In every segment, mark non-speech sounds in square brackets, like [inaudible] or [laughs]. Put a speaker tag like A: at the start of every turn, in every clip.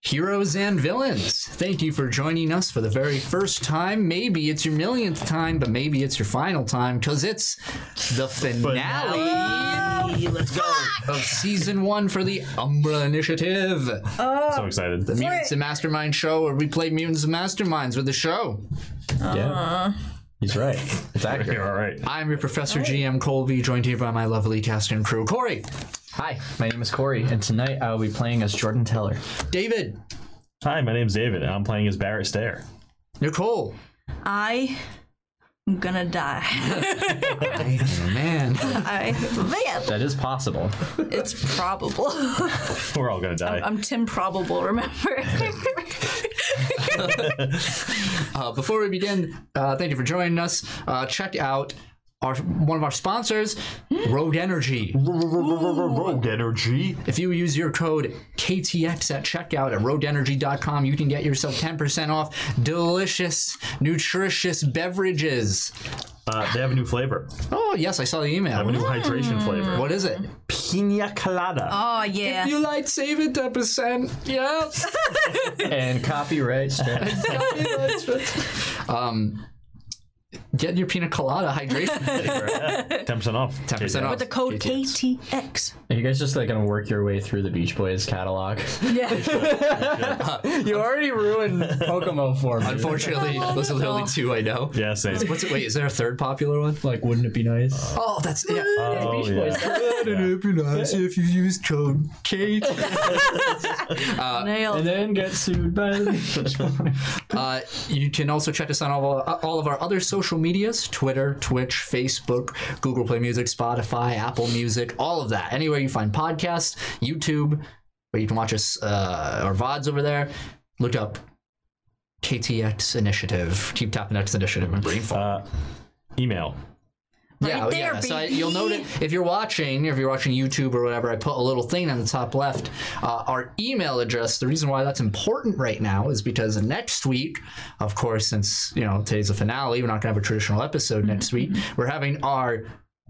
A: Heroes and villains, thank you for joining us for the very first time. Maybe it's your millionth time, but maybe it's your final time because it's the finale
B: Let's go.
A: of season one for the Umbra Initiative.
B: so excited.
A: The Mutants and Mastermind show, where we play Mutants and Masterminds with the show.
C: Yeah. He's right. It's accurate.
B: You're all right.
A: I'm your Professor GM Colby, joined here by my lovely cast and crew. Corey,
C: Hi, my name is Corey, and tonight I will be playing as Jordan Teller.
A: David,
B: Hi, my name's David, and I'm playing as Barrett Stair. [laughs]
A: Nicole.
D: I am
A: [laughs]
D: gonna die.
A: Oh, Man.
D: I man,
C: That is possible.
D: it's probable.
B: We're all gonna die.
D: I'm Tim Probable,
A: [laughs]
D: remember?
A: Uh, before we begin, uh, thank you for joining us. Uh, check out our one of our sponsors, Road Energy.
B: Rogue energy.
A: If you use your code KTX at checkout at roadenergy.com, you can get yourself 10% off delicious, nutritious beverages.
B: Uh, they have a new flavor.
A: Oh, yes, I saw the
B: They have a
A: email.
B: new hydration flavor.
A: What is it?
B: Pina colada.
D: oh yeah.
A: You like saving 10%. Yes.
C: [laughs] And copyright [laughs] strike.
A: um, get your pina colada
B: [laughs]
A: hydration.
B: Ten percent off.
A: 10% off.
D: the code KTX.
C: Are you guys just like gonna work your way through the Beach Boys catalog?
A: [laughs]
D: Yeah.
C: you already ruined [laughs] Pokemon for me.
A: Unfortunately, those are the only two I know.
B: Yeah, same.
A: What's it? Wait, is there a third popular one?
C: Like, wouldn't it be nice?
A: Oh, that's yeah.
B: Oh, yeah.
A: It'd be nice if you use code Kate.
D: Nailed.
C: And then get sued by the Beach Boys.
A: [laughs] Uh, you can also check us on all, all of our other social medias Twitter, Twitch, Facebook, Google Play Music, Spotify, Apple Music, all of that. Anywhere you find podcasts, YouTube, where you can watch us, uh, our VODs over there. Look up KTX Initiative. Keep tapping X Initiative and brain fog.
B: Uh, email.
A: yeah, oh,
D: Right there,
A: yeah. So I,
D: baby.
A: you'll notice if you're watching, if you're watching YouTube or whatever, I put a little thing on the top left. Uh, our email address. The reason why that's important right now is because next week, of course, since you know today's the finale, we're not gonna have a traditional episode next week.
D: Mm-hmm.
A: We're having our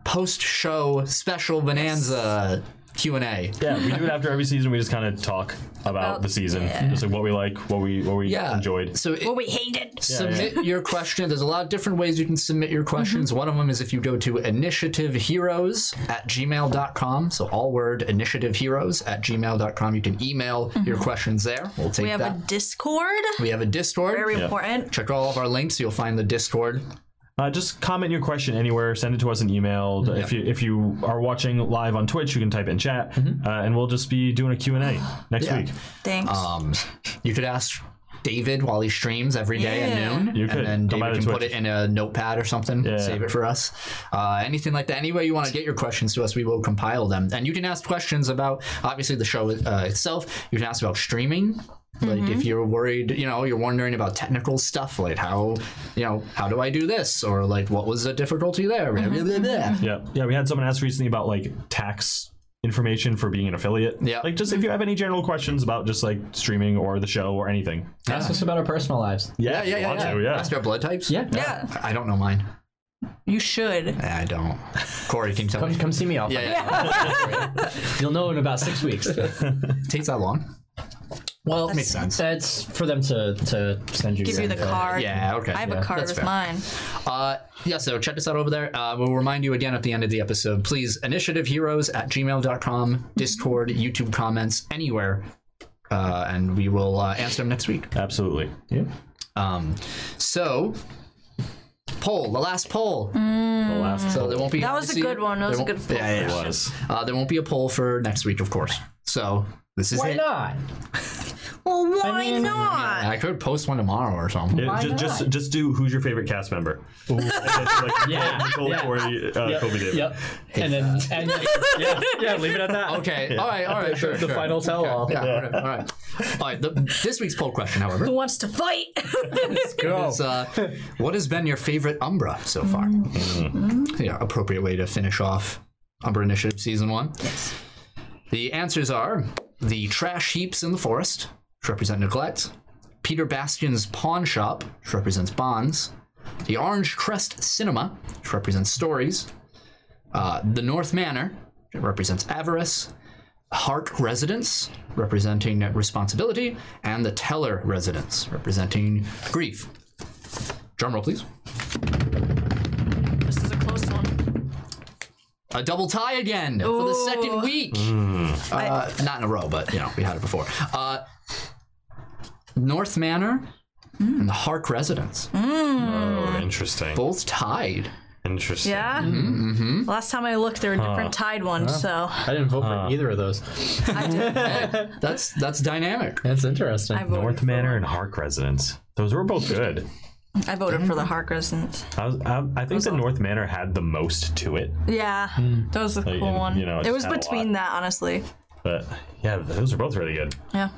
A: post-show special bonanza Q and A.
B: Yeah, we do it after every season. We just kind of talk about, the season, just like what we like, what we what we
A: Yeah,
B: enjoyed.
A: So it-
D: What Oh, we hated.
A: submit your question. There's a lot of different ways you can submit your questions.
D: Mm-hmm.
A: One of them is if you go to initiativeheroes at gmail.com. So all word initiativeheroes at gmail.com. You can email your questions there. We'll take
D: Mm-hmm. We have
A: that.
D: a Discord.
A: we have a Discord.
D: Very important.
A: Check all of our links. You'll find the Discord.
B: Uh, just comment your question anywhere. Send it to us in email. If you if you are watching live on Twitch, you can type it in chat, uh, and we'll just be doing a Q and A next
A: Yeah.
B: week.
D: Thanks.
A: Um, [laughs] you could ask David while he streams every day
D: Yeah.
A: at noon.
B: You
A: And
B: could.
A: then
B: Come by
A: David
B: the
A: can put
B: Twitch.
A: it in a notepad or something,
B: Yeah.
A: save it for us. Uh, anything like that. Any way you want to get your questions to us, we will compile them. And you can ask questions about, obviously, the show uh, itself. You can ask about streaming. Like if you're worried, you know, you're wondering about technical stuff, like how, you know, how do I do this, or like what was the difficulty there? Blah, blah, blah, blah.
B: Yeah, yeah. We had someone ask recently about like tax information for being an affiliate.
A: Yeah.
B: like just if you have any general questions about just like streaming or the show or anything.
C: [laughs] Ask us about our personal lives.
B: Yeah,
A: Yeah,
B: if you
A: yeah, yeah.
B: want
A: yeah.
B: to, yeah.
A: Ask our blood types.
C: Yeah.
D: yeah.
A: I don't know mine.
D: You should.
A: I don't. Corey, can you tell
C: Come,
A: me?
C: come see me off.
A: Yeah, yeah.
D: [laughs]
C: You'll know in about six weeks.
A: takes that long. Well, makes sense.
C: That's for them to, to send you.
D: Give
C: your
D: you the
C: info.
D: card.
A: Yeah, okay.
D: I have
A: yeah,
D: a card
A: that's
D: with
A: fair.
D: mine.
A: Uh, yeah, so check us out over there. Uh, we'll remind you again at the end of the episode. Please, initiativeheroes at gmail.com, Discord, YouTube comments, anywhere. Uh, and we will uh, answer them next week.
B: Absolutely.
C: Yeah.
A: Um, so, poll, the last poll.
B: The last
A: So there won't be.
D: Mm. That was a
A: obviously-
D: good one. That was
A: there
D: a
A: won't-
D: good
A: Yeah, yeah,
B: it
A: yeah.
B: was.
A: Uh, there won't be a poll for next week, of course. So this is
C: Why
A: it.
C: not?
D: Well, why
C: mean-
D: not?
A: I could post one tomorrow or something.
B: Yeah, ju-
C: not?
B: just, just do who's your favorite cast member. And it's like,
C: Yeah.
A: [laughs]
B: Nicole,
C: Yeah.
B: Corey, uh, Kobe David.
C: Yep. And then and [laughs] yeah, yeah, leave it at that.
A: Okay. All right. All right.
C: [laughs]
A: Sure.
C: The
A: sure.
C: final tell all.
A: Yeah. All right.
C: [laughs]
A: All right. All right the, this week's poll question, however,
D: Who wants to fight? [laughs]
A: is uh, [laughs] what has been your favorite Umbra so far? Yeah, appropriate way to finish off Umbra Initiative Season 1. Yes. The answers are the trash heaps in the forest, which represent neglect, Peter Bastion's pawn shop, which represents bonds, the Orange Crest Cinema, which represents stories, uh, the North Manor, which represents avarice, Hart residence, representing responsibility, and the Teller residence, representing grief. Drum roll, please.
D: This is a close one.
A: A double tie again for the second week. Uh, not in a row, but you know we had it before. Uh, North Manor and the Hark residence,
E: Oh, interesting.
A: both tied.
E: Interesting.
D: Yeah. Mm-hmm. Last time I looked, there were different tied ones. So
C: I didn't vote for either of those.
D: I did.
A: That's that's dynamic.
C: That's interesting.
D: I voted.
B: North Manor and Hark residence. Those were both good.
D: I voted for the Hark residents.
B: I, was, I, I think the North Manor had the most to it,
D: Yeah, that was a cool
B: you-
D: one.
B: Hmm. you know,
D: it
B: it's
D: was
B: had a
D: between
B: lot.
D: that, honestly.
B: but yeah, those are both really good.
D: Yeah.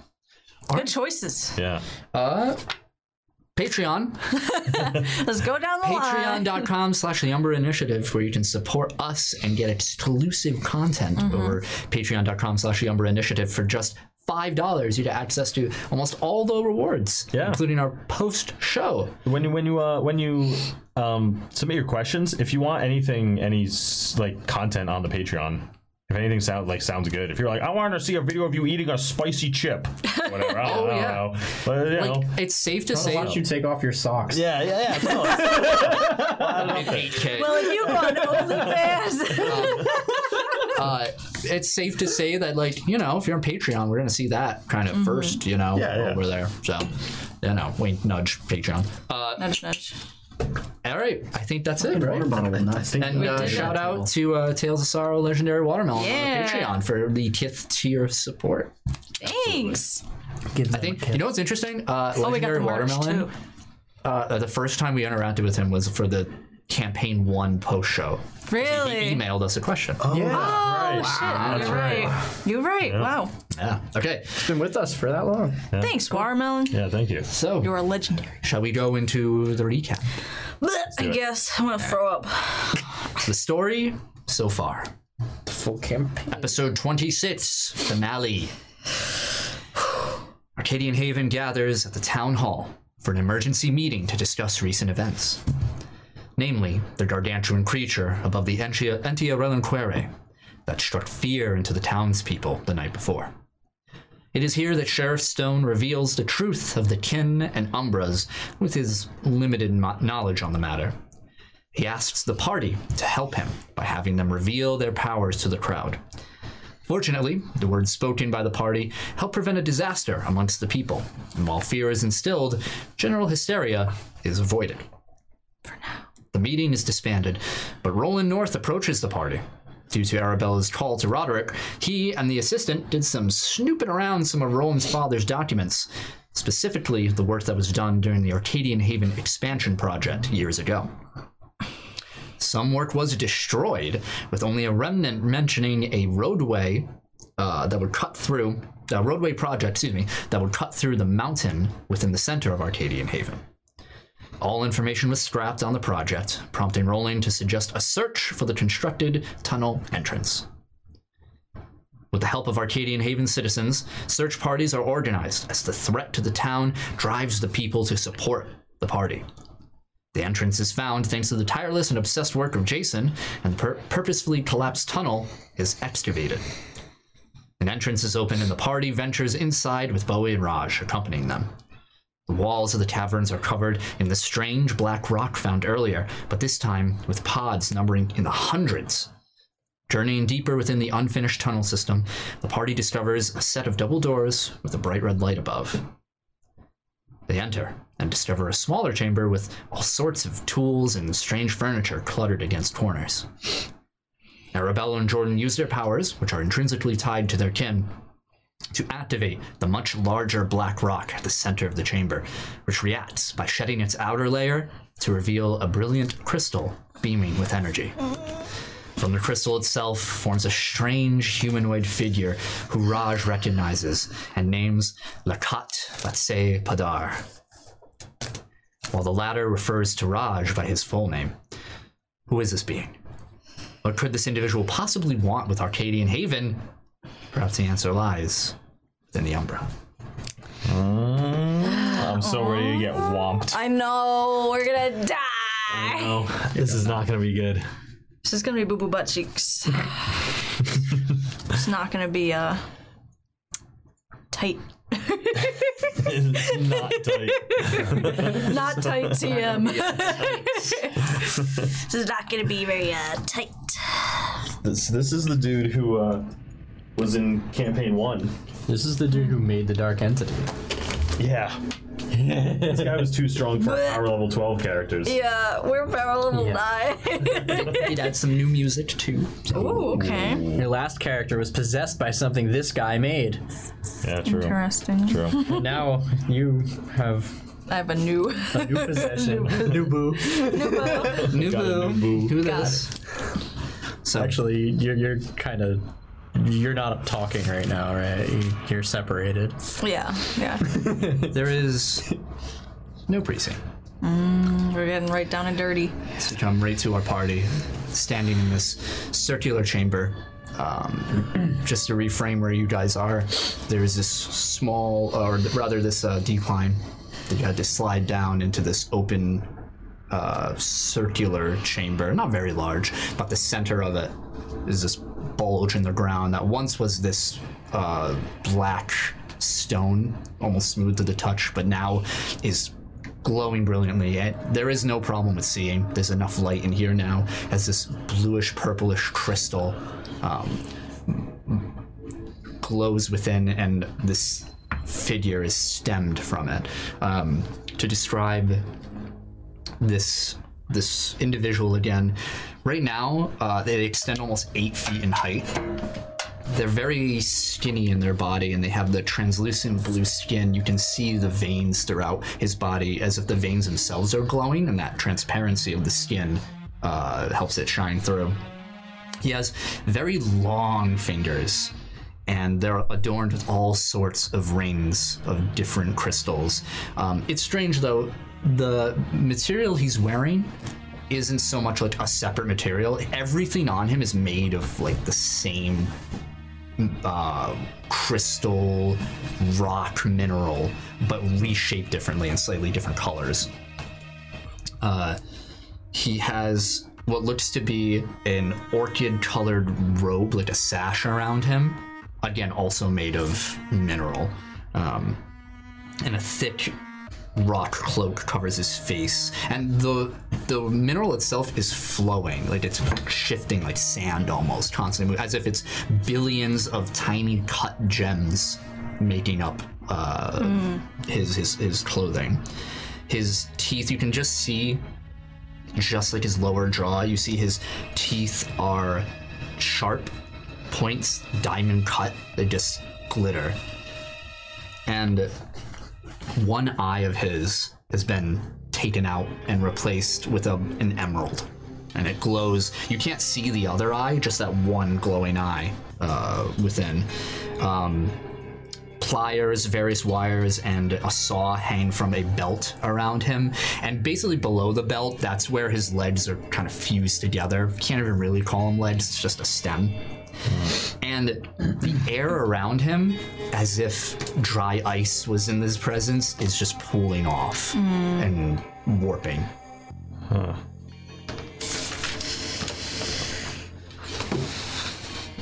D: Good choices.
B: Yeah.
A: Uh, Patreon,
D: Let's go down the line.
A: patreon.com slash the Umber Initiative, where you can support us and get exclusive content over patreon.com slash the Umber Initiative for just $5. You get access to almost all the rewards,
B: Yeah.
A: including our post show.
B: When you when you uh, when you um, submit your questions, if you want anything, any s- like content on the Patreon, if anything sounds like sounds good, if you're like, I want to see a video of you eating a spicy chip, whatever.
D: [laughs]
B: I don't,
D: Oh,
B: I don't
A: yeah.
B: know. But, you know.
A: It's safe to say.
C: Watch you take off your socks.
B: Yeah, yeah, yeah.
A: an 8K.
D: Well, you [laughs] on OnlyFans.
A: uh, it's safe to say that, like, you know, if you're on Patreon, we're going to see that kind
D: Mm-hmm.
A: of first, you know,
B: Yeah, yeah.
A: over there. So, you know, we nudge Patreon. Uh,
D: nudge, nudge.
A: all right. I think that's it, right?
C: Water bottle will not stink.
A: And uh,
D: did
A: shout out to uh, Tales of Sorrow Legendary Watermelon
D: Yeah.
A: on the Patreon for the Kith tier support.
D: Thanks.
A: I think you know what's interesting. Uh,
D: Oh, we got
A: Legendary
D: the merch
A: Watermelon.
D: too.
A: Uh, the first time we interacted with him was for the campaign one post show.
D: Really?
A: He emailed us a question.
D: Oh
A: Wow.
D: shit! You're right. You're right. Wow.
A: Yeah. Okay.
C: It's been with us for that long.
D: Thanks, watermelon.
B: yeah, thank you.
A: So
D: You are legendary.
A: shall we go into the recap?
D: Blech, I guess I'm gonna throw up.
A: The story so far.
C: Full campaign.
A: Episode 26, finale. Arcadian Haven gathers at the town hall for an emergency meeting to discuss recent events. Namely, the gargantuan creature above the Entia, Entia Relinquere that struck fear into the townspeople the night before. It is here that Sheriff Stone reveals the truth of the kin and umbras with his limited mo- knowledge on the matter. He asks the party to help him by having them reveal their powers to the crowd. Fortunately, the words spoken by the party help prevent a disaster amongst the people, and while fear is instilled, general hysteria is avoided. For now. The meeting is disbanded, but Roland North approaches the party. Due to Arabella's call to Roderick, he and the assistant did some snooping around some of Roland's father's documents, specifically the work that was done during the Arcadian Haven expansion project years ago. Some work was destroyed, with only a remnant mentioning a roadway uh, that would cut through a roadway project, excuse me, that would cut through the mountain within the center of Arcadian Haven. All information was scrapped on the project, prompting Rowling to suggest a search for the constructed tunnel entrance. With the help of Arcadian Haven citizens, search parties are organized as the threat to the town drives the people to support the party. The entrance is found thanks to the tireless and obsessed work of Jason, and the pur- purposefully collapsed tunnel is excavated. An entrance is open, and the party ventures inside with Bowie and Raj accompanying them. The walls of the caverns are covered in the strange black rock found earlier, but this time with pods numbering in the hundreds. Journeying deeper within the unfinished tunnel system, the party discovers a set of double doors with a bright red light above. They enter and discover a smaller chamber with all sorts of tools and strange furniture cluttered against corners. Arabella and Jordan use their powers, which are intrinsically tied to their kin, to activate the much larger black rock at the center of the chamber, which reacts by shedding its outer layer to reveal a brilliant crystal beaming with energy. From the crystal itself forms a strange humanoid figure who Raj recognizes and names Lakat Vatse Padar. While the latter refers to Raj by his full name. Who is this being? What could this individual possibly want with Arcadian Haven? Perhaps the answer lies within the Umbra.
B: I'm so ready to get womped.
D: I know we're gonna die.
B: No, this is not gonna be good. [laughs]
D: This is gonna be boo boo butt cheeks. It's not going to be uh, [laughs] tight.
B: It's not tight.
D: Not uh, tight TM. [laughs] this is not going to be very uh, tight.
B: [laughs] This, this is the dude who uh, was in campaign one.
C: This is the dude who made the dark entity.
B: Yeah. this guy was too strong
D: [laughs]
B: for our level 12 characters.
D: Yeah, we're power level
C: Yeah.
D: 9.
C: Did add some new music too.
D: Ooh, okay.
C: Your last character was possessed by something this guy made.
B: Yeah, true.
D: Interesting.
B: True.
C: And now you have
D: I have a new. [laughs]
C: a new possession. [laughs] new boo.
A: New boo.
B: new boo.
A: Do this. So
C: Actually, you're, you're kind of. You're not talking right now, right? You- You're separated.
D: yeah, yeah.
A: there is no precinct.
D: We're getting right down and dirty.
A: to come right to our party, standing in this circular chamber. Um, just to reframe where you guys are, there is this small, or rather, this uh, decline that you had to slide down into this open uh, circular chamber. Not very large, but the center of it is this bulge in the ground that once was this uh, black stone, almost smooth to the touch, but now is glowing brilliantly. And there is no problem with seeing. There's enough light in here now as this bluish purplish crystal um, glows within, and this figure is stemmed from it. Um, to describe this this individual again, right now uh, they extend almost eight feet in height they're very skinny in their body and they have the translucent blue skin. You can see the veins throughout his body as if the veins themselves are glowing, and that transparency of the skin uh, helps it shine through. He has very long fingers, and they're adorned with all sorts of rings of different crystals. Um, it's strange though, the material he's wearing isn't so much like a separate material. Everything on him is made of like the same uh, crystal, rock, mineral, but reshaped differently in slightly different colors. Uh, he has what looks to be an orchid colored robe, like a sash around him, again, also made of mineral. Um, and a thick rock cloak covers his face and the the mineral itself is flowing like it's shifting like sand almost constantly as if it's billions of tiny cut gems making up uh, his, his his clothing his teeth you can just see just like his lower jaw you see his teeth are sharp points diamond cut they just glitter and one eye of his has been taken out and replaced with a, an emerald and it glows you can't see the other eye just that one glowing eye uh, within um, pliers various wires and a saw hang from a belt around him and basically below the belt that's where his legs are kind of fused together can't even really call them legs it's just a stem and the air around him, as if dry ice was in his presence, is just pulling off and warping.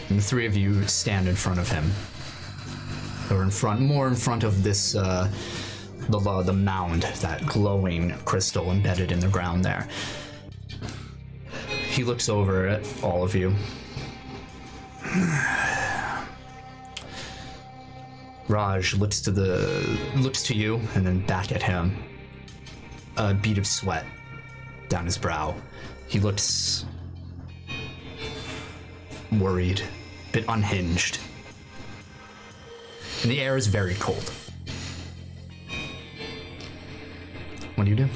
A: And the three of you stand in front of him, or in front, more in front of this, uh, the the mound, that glowing crystal embedded in the ground there. He looks over at all of you. [sighs] Raj looks to the looks to you and then back at him. A bead of sweat down his brow. He looks worried, a bit unhinged. And the air is very cold. What do you do?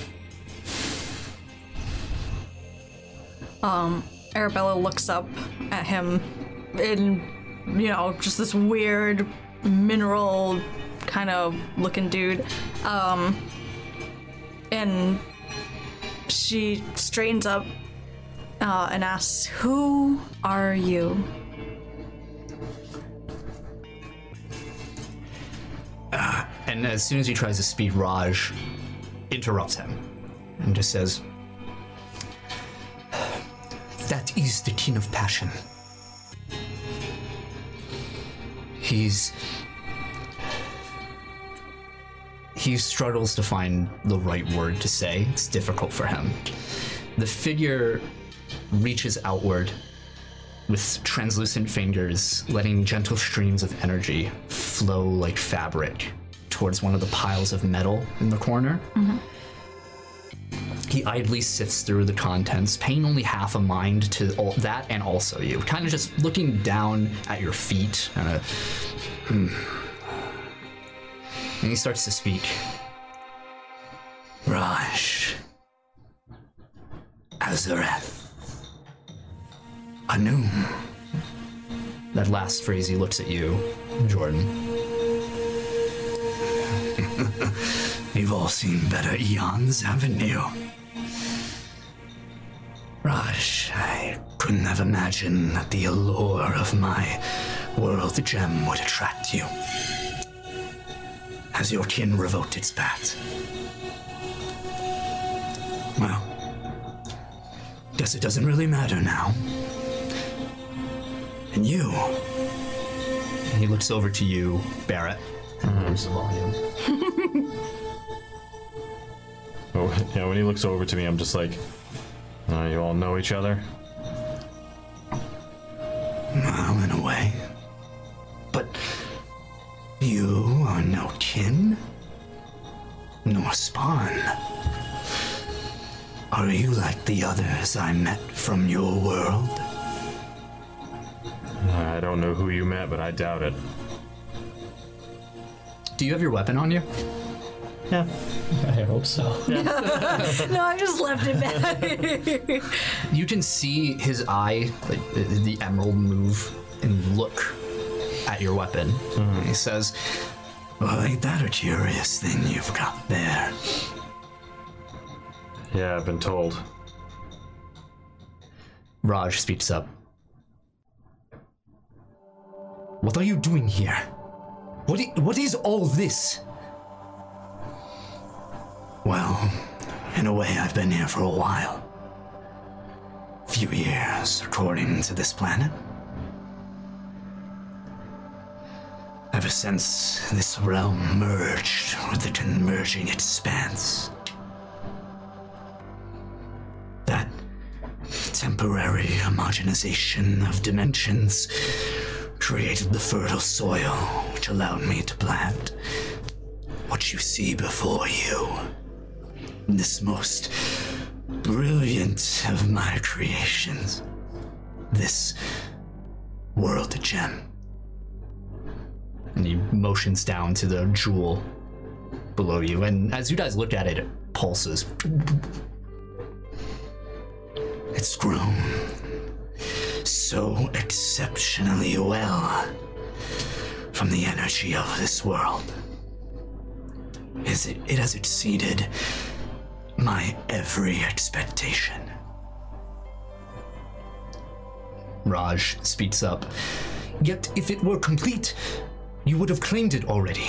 D: Arabella looks up at him in, you know, just this weird mineral kind of looking dude. Um, and she straightens up uh, and asks, Who are you? [laughs]
A: And as soon as he tries to speak, Raj interrupts him and just says, That is the king of passion. He's he struggles to find the right word to say. It's difficult for him. The figure reaches outward with translucent fingers, letting gentle streams of energy flow like fabric towards one of the piles of metal in the corner. He idly sifts through the contents, paying only half a mind to all that and also you. Kind of just looking down at your feet. Uh, hmm. And he starts to speak. Raj. Azareth. Anum. That last phrase, he looks at you, Jordan. [laughs] You've all seen better eons, haven't you? Raj, I couldn't have imagined that the allure of my world gem would attract you. Has your kin revoked its path? Well, guess it doesn't really matter now. And you. And he looks over to you, Barrett, and moves the Mm-hmm. volume.
B: Oh, yeah, when he looks over to me, I'm just like, "Uh, you all know each other?
A: Well, in a way. Ah, But you are no kin, nor spawn. Are you like the others I met from your world?
B: Uh, I don't know who you met, but I doubt it.
A: Do you have your weapon on you?
B: Yeah.
C: I hope so.
D: No, I just left it back. [laughs]
A: You can see his eye, like the, the emerald, move and look at your weapon. He says, "Well, ain't that a curious thing you've got there?"
B: Yeah, I've been told.
A: Raj speaks up. What are you doing here? What, I- what is all this? Well, in a way, I've been here for a while. Few years, according to this planet. Ever since this realm merged with the converging expanse. That temporary homogenization of dimensions created the fertile soil which allowed me to plant what you see before you. This most brilliant of my creations. This world gem. And he motions down to the jewel below you, and as you guys look at it, it pulses. It's grown so exceptionally well from the energy of this world. Is it, it has exceeded my every expectation. Raj speaks up. Yet, if it were complete, you would have claimed it already.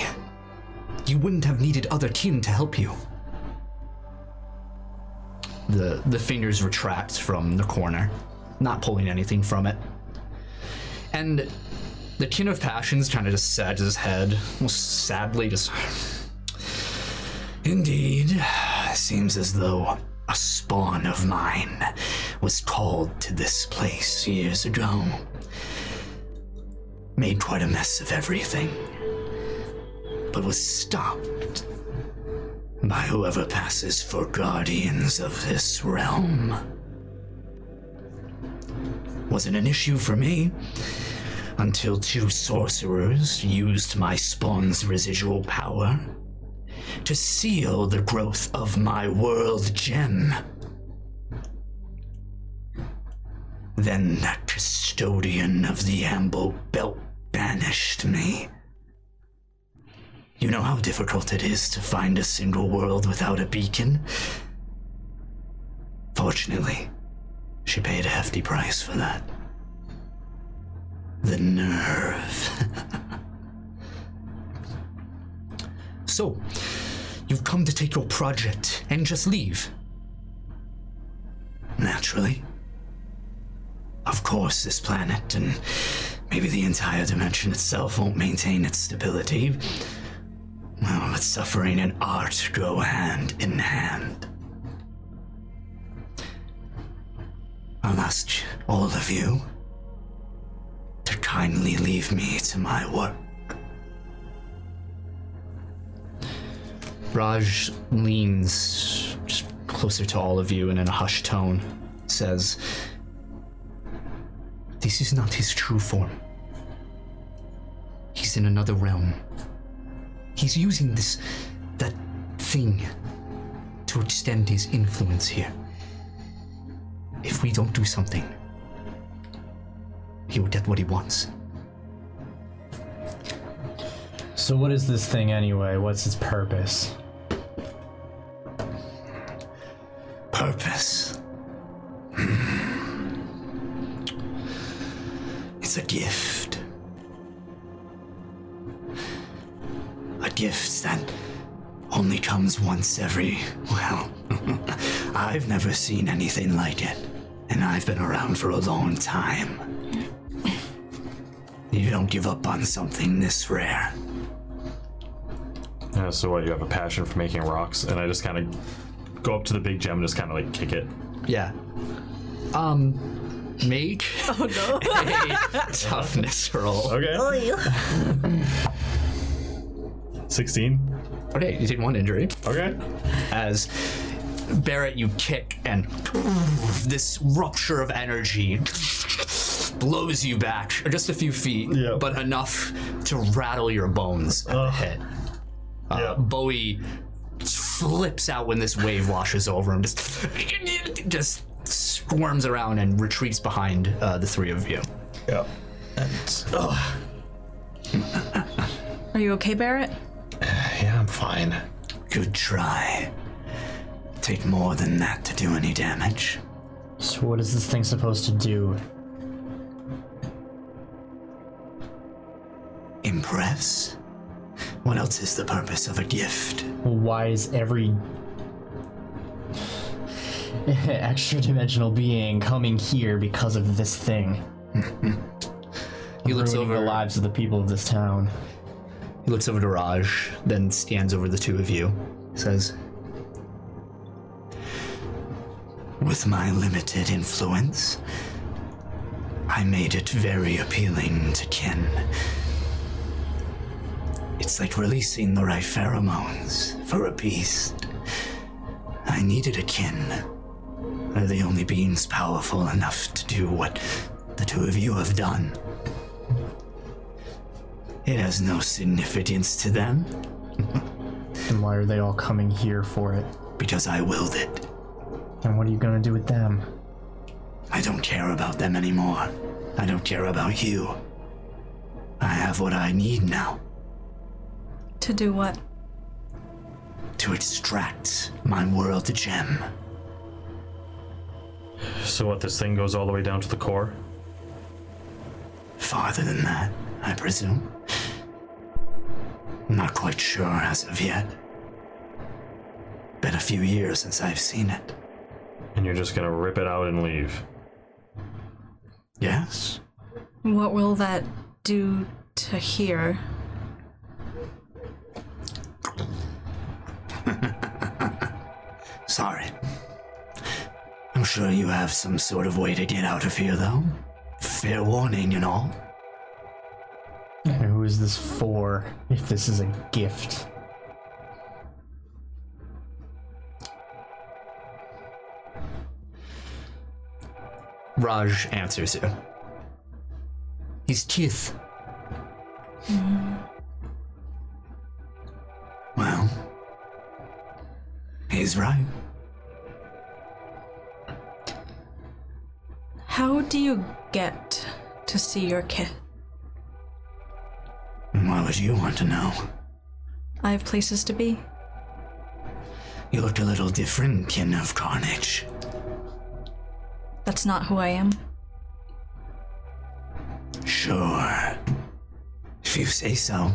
A: You wouldn't have needed other kin to help you the the fingers retract from the corner, not pulling anything from it. And the kin of passions kind of just sags his head, most sadly, just. Indeed, seems as though a spawn of mine was called to this place years ago. Made quite a mess of everything, but was stopped by whoever passes for guardians of this realm. Wasn't an issue for me until two sorcerers used my spawn's residual power to seal the growth of my world gem. Then that custodian of the Amble Belt banished me. You know how difficult it is to find a single world without a beacon? Fortunately, she paid a hefty price for that. The nerve. [laughs] so, you've come to take your project and just leave? Naturally. Of course, this planet and Maybe the entire dimension itself won't maintain its stability. Well, but suffering and art go hand in hand. I'll ask all of you to kindly leave me to my work. Raj leans just closer to all of you and in a hushed tone says, This is not his true form. He's in another realm. He's using this, that thing, to extend his influence here. If we don't do something, he will get what he wants.
C: So, what is this thing anyway? What's its purpose?
A: purpose. Hmm. It's a gift. A gift that only comes once every. Well, [laughs] I've never seen anything like it, and I've been around for a long time. You don't give up on something this rare.
B: Yeah, uh, so what? You have a passion for making rocks, and I just kind of go up to the big gem and just kind of like kick it.
A: Yeah. Um, make
D: Oh no.
A: a [laughs] toughness roll.
B: Okay. Sixteen.
A: Okay, you take one injury.
B: Okay.
A: as Barrett, you kick, and this rupture of energy blows you back just a few feet,
B: Yeah.
A: but enough to rattle your bones at the hit. Uh,
B: Yeah.
A: Bowie flips out when this wave washes over him, just, just squirms around and retreats behind uh, the three of you.
B: Yeah.
D: Are you okay, Barrett?
B: Yeah, I'm fine.
A: Good try. Take more than that to do any damage.
C: So, what is this thing supposed to do?
A: Impress? What else is the purpose of a gift?
C: Why is every [laughs] extra dimensional being coming here because of this thing?
A: He looks
C: ruining
A: over.
C: the lives of the people of this town.
A: He looks over to Raj, then stands over the two of you. Says, "With my limited influence, I made it very appealing to Ken. It's like releasing the right pheromones for a beast. I needed a kin. They're the only beings powerful enough to do what the two of you have done." It has no significance to them
C: And why are they all coming here for it?
A: because I willed it.
C: And what are you gonna do with them?
A: I don't care about them anymore. I don't care about you. I have what I need now
D: To do what?
A: to extract my world gem.
B: So what? This thing goes all the way down to the core.
A: Farther than that, I presume. Not quite sure as of yet. Been a few years since I've seen it.
B: And you're just gonna rip it out and leave.
A: Yes?
D: What will that do to here?
A: Sorry. I'm sure you have some sort of way to get out of here, though. Fair warning and all.
C: And who is this for if this is a gift?
A: Raj answers you. His teeth. Well, he's right.
D: How do you get to see your kid?
A: Why would you want to know?
D: I have places to be.
A: You look a little different, kin of carnage.
D: That's not who I am.
A: Sure. If you say so.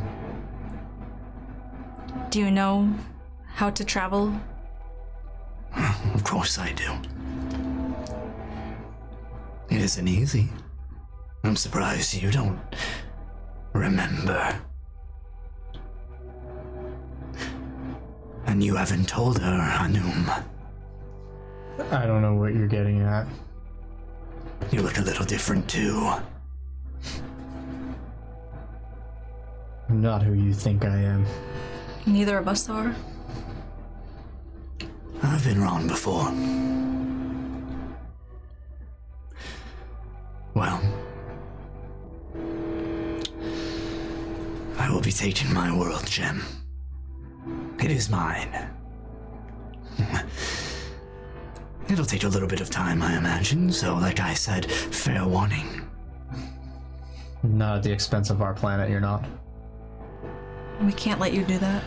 D: Do you know how to travel?
A: Of course I do. It isn't easy. I'm surprised you don't remember. And you haven't told her, Hanum.
F: I don't know what you're getting at.
A: You look a little different too.
F: I'm not who you think I am.
D: Neither of us are.
A: I've been wrong before. Well, I will be taking my world gem. It is mine. It'll take a little bit of time, I imagine, so, like I said, fair warning.
F: Not at the expense of our planet, you're not.
D: We can't let you do that.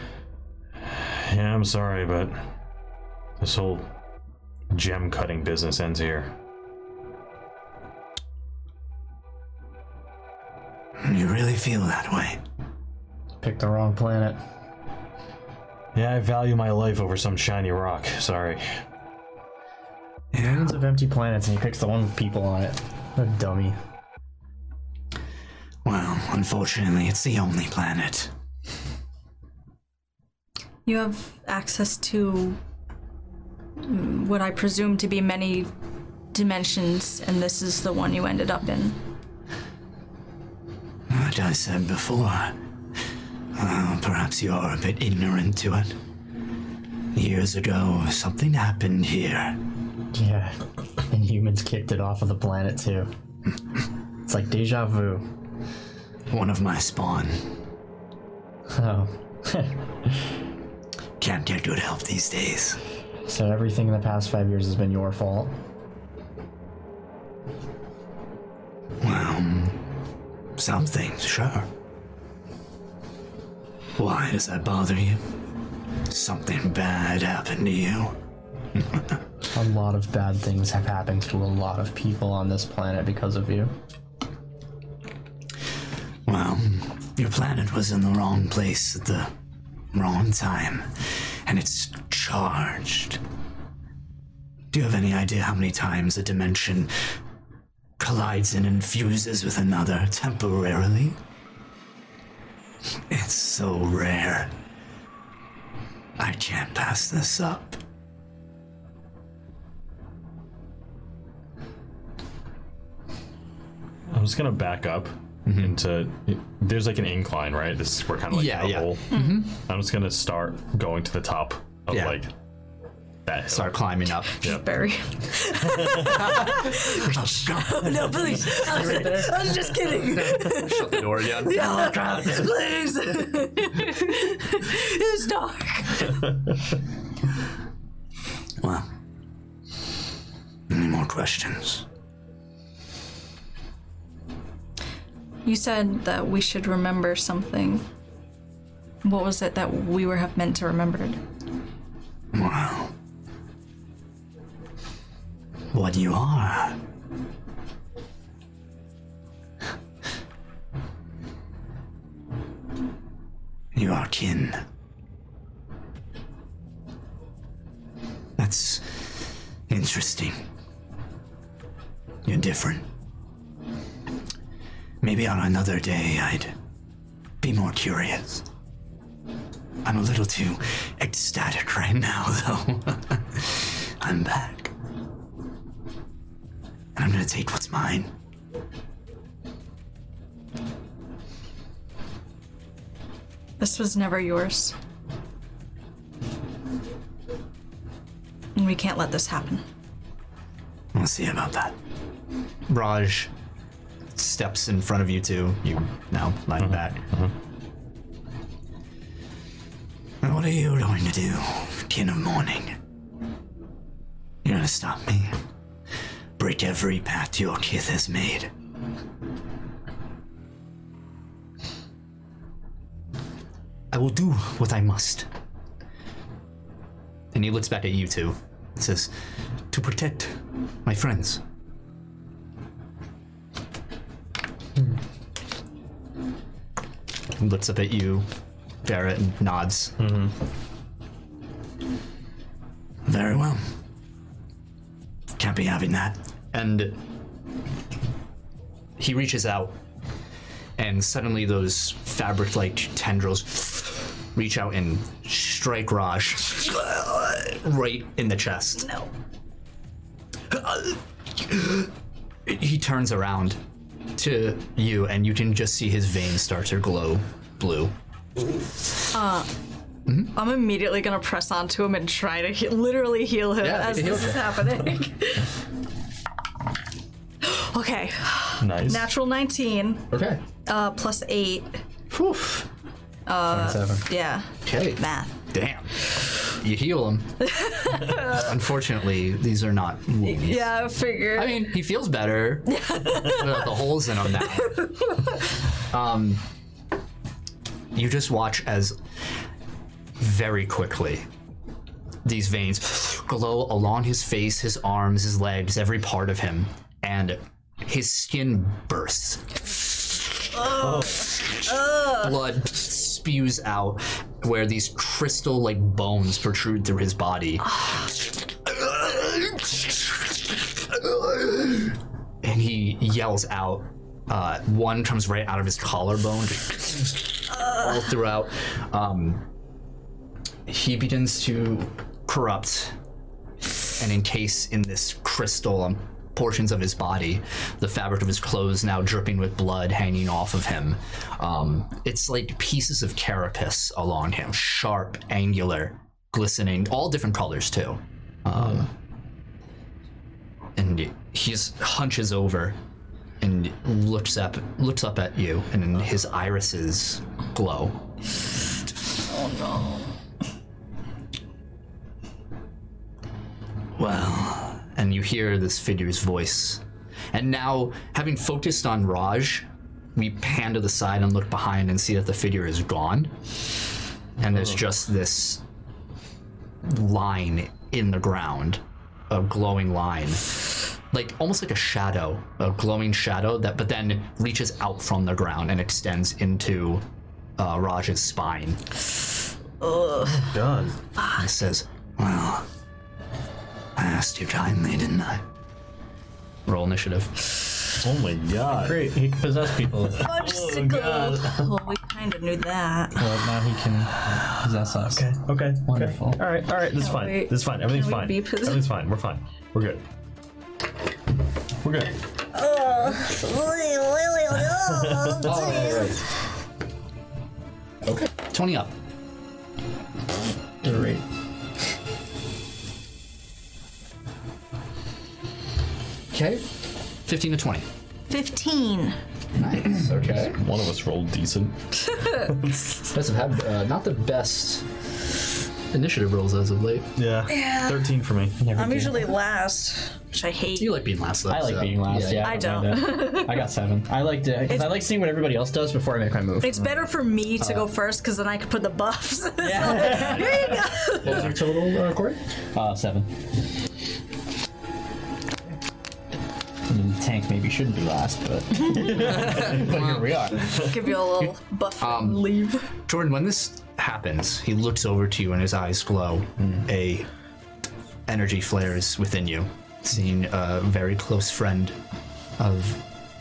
B: Yeah, I'm sorry, but this whole gem cutting business ends here.
A: You really feel that way?
F: Picked the wrong planet.
B: Yeah, I value my life over some shiny rock. Sorry.
A: Yeah.
F: Tons of empty planets, and he picks the one with people on it. What a dummy.
A: Well, unfortunately, it's the only planet.
D: You have access to mm, what I presume to be many dimensions, and this is the one you ended up in.
A: Like I said before, uh, perhaps you are a bit ignorant to it. Years ago, something happened here.
F: Yeah. And humans kicked it off of the planet, too. It's like deja vu.
A: One of my spawn
F: Oh.
A: can't get good help these days.
F: So everything in the past five years has been your fault.
A: Well, something, sure. Why does that bother you? Something bad happened to you?
F: A lot of bad things have happened to a lot of people on this planet because of you.
A: Well, your planet was in the wrong place at the wrong time, and it's charged. Do you have any idea how many times a dimension collides and infuses with another temporarily? It's so rare. I can't pass this up.
B: I'm just gonna back up into. There's like an incline, right? This is we're kind of like
A: Yeah,
B: a
A: yeah.
B: hole.
D: Mm-hmm.
B: I'm just gonna start going to the top of
A: Yeah.
B: like that. hill.
A: Start climbing up.
D: Barry. [laughs] no, please. [laughs] I was, I was just kidding.
A: Shut [laughs] the door again.
D: No, please. it's dark.
A: Well, any more questions?
D: You said that we should remember something. What was it that we were have meant to remember?
A: Well, what you are. You are kin. That's interesting. You're different. Maybe on another day I'd be more curious. I'm a little too ecstatic right now, [laughs] though. I'm back. And I'm gonna take what's mine.
D: This was never yours. And we can't let this happen.
A: We'll see about that. Raj steps in front of you two. You now lying back. And What are you going to do, kin of morning? You're gonna stop me? Break every path your kith has made. I will do what I must. And he looks back at you two. He says, To protect my friends. He Hmm. Looks up at you, Barrett, and nods. Very well. Can't be having that. And he reaches out, and suddenly those fabric-like tendrils reach out and strike Raj right in the chest. No. He turns around to you, and you can just see his veins start to glow blue.
D: I'm immediately gonna press onto him and try to he- literally heal him
A: Yeah,
D: as
A: heal
D: this
A: him.
D: is
A: [laughs]
D: happening. [gasps] okay,
B: Nice.
D: natural 19
A: Okay.
D: uh, plus 8.
A: Whew.
D: Uh,
F: Seven.
D: Yeah,
A: Okay.
D: math.
A: Damn. You heal him. Unfortunately, these are not wounds.
D: Yeah, I figure. [laughs]
A: I mean, he feels better without the holes in him now. Um, you just watch as very quickly these veins glow along his face, his arms, his legs, every part of him, and his skin bursts. Blood spews out where these crystal like bones protrude through his body. and he yells out. Uh, one comes right out of his collarbone, all throughout. Um, he begins to corrupt and encase in this crystal um, portions of his body, the fabric of his clothes now dripping with blood hanging off of him. Um, it's like pieces of carapace along him, sharp, angular, glistening, all different colors too and he just hunches over and looks up looks up at you and his irises glow well and you hear this figure's voice and now having focused on raj we pan to the side and look behind and see that the figure is gone and there's just this line in the ground a glowing line like almost like a shadow a glowing shadow that but then reaches out from the ground and extends into uh, raj's spine
B: Done.
A: and says well i asked you kindly didn't i roll initiative
B: Oh my god.
C: Great, he can possess
B: [laughs]
C: people.
A: oh,
D: Fudgesicle. well, we kind of knew that.
F: Well, now he can possess us. Okay.
B: Okay.
F: Wonderful.
B: All right. All right. This is fine.
D: we-
B: This is fine. Everything's
D: we
B: fine.
D: be possessed?
B: Everything's fine. We're fine. We're good. We're good.
A: tony up
F: Great.
A: okay 15 to 20
D: 15.
A: nice okay
B: One of us rolled decent.
A: doesn't have uh, not the best initiative rolls as of late
B: Yeah. Thirteen for me.
D: I'm usually last, which I hate.
A: you like being last though
C: I like
A: so-
C: being last. Yeah,
D: I
C: mind it. I got seven. I liked it because I like seeing what everybody else does before I make my move.
D: It's better for me to
A: Uh,
D: go first because then I can put the buffs. [laughs]
C: Yeah.
D: Here you go.
C: What was your total, uh, Corey? Uh, seven. I mean, the tank maybe shouldn't be last, but [laughs] but here we are.
A: [laughs]
D: Give you a little buff
A: Um,
D: and leave.
A: Jordan, when this happens, he looks over to you and his eyes glow.
C: Hmm.
A: A energy flares within you, seeing a very close friend of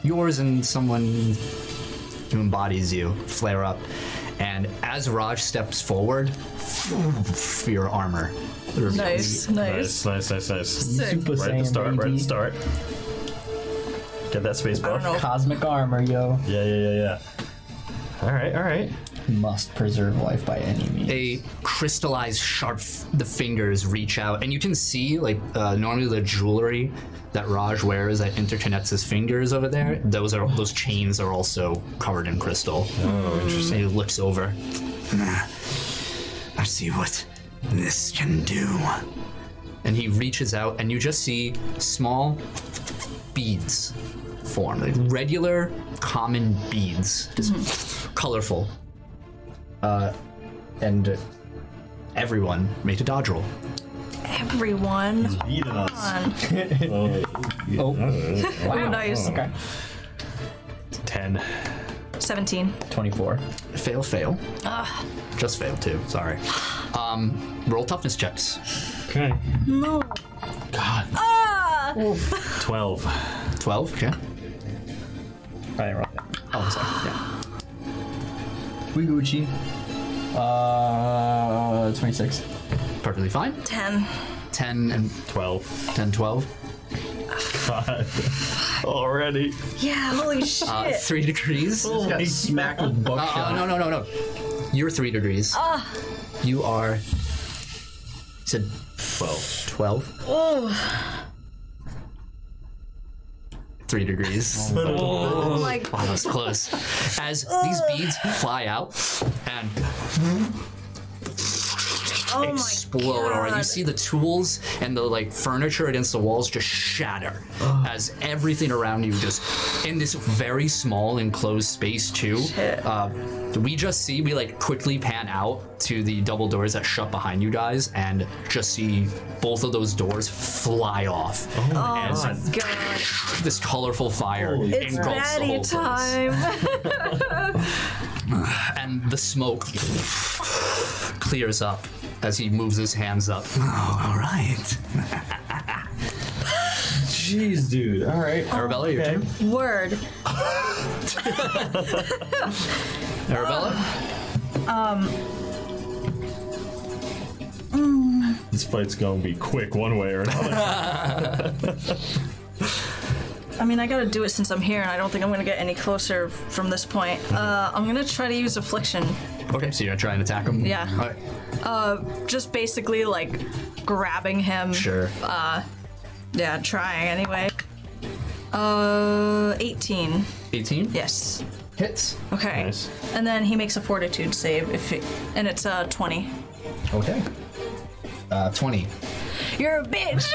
A: yours and someone who embodies you flare up. And as Raj steps forward, [laughs] your armor. reveals.
D: Nice,
B: Nice.
D: nice.
B: Nice. Nice. Nice.
D: Sick.
F: Super
B: Right at the
F: Saiyan,
B: start. Right at
F: baby.
B: the start. Get that space
D: I
B: buff.
D: don't know.
F: Cosmic armor, yo.
B: Yeah. Yeah. Yeah. Yeah. All right. All right.
F: Must preserve life by any means.
A: a crystallized sharp f- the fingers reach out and you can see like uh, normally the jewelry that raj wears that interconnects his fingers over there those are those chains are also covered in crystal oh interesting he looks over i see what this can do and he reaches out and you just see small beads form like regular common beads just Hmm. colorful and everyone made a dodge roll.
D: Everyone.
B: Beating us. [laughs]
D: on.
B: Oh,
D: [laughs]
F: wow.
D: Nice.
F: Okay.
B: Ten.
D: 17.
F: 24.
A: Fail, fail. Just fail too. Sorry. Um, roll toughness checks.
B: Okay.
D: No.
B: God.
D: Ah!
B: Twelve.
A: Twelve. Okay.
C: I didn't roll it.
F: Oh, I'm sorry. Yeah. Wiguchi. Uh, 26.
A: Perfectly fine.
D: Ten.
A: 10 and
B: 12.
A: 10, 12.
B: God. Already.
D: Yeah, holy shit.
A: Uh, three degrees.
F: Oh.
A: Uh,
C: Got smacked with buckshot.
A: uh, no, no, no, no. You're three degrees. You are. You said 12. 12?
D: oh,
A: Three degrees.
D: oh my
A: Wow, that was close. As these beads fly out and
D: oh my
A: explode, all right, you
D: God.
A: see the tools and the like furniture against the walls just [gasps] shatter as everything around you just in this very small enclosed space too. Uh, we just see we like quickly pan out to the double doors that shut behind you guys and just see both of those doors fly off as
D: God.
A: [laughs] this colorful fire
D: It's
A: engulfs the whole
D: daddy
A: place.
D: time. [laughs]
A: and the smoke clears up as he moves his hands up. [laughs] Oh, all right.
B: Jeez, dude. All right.
A: Arabella, your turn.
D: Word.
A: Arabella?
B: This fight's gonna be quick one way or another.
D: I mean, I gotta do it since I'm here, and I don't think I'm gonna get any closer from this point. Uh, I'm gonna try to use affliction.
A: Okay, so you're gonna try and attack him?
D: Yeah.
A: All right.
D: Just basically like grabbing him.
A: Sure.
D: Yeah, trying anyway. Uh, 18.
A: 18?
D: Yes.
A: Hits.
D: Okay.
B: Nice.
D: And then he makes a fortitude save if it, and it's uh 20.
A: Okay. Uh, 20.
D: You're a bitch.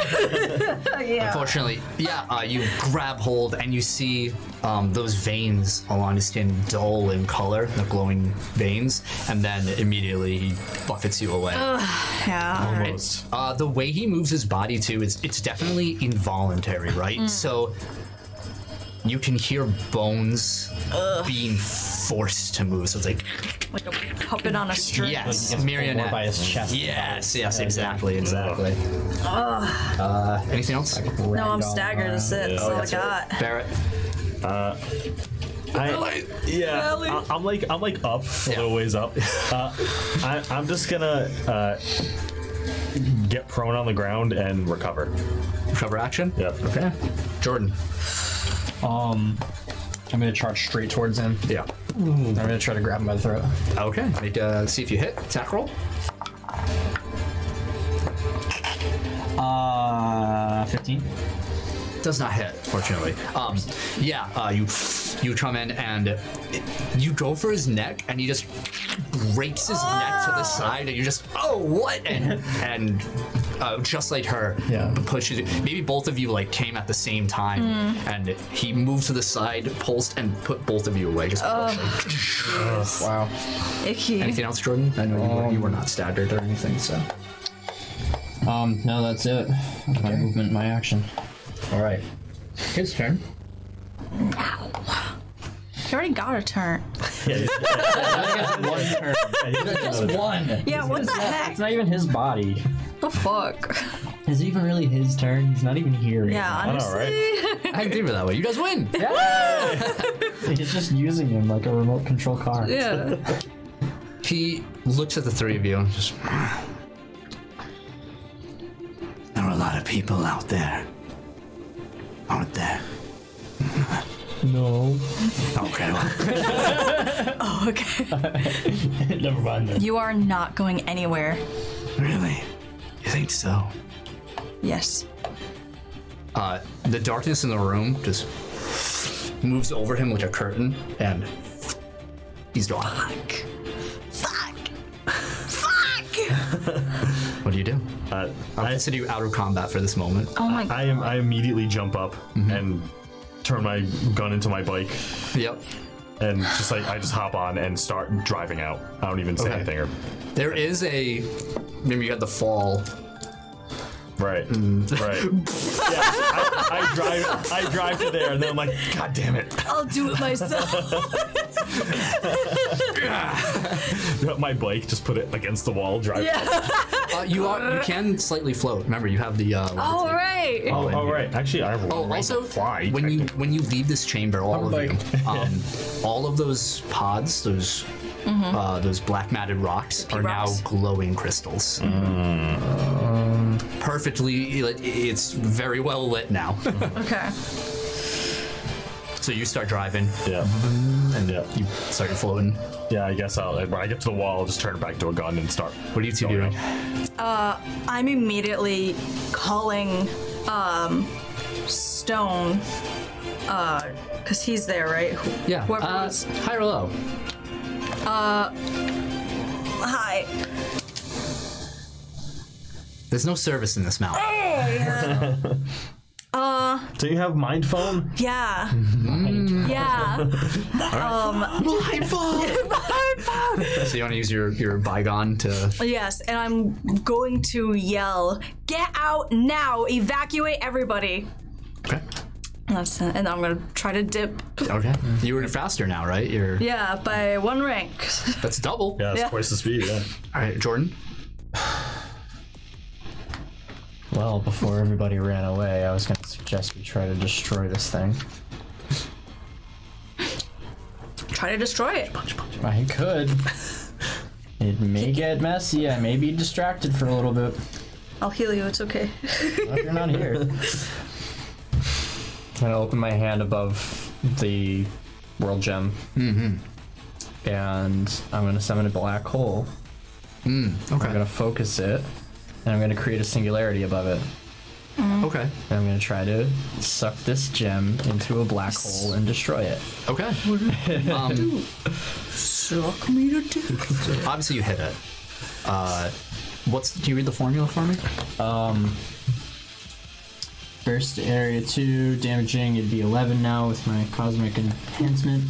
D: yeah.
A: Unfortunately, yeah, uh, you grab hold and you see um, those veins along his skin dull in color, the glowing veins, and then immediately he buffets you away.
D: Yeah.
B: Almost.
A: Uh, the way he moves his body too is it's definitely involuntary, right? So you can hear bones being forced to move. So it's like
D: Like a puppet on a string.
A: yes,
C: gets
A: marionette.
C: pulled by his chest.
A: Yes, yes, exactly, exactly. Uh, anything else,
D: No, I'm
F: Ragdoll
D: staggered. That's it. That's all I got.
A: Barrett?
B: I, yeah,
D: Ellie.
B: I, am like I'm like up a little ways up. Uh, I, I'm just gonna uh, get prone on the ground and recover.
A: Cover action.
B: Yep.
A: Okay. Jordan.
F: I'm going to charge straight towards him.
A: Yeah.
F: I'm going to try to grab him by the throat.
A: Okay. Make, uh, see if you hit. Attack roll.
F: Uh, 15.
A: does not hit, fortunately. Um, yeah, uh, you you come in and it- you go for his neck, and he just breaks his neck to the side, and you just oh what and and. Uh, just like her,
F: Yeah.
A: pushes. you. Maybe both of you like came at the same time, and he moved to the side, pulsed, and put both of you away. Just pushing.
F: Wow.
D: Icky.
A: Anything else, Jordan? I know you, were, you were not staggered or anything, so
F: Um, no, that's it. That's my movement, my action.
A: all right. His turn.
D: You already got a turn.
B: Yeah,
F: One turn.
B: yeah,
F: One.
D: Yeah, what the heck?
C: It's not even his body.
D: The fuck?
C: Is it even really his turn? He's not even here. right
D: Yeah,
B: I know,
D: honestly.
A: I can think of it that way. You guys win.
C: now. He's just using him like a remote control car.
F: [laughs]
D: [laughs] Yeah.
A: He looks at the three of you and just. There are a lot of people out there. Aren't there?
F: [laughs]
C: No.
A: Okay, [laughs] well,
D: Oh, Okay.
C: Never mind. Then.
D: You are not going anywhere.
A: really? You think so?
D: Yes.
A: Uh, the darkness in the room just moves over him like a curtain and he's gone.
D: Fuck. Fuck. Fuck.
A: What do you do?
B: Uh,
A: I'm
B: I,
A: consider you out of combat for this moment.
D: Oh my god.
B: I am I immediately jump up and turn my gun into my bike
A: Yep.
B: and just like I just hop on and start driving out. I don't even say
A: Okay.
B: anything or
A: There is a. Remember, you had the fall.
B: right, right. yeah, I, I drive I drive to there and then I'm like, God damn it! [laughs]
D: I'll do
A: [laughs]
D: it myself.
B: my bike, just put it against the wall, drive.
D: yeah.
A: Uh, you are you can slightly float. Remember, you have the. Uh,
D: All
A: levitate.
D: right.
B: Oh, all right. Actually, I have
A: Oh, also,
B: fly.
A: when you when you leave this chamber, all of
C: like-
A: you, um, all of those pods, those uh, those black matted rocks, are
D: Mm-hmm. rocks.
A: now glowing crystals. Perfectly, like, it's very well lit now. [laughs]
D: Okay.
A: so you start driving,
B: yeah,
A: and
B: Yeah.
A: you start floating.
B: yeah. I guess I'll. When I get to the wall, I'll just turn it back to a gun and start.
A: What are you two doing?
D: I'm immediately calling um, Stone because he's there, right? Who-
A: Yeah.
D: Whoever
A: Uh,
D: was-
A: high or low? [laughs]
D: Hi.
A: There's no service in this mountain.
D: [gasps]
B: Do you have mind phone?
A: [laughs]
D: Yeah. [laughs] Yeah.
A: [laughs] So you want to use your your bygone to
D: Yes, and I'm going to yell, "Get out now! Evacuate everybody!"
A: okay.
D: And That's it. And I'm gonna try to dip.
A: Okay. You were faster now, right? You're
D: Yeah, by one rank. [laughs]
A: that's double.
B: Yeah, it's
D: Yeah.
B: twice the speed. Yeah.
A: All right, Jordan.
F: Well, before everybody ran away, I was going to suggest we try to destroy this thing.
D: try to destroy it.
F: I could. It may get messy. I may be distracted for a little bit.
D: I'll heal you. It's okay.
F: Not if you're not here. [laughs] I'm gonna open my hand above the world gem. Mm-hmm. And I'm gonna summon a black hole. I'm
A: Okay.
F: gonna focus it, and I'm gonna create a singularity above it.
A: Okay.
F: And I'm gonna try to suck this gem into a black hole and destroy it.
A: Okay. [laughs] Um,
D: Suck me to death.
A: obviously, you hit it. Uh, what's? Can you read the formula for me?
F: Burst to area two, damaging. It'd be 11 now with my cosmic enhancement.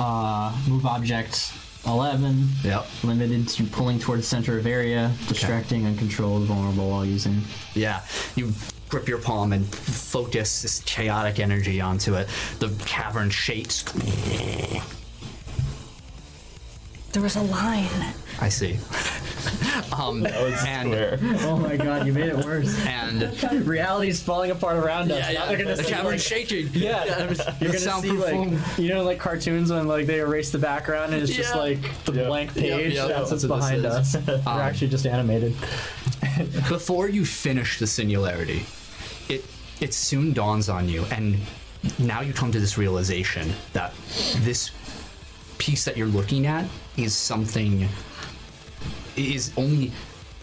F: Uh, move object 11.
A: Yep.
F: Limited to pulling towards center of area, distracting, uncontrolled, vulnerable while using.
A: Yeah. You grip your palm and focus this chaotic energy onto it. The cavern shakes.
D: There was a line.
A: I see. [laughs] um, and
F: Oh my god, you made it worse.
A: [laughs]
F: [laughs]
A: and
F: Reality's falling apart around us. Now they're gonna
A: the
F: see,
A: cavern's
F: like-
A: shaking.
F: Yeah, you're
A: the
F: gonna see
A: soundproof room.
F: like you know like cartoons when like they erase the background and it's just
A: Yeah.
F: like the
B: Yep.
F: blank
A: Yep,
F: page.
A: yep,
F: That's what's
A: that's what this
F: behind
A: is.
F: [laughs] us. They're actually just animated.
A: Before you finish the singularity, it it soon dawns on you, and now you come to this realization that this piece that you're looking at is something is only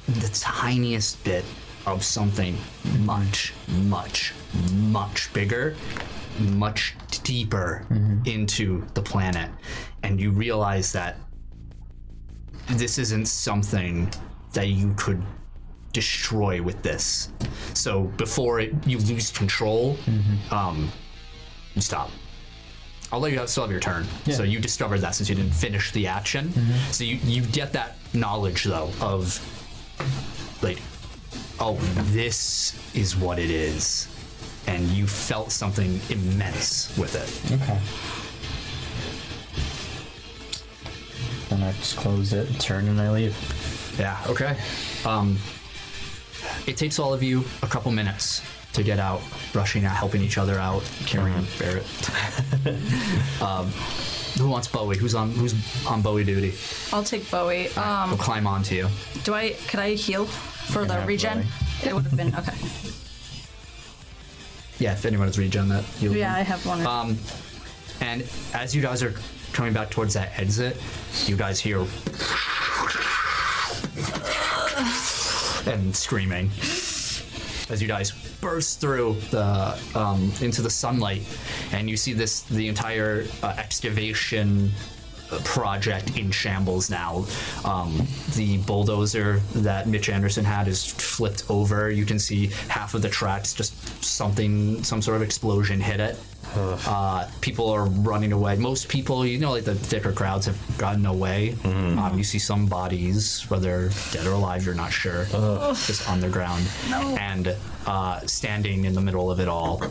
A: the tiniest bit of something much, much, much bigger, much deeper into the planet, and you realize that this isn't something that you could destroy with this. So before it, you lose control, um, you stop. I'll let you have, still have your turn. So you discovered that since you didn't finish the action. So you, you get that knowledge though of like, oh, this is what it is. And you felt something immense with it.
F: Okay. Then I just close it, turn, and I leave.
A: Yeah. Okay. Um, it takes all of you a couple minutes to get out, rushing out, helping each other out, carrying Barrett. [laughs] um, who wants Bowie? Who's on Who's on Bowie duty?
D: I'll take Bowie. Um,
A: We'll climb onto you.
D: do I? Could I heal for the
F: have
D: regen? It would have been okay.
A: Yeah, if anyone has regen that, you
D: Yeah, I have one.
A: Um, and as you guys are coming back towards that exit, you guys hear and screaming as you guys burst through the um, into the sunlight, and you see this the entire uh, excavation uh, project in shambles now. Um, the bulldozer that Mitch Anderson had is flipped over. You can see half of the tracks just something some sort of explosion hit it. Uh, people are running away. Most people, you know, like the thicker crowds have gotten away. Um, you see some bodies, whether dead or alive, you're not sure, just on the ground. And uh, standing in the middle of it all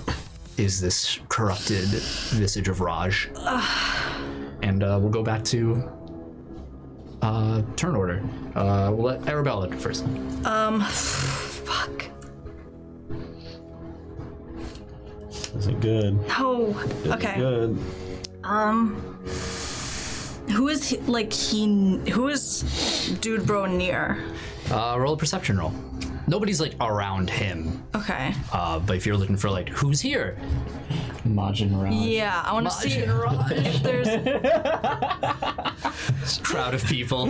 A: is this corrupted visage of Raj. And uh, we'll go back to uh, turn order. Uh, we'll let Arabella do first.
D: Um, fuck.
B: Isn't good.
D: Oh, okay.
B: Good.
D: Who is he, like he? Who is dude bro near?
A: Uh, roll a perception roll. Nobody's like around him,
D: Okay.
A: uh, but if you're looking for like who's here,
F: Majin Raj.
D: Yeah, I
A: [laughs]
D: want to see if there's.
A: crowd of [laughs] people.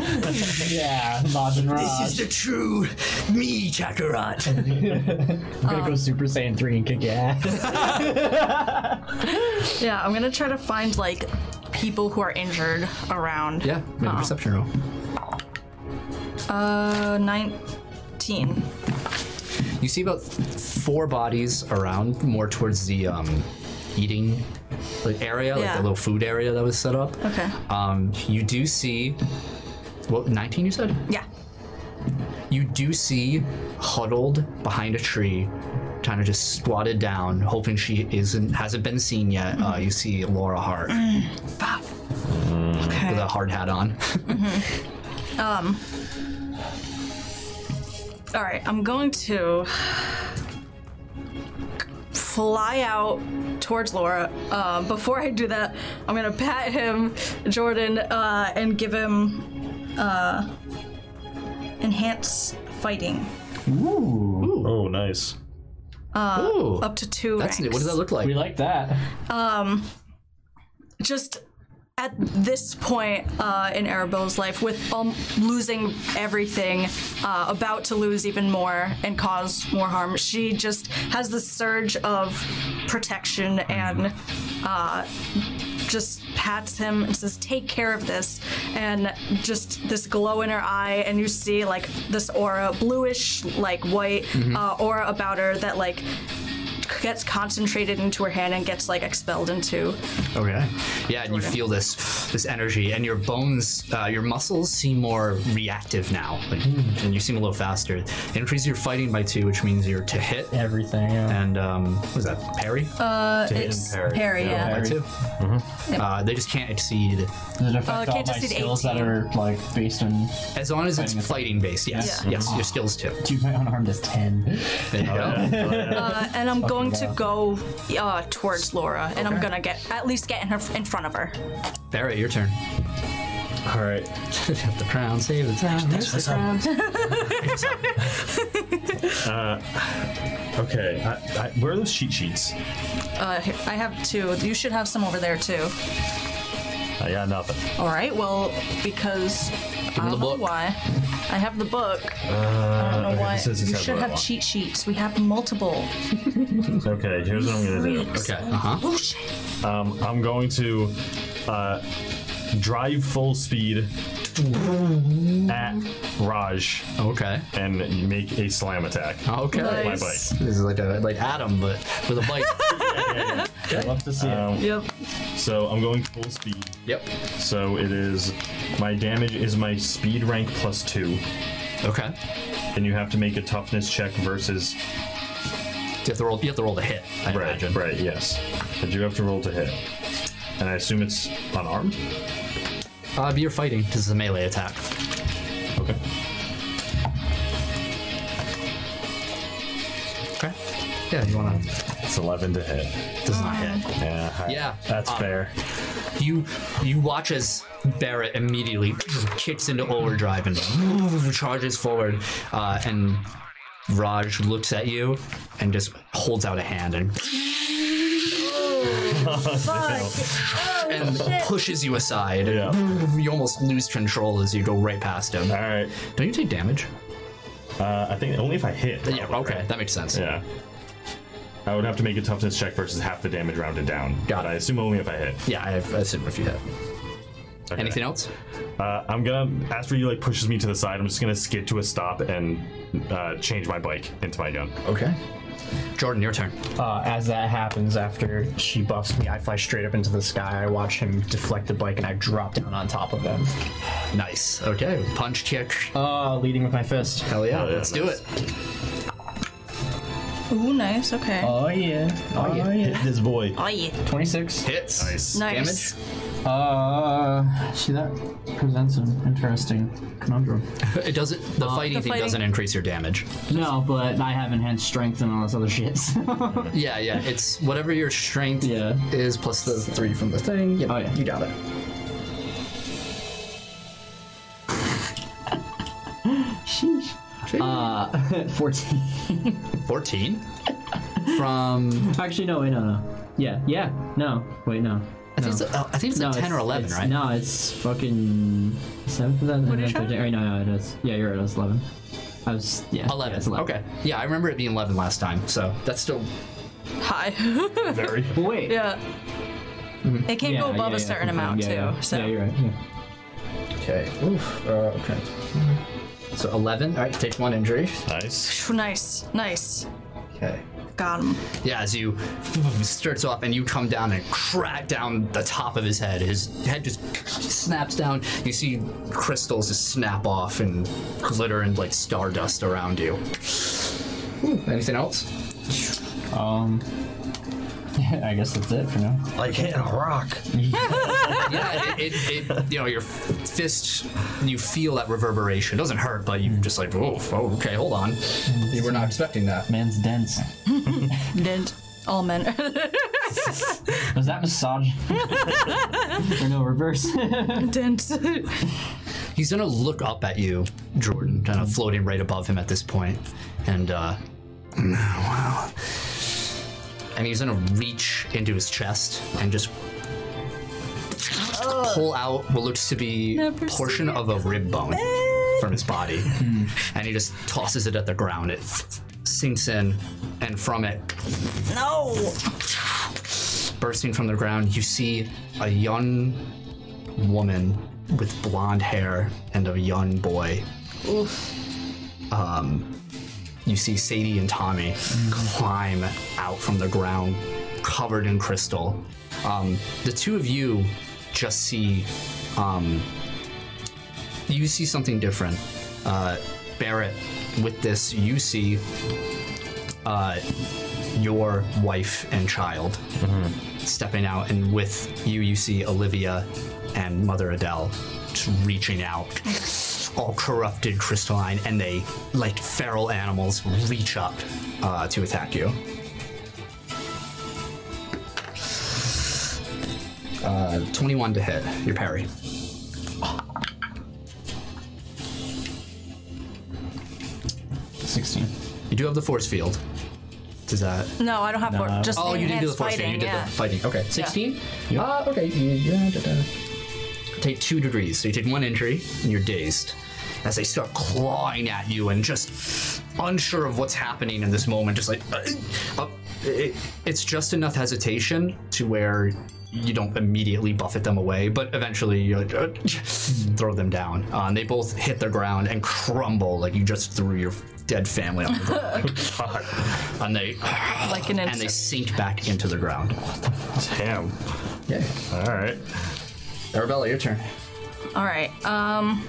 F: Yeah, Majin Raj.
A: the true me, Chakarat.
F: I'm gonna go Super Saiyan 3 and kick your [laughs] ass.
D: Yeah, I'm gonna try to find like people who are injured around.
A: yeah, make a perception roll.
D: Uh, nineteen.
A: You see about th- four bodies around, more towards the um, eating like area, like
D: Yeah.
A: the little food area that was set up.
D: Okay.
A: Um, you do see, what, 19 you said?
D: Yeah.
A: You do see huddled behind a tree, kind of just squatted down, hoping she isn't hasn't been seen yet.
D: Mm-hmm.
A: Uh, you see Laura Hart
D: Mm. Fuck.
A: with a
D: Okay.
A: hard hat on.
D: All right, I'm going to fly out towards Laura. Uh, before I do that, I'm gonna pat him, Jordan, uh, and give him uh, enhance fighting
B: Oh, nice.
A: [laughs] Ooh,
D: Uh, up to two
A: that's new.
D: ranks.
A: What does that look like?
F: We like that.
D: Just at this point uh, in Arabella's life, with um, losing everything, uh, about to lose even more and cause more harm, she just has this surge of protection and uh, just pats him and says, "Take care of this." And just this glow in her eye, and you see like this aura, bluish, like white uh, aura about her that like gets concentrated into her hand and gets like expelled into.
A: Okay. Yeah, and you feel this this energy, and your bones, uh, your muscles seem more reactive now, like, and you seem a little faster. Increase your fighting by two, which means you're to hit
F: Everything. Yeah.
A: and um, what is that parry
D: It's Harry, yeah.
A: by 2 Uh, they just can't exceed
F: Does it affect
D: Oh, I
F: all
D: can't
F: my
D: just see the
F: skills
D: 18.
F: that are like based on
A: as long as it's fighting based. Yes,
D: Yeah.
A: yes, your skills too.
F: Dude, my unarmed is 10.
A: There you go.
D: Uh, and I'm going to go uh, towards Laura, and I'm gonna get at least get in her in front of her.
A: Barrett, your turn. [laughs]
B: All right.
A: the crown, save the
D: Oh,
A: town. That's the crown.
B: Okay. I, I, where are those cheat sheets?
D: Uh, here- I have two. You should have some over there too.
B: I got nothing.
D: All right. Well, because I
A: the
D: don't know
A: book.
D: why. I have the book. Uh, I don't know
B: Uh, okay,
D: why.
B: this is
D: You
B: exactly
D: should
B: what I
D: have
B: want.
D: cheat sheets. We have multiple.
B: Okay. Here's what I'm gonna do.
A: Okay. Uh huh.
D: Oh shit.
B: Um, I'm going to uh, drive full speed at Raj
A: Okay.
B: and make a slam attack.
A: Okay.
B: My
D: Nice.
B: bike.
A: This is like a like Adam, but with a [laughs] bike.
D: [laughs]
F: I'd love to see it.
D: Yep.
B: So I'm going full speed.
A: yep.
B: So it is my damage is my speed rank plus two,
A: Okay.
B: and you have to make a toughness check versus
A: You have to roll. You have to roll to hit. I
B: right,
A: imagine.
B: right, yes. But you have to roll to hit, and I assume it's unarmed.
A: Uh, but you're fighting. This is a melee attack.
B: Okay.
A: Okay. Yeah, you wanna.
B: It's 11 to hit.
A: Does not hit.
B: Yeah. I-
A: Yeah,
B: That's
A: um,
B: fair.
A: You you watch as Barrett immediately kicks into overdrive and [laughs] charges forward, uh, and Raj looks at you and just holds out a hand and and
D: Oh,
A: pushes you aside.
B: Yeah.
A: You almost lose control as you go right past him.
B: All right.
A: Don't you take damage?
B: Uh, I think only if I hit.
A: Yeah. Okay, that makes sense.
B: Yeah. I would have to make a toughness check versus half the damage rounded down.
A: Got
B: But
A: it.
B: I assume only if I hit.
A: Yeah, I, I assume if you hit.
B: Okay.
A: Anything else?
B: Uh, I'm gonna after you like pushes me to the side. I'm just gonna skid to a stop and uh, change my bike into my gun.
A: Okay. Jordan, your turn.
F: Uh, as that happens, after she buffs me, I fly straight up into the sky. I watch him deflect the bike and I drop down on top of him.
A: Nice. Okay. Punch, kick.
F: Uh, leading with my fist.
A: Hell yeah.
B: Hell Oh, yeah,
A: Let's
B: nice.
A: do it.
D: Ooh, nice.
F: Uh,
D: Okay.
F: Oh yeah. Oh yeah.
B: This boy.
D: Oh yeah.
F: 26.
A: Hits.
B: Nice.
D: Nice.
A: Damage.
F: Uh, see, that presents an interesting conundrum.
A: It doesn't. Uh, The fighting thing
D: fighting-
A: doesn't increase your damage.
G: No, but I have enhanced strength and all this other shit. [laughs] so-
A: Yeah, yeah. It's whatever your strength
G: Yeah.
A: is plus the three from the thing. Yep,
G: Oh, yeah.
A: you got it.
G: Sheesh. Uh, [laughs] 14.
A: Fourteen from.
G: Actually, no, wait, no, no. Yeah, yeah, no, wait, no.
A: I think it's, a, I think it's
G: No,
A: a ten or
G: it's-
A: eleven,
G: it's-
A: right?
G: No, it's fucking seven percent. What
D: did you try?
G: Right, no, no, it is. Yeah, you're right. It was eleven. I was yeah. yeah,
A: Eleven.
G: it's eleven.
A: Okay. Yeah, I remember it being eleven last time. So that's still.
D: Hi. [laughs]
B: Very.
G: But wait.
D: yeah. It can't
G: Yeah,
D: go
G: yeah,
D: above a
G: yeah,
D: certain
G: confirmed.
D: amount
G: Yeah,
D: too.
G: yeah.
D: So
G: Yeah, you're right. Yeah.
A: Okay. Oof. Uh, okay. So eleven. All right. Take one injury.
E: Nice.
D: Phew, nice, nice.
A: Okay.
D: Got him.
A: Yeah, as you [laughs] starts off and you come down and crack down the top of his head. His head just snaps down. You see crystals just snap off and glitter and like stardust around you. Ooh, anything else?
F: Um, [laughs] I guess that's it for now.
B: Like hitting a rock.
A: Yeah, [laughs] it, it, it you know your fist. You feel that reverberation. It doesn't hurt, but you just like whoa, oh, okay, hold on. You were not expecting that.
F: Man's dense.
D: Didn't all men. [laughs]
F: Was that massage?
G: Or no, reverse.
A: [laughs]
D: Didn't.
A: He's gonna look up at you, Jordan, kind of floating right above him at this point, and uh, wow. And he's gonna reach into his chest and just pull out what looks to be a
D: Never
A: portion
D: seen it
A: of a rib bone from his body, and he just tosses it at the ground. It sinks in, and from it
D: no.
A: bursting from the ground, you see a young woman with blonde hair and a young boy. Um, you see Sadie and Tommy climb out from the ground, covered in crystal. Um, the two of you just see. Um, you see something different. Uh, Barrett, with this, you see uh, your wife and child stepping out, and with you, you see Olivia and Mother Adele just reaching out, all corrupted crystalline, and they, like feral animals, reach up uh, to attack you. Uh, 21 to hit, your parry.
F: Sixteen.
A: You do have the force field. Does that.
D: No, I don't have four. Just
A: Oh, you didn't do the
D: enhanced
A: force field,
D: fighting.
A: you did
D: yeah.
A: the fighting. Okay, 16? Ah, okay. Yeah, da, da. take two degrees. So you take one injury and you're dazed. As they start clawing at you and just unsure of what's happening in this moment, just like uh, uh, it, it's just enough hesitation to where you don't immediately buffet them away, but eventually you like, uh, throw them down. Uh, and they both hit the ground and crumble like you just threw your dead family on the ground. and they
D: Like an
A: and they
D: insect.
A: sink back into the ground.
B: Damn.
A: Yeah,
B: All right.
A: Arabella, your turn.
D: All right. Um.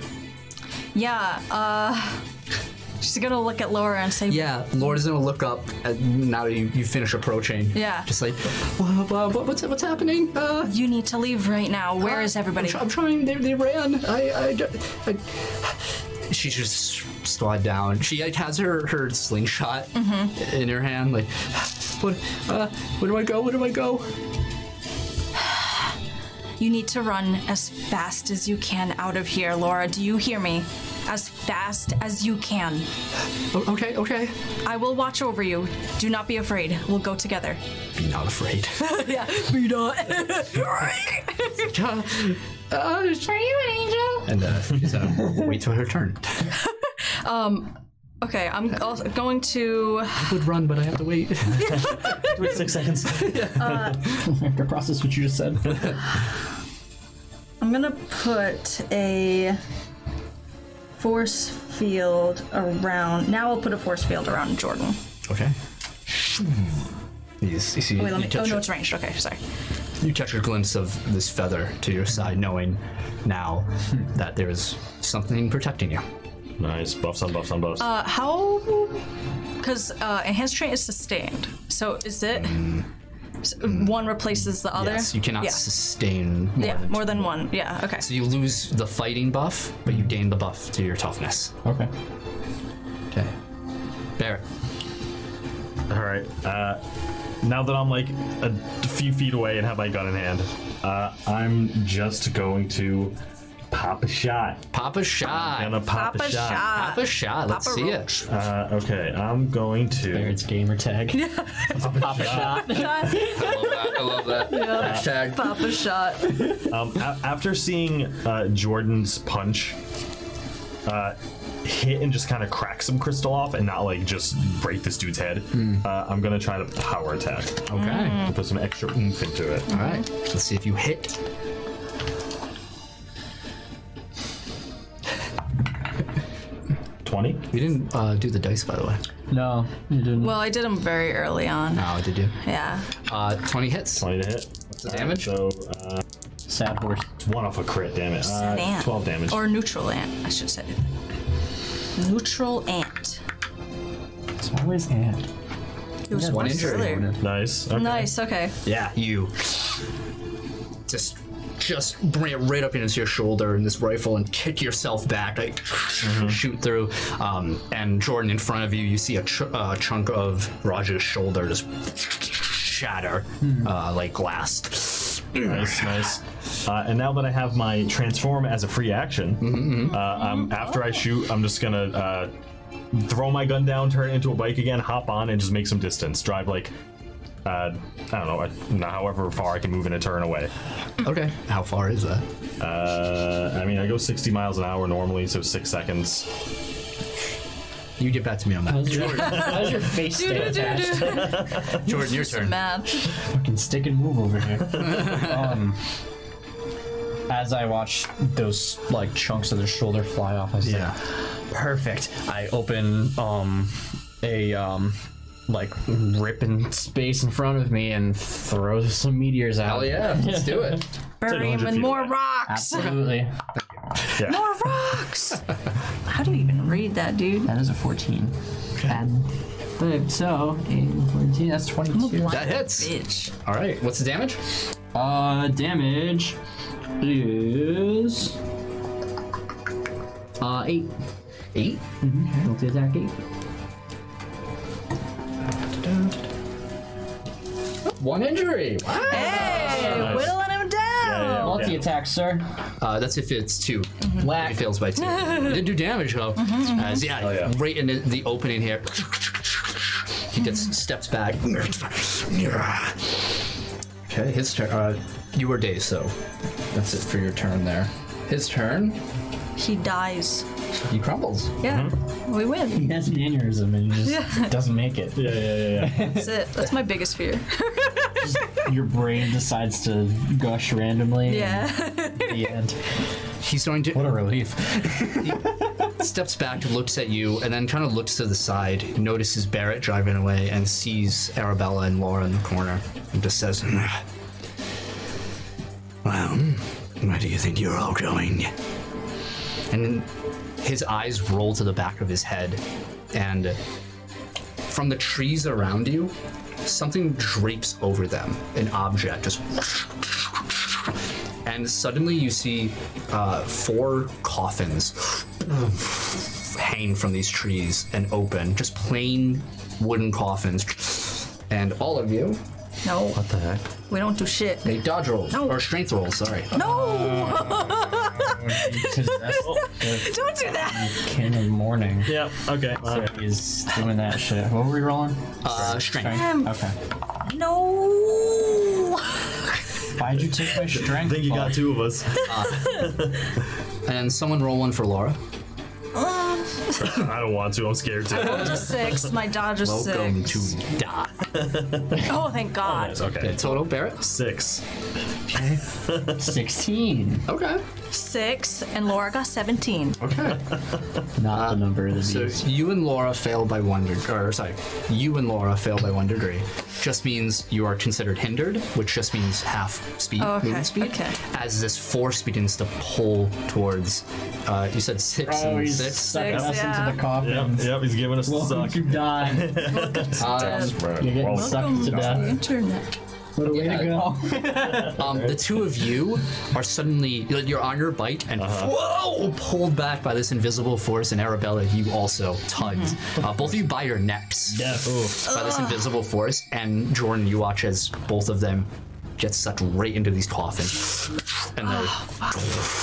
D: Yeah. Uh. She's gonna look at Laura and say,
A: Yeah, Laura's gonna look up at, now that you, you finish approaching.
D: Yeah.
A: Just like, "Wha- wha- wha- what's what's happening? Uh,
D: "You need to leave right now. Where is everybody?"
A: I'm, try- I'm trying. They, they ran. I, I, d- I- She just slide down. She like, has her her slingshot in her hand. Like, what? Uh, where do I go? Where do I go?
D: You need to run as fast as you can out of here, Laura. Do you hear me? As fast as you can.
A: "O- okay, okay.
D: I will watch over you. Do not be afraid. We'll
A: [laughs]
D: go together.
A: Be not [laughs] afraid.
D: yeah,
A: [laughs]
D: be not.
A: uh, uh,
D: Are you an angel?
A: and [laughs] uh, she's uh, wait till her turn.
D: Okay, I'm also going to.
A: I would run, but I have to wait.
F: Wait six
D: [laughs]
F: seconds.
D: Uh,
F: [laughs] I have to process what you just said.
D: I'm gonna put a force field around. Now I'll put a force field around Jordan.
A: okay. You, s- you see,
D: Wait, let
A: you
D: me.
A: touch
D: Oh
A: her-
D: no, it's ranged. Okay, sorry.
A: You catch a glimpse of this feather to your side, knowing now that there is something protecting you.
B: Nice. Buffs on buffs on buffs.
D: Uh, how? Because uh, enhanced train is sustained. So is it? S- One replaces the other.
A: Yes, you cannot
D: Yeah.
A: sustain more
D: yeah,
A: than
D: more
A: two.
D: than one. Yeah. Okay.
A: So you lose the fighting buff, but you gain the buff to your toughness.
F: Okay.
A: Okay. Barrett.
B: All right. Uh, now that I'm like a few feet away and have my gun in hand, uh, I'm just going to pop a shot.
A: Pop a shot.
B: I'm gonna pop,
D: Pop a shot.
A: Pop a shot. Let's
D: Pop a
A: see
D: roll.
A: it.
B: Uh, okay, I'm going to.
C: Barrett's gamer tag. Pop a shot.
D: [laughs]
A: I love that. I love that. Hashtag.
D: Pop a shot.
B: Um, a- after seeing uh, Jordan's punch uh, hit and just kind of crack some crystal off and not like just break this dude's head,
A: Hmm.
B: uh, I'm gonna try to power attack.
A: Okay.
B: and Put some extra oomph into it.
A: All right. Let's see if you hit.
B: Twenty.
A: You didn't uh, do the dice, by the way.
F: No, you didn't.
D: Well, I did them very early on.
A: No, did you?
D: Yeah.
A: Uh, 20 hits.
B: Twenty to hit.
A: What's the damage?
B: So uh,
F: Sad horse.
B: one off a crit. Damn it. Uh,
D: Ant.
B: Twelve damage.
D: Or neutral ant, I should say. Neutral ant.
F: It's always hand.
D: It was
A: one
D: once
A: injury.
D: earlier.
B: Nice. Okay.
D: Nice. Okay.
A: Yeah, you just just bring it right up into your shoulder in this rifle and kick yourself back, like shoot through. Um, and Jordan in front of you, you see a ch- uh, chunk of Raja's shoulder just shatter uh, like glass.
B: Nice, nice. Uh, and now that I have my transform as a free action, uh,
D: Mm-hmm.
B: I'm, after
D: Oh.
B: I shoot, I'm just gonna uh, throw my gun down, turn it into a bike again, hop on, and just make some distance. Drive like uh, I don't know, I- not however far I can move in a turn away.
A: Okay, how far is that?
B: Uh, I mean, I go 60 miles an hour normally, so six seconds.
A: You get back to me on that.
C: How's your, how's your face
D: Do,
C: stay
D: do, do,
C: attached?
D: [laughs] do.
A: Jordan, your turn.
D: Math.
F: Fucking stick and move
C: [laughs]
F: over here. um, as I watch those like chunks of their shoulder fly off, I say,
A: Yeah.
F: "Perfect." I open um a um like rip in space in front of me and throw some meteors out.
A: Hell yeah, let's
G: [laughs]
A: do it.
D: Bury
B: 100
D: him in
B: feet
D: more
B: away.
D: rocks.
F: Absolutely.
B: Yeah.
D: More rocks. How do you even read that, dude?
G: That is a 14. And the- so, eight, 14, that's 22.
A: That hits.
D: Bitch.
A: All right, what's the damage?
G: Uh, damage is. Uh, 8.
A: Eight.
G: Multi attack 8.
A: One injury. Wow.
D: Hey, whittling him down.
G: Multi attack, sir.
A: Uh, that's if it's two. He
G: Whack.
A: fails by two. He did do damage though. Uh, so yeah,
B: yeah.
A: right in the, the opening here. He gets steps back. Okay, his turn. Uh, you were dazed, so that's it for your turn there. His turn.
D: He dies.
A: He crumbles.
D: Yeah, we win.
C: He has an aneurysm and he just doesn't make it.
B: [laughs] Yeah, yeah, yeah, yeah.
D: That's it. That's my biggest fear. [laughs]
C: Your brain decides to gush randomly.
D: Yeah.
C: At the end.
A: He's going to
C: What a
A: [laughs]
C: relief.
A: steps back, looks at you, and then kind of looks to the side, notices Barrett driving away, and sees Arabella and Laura in the corner, and just says, "Ugh. "Well, where do you think you're all going?" And then his eyes roll to the back of his head, and from the trees around you, something drapes over them, an object just and suddenly you see uh, four coffins hang from these trees and open, just plain wooden coffins. And all of you
D: No. What the heck? We don't do shit.
A: make dodge rolls
D: No.
A: or strength rolls. Sorry.
D: No!
C: Possessed
D: [laughs] don't do that!
C: kin of mourning.
B: yeah. Okay. Uh,
C: He's doing that shit. What were we rolling?
A: Uh, strength.
D: Um,
C: Okay.
D: No!
C: Why'd you take my
B: I
C: strength?
B: think you got two of
D: [laughs]
B: us.
A: And someone roll one for Laura.
B: I don't want to. I'm scared
D: [laughs]
B: to.
D: Just six. My dodge is
A: Welcome
D: six.
A: to die.
D: Oh, thank God.
B: Okay.
A: Total Barrett.
B: Six.
C: 16.
A: Okay.
D: Six, and Laura got 17.
A: Okay.
C: Not the number of the
A: So
C: beast.
A: you and Laura fail by one degree, or sorry, you and Laura fail by one degree. Just means you are considered hindered, which just means half speed,
D: Oh, okay,
A: movement speed.
D: okay.
A: As this force begins to pull towards, uh, you said six
F: Oh,
A: and six.
C: sucking
D: Oh, Six,
C: us
D: yeah.
C: into the coffin.
B: Yep. Yep. He's giving us a
C: Welcome
B: suck.
C: to die.
D: Dead.
C: You're getting
B: Roll.
C: sucked to death.
D: Internet.
G: What a way to go.
A: Um, the two of you are suddenly you're- you're on your bike and whoa pulled back by this invisible force, and Arabella, you also tugged.
D: Mm-hmm.
A: Uh, both of you by your necks by this invisible force, and Jordan, you watch as both of them get sucked right into these coffins, and they're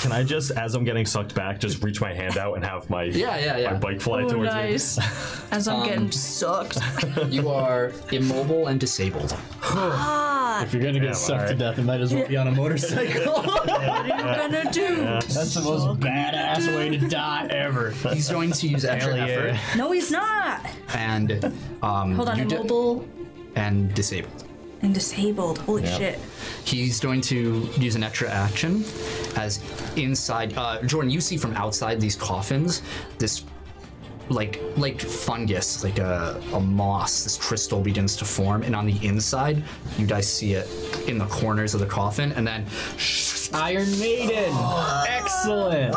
B: Can I just, as I'm getting sucked back, just reach my hand out and have my
A: Yeah, yeah, yeah.
B: my bike fly
D: Oh,
B: towards
D: nice. As
A: Um,
D: I'm
A: [laughs]
D: getting sucked.
A: [sighs] you are immobile and disabled.
D: Ah,
C: If you're gonna get sucked to death, it might as well be on a
D: [laughs]
C: motorcycle.
D: gonna do?
G: That's the most
C: Badass way to die ever.
A: He's going to use extra
C: Hell yeah.
A: effort
D: No, he's not.
A: and um,
D: Hold on,
A: you di-
D: immobile
A: and disabled.
D: and disabled. Holy shit.
A: He's going to use an extra action as inside. Uh, Jordan, you see from outside these coffins this like like fungus, like a, a moss. This crystal begins to form, and on the inside, you guys see it in the corners of the coffin, and then
F: Iron Maiden.
D: Oh.
F: Excellent.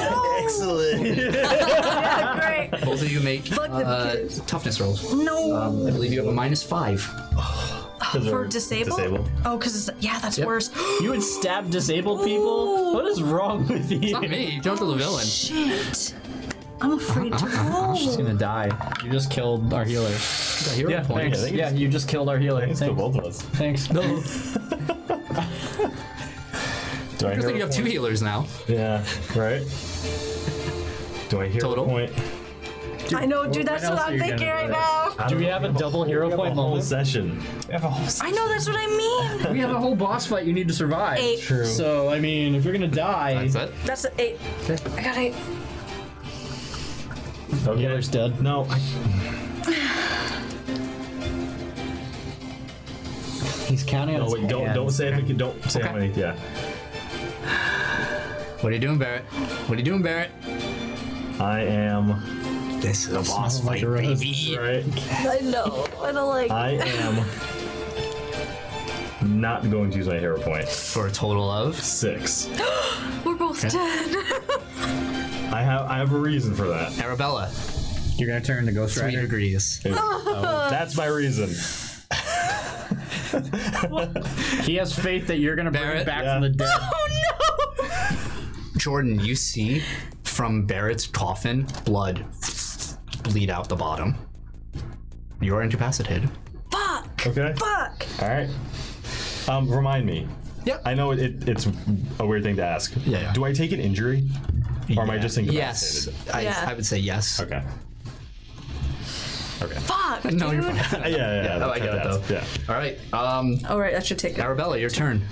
D: Oh, Great.
A: both of you make
D: them
A: uh, toughness rolls.
D: No.
A: I believe you have a minus five.
D: For disabled?
B: disabled.
D: Oh, because yeah, that's worse.
F: You would stab disabled people? What is wrong with you?
A: Not me, don't the villain.
D: Oh, Shit. I'm afraid
A: [laughs]
D: to roll.
F: gonna die. You just killed our healer.
A: Hero points.
B: thanks.
F: Yeah, you just killed our healer.
B: me. Kill both of us.
F: Thanks.
A: [laughs]
F: No.
B: Do I
A: I think
B: hear
A: you
B: a
A: have two healers now.
B: point? Yeah, right? Do I hear
A: Total?
B: a point?
D: I know, dude. That's what I'm thinking right now.
F: Do we have a double hero
B: A
F: point
B: whole
F: moment?
B: session.
D: I know that's what I mean.
F: We have a whole boss fight you need to survive.
D: Eight. True.
F: So, I mean, if you're gonna die,
A: That's it.
D: That's an eight. I got eight.
B: Okay.
F: healer's dead.
B: No, I,
G: He's counting on
B: no
G: his
B: wait, don't
G: hands.
B: don't say it. Don't say how
A: Okay.
B: many. Yeah,
A: What are you doing, Barrett? What are you doing, Barrett?
B: I am.
A: This is a boss fight, baby.
B: Right.
D: I know. I don't like.
B: I am not going to use my hero point.
A: For a total of
B: Six.
D: We're both dead. [laughs]
B: I have I have a reason for that.
A: Arabella,
C: You're gonna turn to Ghost
A: three
C: Rider.
A: degrees.
B: That's my reason.
F: He has faith that you're gonna bring
A: Barrett?
F: him back
B: Yeah.
F: from the dead.
D: oh no.
A: Jordan, you see from Barrett's coffin, blood bleed out the bottom. You are incapacitated.
D: Fuck.
B: Okay.
D: Fuck.
B: All right. Um, remind me.
A: Yep.
B: I know it, it, it's a weird thing to ask.
A: Yeah, yeah.
B: Do I take an injury, or am I
A: Yeah.
B: just incapacitated?
A: Yes, I,
D: Yeah.
A: I would say yes.
B: Okay. Okay.
D: Fuck.
A: No, you're
D: dude.
A: fine.
B: Yeah, yeah, yeah.
A: oh, [laughs] I got
B: that's
A: it,
B: what
A: though.
B: asked. Yeah.
A: All right, um,
D: All right, I should take it.
A: Arabella, your turn.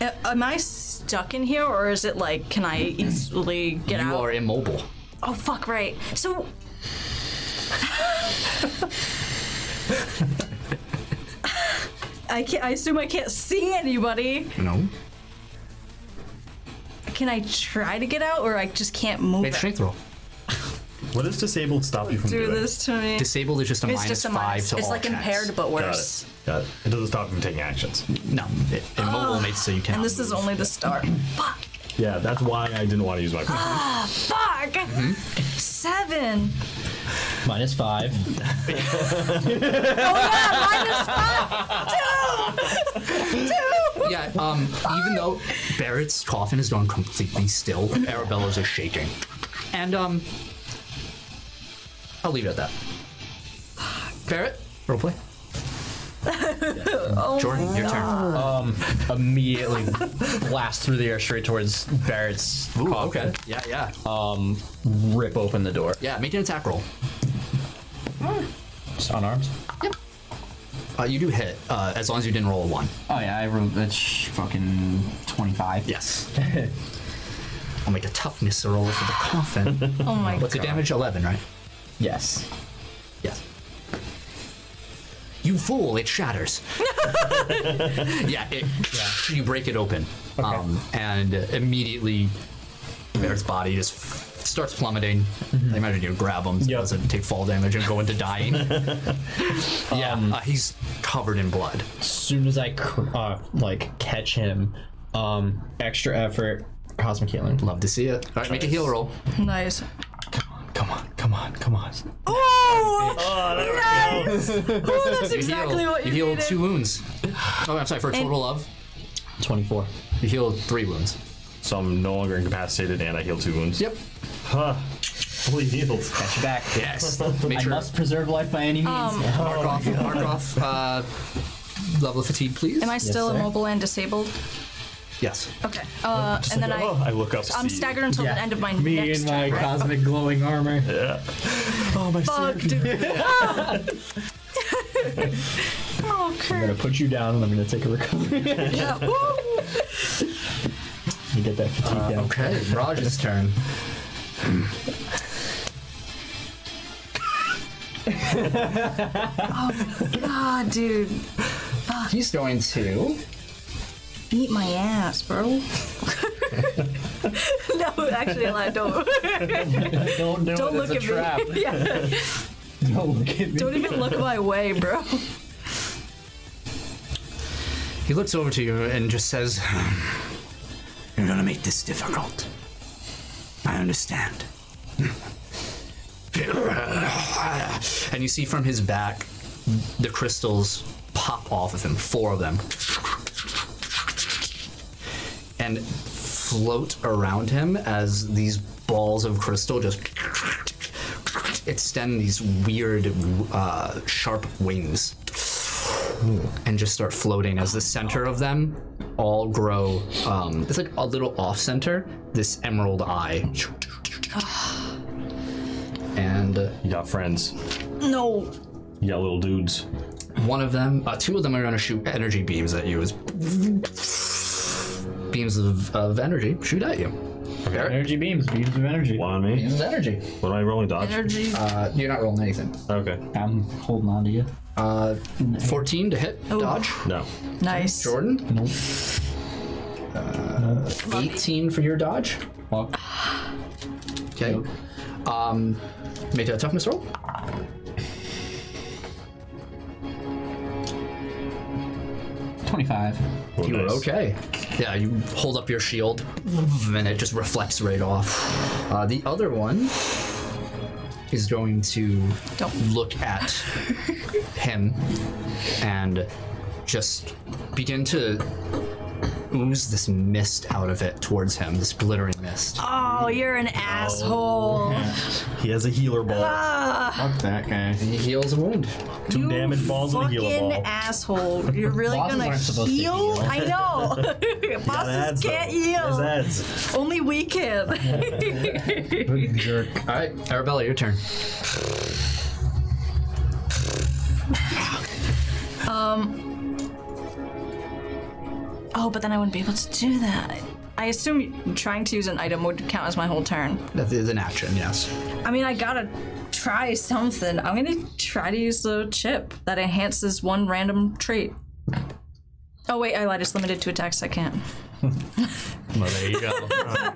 D: A- Am I stuck in here, or is it like, can I easily get
A: You
D: out?
A: are immobile.
D: Oh fuck! Right. So. [laughs] I can't. I assume I can't see anybody.
A: No.
D: Can I try to get out, or I just can't move?
A: Make a
D: it?
A: strength roll.
B: What does disabled stop you from
D: Do
B: doing?
D: this to me.
A: Disabled is just a
D: it's
A: minus
D: just a
A: five
D: minus.
A: to
D: It's
A: all
D: like
A: checks.
D: impaired, but
B: Got
D: worse.
B: it. Got it. It doesn't stop you from taking actions.
A: No, it, immobile makes it so you can't.
D: And this is only the start. fuck.
B: Yeah, that's why I didn't want to use my point.
D: Fuck. Seven.
F: Minus five.
D: Oh yeah, minus five. Two. Two.
A: Yeah, um, even though Barrett's coffin is gone completely still, Arabella's is shaking. And, um, I'll leave it at that. Barrett,
D: [laughs]
A: roleplay.
D: Oh
A: Jordan, your turn.
F: [laughs] Immediately blast through the air straight towards Barrett's
A: Ooh,
F: coffin.
A: Oh, okay. Yeah, yeah.
F: Rip open the door.
A: yeah, make an attack roll.
F: Just unarmed.
A: Uh, you do hit, uh, as long as you didn't roll a one.
G: Oh yeah, I rolled that's sh- fucking twenty-five.
A: Yes. [laughs] I'll make a toughness roll for the [laughs] coffin.
D: Oh my
A: What's the damage? 11, right?
F: Yes.
A: Yes. You fool, it [laughs] shatters. yeah, it, you break it open. Um, and immediately, Bear's body just f- starts plummeting. I imagine you grab him, so he
F: Yep.
A: doesn't take fall damage, and go into [laughs] dying. yeah,
F: Um,
A: uh, he's covered in blood.
F: soon as I cr- uh, like catch him, um, extra effort, cosmic healing.
A: Love to see it. All right, make a heal roll.
D: Nice.
F: Come on, come on, come on.
D: Oh,
B: Oh, there we
D: no! Oh, that's
A: You heal-
D: exactly what you,
A: heal
D: needed.
A: two wounds. Oh, I'm sorry. For a total of,
F: 24.
A: you heal three wounds.
B: So I'm no longer incapacitated and I heal two wounds.
A: Yep.
B: Huh. Holy heals.
G: Catch you back. [laughs]
A: Yes. Make
G: I
A: sure
G: must preserve life by any means.
D: Um,
A: mark off, mark off uh, level of fatigue, please.
D: Am I still
F: sir.
D: immobile and disabled?
A: Yes.
D: Okay. Uh, and then
B: oh,
D: I,
B: I look up.
D: I'm
B: see-
D: staggered until the end of my
C: Me
D: next
C: in my
D: turn. right?
C: cosmic glowing armor.
F: Oh,
D: Fuck, dude. [laughs] Ah! oh,
F: I'm
D: Kurt.
F: gonna put you down and I'm gonna take a recovery. [laughs]
D: Yeah. Woo!
F: you get that fatigue
G: Uh,
F: down.
A: Uh, Okay. Raj's turn.
D: Ah, dude. Ah.
A: He's going to.
D: Beat my ass, bro. [laughs] no, actually, I don't.
F: Don't do
D: Don't look at me. [laughs] yeah.
F: Don't look at me.
D: Don't even look my way, bro.
A: He looks over to you and just says, You're gonna make this difficult. I understand. And you see from his back the crystals pop off of him, four of them, and float around him as these balls of crystal just extend these weird, uh, sharp wings and just start floating as the center of them all grow. Um, it's like a little off center, this emerald eye. And uh,
B: You got friends.
D: No.
B: You got little dudes.
A: one of them, uh, two of them are going to shoot energy beams at you. As beams of, of energy shoot at you. Barrett,
F: Energy beams, beams of energy.
B: One on me.
A: uses energy.
B: What am I rolling? Dodge.
D: Energy.
A: Uh, you're not rolling anything.
B: Okay.
G: I'm holding on to you.
A: Uh, 14 to hit, dodge.
B: No.
D: nice.
A: Jordan?
F: Nope.
A: Uh, 18 for your dodge.
F: Well,
A: Okay. Um, make a toughness roll.
G: Twenty-five.
B: Oh,
A: You were
B: nice.
A: okay. Yeah, you hold up your shield, and it just reflects right off. Uh, the other one is going to
D: Don't.
A: look
D: [laughs]
A: at him and just begin to ooze this mist out of it towards him, this glittering mist.
D: Oh, you're an asshole. [laughs]
B: He has a healer
D: Ah,
B: ball.
F: fuck that guy.
A: He heals a wound.
B: Two
D: You
B: damage balls and a
D: fucking
B: healer ball.
D: asshole. You're really
G: Bosses
D: gonna
G: aren't supposed to
D: heal?
G: heal.
D: I know. [laughs] Bosses can't heal. Only we can.
F: Jerk.
A: All right, Arabella, your turn.
D: oh, but then I wouldn't be able to do that. I assume trying to use an item would count as my whole turn.
A: That is an action, yes.
D: I mean, I gotta try something. I'm gonna try to use the chip that enhances one random trait. Oh wait, I lied. It's limited to attacks. I can't.
A: Well, there you
D: [laughs]
A: go.
B: Uh,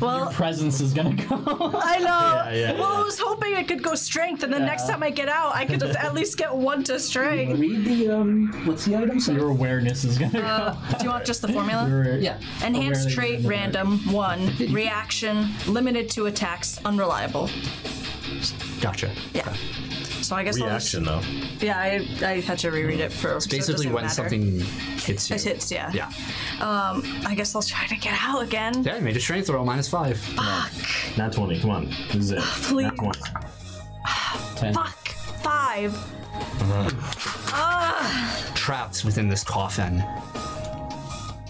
D: Well,
G: Presence is gonna go.
D: [laughs] I know. well, I was hoping I could go strength, and then next time I get out, I could at least get one to strength.
G: Read the um. What's the item? So
F: Your awareness is gonna
D: Do you want just the formula?
F: go.
A: yeah.
D: Enhanced trait random one reaction limited to attacks unreliable.
A: Gotcha.
D: Yeah. So I guess
E: Reaction though.
D: I'll just, yeah, I, I had to reread it for so it
A: Basically,
D: doesn't
A: when
D: matter.
A: something hits you.
D: it hits, yeah.
A: Yeah.
D: Um, I guess I'll try to get out again.
A: Yeah, you made a strength roll, minus five.
B: Not 20. Come on. This is it.
D: Ah, Please.
B: Nat 20.
D: Fuck. Five.
A: Trapped within this coffin,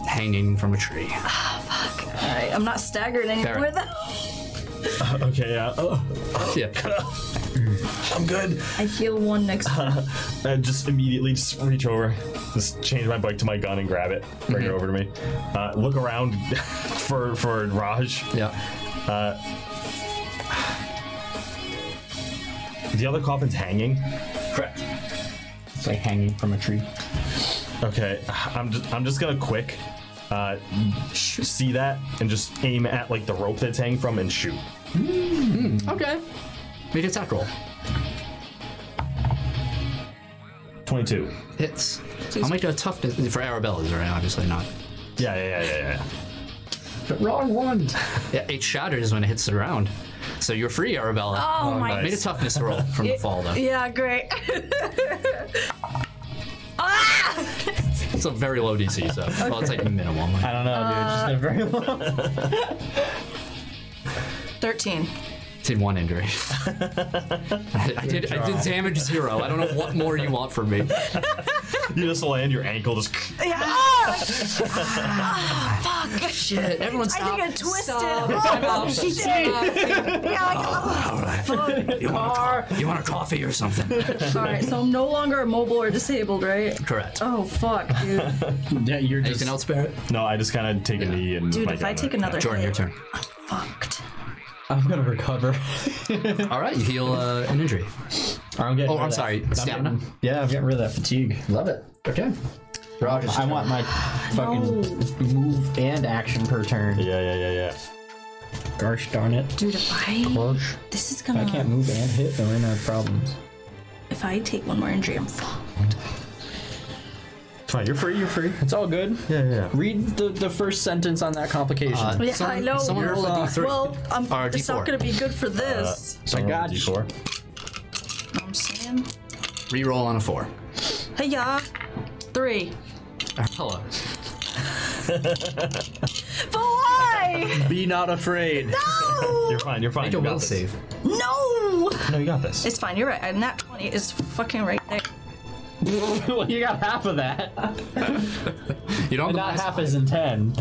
A: hanging from a tree.
D: All right, I'm not staggered anymore
A: Alright.
D: though.
B: Okay, yeah. Oh,
A: [laughs] Yeah.
B: I'm good.
D: I heal one [laughs] next.
B: I just immediately just reach over, just change my bike to my gun and grab it, bring
A: Mm-hmm.
B: it over to me. Uh, look around [laughs] for for Raj.
A: Yeah.
B: The other coffin's hanging.
F: Correct. It's like hanging from a tree.
B: Okay, I'm just I'm just gonna quick uh, see that and just aim at like the rope that's hanging from and shoot.
A: Okay. Make an attack roll.
B: Twenty-two.
A: Hits. I'll make a toughness for Arabella's, right? Obviously not.
B: Yeah, yeah, yeah, yeah, yeah.
A: But wrong one. Yeah, it shatters when it hits the ground. so you're free, Arabella.
D: Oh, my
A: I made a toughness roll from the fall, though.
D: Yeah, great. ah!
A: It's a very low DC,
D: [laughs]
A: so well, it's like minimum.
F: I don't know, dude. Just a very [laughs] low.
D: 13.
A: did one injury.
F: [laughs]
A: I, I did. I did damage zero. I don't know what more you want
F: [laughs]
A: from me.
B: [laughs] You just land your ankle, just
D: Yeah. Ah! Ah, fuck. Shit.
A: Everyone
D: I
A: stop.
D: think I twisted.
G: Stop.
D: Oh, shit. Yeah, like, oh.
A: All right. You want, a co- you want a coffee or something?
D: All right, so I'm no longer mobile or disabled, right?
A: Correct.
D: Oh, fuck, dude.
F: Yeah, you're just.
A: Anything else, Barrett?
B: no. I just kind of take a knee and
D: Dude,
B: my
D: if I
B: gun
D: take
B: out.
D: another
A: Jordan, your
D: hit,
A: turn.
D: fucked.
F: [laughs] I'm gonna recover. [laughs]
A: All right, you heal uh, an injury.
F: I'm getting
A: Oh,
F: rid of
A: I'm
F: that-
A: sorry, stamina?
F: Getting, yeah, I'm getting rid of that fatigue.
A: Love it. Okay. Roger's
F: I
A: turn.
F: want my fucking move and action per turn.
B: Yeah, yeah, yeah, yeah.
F: Gosh darn it.
D: Dude, if I
F: Gosh.
D: this is
F: If
D: gonna
F: I can't move and hit, then we're gonna have problems.
D: if I take one more injury, I'm fucked.
B: It's fine. You're free. You're free.
F: It's all good.
B: Yeah, yeah.
F: Read the, the first sentence on that complication.
A: Uh,
D: Yeah,
A: someone,
D: I know.
A: Someone roll a d3.
D: Well, I'm,
A: Or a
D: it's
A: D4.
D: not gonna be good
B: Uh,
D: for this.
B: So
F: got you.
B: D4.
D: I'm saying,
A: Reroll on a four.
D: hey ya, three.
A: Hello.
D: But why?
F: Be not afraid.
B: You're
D: No,
B: fine. You're fine.
A: Make a
B: you got
A: will
B: this.
A: save.
D: no.
B: No, you got this.
D: It's fine. You're right. And that twenty is fucking right there.
F: [laughs] well, you got half of that.
A: You don't
F: [laughs] Not
A: have
F: half as in ten.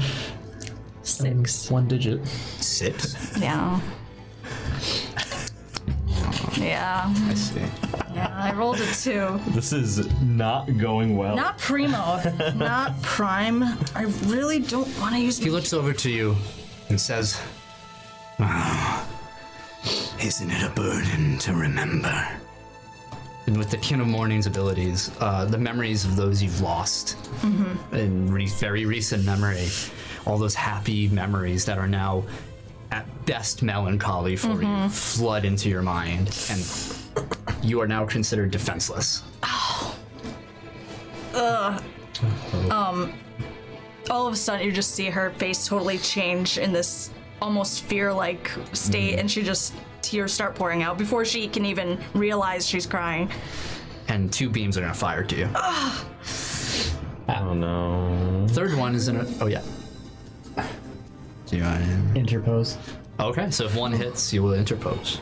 D: Six.
F: One digit.
A: the six.
B: Mm.
D: Yeah. Yeah.
A: I see.
D: Yeah. I rolled a two.
B: This is not going well.
D: Not
B: [laughs]
D: primo. Not prime. I really don't want to use.
A: He looks over to you and says, "Ah, Isn't it a burden to remember? And with the Kin of Morning's abilities, uh, the memories of those you've lost in re- very recent memory, all those happy memories that are now at best melancholy for you, flood into your mind, and you are now considered defenseless.
D: all of a sudden you just see her face totally change in this almost fear-like state
A: Mm-hmm.
D: and she just tears start pouring out before she can even realize she's crying
A: And two beams are gonna fire to you.
B: Oh no.
A: Third one is in a. Oh, yeah. Do you want to-
F: Interpose.
A: Okay, so if one hits, you will interpose.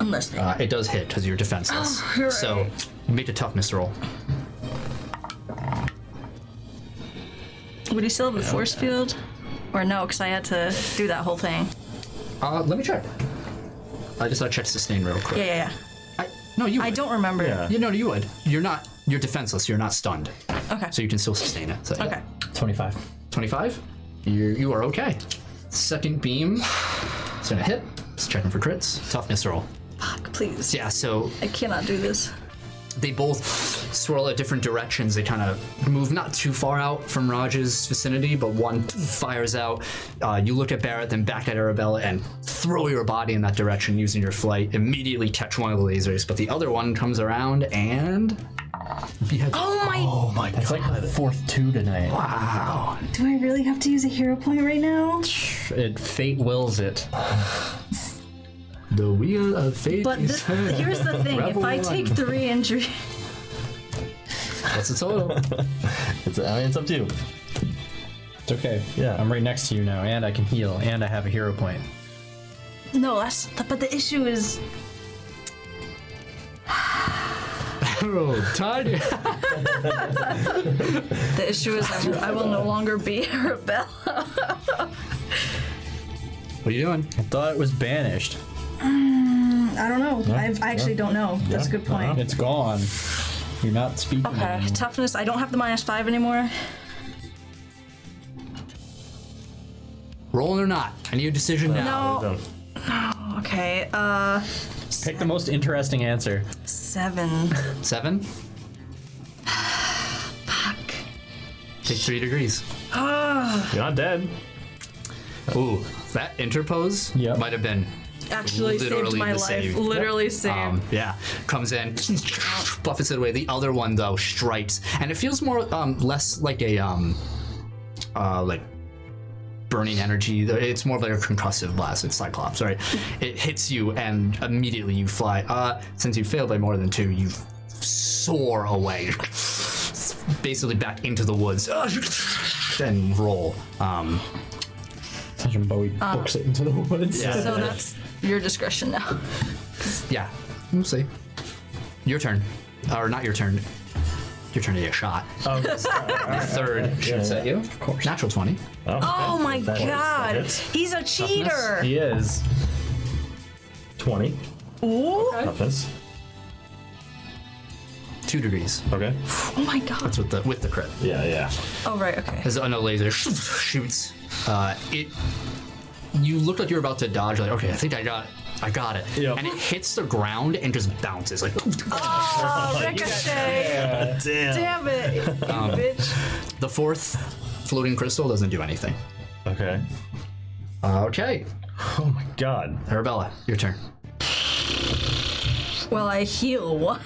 D: unless they
A: Uh, it does hit because you're
D: [laughs]
A: defenseless. So make a toughness roll.
D: would he still have a force field or no because i had to do that whole thing
A: Uh, let me check. I just gotta check sustain real quick.
D: yeah yeah yeah
A: I, no, you.
D: i
A: would.
D: don't remember
B: Yeah.
A: You know, you would. You're not. You're defenseless. You're not stunned,
D: okay
A: so you can still sustain it. So, yeah.
D: okay
F: Twenty-five.
A: Twenty-five. You you are okay. Second beam. It's gonna hit. Just checking for crits. Toughness roll.
D: fuck please
A: Yeah. So
D: i cannot do this
A: they both swirl at different directions. They kind of move not too far out from Raj's vicinity, but one fires out. Uh, you look at Barrett, then back at Arabella, and throw your body in that direction using your flight. Immediately catch one of the lasers, but the other one comes around and.
D: oh my
A: Oh my
F: It's like the fourth two tonight.
A: Wow.
D: do i really have to use a hero point right now
F: It fate wills it.
A: The wheel of fate
D: but
A: is
D: this, here's the thing if i take three injuries
A: [laughs] What's the total?
B: It's, I mean, it's up to you.
F: It's okay.
B: Yeah.
F: I'm right next to you now, and I can heal, and I have a hero point.
D: [laughs] no that's but the issue is
A: Harold, Tanya.
D: The issue is I will, I will no longer be Arabella.
A: What are you doing?
F: I thought it was banished.
D: I don't know. I've, I actually don't know. That's a good point.
F: It's gone. You're not speaking.
D: Okay,
F: anymore.
D: toughness. I don't have the minus five anymore.
A: Rolling or not? I need a decision now.
D: No.
B: Done.
D: Okay. Uh,
F: Pick the most interesting answer.
A: [laughs]
D: seven.
A: Seven?
D: Fuck.
A: Take three degrees.
B: You're not dead.
A: Ooh, that interpose
F: Yep.
A: might have been
D: Actually saved
A: Literally
D: my
A: the
D: life.
A: save.
D: Literally saved.
A: Um, yeah, comes in, [laughs] buffets it away. The other one though strikes, and it feels more um, less like a um, uh, like burning energy. It's more of like a concussive blast. It's Cyclops, right? It hits you, and immediately you fly. Uh, since you failed by more than two, you soar away, basically back into the woods, [laughs] and roll. Um,
F: Sergeant Bowie books it into the woods.
A: Yeah.
D: So that's your discretion now.
A: yeah, we'll see. Your turn, or not your turn. Your turn to get shot. [laughs]
F: Oh,
A: The third shoots at you. Of course. Natural twenty.
D: [laughs] Oh my
B: that hits, that
D: god,
B: hits.
D: he's a cheater.
F: he is.
B: 20.
D: Ooh.
B: Toughness.
A: Two degrees.
B: Okay.
D: Oh my god.
A: That's with the with the crit.
B: Yeah, yeah.
D: Oh right, okay.
A: as another laser [laughs] shoots. Uh, it, you look like you're about to dodge. Like, okay, I think I got, it. I got it.
B: Yeah.
A: And it hits the ground and just bounces. Like [laughs]
D: Oh, ricochet.
B: Damn.
D: Damn
A: [laughs]
D: it, you
A: Um,
D: bitch.
A: the fourth floating crystal doesn't do anything.
B: Okay.
A: Okay,
B: Oh my god.
A: Arabella, your turn.
D: Well, I
A: [laughs]
D: heal one.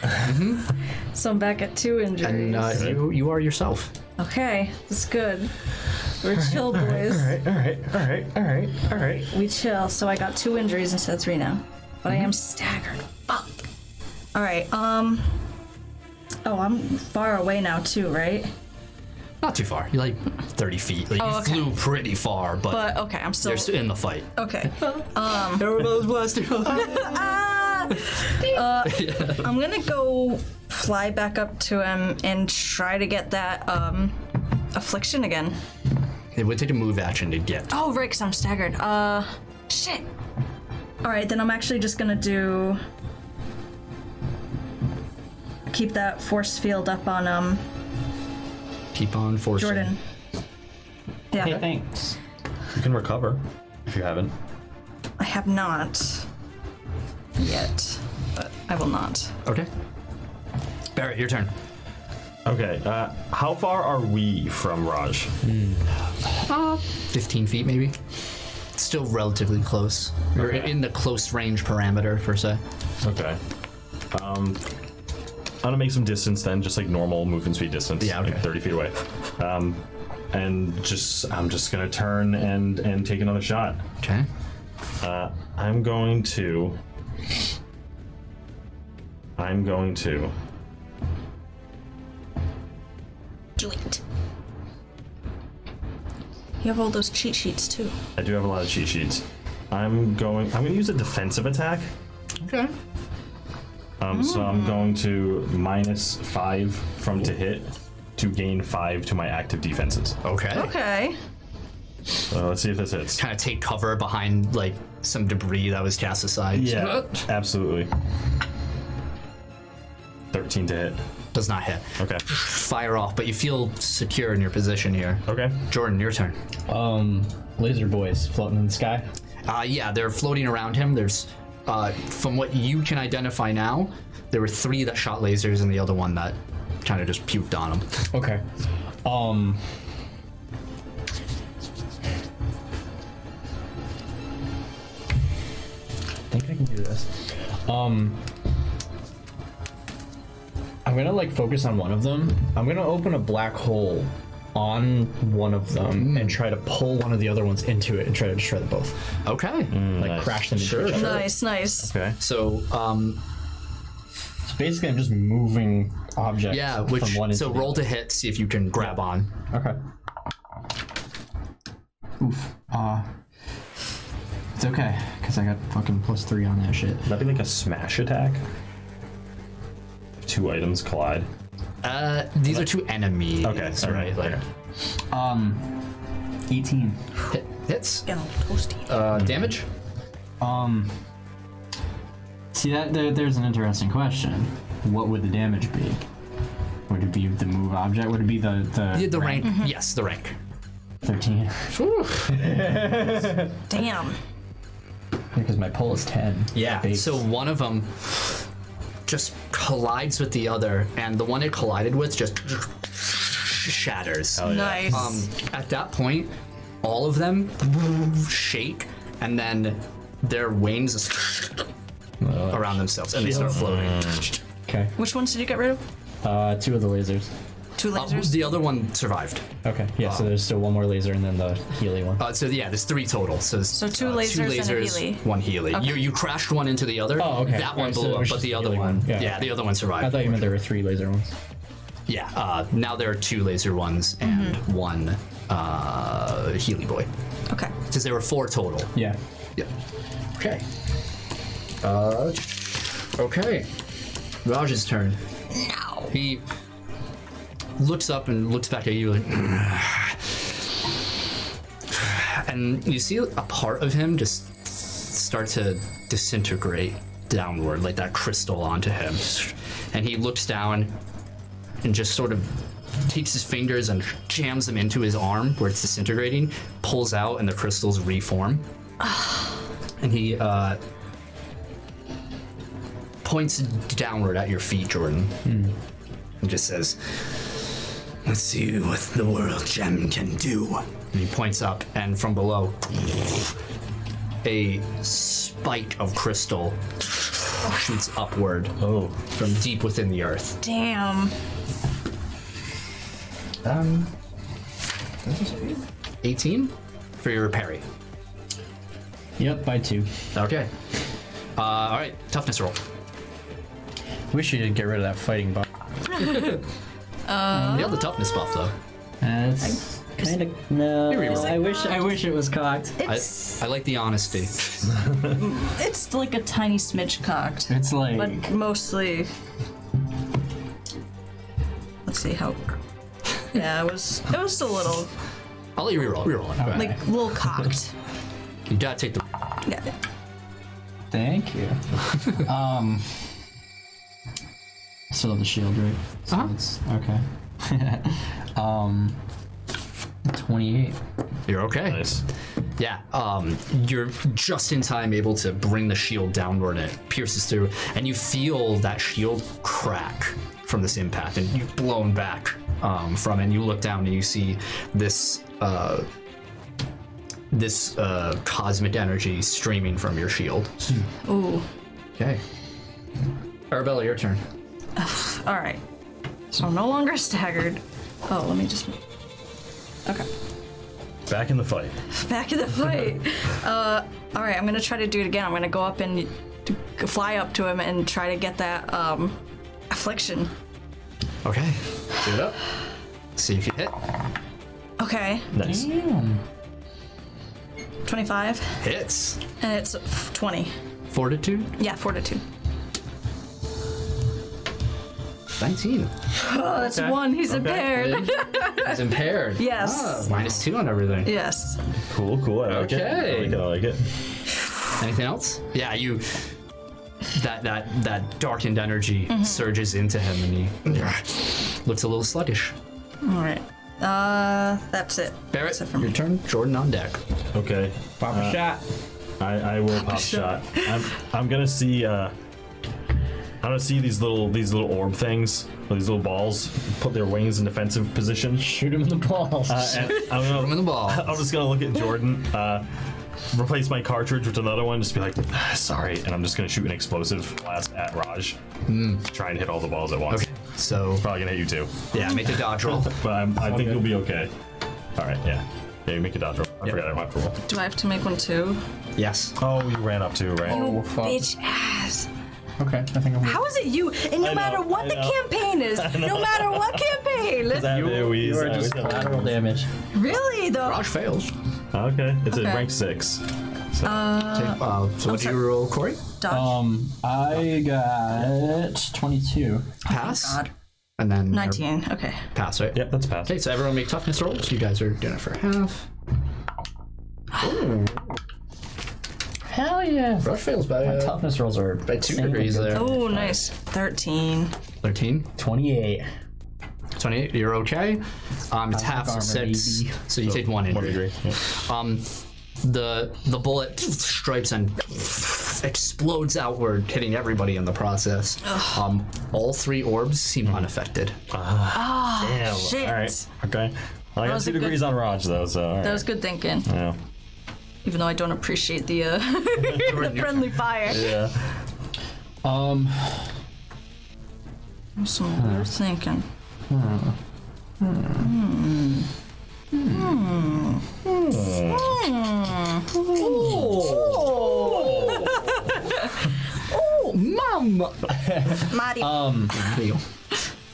D: So I'm back at two injuries.
A: Mm-hmm. And uh, you, you are yourself.
D: Okay, that's good. We're
A: [laughs]
D: chill, boys.
B: Alright, alright, alright, alright.
D: We chill. So I got two injuries instead of three now, but I am staggered. Fuck. All right. Um. Oh, I'm far away now too, right?
A: Not too far. You're like 30 feet. Like,
D: Oh, okay.
A: You flew pretty far, but,
D: But Oh, okay, I'm still.
A: you're still in the fight.
D: Okay. [laughs]
A: Arabella's blasting.
D: Ah! Uh, I'm gonna go fly back up to him and try to get that um affliction again.
A: it would take a move action to get.
D: Oh, right, because I'm staggered. Uh, shit. All right, then I'm actually just gonna do. Keep that force field up on um
A: Keep on forcing.
D: Jordan. Yeah,
G: Hey, thanks.
B: You can recover if you haven't.
D: I have not yet, but I will not.
A: Okay. Barrett, your turn.
B: Okay, uh, how far are we from Raj?
A: 15 feet maybe still relatively close You're
B: Okay.
A: in the close range parameter per se
B: Okay. Um, I'm gonna make some distance then, just like normal movement speed distance.
A: Yeah, okay.
B: Like 30 feet away. Um, and just, I'm just gonna turn and and take another shot.
A: okay
B: I'm going to. I'm going to.
D: Do it. You have all those cheat sheets too.
B: I do have a lot of cheat sheets. I'm going. I'm gonna use a defensive attack.
A: okay
B: Um, So I'm going to minus five from to hit to gain five to my active defenses.
A: okay,
D: Okay.
B: So let's see if this hits.
A: kind of take cover behind like some debris that was cast aside
B: Yeah, absolutely. 13 to hit.
A: does not hit
B: Okay.
A: fire off but you feel secure in your position here
B: Okay.
A: jordan your turn
C: Um, laser boys floating in the sky.
A: uh, yeah they're floating around him there's uh, from what you can identify now there were three that shot lasers and the other one that kind of just puked on him
C: Okay. Um. I think I can do this. Um. I'm gonna like focus on one of them. I'm gonna open a black hole on one of
A: Hmm.
C: them and try to pull one of the other ones into it and try to destroy them both.
A: [laughs] okay
F: Hmm.
C: Like
B: nice.
C: crash them into
A: Sure,
C: each other.
D: Nice, nice.
B: Okay.
A: so um,
C: So basically, I'm just moving objects.
A: yeah which
C: from one
A: so
C: into the
A: roll to hit see if you can grab on
C: Okay.
F: Oof. Uh, it's okay, because I got fucking plus three on that shit.
B: That'd be like a smash attack. If Two items collide.
A: Uh, these are two enemies.
B: Okay. all
A: right. Like
B: okay.
F: Um, 18.
A: hit, hits.
D: Get all toasty.
A: Uh, damage.
F: Um, see that there, there's an interesting question. What would the damage be? Would it be the move object? Would it be the the
A: Yeah, the rank. Yes, the rank.
F: thirteen? [laughs]
D: Damn.
C: Because my pull is 10.
A: Yeah.
C: Base.
A: So one of them just collides with the other, and the one it collided with just shatters.
D: Nice.
A: Um, at that point, all of them shake, and then their wings just around themselves, and they start floating.
C: Okay.
D: Which ones did you get rid of?
C: Uh, two of the lasers.
D: Two
A: Uh,
D: lasers.
A: the other one survived.
C: Okay. Yeah. So there's still one more laser and then the Healy one.
A: Uh, so yeah, there's three total. So, there's,
D: So two
A: uh,
D: lasers
A: two
D: and a
A: lasers,
D: Healy.
A: one Healy. You you crashed one into the other.
C: Oh, okay.
A: That one
C: Alright, so
A: blew
C: it
A: up,
C: was
A: but
C: just
A: the
C: the
A: other
C: Healy
A: one,
C: one.
A: yeah.
C: Yeah.
A: the other one survived.
C: I thought you meant there were three laser ones.
A: Yeah. Uh, now there are two laser ones and
D: Mm-hmm.
A: one uh, Healy boy,
D: okay.
A: because there were four total.
C: Yeah.
A: Yeah. Okay. Uh, okay. Raj's turn. Now He looks up and [sighs] looks back at you like. And you see a part of him just start to disintegrate downward, like that crystal onto him. And he looks down and just sort of takes his fingers and jams them into his arm where it's disintegrating, pulls out, and the crystals reform and he uh, points downward at your feet, Jordan, and just says, "Let's see what the world gem can do." And he points up, and from below, a spike of crystal shoots upward from deep within the earth.
D: Damn.
A: Um, eighteen for your parry.
C: Yep. By two.
A: Okay. Uh, all right, toughness roll.
C: Wish you didn't get rid of that fighting buff.
A: Nailed the toughness buff though.
F: That's kind of no.
A: reroll.
F: I wish I wish it was cocked.
A: I,
D: It's
A: I like the honesty.
D: it's like a tiny smidge cocked,
F: It's like
D: but
A: Mm.
D: mostly. Let's
A: [laughs]
D: see how. Yeah, it was it was a little
A: I'll let you reroll. Reroll. it. Go ahead.
D: like little cocked.
A: You gotta take the.
D: Yeah.
C: [laughs]
F: thank you. um, I still have the shield, right? So
A: Uh-huh.
F: it's okay. [laughs] um, twenty-eight.
A: You're okay.
B: Nice.
A: Yeah. Um, you're just in time able to bring the shield downward and it pierces through, and you feel that shield crack from this impact, and you're blown back um, from it. And you look down and you see this. Uh, this uh, cosmic energy streaming from your shield.
D: Ooh.
A: Okay. Arabella, your turn.
D: All right. So I'm no longer staggered. Oh, let me just. Okay. [laughs]
B: Back in the fight.
D: Back in the fight. uh, all right. I'm gonna try to do it again. I'm gonna go up and to fly up to him and try to get that um, affliction.
A: Okay. Do it up. See if you hit.
D: Okay.
B: Nice.
F: Mm-hmm.
D: Twenty-five,
A: Hits.
D: and it's f- twenty.
A: Fortitude.
D: Yeah, fortitude.
A: 19.
D: Oh, that's one. He's impaired.
A: [laughs] It's impaired.
D: Yes.
A: Ah, minus two on everything.
D: yes.
B: Cool, cool. I like
A: Okay.
B: it. I like it. I like it.
A: Anything else? Yeah, you. That that that darkened energy
D: Mm-hmm.
A: surges into him, and
D: [laughs]
A: he looks a little sluggish.
D: All right. Uh, that's it.
A: Barrett,
D: it for
A: your turn. Jordan on deck.
B: Okay.
C: Pop a
F: Uh,
C: shot.
B: I, I will pop shot. I'm I'm gonna see uh I'm gonna see these little these little orb things, or these little balls, put their wings in defensive position.
C: Shoot him in the balls.
B: Uh, and I'm gonna,
A: From the ball.
B: I'm just gonna look at Jordan, uh, replace my cartridge with another one, just be like, "Ah, sorry, and I'm just gonna shoot an explosive blast at Raj. Try and hit all the balls at once.
A: Okay. [laughs] So
B: Probably gonna hit you too,
A: yeah, make a dodge roll.
B: but I'm, I think
C: good.
B: you'll be okay. All right, yeah. Yeah, you make a dodge roll. I forgot I don't have to roll.
D: Do I have to make one too?
A: [laughs] yes.
B: Oh, you ran up too, right?
F: Oh fuck.
D: Bitch ass.
F: Okay, I think I'm.
D: How is it you? And no
B: I know,
D: matter
B: [laughs]
D: what
B: I
D: the
B: know.
D: campaign is, no matter what campaign.
F: You are just collateral damage.
D: Really Oh, though.
B: Oh,
A: Raj fails.
B: Okay, it's
D: Okay.
B: at rank six.
A: Uh, so what do you
D: sorry. Oh
A: roll, Corey?
D: Dodge.
F: Um, I got twenty-two.
A: Pass.
D: God.
A: And then
D: 19. Okay.
A: Pass, right?
B: Yep, that's passed.
A: Okay, so everyone make toughness rolls. You guys are doing it for half.
F: Hell yeah!
A: Raj fails by, uh,
F: Toughness rolls are
A: by two degrees there.
D: Oh, nice. 13.
A: 13.
F: twenty-eight.
A: 28, you're okay. Um, it's half
F: armor,
A: six,
F: baby.
A: so you take one
B: One
A: injury.
B: degree. Yeah.
A: Um, the the bullet stripes and explodes outward, hitting everybody in the process. Um, all three orbs seem unaffected.
B: Damn.
D: shit.
B: All right. Okay. I got
D: was
B: two
D: a good-
B: degrees on Raj though, so. all right.
D: That was good thinking,
B: yeah.
D: even though I don't appreciate the,
B: [laughs]
D: uh, [laughs] the friendly fire.
B: Yeah.
F: Um,
B: Hmm.
D: So we were thinking.
B: Hmm.
D: Hmm. Hmm.
B: Oh.
D: [laughs]
B: [laughs] Oh,
D: Mario.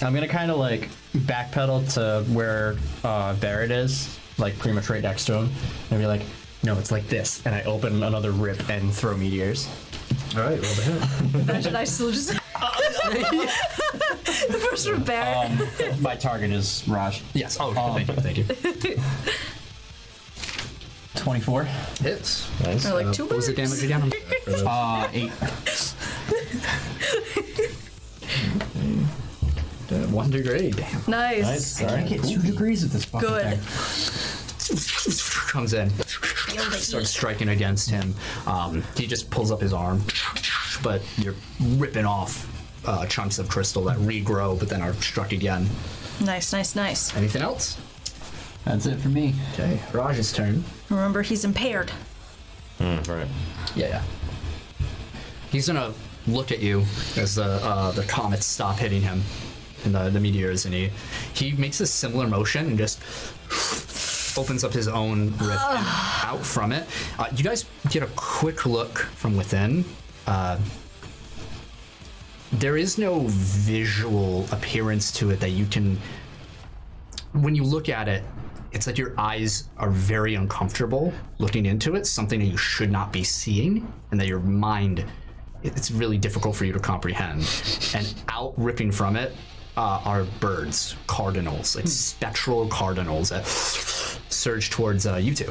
C: I'm gonna kind of like backpedal to where uh, Barrett is, like pretty much right next to him, and be like, "No, it's like this." And I open another rip and throw meteors.
A: All right, roll the hit.
D: Imagine I still just. [laughs] the first one Barrett.
C: [laughs]
F: My target is Raj.
C: Yes. Oh,
A: Um,
C: thank you, thank you.
F: 24.
A: Hits.
B: Nice.
D: Or like two
A: What was the
D: birds.
A: damage again?
F: Uh, 8.
A: [laughs] One degree. Damn.
D: Nice.
B: Nice. All right.
F: get 2 degrees with this fucking
D: Good.
F: thing.
A: comes in, starts striking against him. Um, he just pulls up his arm, but you're ripping off uh, chunks of crystal that regrow, but then are struck again.
D: Nice, nice, nice.
A: Anything else?
F: That's it for me.
A: Okay, Raj's turn.
D: Remember, he's impaired.
B: Hmm, All right.
A: Yeah, yeah. He's gonna look at you as the uh, the comets stop hitting him, and the, the meteors, and he he makes a similar motion and just opens up his own rift and out from it. Uh, you guys get a quick look from within. Uh, there is no visual appearance to it that you can when you look at it, it's like your eyes are very uncomfortable looking into it, something that you should not be seeing, and that your mind, it- it's really difficult for you to comprehend. And out ripping from it uh, are birds, cardinals,
F: Hmm.
A: like spectral cardinals that surge towards uh, you two.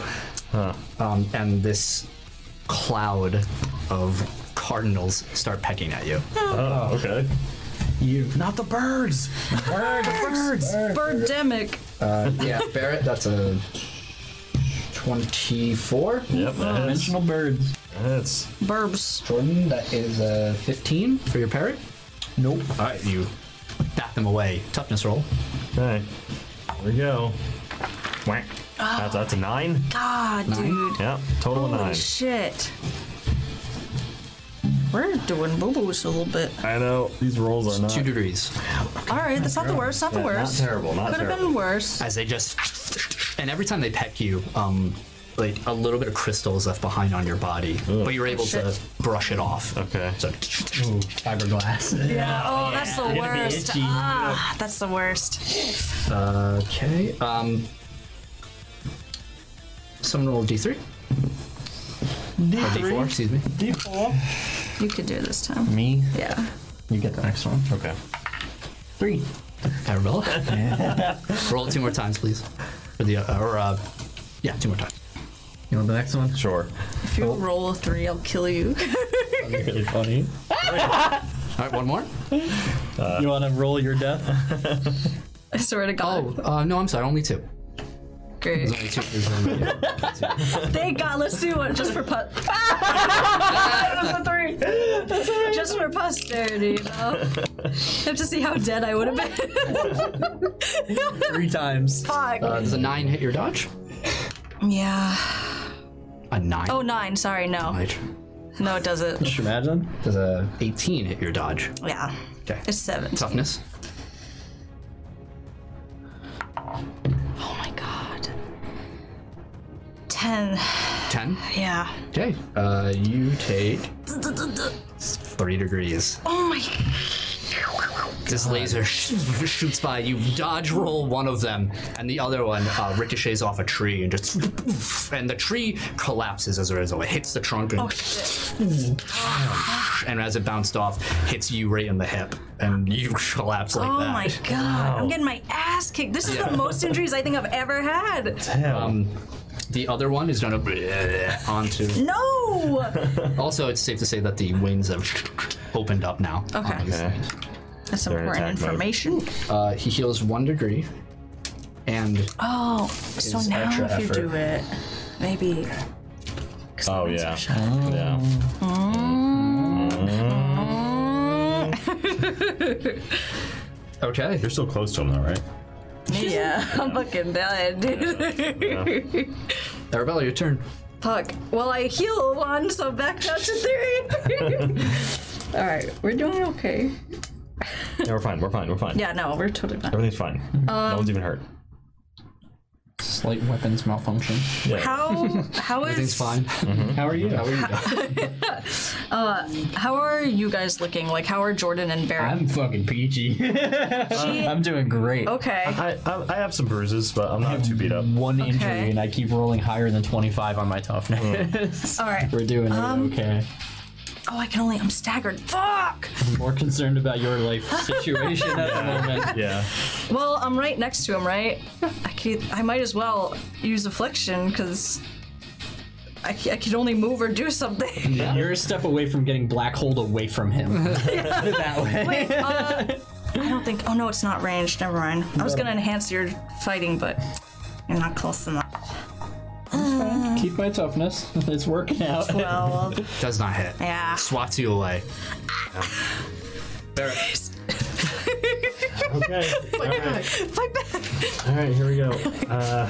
A: Um, and this cloud of cardinals start pecking at you.
B: Oh, okay.
F: Not the birds!
D: Birdemic.
A: yeah, Barrett, that's a 24.
B: Yep. That hits.
F: Dimensional birds.
B: That's
D: Burbs.
A: Jordan, that is a 15 for your parry.
F: Nope.
A: All right, you bat them away. Toughness roll.
B: okay. Here we go. Whack. That's, that's a nine.
D: God, dude.
B: Yeah. Total of
D: Holy
B: nine.
D: shit. We're doing boo boos a little bit.
B: I know these rolls are not.
A: Two degrees.
D: All right, that's not the worst. Not the
B: Yeah,
D: worst.
B: Not terrible. Not
D: Could have
B: terrible.
D: been worse.
A: As they just, and every time they peck you, um, like a little bit of crystal is left behind on your body, but you're able to
D: Shit.
A: brush it off.
B: Okay.
A: So,
C: Fiberglass.
D: Yeah. Oh, that's the worst. Ah, that's the worst.
A: okay. Um, someone roll a d3. Or d4, excuse me.
D: You could do it this time.
F: Me?
D: Yeah.
F: You get the next one.
B: Okay.
F: 3.
A: Arabella. [laughs] roll it two more times, please. For the, uh, or, uh, yeah, two more times.
F: You want the next one?
B: Sure.
D: If you roll a three, I'll kill you. [laughs]
C: really funny.
A: All right, one more.
C: [laughs] you want to roll your death?
F: [laughs]
D: I swear to
A: Oh,
D: God.
A: uh, no, I'm sorry. Only two.
D: Great.
A: There's only two. There's only
D: [laughs] Thank God. Let's do one just for put. Ah! [laughs] That's a three. Just for posterity. You know? [laughs] I have to see how dead I would have been. [laughs]
C: Three times.
D: Fuck.
A: uh, does a nine hit your dodge?
D: yeah.
A: A nine.
D: Oh, nine. Sorry, no.
A: Right.
D: No, it doesn't.
C: Just imagine.
A: Does a 18 hit your dodge?
D: Yeah.
A: Okay.
D: It's seven.
A: Toughness.
D: Oh my God. Ten.
A: 10.
D: Yeah.
A: Okay. Uh, you take
D: [laughs]
A: three degrees.
D: Oh my.
A: This laser sh- shoots by. You dodge roll one of them, and the other one uh, ricochets off a tree and just. And the tree collapses as a result. It hits the trunk and,
D: Oh shit.
A: and as it bounced off, hits you right in the hip, and you [laughs] collapse like
D: Oh
A: that.
D: my God. I'm getting my ass kicked. This is the most injuries I think I've ever had.
A: Um, the other one is gonna onto. [laughs]
D: No.
A: Also, it's safe to say that the wings have opened up now.
D: Okay.
A: on these
B: Okay.
A: things.
D: That's
B: in
D: important
B: attack mode.
D: information.
A: Uh, he heals one degree, and
D: Oh, so
A: Is
D: now
A: extra
D: if you do
A: effort.
D: it, maybe.
B: Oh yeah. Yeah.
A: Mm. okay,
B: You're still close to him though, right?
D: [laughs] Yeah,
A: [laughs]
D: I'm fucking dead, dude.
A: Arabella, your turn.
D: Fuck. Well, I heal one,
A: [laughs]
D: so back down to three. All right, we're doing okay.
B: No, we're fine. We're fine. We're fine.
D: Yeah, Um, no, we're totally fine.
B: Everything's fine. no one's even hurt.
F: Slight weapons malfunction.
B: Yeah.
A: [laughs]
D: How how
A: Everything's
D: is
A: fine.
C: Mm-hmm.
F: How are you? How are you?
D: how are you guys looking? Like how are Jordan and
F: [laughs]
D: Barrett?
F: I'm fucking peachy.
C: [laughs]
F: I'm doing great.
D: okay.
E: I, I, I have some bruises, but I'm not too beat up.
F: One
D: Okay.
F: injury and I keep rolling higher than 25 on my
D: [laughs]
F: toughness.
D: All right.
F: We're doing
D: Um,
F: okay.
D: Oh, I can only. I'm staggered. Fuck.
F: I'm more concerned about your
D: [laughs]
F: life situation at the moment.
E: Yeah.
D: Well, I'm right next to him, right? I could. I might as well use affliction because I, c- I could only move or
F: [laughs]
D: do something.
F: You're a step away from getting black hole away from
D: [laughs]
F: him. that way.
D: Wait. Uh, I don't think. Oh no, it's not ranged. Never mind. I was gonna enhance your fighting, but you're not close enough.
F: Keep my toughness. [laughs] It's working out.
D: Well,
F: [laughs]
A: Does not hit.
D: yeah.
A: Swats you
D: [sighs]
A: away.
E: [laughs]
F: [laughs]
E: Okay.
F: Oh
E: All right.
D: Fight back.
E: All right. Here we go. Uh,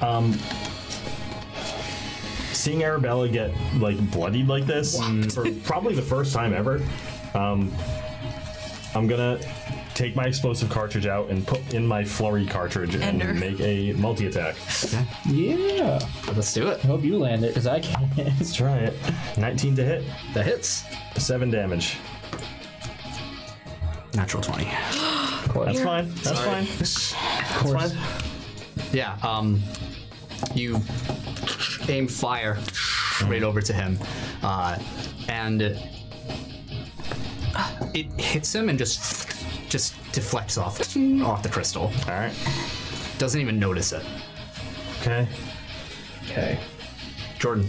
E: um, seeing Arabella get like bloodied like this mm, for probably the first time ever, um, I'm gonna take my explosive cartridge out and put in my flurry cartridge
D: Ender.
E: and make a multi attack.
F: Yeah.
A: Let's do it.
F: Hope you land it, because I can't. [laughs]
E: Let's try it. 19 to hit,
A: That hits.
E: seven damage.
A: Natural 20.
E: That's fine. That's fine.
F: Of course.
A: Yeah, um, you aim fire right over to him, uh, and it hits him and just just deflects off off the crystal.
E: All right.
A: Doesn't even notice it.
E: Okay.
F: Okay.
A: Jordan,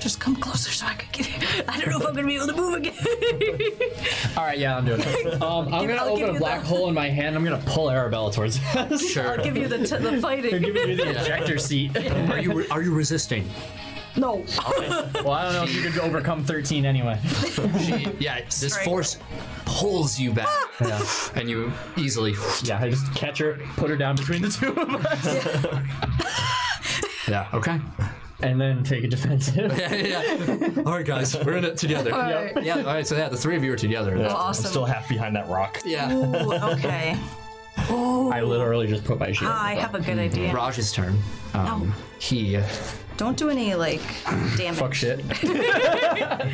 D: Just come closer so I can get it. I don't know if I'm gonna be able to move again. [laughs]
F: All right, yeah, I'm doing it. Um, I'm
D: Give-
F: gonna
D: I'll give
F: open
D: you
F: a black
D: the-
F: hole in my hand. I'm gonna pull Arabella towards [laughs] us.
A: sure.
D: I'll give you the t- the fighting.
F: Giving you the ejector [laughs] seat.
A: Are you are you resisting?
D: [laughs]
F: [laughs]
D: No.
F: Well, I don't know if you could overcome 13 anyway.
A: Yeah, this
D: Strike.
A: force pulls you
D: [laughs]
A: back,
F: Yeah.
A: and you easily.
F: Yeah, I just catch her, put her down between the two [laughs] of us,
A: Yeah. Okay.
D: [laughs]
F: and then take a defensive.
A: yeah. [laughs] All right, guys, we're in it together.
D: All right.
A: Yeah. All right. So yeah, the three of you are together.
D: Oh,
E: I'm still
D: awesome.
E: half behind that rock.
A: Yeah.
D: Ooh, okay.
F: I literally just put my shield.
D: I have a good idea.
A: Raj's turn. Um, He
D: Don't do any like damage.
F: Fuck shit.
A: I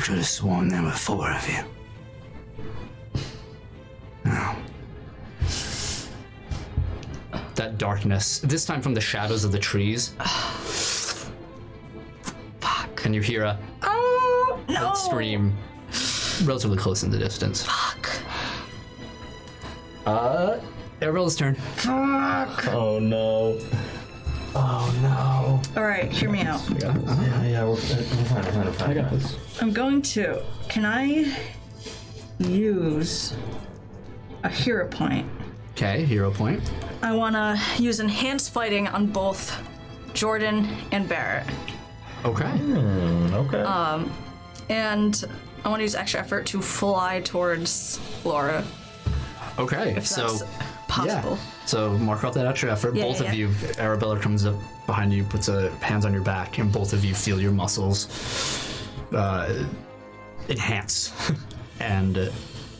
A: should have sworn there were four of you. That darkness, this time from the shadows of the trees. Fuck. And you hear a
D: Oh no!
A: scream relatively close in the distance. Fuck. Uh, Ariel's turn.
E: Oh no. Oh
D: All right, hear me out.
E: no. Yeah, yeah, we're, we're fine, we're fine, we're fine. I got this.
D: I'm going to. Can I use a hero point?
A: Okay, hero point.
D: I want to use enhanced fighting on both Jordan and Barrett,
A: Okay.
E: Okay.
D: and I want to use extra effort to fly towards Laura.
A: Okay.
D: If
A: so
D: that's possible.
A: Yeah. So mark off that extra effort.
D: Yeah,
A: both
D: yeah,
A: of
D: yeah.
A: you, Arabella comes up behind you, puts a hands on your back, and both of you feel your muscles uh, enhance, [laughs] and uh,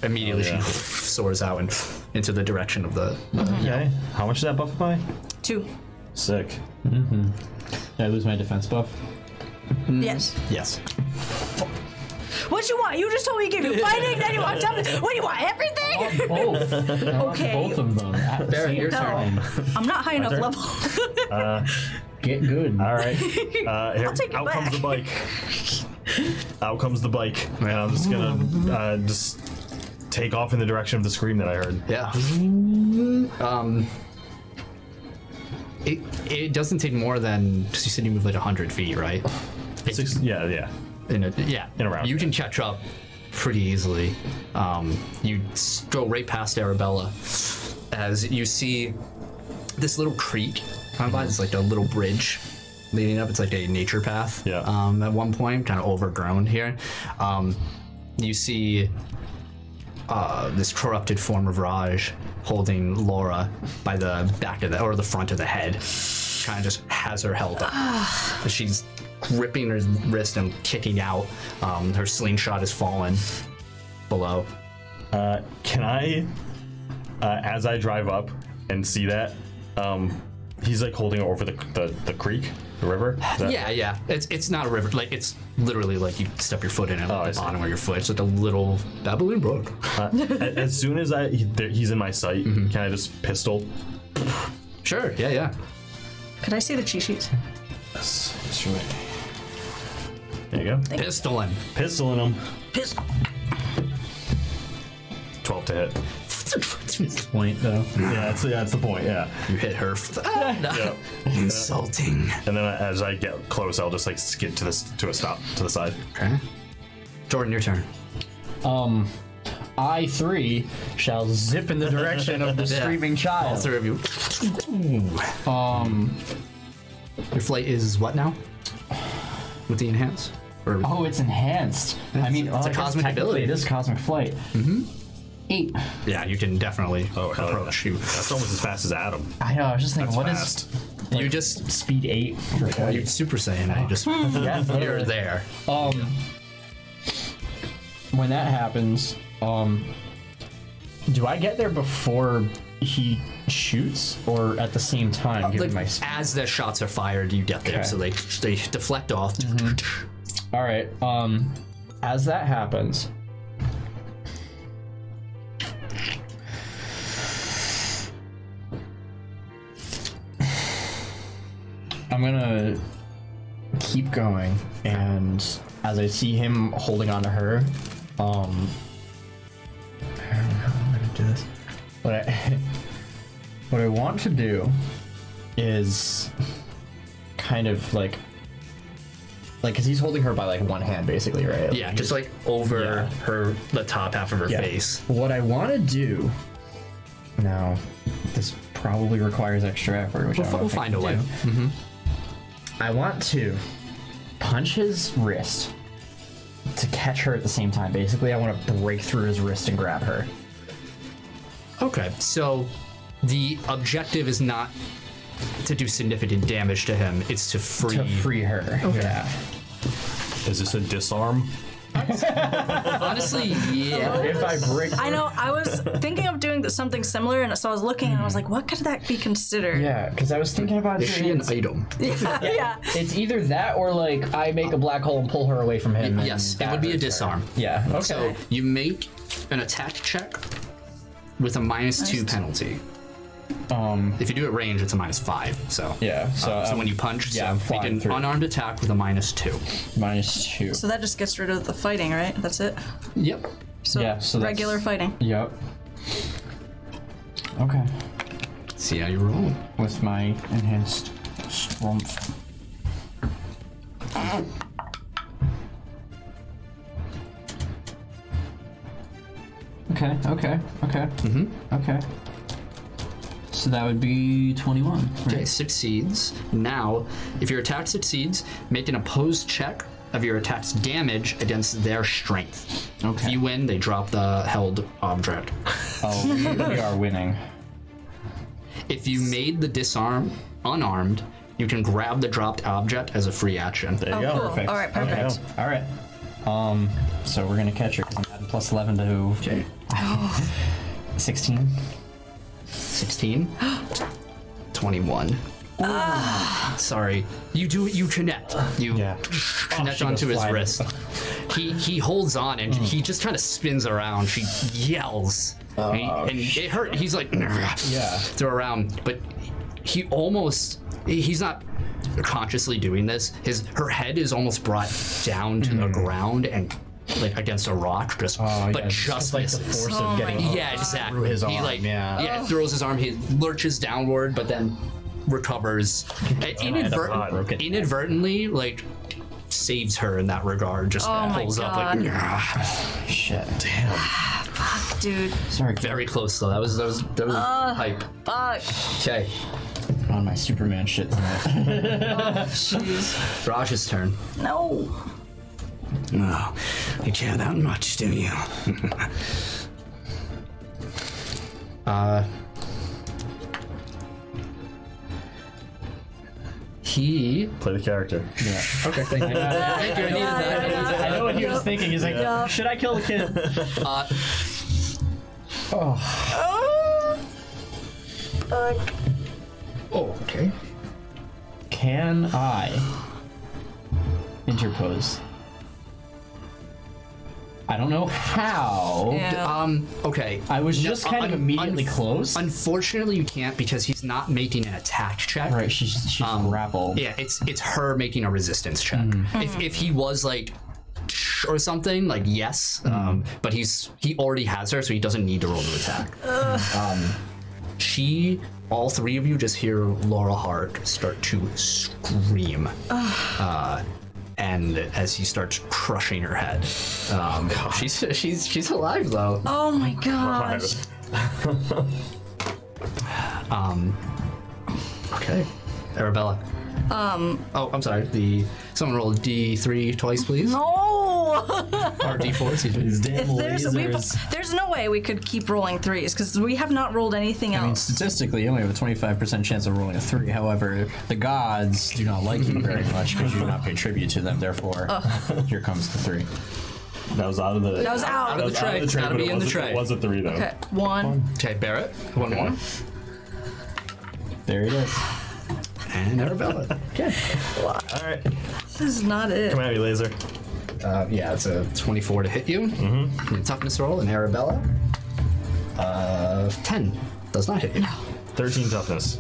A: immediately
E: Oh, yeah.
A: she soars out and into the direction of the.
E: okay. How much is that buff by?
D: Two.
E: Sick.
F: Did I lose my defense buff?
D: Yes.
A: Yes.
D: What you want? You just told me you
A: [laughs]
D: gave you fighting. then you want toughness. What do you want? Everything?
F: Both.
D: Okay.
F: Oh, Both of them. At the same
A: your
F: time.
D: I'm not high enough
E: turn?
D: level. [laughs]
F: Get good.
E: All [laughs] right. Uh, here,
D: take it
E: out
D: back.
E: comes the bike. out comes the bike, and I'm just gonna uh, just take off in the direction of the scream that I heard.
A: Yeah. Um. It, it doesn't take more than because you said you move like hundred feet, right? It-
E: Six, yeah, yeah.
A: in a yeah
E: In a round,
A: You
E: yeah.
A: can catch up pretty easily. Um, you s- go right past Arabella as you see this little creek. Kind by it's like a little bridge leading up. It's like a nature path.
E: Yeah.
A: Um, at one point, kind of overgrown here. Um, you see uh, this corrupted form of Raj holding Laura by the back of the or the front of the head kind of just has her held up. And She's gripping her wrist and kicking out. Um, her slingshot is fallen below.
B: Uh, can I, uh, as I drive up and see that, um, he's like holding it over the, the, the creek, the river? Is that-
A: Yeah, yeah. It's it's not a river. Like it's literally like you step your foot in it,
B: Oh, I
A: like the
B: see.
A: bottom of your foot. It's like a little babbling brook.
B: Uh, a- as soon as I he, there, he's in my sight, can I just pistol?
A: Sure. Yeah, yeah.
D: Could I see the cheat sheet?
B: There you go.
A: Pistoling.
B: Pistoling him.
D: Pistol.
B: 12 to hit.
F: Point though.
B: Yeah, that's, yeah, that's the point, yeah.
A: You hit [laughs] her. Ah, no.
B: [laughs] yeah.
A: Insulting.
B: And then I- as I get close, I'll just like skid to this to a stop to the side.
A: Okay. Jordan, your turn.
F: Um, I three shall zip in the direction of the screaming
A: All
F: child.
A: three of you. Um. Your flight is what now? With the enhance? Or
H: Oh, it's enhanced. I mean,
A: It's a
H: I guess
A: cosmic
H: technically
A: ability.
H: It is cosmic flight. Mm-hmm. Eight.
A: yeah, you can definitely
B: Oh, hell
A: approach.
B: yeah.
A: You
B: That's almost as fast as Adam.
H: I know. I was just thinking,
B: That's
H: what is
B: fast.
A: you just
H: speed eight? for flight?
A: you super saiyan. I just
H: yeah.
A: you're there.
F: Um, when that happens, um, do I get there before he shoots, or at the same time? given
A: Like,
F: my sp-
A: as the shots are fired, you get there.
F: Okay.
A: So they they deflect off.
F: All right. Um, as that happens, I'm gonna keep going, and as I see him holding on to her, um, I don't know how I'm gonna do this. What I, [laughs] what I want to do is kind of like like because he's holding her by like one hand basically right
A: Yeah, just like over her the top half of her
F: Yeah.
A: face.
F: what i want to do now this probably requires extra effort which
A: We'll,
F: I
A: fi-
F: don't
A: we'll
F: think I
A: find a
F: can
A: way.
F: do. i want to punch his wrist to catch her at the same time basically i want to break through his wrist and grab her
A: Okay, so the objective is not to do significant damage to him. It's to free.
F: to free her yeah
B: Is this a disarm?
A: Honestly, yeah.
F: if i break
D: I know. I [laughs] was thinking of doing something similar, and so I was looking, and I was like, "What could that be considered?"
F: yeah because i was thinking about
A: Is she
F: doing
A: an item?
D: [laughs] yeah.
F: it's either that or like i make a black hole and pull her away from him and
A: Yes, it
F: that
A: would be a
F: hurts her.
A: disarm.
F: yeah okay
A: So you make an attack check with a minus two penalty. Um, if you do it range, it's a minus five. So
F: yeah so,
A: Uh, so
F: um,
A: when you punch,
F: yeah, I'm
A: so make
F: flying
A: an
F: through.
A: unarmed attack with a minus two.
F: minus two
D: So that just gets rid of the fighting, right? That's it.
A: Yep.
D: So,
F: Yeah, so that's-
D: regular fighting.
F: Yep. Okay.
A: See how you roll.
H: With my enhanced strength. Okay, okay, okay. Mm-hmm. Okay. So that would be 21. Right?
A: Okay, succeeds. Now, if your attack succeeds, make an opposed check of your attack's damage against their strength.
H: Okay.
A: If you win, they drop the held object.
F: Oh, we are winning.
A: If you made the disarm unarmed, you can grab the dropped object as a free action.
B: There you
D: Oh,
B: go.
D: cool. All right,
B: There you
D: perfect.
B: go.
F: All right. Um, so we're gonna catch her. 'cause I'm adding plus eleven to
A: Okay.
F: [laughs] sixteen.
A: [gasps] 16 21 sorry you do you connect you
F: Yeah. Oh,
A: connect
F: she
A: onto
F: goes
A: his
F: flying. Mm.
A: wrist he he holds on and he just kind of spins around she yells
F: Oh.
A: and, he- and it hurt he's like yeah throw around but he almost he- he's not consciously doing this his her head is almost brought down to
F: Mm.
A: the ground and like against a rock just but just
F: Oh, like the
A: misses.
F: force
D: Oh
F: of
D: my
F: getting.
D: God.
A: Yeah, exactly.
F: his
A: he
F: arm,
A: like
F: yeah.
D: Oh.
A: throws his arm. He lurches downward, but then recovers. Uh,
B: God.
A: inadvertent,
F: Broken.
A: inadvertently, like saves her in that regard. Just
D: Oh my
A: pulls up like
D: God.
A: "Nyah."
H: Shit.
D: Dude,
H: Sorry,
A: [laughs] very close though. That was that was that was hype.
D: fuck.
A: Okay,
H: on my Superman shit tonight.
D: Jeez.
A: Raj's turn.
D: No.
A: No, you care that much, do [laughs] you? uh, Uh,
D: [laughs]
A: He.
E: Play the character.
A: Okay, thank you. Thank you. I needed that. I needed
C: I know what he was
F: [laughs]
C: thinking. He's like,
D: Yeah.
C: should I kill the kid?
A: that. Uh,
D: Oh. Fuck.
A: oh, okay.
F: Can I interpose? I don't know how.
D: Yeah.
A: Um, okay.
F: I was just kind
A: un-
F: of immediately
A: unf-
F: close.
A: Unfortunately, you can't because he's not making an attack check.
F: right, she's she's
D: Um,
F: grappled.
A: Yeah, it's it's her making a resistance check. If, if he was like "Shh," or something like yes, um, but he's he already has her, so he doesn't need to roll to attack. Um, she, all three of you, just hear Laura Hart start to scream, uh, and as he starts crushing her head, um, she's she's she's alive though.
D: Oh my gosh.
A: Okay, Arabella. Um. Oh, I'm sorry. The someone roll D three twice, please.
D: No.
A: Or D four, excuse me.
D: if there's we've, there's no way we could keep rolling threes because we have not rolled anything else.
F: Statistically, you only have a 25% chance of rolling a three. However, the gods do not like you very much because you do not pay tribute to them. Therefore, here comes the three.
E: That was out of the.
D: That was out.
A: Out of the tray.
E: tray,
A: Gotta
E: but
A: be
E: it
A: in the
E: wasn't-
A: tray.
E: It was a three though.
D: okay. One.
A: Okay, Barrett. One more.
F: There it is.
A: And Arabella.
E: All right,
D: This is not it.
E: come at me, laser.
A: [laughs] Uh, yeah, it's a 24 to hit you. Mm-hmm. Toughness roll and Arabella. Uh, 10 does not hit you.
E: Thirteen toughness.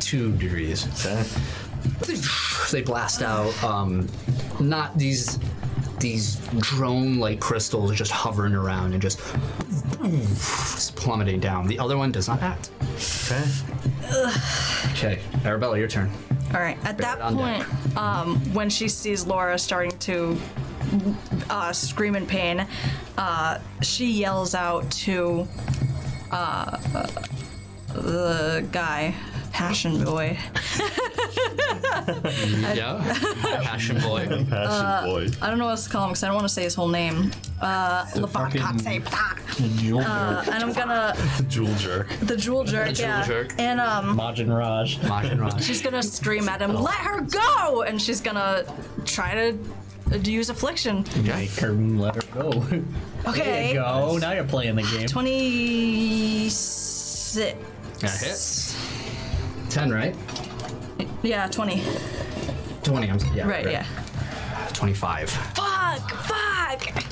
A: Two degrees.
E: Okay.
A: They blast out. Um, not these these drone like crystals just hovering around and just, just plummeting down. The other one does not act.
E: Okay.
A: Okay, Arabella, your turn.
D: All right. At that
A: on deck.
D: point, um, when she sees Laura starting to uh, scream in pain, uh, she yells out to uh, the guy, Passion Boy.
A: Yeah,
D: [laughs]
A: passion [laughs] boy.
E: Passion boy.
D: I don't know what else to call him because I don't want to say his whole name. Uh, Lefakatse.
F: Jewel
D: Uh, and I'm gonna
E: Jewel jerk.
D: the jewel jerk.
A: jewel
D: yeah.
A: jerk.
D: And um,
F: Majin Raj.
A: Majin Raj.
D: she's gonna scream at him, "Let her go!" And she's gonna try to uh, use affliction.
A: Okay.
F: Curtain, let her go. [laughs] There
D: Okay.
F: you go. Now you're playing the game.
D: 26.
A: That hits. 10, right?
D: Yeah, 20.
A: 20, I'm yeah.
D: Right, yeah.
A: 25.
D: Fuck! Fuck!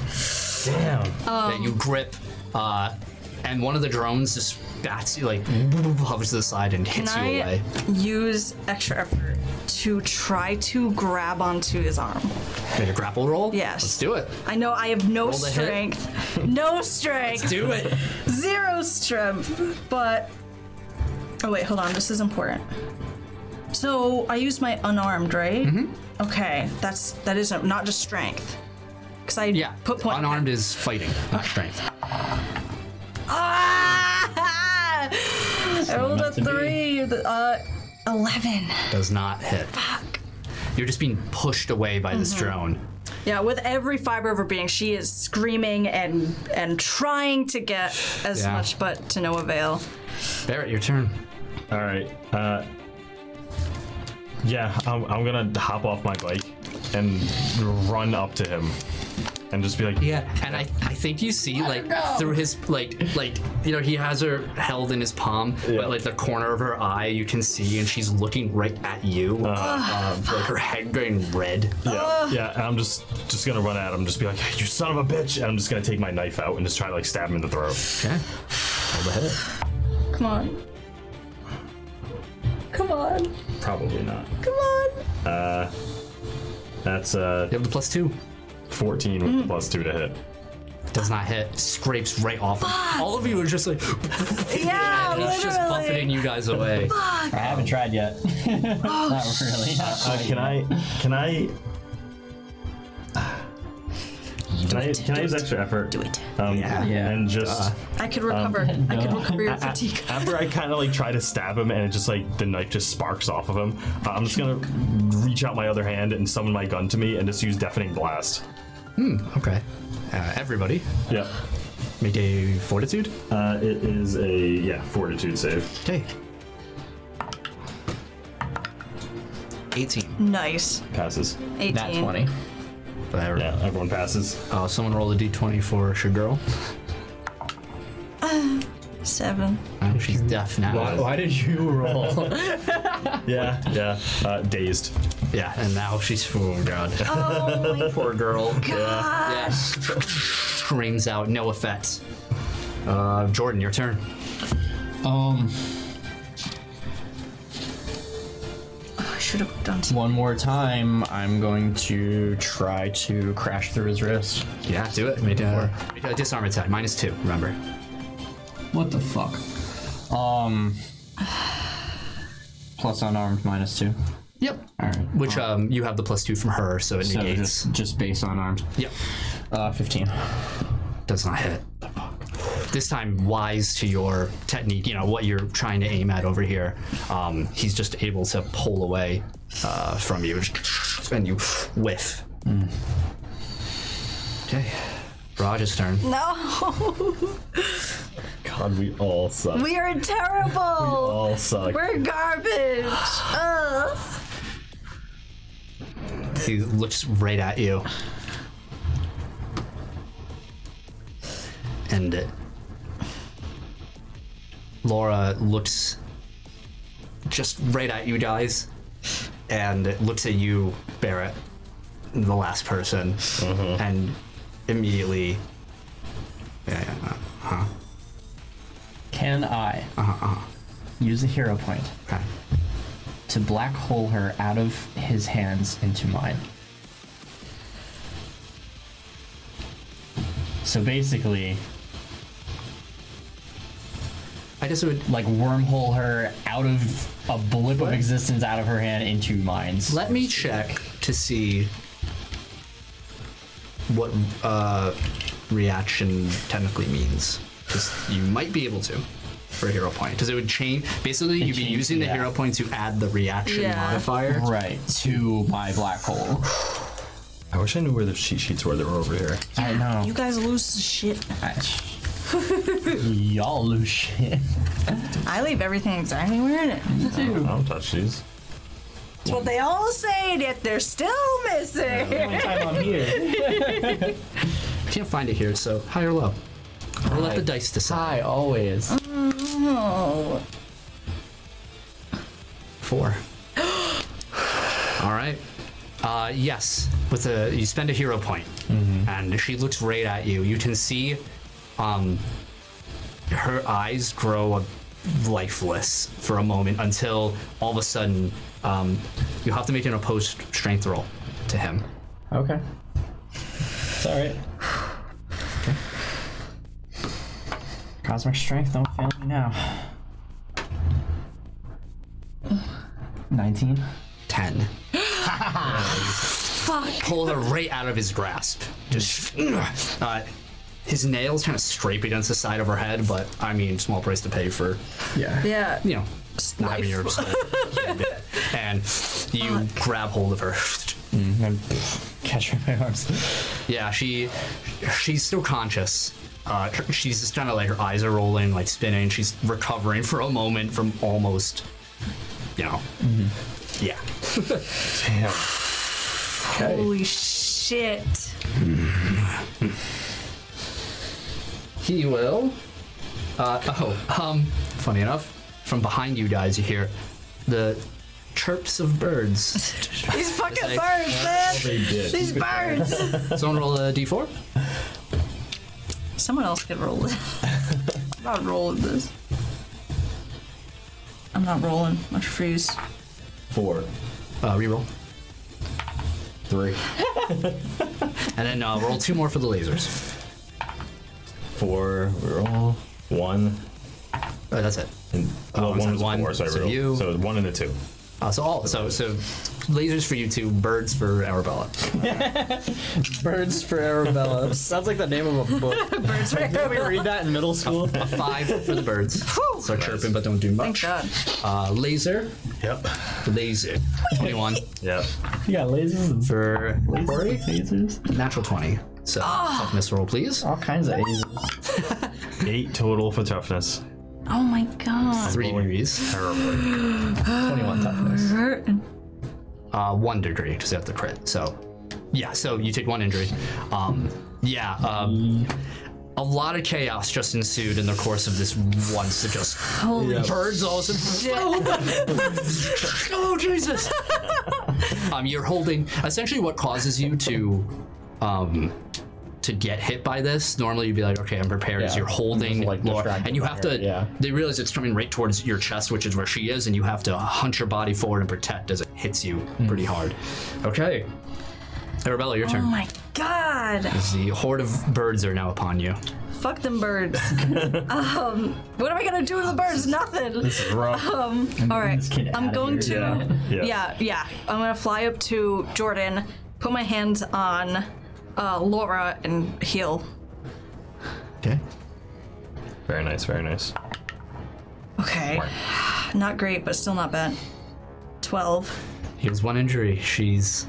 E: Damn.
A: that
D: Oh.
A: you grip, uh, and one of the drones just bats you, like, hovers to the side and
D: Can
A: hits you
D: I
A: away.
D: use extra effort to try to grab onto his arm?
A: Make a grapple roll?
D: Yes.
A: Let's do it.
D: I know I have no
A: the hit.
D: strength.
A: [laughs]
D: No strength.
A: Do it.
D: Zero strength. But. Oh, wait, hold on. This is important. So I use my unarmed, right? Mm-hmm. Okay, that's that is not just strength, because I
A: Yeah.
D: put point
A: Unarmed is fighting, not strength.
D: Ah! I rolled a
F: meant to be.
D: three. The- Uh, eleven.
A: Does not hit.
D: Fuck.
A: You're just being pushed away by this
D: Mm-hmm.
A: drone.
D: Yeah, with every fiber of her being, she is screaming and and trying to get as
A: Yeah.
D: much, but to no avail.
A: Barrett, your turn.
E: All right. Uh, yeah, I'm, I'm gonna hop off my bike and run up to him and just be like,
A: Yeah, and I, I think you see like through his like like you know he has her held in his palm,
E: Yeah.
A: but like the corner of her eye you can see, and she's looking right at you, um, like her head going red.
E: Yeah, yeah, and I'm just just gonna run at him, just be like, "You son of a bitch!" And I'm just gonna take my knife out and just try to like stab him in the throat.
A: Okay, roll the hit.
D: Come on. Come on.
E: Probably not.
D: Come on.
E: That's uh,
A: You have the plus two.
E: 14 with the plus two to hit.
A: Does not hit. Scrapes right off. him. All of you are just like
D: Yeah,
A: it's just
D: literally.
A: buffeting you guys away.
F: I haven't tried yet. [laughs]
D: Oh,
F: not really.
E: Uh, can I? Can I? [sighs] Can I, can I use extra effort? Do
D: it.
E: Um,
A: Yeah.
F: Yeah.
E: And just
D: I could recover. I could recover your fatigue.
E: after I kind of like try to stab him, and it just like the knife just sparks off of him. Uh, I'm just gonna reach out my other hand and summon my gun to me, and just use deafening blast.
A: Okay. Uh, everybody,
E: Yeah.
A: make a fortitude.
E: Uh, it is a yeah fortitude save.
A: Okay. 18.
D: Nice.
E: Passes.
D: 18.
C: Nat 20.
E: Yeah, everyone passes.
A: Uh, someone roll a d20 for Uh, Shagirl.
D: Seven.
A: Uh, she's deaf now.
C: did you roll?
E: Yeah, yeah. Uh, dazed.
A: Yeah, and now she's oh god.
D: Oh my
A: Poor
D: [laughs]
A: girl.
D: god.
A: Yeah. [laughs] Screams out, no effects. Uh, Jordan, your turn.
F: Um,
D: I should have done something.
C: One more time, I'm going to try to crash through his wrist.
A: Yeah, do it. Make uh, make a disarm attack. Minus two. Remember.
F: what the fuck?
C: Um, plus unarmed, minus two.
A: Yep.
F: All right.
A: Which um, you have the plus two from her, so it
F: So
A: negates.
F: just just base on armed.
A: Yep.
C: Uh, 15.
A: Does not hit. This time, wise to your technique, you know what you're trying to aim at over here. Um, he's just able to pull away uh, from you, and you whiff. Okay, Raj's turn.
D: [laughs] No.
E: God, we all suck.
D: We are terrible.
E: all suck.
D: We're garbage. Ugh.
A: He looks right at you. And uh, it. Laura looks just right at you guys and looks at you, Barrett, the last person, and immediately. Yeah, yeah, uh, huh?
F: Can I uh-huh. use a hero point
A: Okay.
F: to black hole her out of his hands into mine? So basically,
A: I guess it would.
F: like wormhole her out of a blip of existence out of her hand into mines.
A: Let me check to see what uh, reaction technically means. Because you might be able to for a hero point. Because it would change. Basically, you'd be
F: changes,
A: using the
F: yeah.
A: hero point to add the reaction
D: Yeah.
A: modifier.
F: right to my black hole.
E: I wish I knew where the cheat sheets were that were over here.
F: I know.
D: You guys lose the shit.
F: [laughs] Y'all lose shit.
D: I leave everything exactly where it is.
E: I don't touch these.
D: That's what they all say, yet they're still missing.
A: Can't find it here, so high or low. Or let the dice decide.
F: I always.
D: Oh.
A: Four. All right. Uh, yes, with a you spend a hero point, and she looks right at you. You can see, um, her eyes grow uh, lifeless for a moment until all of a sudden, um, you have to make an opposed strength roll to him.
C: Okay. It's alright.
F: Cosmic strength, don't fail me now. 19.
A: Ten.
D: Fuck.
A: Pull her right out of his grasp. Just [clears throat] uh, his nails kind of scrape against the side of her head, but I mean, small price to pay for
C: Yeah.
D: Yeah.
A: you know, not having
D: [laughs]
A: your soul. and you grab hold of her.
F: And catch her in Mm, my arms.
A: Yeah, she she's still conscious. Uh, she's just kind of like her eyes are rolling, like spinning. She's recovering for a moment from almost, you know, yeah. [laughs]
E: Damn.
D: Holy shit.
A: He will. Uh, oh, um, funny enough, from behind you guys, you hear the chirps of
C: [laughs]
A: birds.
D: These fucking
A: Like,
D: birds, man.
E: They did.
D: These birds.
A: Someone roll a d4.
D: Someone else could roll [laughs] it. I'm not rolling this. I'm not rolling. I refuse.
E: Four.
A: Uh, reroll,
C: [laughs]
E: Three.
A: and then uh, roll two more for the lasers.
E: Four. We're all one.
A: Uh, that's it.
E: And
A: Oh,
E: well,
A: so
E: one was
A: one,
E: four, so I
A: so
E: rolled.
A: you-
E: So one and a two.
A: Uh, so all so so lasers for you two, birds for Arabella.
C: [laughs] Birds for
A: [laughs]
C: Arabella. Sounds like the name of a book.
D: Birds right [laughs]
C: Did we read that in middle school?
A: A five for the birds.
D: Whew.
A: so chirping but don't do
D: Thank
A: much.
D: God.
A: Uh, laser,
E: Yep.
A: laser. Twenty-one
E: Yep.
F: You got lasers and
A: for Cory.
F: lasers.
A: Natural twenty. So toughness roll, please.
F: All kinds of lasers.
E: Eight total for toughness.
D: Oh my God.
A: Three movies.
E: Terrible.
F: 21 toughness.
D: Hurting.
A: uh, one degree because they have the crit. So, yeah, so you take one injury. Um, yeah, um, a lot of chaos just ensued in the course of this once. It just
D: Holy
A: birds all of a sudden. [laughs] oh Jesus! um, you're holding. Essentially, what causes you to, um, to get hit by this? Normally, you'd be like, okay, I'm prepared. Is
F: Yeah,
A: you're
F: I'm just,
A: holding,
F: like,
A: Laura-
F: distracted
A: and you
F: by
A: have
F: her,
A: to.
F: yeah.
A: They realize it's coming right towards your chest, which is where she is, and you have to hunch your body forward and protect as it hits you pretty hard. Okay, Arabella, your
D: Oh
A: turn.
D: my god!
A: The horde of birds are now upon you.
D: Fuck them birds. um, what am I gonna do to the birds? Nothing. [laughs] Um, all right.
I: this kid
D: I'm
I: outta
D: going
I: here.
D: to.
B: Yeah.
D: Yeah. yeah, I'm gonna fly up to Jordan, put my hands on uh, Laura, and heal.
A: Okay.
J: Very nice, very nice.
D: Okay. Not great, but still not bad. Twelve.
A: Here's one injury. She's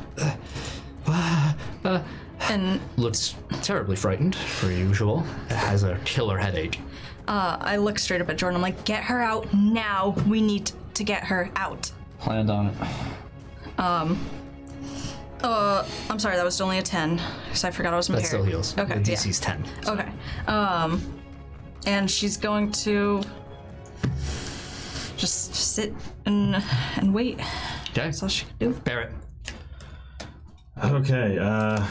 D: And
A: looks terribly frightened, per usual. Has a killer headache.
D: uh, I look straight up at Jordan. I'm like, get her out now. We need to get her out.
I: Planned on it.
D: Uh, I'm sorry, that was only a 10, because I forgot I was
A: That
D: impaired.
A: still heals.
D: Okay,
A: The
D: yeah.
A: DC's 10.
D: Okay. Um, and she's going to just sit and and wait.
A: Okay.
D: That's all she can do.
A: Barrett.
B: Okay, uh,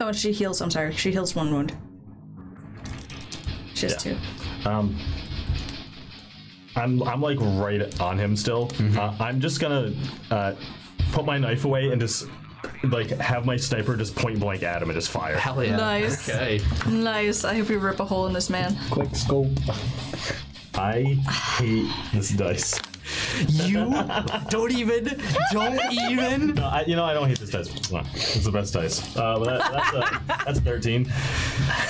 D: Oh, and she heals. I'm sorry, she heals one wound. She has two.
B: I'm I'm like right on him still. Uh, I'm just gonna uh, put my knife away and just like have my sniper just point blank at him and just fire.
A: Hell yeah.
D: Nice.
A: Okay.
D: Nice. I hope you rip a hole in this man.
F: Quick scope.
B: I hate this dice.
D: [laughs]
A: You don't even, don't even.
B: No, I, you know I don't hate this dice. No, It's the best dice. Uh, but that, that's a that's a thirteen. [laughs]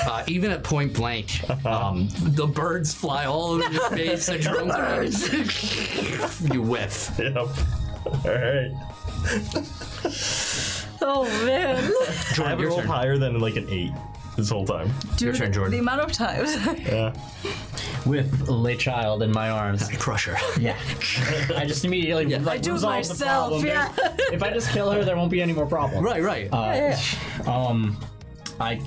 A: Uh, even at point blank, um, the birds fly all over your face. The drones are [laughs] You whiff.
B: Yep. All right.
D: Oh man.
B: I have
A: your
B: rolled
A: turn.
B: higher than like an eight this whole time.
A: Your turn, Jordan.
D: The amount of times. [laughs]
F: With lay child in
I: [laughs]
F: my arms.
A: Crusher.
F: Yeah. I just immediately
A: I
F: like,
D: do it
F: resolve
D: myself,
F: the problem.
D: yeah. [laughs]
F: There's- If I just kill her, there won't be any more problem.
A: Right, right. Uh,
F: Um, I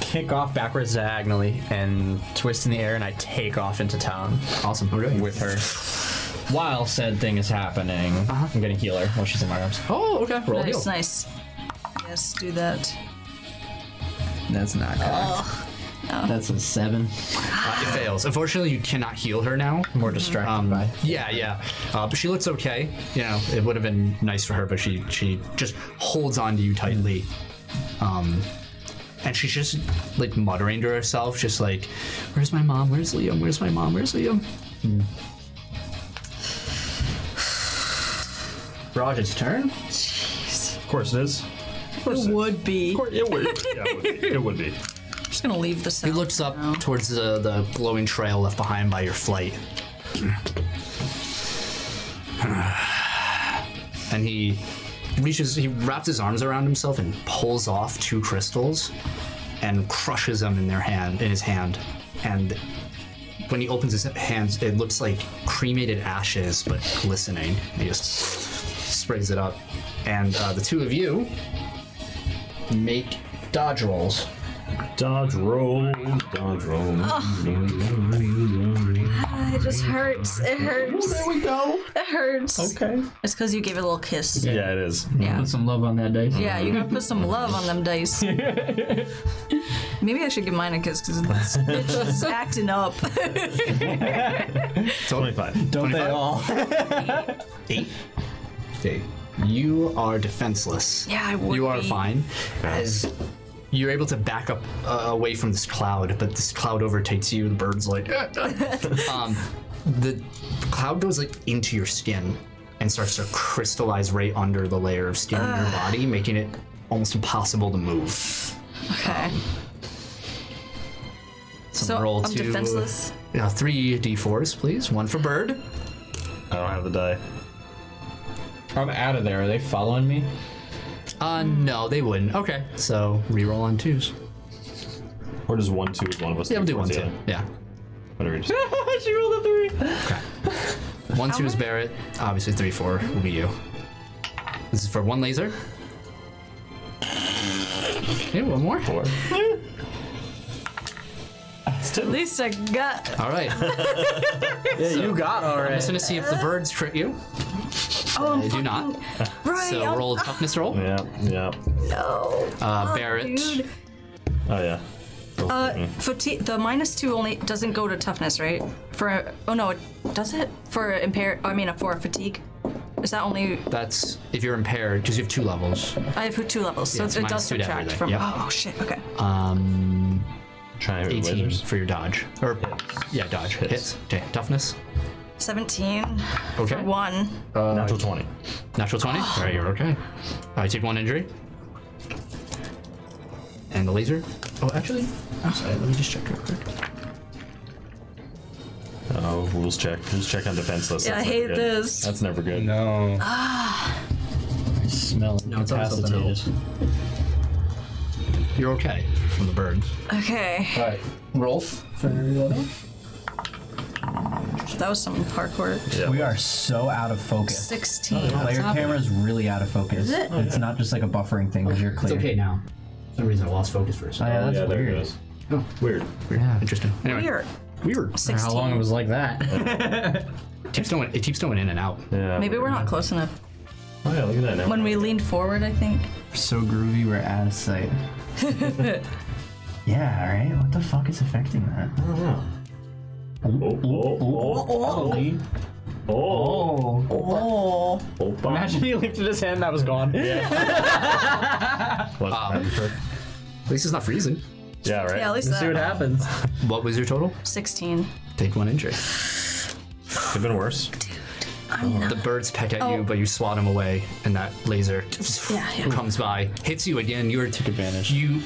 F: kick off backwards diagonally and twist in the air, and I take off into town
A: awesome. Okay.
F: with her. While said thing is happening,
I: Uh-huh.
F: I'm gonna heal her while she's in my arms.
A: Oh, okay. Roll heal.
D: nice, nice. Yes, do that.
I: That's not good. That's a seven.
A: Uh, it fails. Unfortunately, you cannot heal her now.
F: More distracted
A: Um,
F: by.
A: yeah, yeah. Uh, but she looks okay. You know, it would have been nice for her, but she she just holds on to you tightly. Um, and she's just like muttering to herself, just like, "Where's my mom? Where's Liam? Where's my mom? Where's Liam?" Roger's turn.
B: Of course it is.
D: It would be.
B: It would. [laughs] Yeah, it would be. It would be.
D: just gonna leave
A: He
D: the cell.
A: looks up towards the, the glowing trail left behind by your flight. [sighs] and he reaches, he wraps his arms around himself and pulls off two crystals and crushes them in their hand, in his hand. And when he opens his hands, it looks like cremated ashes, but glistening. He just sprays it up. And uh, the two of you make dodge rolls.
B: Dodge roll. Dodge roll.
D: it just hurts. It hurts. there we go. It hurts.
B: [laughs] Okay.
D: It's because you gave it a little kiss.
B: Yeah, it is.
D: Yeah.
I: Put some love on that dice.
D: Yeah, you gotta put some love on them dice. Maybe I should give mine a kiss because this bitch is acting up.
B: Twenty-five.
F: Don't they all?
I: [laughs]
A: Eight. Eight. You are defenseless.
D: Yeah, I would
A: You are
D: be.
A: fine. As you're able to back up uh, away from this cloud, but this cloud overtakes you. The bird's like, "Ah,
D: [laughs]
A: um, the cloud goes like into your skin and starts to crystallize right under the layer of skin on your body, making it almost impossible to move.
D: okay. So
A: roll
D: I'm
A: to-
D: defenseless.
A: Now, three d4s, please. One for bird.
B: I don't have the die.
F: I'm out of there. Are they following me?
A: Uh, no, they wouldn't. Okay, so reroll on twos.
B: Or does one two is one of us?
A: Yeah, we'll
B: three,
A: do one
B: four's the
A: too.
B: other?
A: Yeah.
B: Whatever.
D: [laughs]
B: it is.
F: she rolled a three.
A: One, two is Barrett. Obviously, three, four will be you. This is for one laser. Okay, one more.
D: At least I got.
A: All right.
F: Yeah, you got all
A: I'm just
F: right.
A: gonna see if the birds crit you.
D: Oh, I'm
A: They do not.
D: right.
A: So
D: I'm-
A: roll a toughness roll.
B: Yeah, yeah.
D: No.
A: Uh,
D: Fuck,
A: Barrett. Mm-hmm.
D: dude.
B: Oh, yeah.
D: Uh, fatigue. The minus two only doesn't go to toughness, right? For oh no, it does it for impair. I mean, uh, for fatigue. Is that only
A: That's if you're impaired because you have two levels.
D: I have two levels, so
A: it's
D: it does
A: minus two to
D: subtract
A: everything,
D: from.
A: yep. Uh,
D: Oh shit. Okay.
A: Um,
B: Trying to
A: 18
B: lasers.
A: for your dodge or yeah, dodge hits. Okay, toughness.
D: Seventeen.
A: Okay.
D: for One. Oh.
B: Natural 20.
A: Natural 20. All right, you're okay. I take one injury. And the laser. Oh, actually, I'm sorry. Let me just check real quick.
B: Oh, rules check. Rules check on defenseless.
D: Yeah, I
B: That's never
D: hate
B: good.
D: this.
B: That's never good.
K: No.
F: Ah. Smell
A: No, it's on something
F: incapacitated.
A: You're okay from the birds.
D: Okay.
A: All right, roll.
D: That was some parkour.
F: We are so out of focus.
D: Sixteen.
F: Like, your camera's really out of focus.
D: it?
F: It's not just like a buffering thing because you're
A: It's
F: clear.
A: okay now. For some reason I lost focus for a
F: Oh,
A: second.
F: yeah, that's
B: yeah, there it
F: weird.
B: goes. Weird.
F: Yeah.
A: Interesting. Anyway,
D: Weird.
A: weird.
D: Sixteen.
F: How long it was like that?
A: It keeps going. It keeps going in and out.
B: Yeah.
D: Maybe
B: weird.
D: we're not close enough.
B: Oh, yeah, look at that. Now
D: When we leaned forward, I think.
F: so groovy we're out of sight.
D: [laughs]
F: yeah, right? What the fuck is affecting that?
B: Oh, oh, oh, oh, oh,
F: Oh.
D: Oh.
B: oh, oh.
K: Imagine he lifted his hand, that was gone.
B: What,
A: At least it's not freezing.
B: yeah, right.
D: Yeah, at least
K: Let's see what
D: that.
K: happens.
A: What was your total?
D: Sixteen.
A: Take one injury.
B: Could have been worse.
A: The birds peck at
D: Oh.
A: you, but you swat them away, and that laser
D: Yeah, yeah.
A: comes by, hits you again. You're took advantage. You,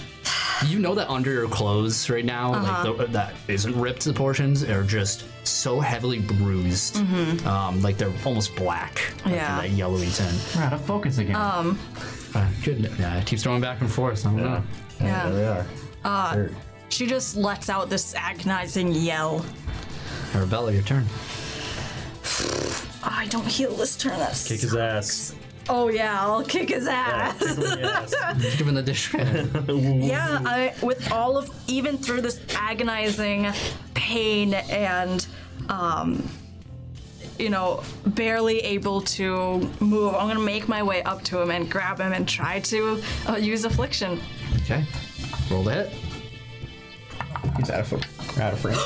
A: you know that under your clothes right now,
D: Uh-huh.
A: like the, that isn't ripped to portions, are just so heavily bruised, um, like they're almost black, like
D: Mm-hmm. Yeah.
A: that yellowy tint.
F: We're out of focus again.
D: Oh.
A: Uh, good. Yeah, it keeps going back and forth. I don't know.
D: Yeah.
B: There we are. There.
D: She just lets out this agonizing yell.
A: Arabella, your turn.
D: "Oh, I don't heal this turn. That's
B: Kick his ass.
D: Oh yeah, I'll kick his ass.
A: Give him the dish. [laughs]
D: Yeah, I with all of even through this agonizing pain and um you know, barely able to move. I'm gonna make my way up to him and grab him and try to uh, use affliction.
A: okay. Roll the hit.
K: He's out of focus. Out of
F: [gasps]
K: frame.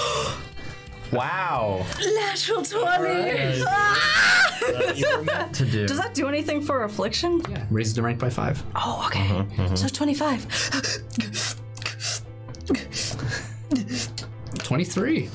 K: wow.
D: Natural twenty. Ah!
F: to do.
D: Does that do anything for affliction?
A: Yeah. Raises the rank by five.
D: Oh, okay. So twenty-five.
A: 23.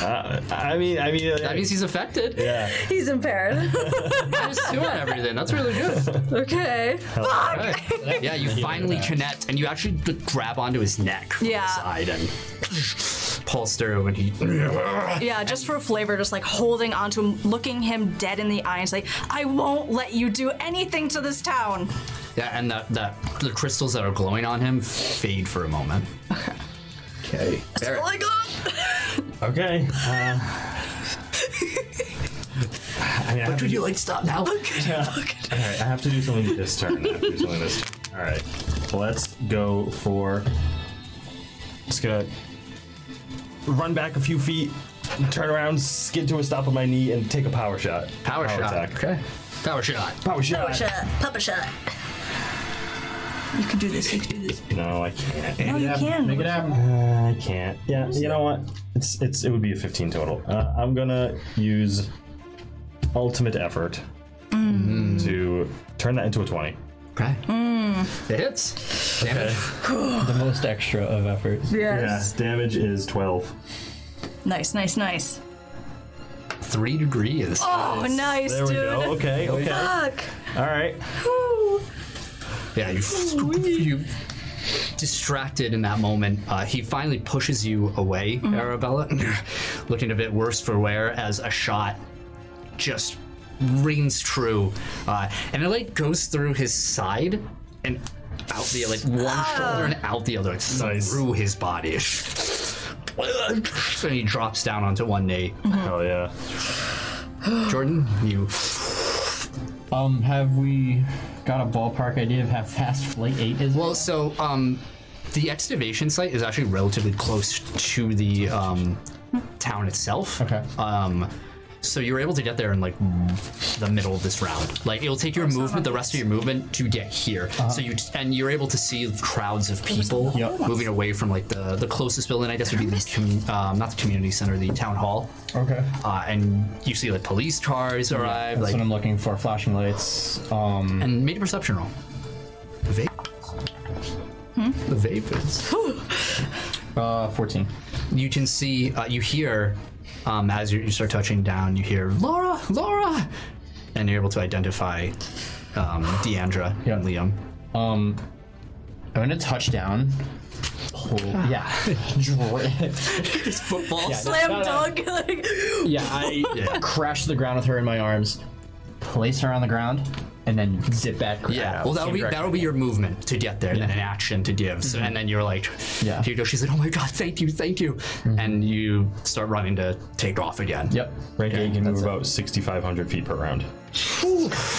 B: I mean, I mean,
A: That
B: uh,
A: means he's affected. Yeah.
D: He's impaired.
A: two on everything. That's really good. [laughs]
D: okay. Fuck.
A: Right. yeah, you finally connect, and you actually d- grab onto his neck from
D: Yeah.
A: the side and [laughs] pulse through, and he. [laughs]
D: Yeah, just for flavor, just like holding onto him, looking him dead in the eye, and it's like, I won't let you do anything to this town.
A: Yeah, and the, the, the crystals that are glowing on him fade for a moment.
K: Okay.
D: That's all I got.
B: okay. Uh, I mean, I have, to,
A: Would you like to stop now?
B: all right, I have to do something this turn. I have to do something this turn. All right, let's go for. Just gonna run back a few feet, turn around, skid to a stop on my knee, and take a power shot.
A: Power, shot.
B: attack.
A: Okay. Power shot.
B: Power shot.
D: Papa shot. You can do this. You can do this.
B: No, I can't. Uh,
D: No, you can.
F: Make it happen.
B: I can't. Yeah, you know what? It's it's it would be a 15 total. Uh, I'm gonna use ultimate effort Mm. to turn that into a 20.
A: Okay. It hits. Damage.
F: The most extra of effort.
D: Yes.
B: damage is 12.
D: Nice, nice, nice.
A: Three degrees.
D: Oh, nice,
B: There we
D: dude.
B: go. Okay, okay.
D: Fuck.
B: All right.
D: Whew.
A: Yeah, you, you distracted in that moment. Uh, he finally pushes you away, Arabella, [clears throat] looking a bit worse for wear as a shot just rings true, uh, and it like goes through his side and out the like one shoulder and out the other, like through his body. And he drops down
B: Mm-hmm.
A: onto one knee.
B: Hell yeah.
A: Jordan, you
F: Um, have we got a ballpark idea of how fast Flight 8 is?
A: Well, so um, the excavation site is actually relatively close to the um, town itself.
F: Okay.
A: Um, so you're able to get there in like the middle of this round. Like it'll take your movement, the rest of your movement, to get here.
F: Uh-huh.
A: So you and you're able to see crowds of people
F: Yep.
A: moving away from like the the closest building. I guess would be the commu- um, not the community center, the town hall.
F: okay.
A: Uh, and you see like police cars arrive.
F: That's
A: like
F: what I'm looking for. Flashing lights. Um,
A: and made a perception roll. Vape. The vapors.
F: uh, 14.
A: You can see, uh, you hear, um, as you, you start touching down, you hear Laura, Laura, and you're able to identify um, Deandra and Liam.
F: Um, I'm gonna touch down. Pull- yeah. Dra-
A: It's football.
F: Yeah.
D: Slam
F: Not a-
D: dunk. [laughs] Like,
F: yeah, I [laughs] crash to the ground with her in my arms, place her on the ground, and then zip back.
A: Yeah,
F: out,
A: well, that'll
F: same
A: be
F: direction.
A: that'll be your movement to get there, and then an action to give. So, and then you're like,
F: Mm-hmm. Yeah. Mm-hmm.
A: here you go. She's like, oh my god, thank you, thank you, and you start running to take off again.
F: Yep.
B: Rank eight can move about 6,500 feet per round.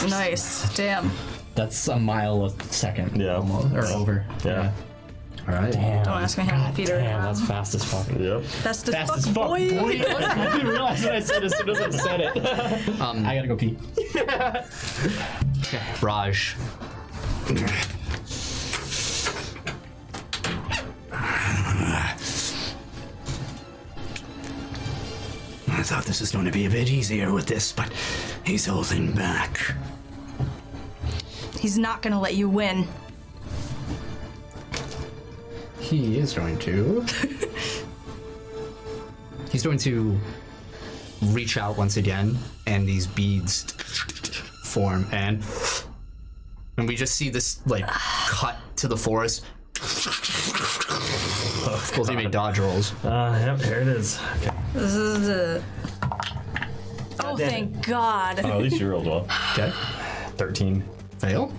D: nice. Damn.
F: That's a mile a second.
B: Yeah.
F: Almost, or over.
B: Yeah.
A: All right.
F: Damn.
D: Don't ask me how many feet are
F: Damn,
D: around.
F: that's fast as fuck.
B: Yep.
D: That's the
F: Fast
D: fuck,
F: as fuck,
D: boy.
F: boy. [laughs] I didn't realize what I said as soon as I said it. I gotta go pee.
A: Raj. I thought this was going to be a bit easier with this, but he's holding back.
D: He's not gonna let you win.
A: He is going to. he's going to reach out once again, and these beads form, and and we just see this like cut to the forest. Both of you make dodge rolls.
B: [laughs] Uh, yep, here it is. Okay.
D: This is the. Oh, thank God.
B: Oh, at least you rolled well.
A: Okay.
B: 13.
A: Fail.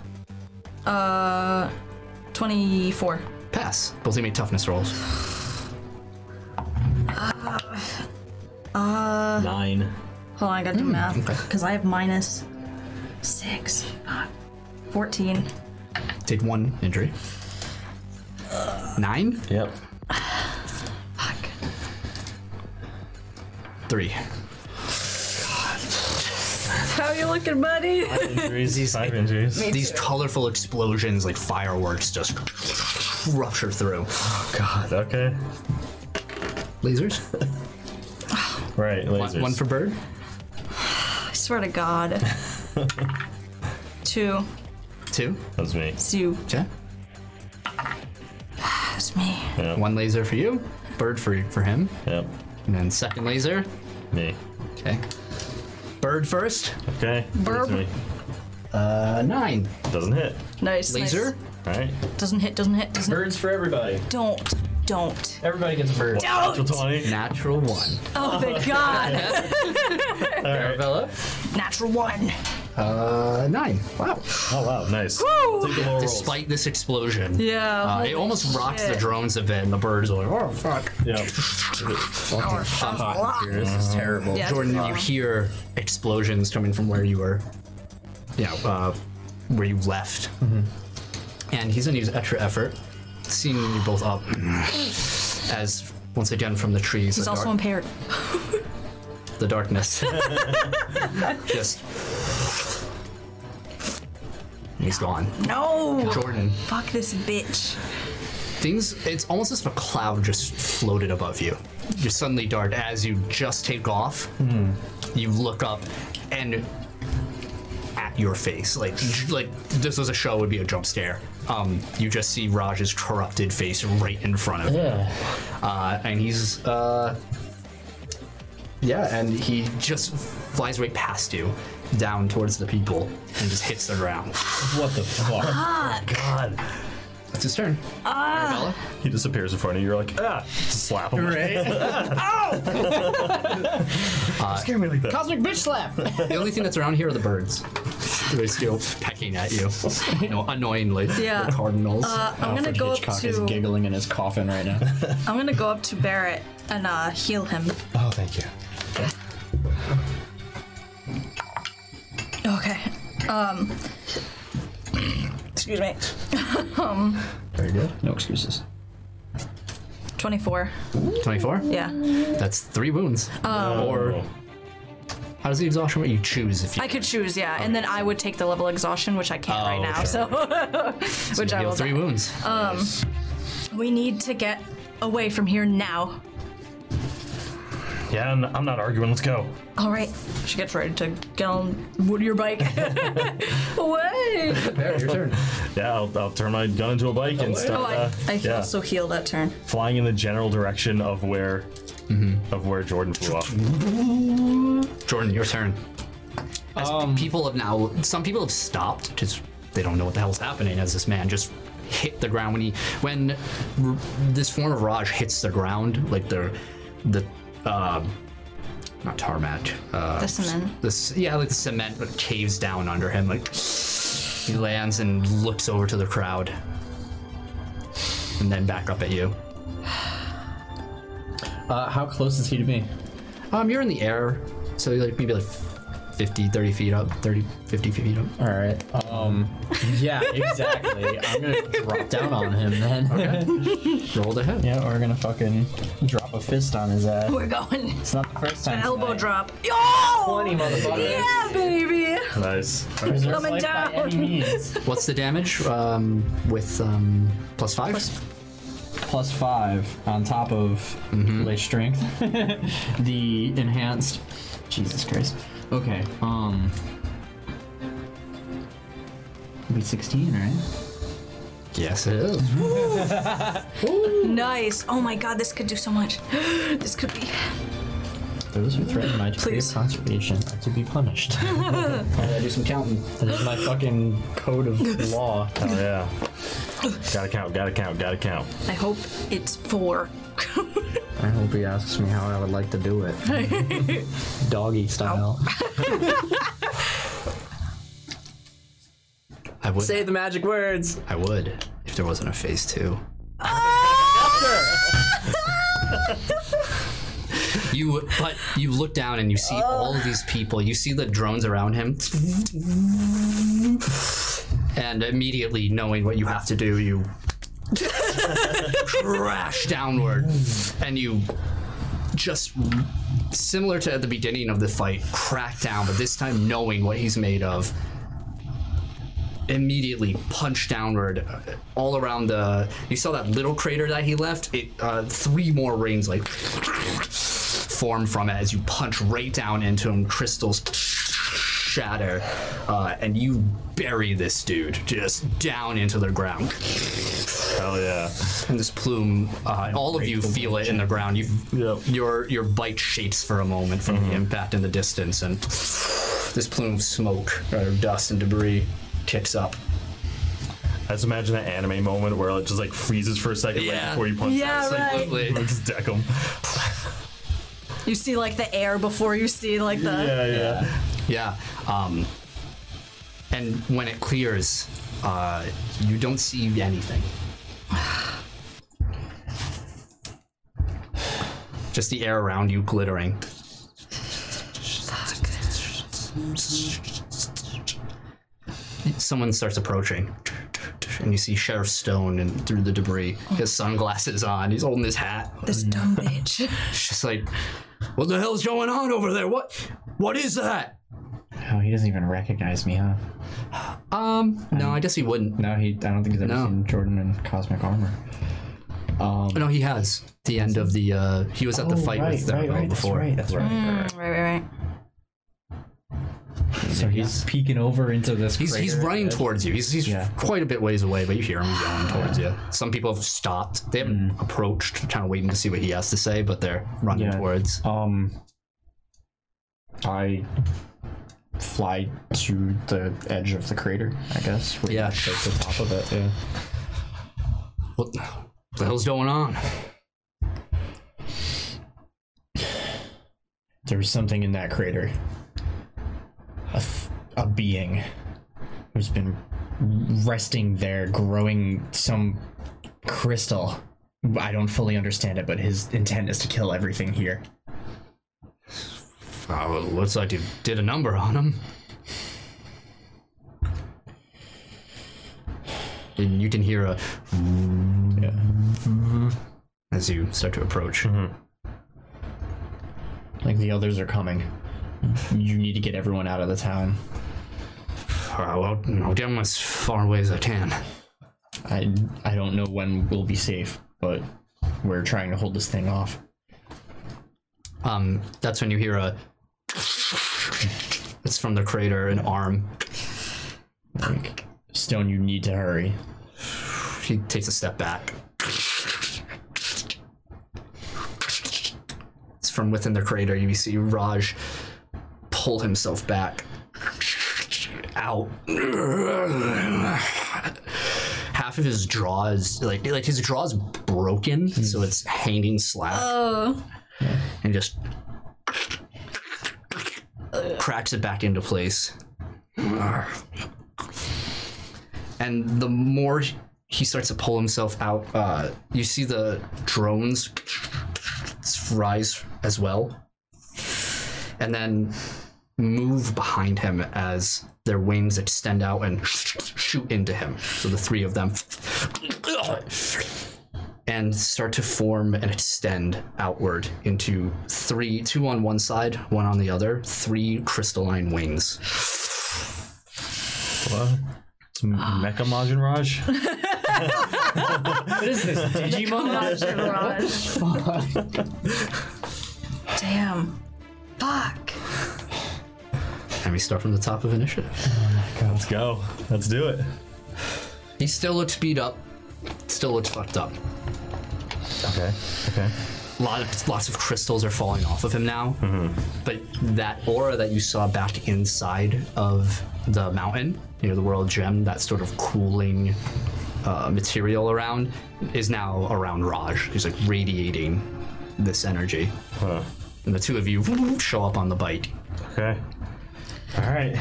D: Uh, 24.
A: Pass. Both of you make toughness rolls.
D: Uh-huh.
B: Nine.
D: Hold on, I gotta do math. Because I have minus uh, 6. Fuck. 14.
A: Did one injury. Nine.
B: Yep.
D: Fuck.
A: Three.
D: How you looking, buddy?
B: Injuries. Five injuries.
A: These colorful explosions, like fireworks, just rupture through.
B: God, okay.
A: Lasers.
B: Right, lasers.
A: One, one for bird.
D: [laughs] I swear to God. Two.
A: Two.
B: That's me.
D: It's you.
A: Okay.
D: That's me.
B: Yep.
A: One laser for you. Bird for for him.
B: Yep.
A: And then second laser.
B: Me.
A: Okay. Bird first.
B: Okay.
D: Burp.
B: That's me.
A: Uh, nine.
B: Doesn't hit.
D: Nice.
A: Laser.
B: All right.
D: nice. Doesn't hit, doesn't hit, doesn't
C: Birds for everybody.
D: Don't. Don't.
C: Everybody gets a bird.
B: Natural
D: Don't!
B: 20.
A: Natural one.
D: Oh, thank God.
A: Arabella.
D: Natural one.
A: Uh, nine. Wow.
B: Oh, wow. Nice.
D: Woo!
B: Take the lower rolls.
A: Despite this explosion.
D: Yeah.
A: Uh,
D: holy
A: it almost rocks the
D: shit.
A: drones a bit, and the birds are like, "Oh fuck!"
B: Yep.
D: Oh, sounds rock.
C: This is terrible.
D: Yeah,
A: Jordan,
D: it's
A: you
D: rock.
A: hear explosions coming from where you were, yeah, uh, where you left, and he's gonna use extra effort, seeing you both up, as once again from the trees,
D: He's
A: the,
D: also
A: dark-
D: impaired.
A: the
D: [laughs]
A: darkness, just he's gone.
D: No!
A: Jordan,
D: Fuck this bitch.
A: things it's almost as if a cloud just floated above you you suddenly dart as you just take off you look up and at your face like like this was a show it would be a jump scare um you just see raj's corrupted face right in front of you uh and he's uh yeah and he just flies right past you down towards the people and just hits the ground
B: What the fuck?
D: Uh-huh.
B: God.
A: that's his turn
D: Ah,
A: Arabella?
B: He disappears in front of you. You're like, ah, slap him. Scare me like that.
F: Cosmic bitch slap.
A: The only thing that's around here are the birds. [laughs] They're still pecking at you, you know, annoyingly.
D: Yeah.
A: The cardinals.
D: Uh, I'm gonna go up
F: Oh, Hitchcock is
D: to.
F: giggling in his coffin right
D: [laughs]
F: now.
D: I'm gonna go up to Barrett and uh, heal him.
B: Oh, thank you.
D: Okay. Um, Excuse me.
C: Very good.
F: No excuses.
D: 24.
A: 24?
D: Yeah.
A: That's three wounds.
D: Oh.
A: Or how does the exhaustion work? You choose if you
D: I could choose, yeah. And then I would take the level exhaustion, which I can't
B: Oh,
D: right now, so. [laughs] which I
A: deal
D: will.
A: three
D: die.
A: wounds.
D: We need to get away from here now.
B: Yeah, I'm, I'm not arguing. Let's go.
D: All right. She gets ready to get on wood your bike. [laughs] Away!
A: Barrett, your turn.
B: Yeah, I'll, I'll turn my gun into a bike [laughs] and start
D: Oh, I,
B: uh,
D: I
B: yeah,
D: also heal that turn.
B: flying in the general direction of where of where Jordan flew off.
A: Jordan, your turn. As people have now, some people have stopped because they don't know what the hell's happening. As this man just hit the ground when he, when r- this form of Raj hits the ground, like the, the, uh, not tarmac, uh,
D: The cement.
A: this yeah, like the cement but caves down under him. Like he lands and looks over to the crowd, and then back up at you.
C: Uh, how close is he to me?
A: Um, you're in the air, so you're like maybe like 50, 30 feet up, 30, 50 feet up.
C: All right. Um. Yeah, exactly. I'm gonna drop down on him then.
A: Roll the hit.
F: Yeah, we're gonna fucking drop a fist on his ass.
D: We're going. [laughs]
F: It's not the first time.
D: Elbow
F: tonight.
D: drop. Yo!
F: 20 motherfuckers.
D: Yeah, baby!
B: Nice. Oh,
F: Preserve
D: Coming
F: life by
D: down.
F: any means.
A: What's the damage um, with um, plus five?
F: Plus five on top of
C: Mm-hmm.
F: lay strength. [laughs] the enhanced. Jesus Christ. Okay. Um. it'll Be 16, right? Mm-hmm.
A: yes, it is.
D: Nice. Oh my god, this could do so much. [gasps] this could be.
C: Those who threaten my degree of
D: Please.
C: conservation are to be punished.
G: [laughs]
A: I gotta do some counting.
C: that is my fucking code
G: [laughs]
C: of law.
B: Oh yeah. gotta count. Gotta count. Gotta count.
D: I hope it's [laughs] four.
C: I hope he asks me how I would like to do it.
G: [laughs]
C: Doggy style.
A: I would.
G: Say the magic words.
A: I would if there wasn't a phase two. You, but you look down and you see all of these people. You see the drones around him, and immediately knowing what you have to do, you crash downward, and you just similar to at the beginning of the fight, crack down, but this time knowing what he's made of. Immediately punch downward, uh, all around the. You saw that little crater that he left. It uh, three more rings like form from it as you punch right down into him. Crystals shatter, uh, and you bury this dude just down into the ground.
B: Hell yeah.
A: And this plume, uh, all of you feel it in the ground. You,
B: Yep. Mm-hmm.
A: your your bike shakes for a moment from the impact in the distance, and this plume of smoke, or dust and debris, kicks up.
B: I just imagine that anime moment where it just like freezes for a second right
A: Yeah.
B: before you punch. [laughs]
D: Yeah,
B: out.
D: right.
A: Absolutely.
B: Just deck him.
D: You see, like, the air before you see, like, the.
B: Yeah, yeah.
A: Yeah. Um, and when it clears, uh, you don't see anything. Just the air around you glittering. Someone starts approaching, and you see Sheriff Stone and through the debris, his sunglasses on. He's holding his hat.
D: This dumb [laughs] bitch.
A: It's just like, what the hell's going on over there? What, what is that?
F: Oh, he doesn't even recognize me, huh?
A: Um, no, I guess he wouldn't.
F: Hmm. No, he. I don't think he's ever
A: No.
F: seen Jordan in cosmic armor.
A: Oh, No, he has. The end of the uh he was at the fight with Therago before.
F: That's Oh, right.
D: Mm, right, right, right.
F: So he's peeking over into this.
A: He's he's running towards you. He's he's
F: Yeah.
A: quite a bit ways away, but you hear him going towards you. Some people have stopped. They haven't approached, kind of waiting to see what he has to say, but they're running
F: Hmm. Yeah.
A: towards.
F: Um, I fly to the edge of the crater, I guess. We
A: Yeah.
F: take the top of it. Yeah.
A: What the hell's going on?
F: There was something in that crater. A, th- a being who's been resting there, growing some crystal. I don't fully understand it, but his intent is to kill everything here.
A: Oh, it looks like you did a number on him. and you can hear a as you start to approach.
F: Mm-hmm. Like the others are coming. You need to get everyone out of the town.
A: Uh, well, I'll get 'em as far away as I can.
F: I I don't know when we'll be safe, but we're trying to hold this thing off.
A: Um, that's when you hear a. It's from the crater, an arm.
F: Like, Stone, you need to hurry.
A: She takes a step back. It's from within the crater. You see Raj pull himself back. Out. Half of his jaw is like like his jaw is broken, so it's hanging slack
D: Oh,
A: and just cracks it back into place. And the more he starts to pull himself out, uh, you see the drones rise as well, and then move behind him as their wings extend out and shoot into him. So the three of them and start to form and extend outward into three, two on one side, one on the other, three crystalline wings.
B: What? It's Mecha Majin Raj?
F: What is this? Digimon?
D: Raj and Raj. Damn. Fuck.
A: And we start from the top of initiative.
B: Let's go. Let's do it.
A: He still looks beat up, still looks fucked up.
B: Okay. Okay.
A: lot of, lots of crystals are falling off of him now.
B: Mm-hmm.
A: But that aura that you saw back inside of the mountain, you know, the world gem, that sort of cooling uh, material around, is now around Raj. He's like radiating this energy.
B: Huh.
A: And the two of you [laughs] show up on the bike.
B: Okay. All right.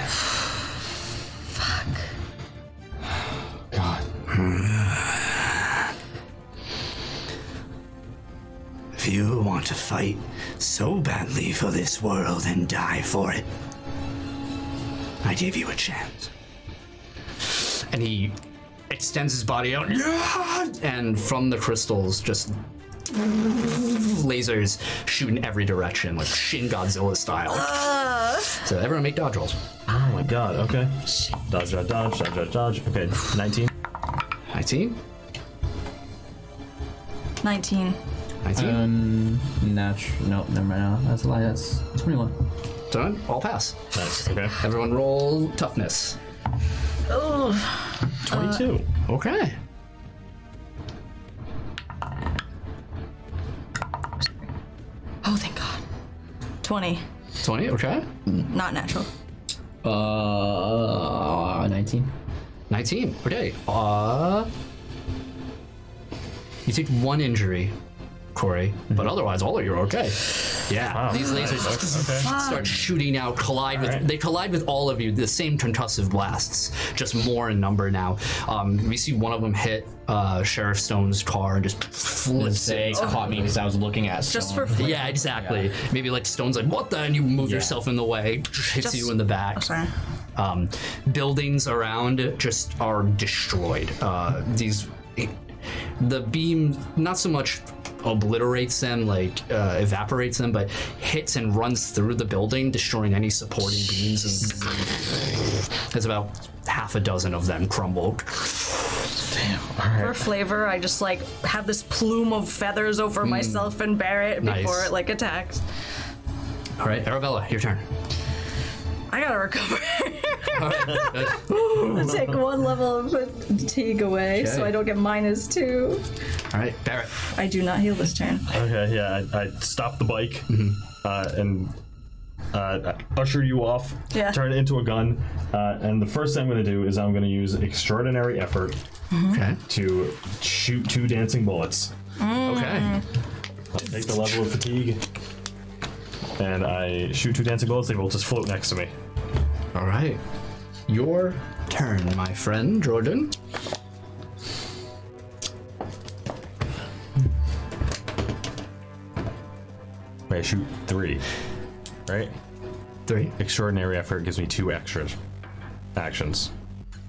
A: If you want to fight so badly for this world and die for it, I give you a chance. And he extends his body out, and from the crystals, just lasers shoot in every direction, like Shin Godzilla style. So everyone make dodge rolls.
B: Oh my god. Okay. Dodge, dodge, dodge, dodge, dodge, dodge. Okay. 19.
A: 19, 19,
D: 19.
F: Uh,
G: Um, natural. Nope, never mind. No, that's a lie. That's 21.
A: done, all pass.
B: Nice. Okay.
A: Everyone roll toughness.
B: 22.
A: Okay.
D: Oh, thank God. 20.
A: 20, okay.
D: Not natural.
G: Uh, 19.
A: 19. Okay. Uh, you take one injury, Corey, but otherwise, all of you are okay. Mm-hmm. Yeah.
B: Oh,
A: These lasers start shooting out, collide with. They collide with all of you. The same concussive blasts, just more in number now. Um, we see one of them hit uh, Sheriff Stone's car and just flips
F: Say,
A: it.
F: caught me because I was looking at
D: Just
F: Stone.
D: for fun.
A: Yeah, exactly. Maybe like Stone's like, what the? And you move yourself in the way, hits
D: Just- Oh,
A: you in the back
D: Sorry.
A: um, buildings around just are destroyed. Uh, these, the beam not so much obliterates them, like uh, evaporates them, but hits and runs through the building, destroying any supporting beams. And there's about half a dozen of them crumbled.
D: For flavor, I just like have this plume of feathers over myself and bear it
A: Nice.
D: before it like attacks.
A: All right, Arabella, your turn.
D: I
F: [laughs]
D: gotta recover. Take one level of fatigue away so I don't get minus two.
A: All right, Barrett.
D: I do not heal this turn.
B: Okay. Yeah. I, I stopped the bike uh, and uh, usher you off,
D: Yeah.
B: turn it into a gun. Uh, and the first thing I'm going to do is I'm going to use extraordinary effort
A: Okay.
B: to shoot two dancing bullets.
A: Okay.
B: I take the level of fatigue, and I shoot two dancing bullets. They will just float next to me.
A: All right. Your turn, my friend Jordan.
B: Wait, I shoot three, right?
A: Three.
B: Extraordinary effort gives me two extra actions.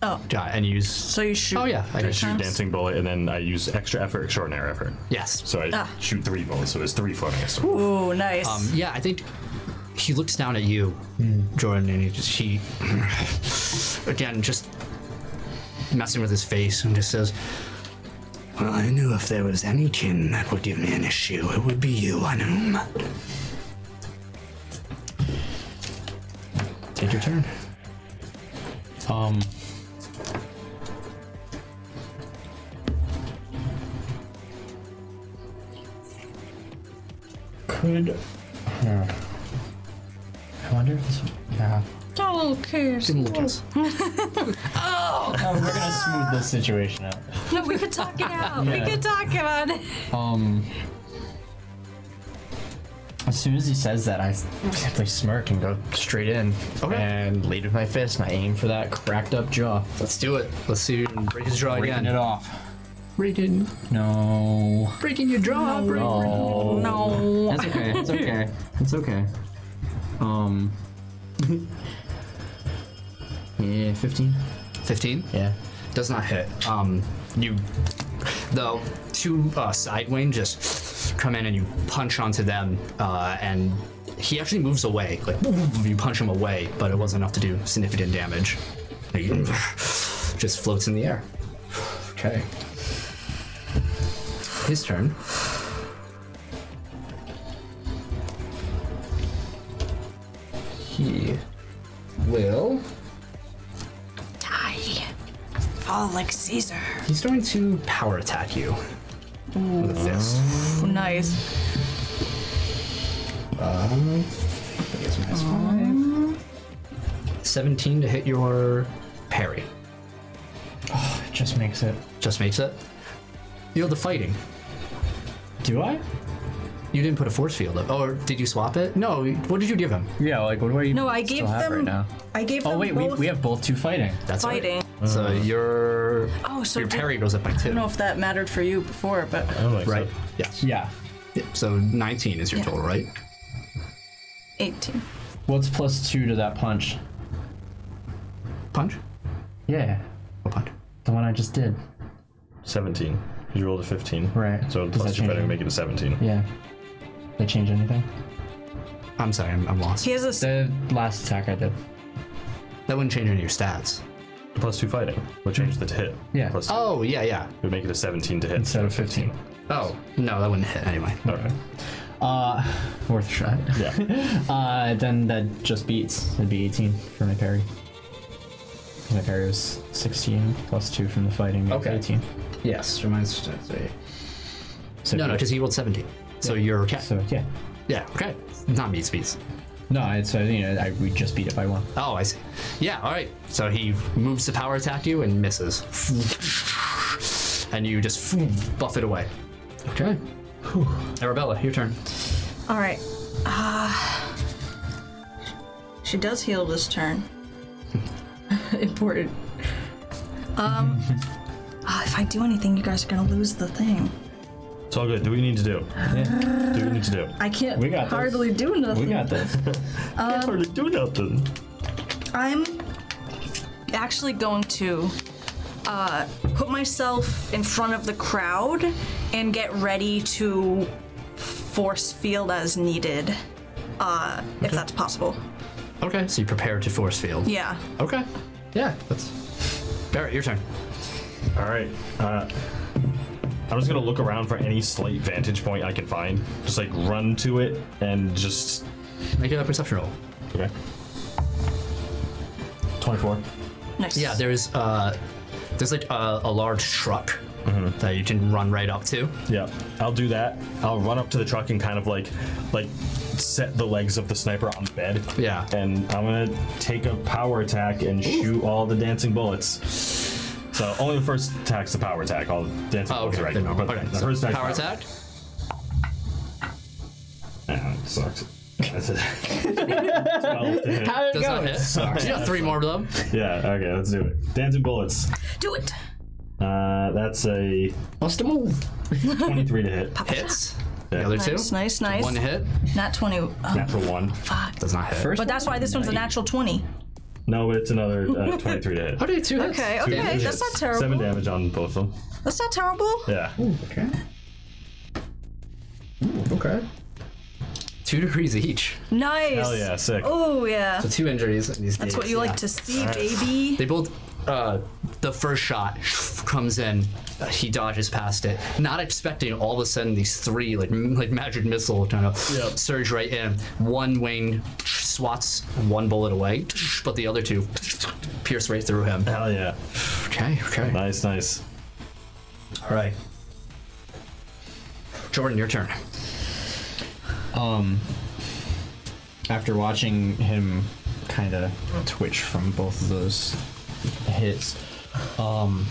D: Oh.
A: Jot and use.
D: So you shoot.
A: Oh yeah, I
D: three
A: can shoot
D: times?
B: Dancing bullet, and then I use extra effort, extraordinary effort.
A: Yes.
B: So I shoot three bullets, so there's three floating. So
D: Ooh, nice.
A: Um, yeah, I think he looks down at you, Jordan, and he just he [laughs] again just messing with his face and just says, "Well, I knew if there was any kin that would give me an issue, it would be you, Anum." Take your turn.
F: Um. Could. huh. I wonder if this. Yeah.
D: oh, okay.
F: Oh, we're gonna smooth this situation out.
D: No, we could talk it out.
F: Yeah.
D: We could talk about it.
F: Um. As soon as he says that, I simply smirk and go straight in.
A: Okay.
F: And lead with my fist, and I aim for that cracked up jaw.
A: Let's do it. Let's see you break his jaw
F: Breaking it
A: again.
F: off.
A: Breaking,
F: No.
A: breaking your jaw. break-
F: Oh.
D: No.
F: That's okay. It's okay. It's okay. Um. [laughs] yeah, 15.
A: Fifteen.
F: Yeah.
A: does not hit. Um, you, the two uh, side wing just come in and you punch onto them, uh, and he actually moves away. Like you punch him away, but it wasn't enough to do significant damage. He just floats in the air. Okay. His turn. He will.
D: Die. Fall like Caesar.
A: He's going to power attack you with a fist.
D: Nice.
A: Seventeen to hit your parry.
F: It just makes it.
A: Just makes it. You know the fighting.
F: Do I?
A: You didn't put a force field up, or did you swap it? Oh. No. What did you give him?
F: Yeah, like, what do I
D: No, I
F: still
D: gave
F: have
D: them.
F: right now?
D: I gave them
F: Oh, wait, we,
D: both
F: we have both two fighting.
A: That's right.
D: fighting.
A: So your
D: Oh, so
A: your
D: did-
A: parry goes up by two.
D: I don't know if that mattered for you before, but
F: Oh.
A: right. Yeah.
F: Yeah.
A: So nineteen is your
D: Yeah.
A: total, right?
D: 18.
F: What's plus two to that punch?
A: Punch.
F: Yeah.
A: What Oh, punch?
F: The one I just did.
B: 17. You rolled a 15.
F: Right.
B: So
F: Does that
B: plus two
F: change
B: better
F: it?
B: make it a 17.
F: Yeah. They change anything?
A: I'm sorry, I'm, I'm lost.
D: He has a. s-
F: The last attack I did.
A: That wouldn't change any of your stats.
B: Plus two fighting would change the hit.
F: Yeah.
B: Plus two
A: Oh yeah, yeah.
B: would make it a 17 to hit.
F: [laughs] Instead of 15.
A: Oh no, that wouldn't hit anyway.
B: Okay.
F: Uh, worth a shot.
B: Yeah.
F: Uh, then that just beats. It'd be 18 for my parry. My parry was 16 plus 2 from the fighting. makes
A: Okay.
F: 18.
A: Yes, reminds me.
F: So
A: No, no,
F: yeah.
A: because he rolled seventeen. So you're okay.
F: So, yeah.
A: Yeah, okay. Not meat speeds.
F: No, I- so, you know, I, we just beat it by one.
A: Oh, I see. Yeah, all right. So he moves to power attack you and misses. And you just buff it away. Okay. Arabella, your turn.
D: All right. Ah. she does heal this turn. [laughs] Important. Um.
F: [laughs]
D: ah, if I do anything, you guys are gonna lose the thing.
B: [laughs] It's all good. Do what you need to do. Do what you need to do.
D: I can't
F: got this.
D: hardly do nothing.
F: We got this.
B: can't hardly do nothing.
D: I'm actually going to uh, put myself in front of the crowd and get ready to force field as needed, uh, if that's possible.
A: Okay, so you prepare to force field.
D: Yeah.
A: Okay. Yeah, that's. Barrett, your turn.
B: All right. Uh, I'm just gonna look around for any slight vantage point I can find. Just like run to it and just.
A: Make a perception roll.
B: Okay. 24.
D: Nice.
A: Yeah, there's uh, there's like a, a large truck that you can run right up to.
B: Yeah, I'll do that. I'll run up to the truck and kind of like, like, set the legs of the sniper on the bed.
A: Yeah.
B: And I'm gonna take a power attack and shoot all the dancing bullets. So only the first attack's the power attack. All the dancing
A: Oh,
B: bullets
A: okay.
B: are
A: then
B: regular.
A: normal.
B: But
A: Okay,
B: the
A: so
B: first attack.
A: power attack.
B: Ah, it sucks. That's it.
A: [laughs]
B: 12 to hit.
A: Does not hit. You got three more of them.
B: [laughs] Yeah, okay, let's do it. Dancing bullets.
D: Do it.
B: Uh, that's a
A: Must have moved.
B: 23 to hit.
A: Hits. The other two.
D: Nice, nice, nice.
A: One hit.
D: Not 20. Oh,
B: Natural one.
D: fuck.
A: Does not hit.
D: But that's why this one's a natural 20.
B: No, but it's another uh, 23 to hit.
A: How did two hits?
D: Okay, okay, that's not terrible.
B: Seven damage on both of them.
D: That's not terrible.
B: Yeah.
F: Okay. Ooh, okay.
A: Two degrees each.
D: Nice.
B: Hell yeah, sick.
D: Oh yeah.
A: The two injuries. in these
D: That's
A: days,
D: what you
A: yeah.
D: like to see,
A: [laughs]
D: baby.
A: They both. Uh, the first shot [laughs] comes in. uh, He dodges past it, not expecting all of a sudden these three like m- like magic missile kind of surge right in. One wing swats one bullet away, [laughs] but the other two [laughs] pierce right through him.
B: Hell yeah.
A: Okay, okay.
B: Nice, nice.
A: All right. Jordan, your turn.
F: Um, after watching him kind of twitch from both of those hits, um,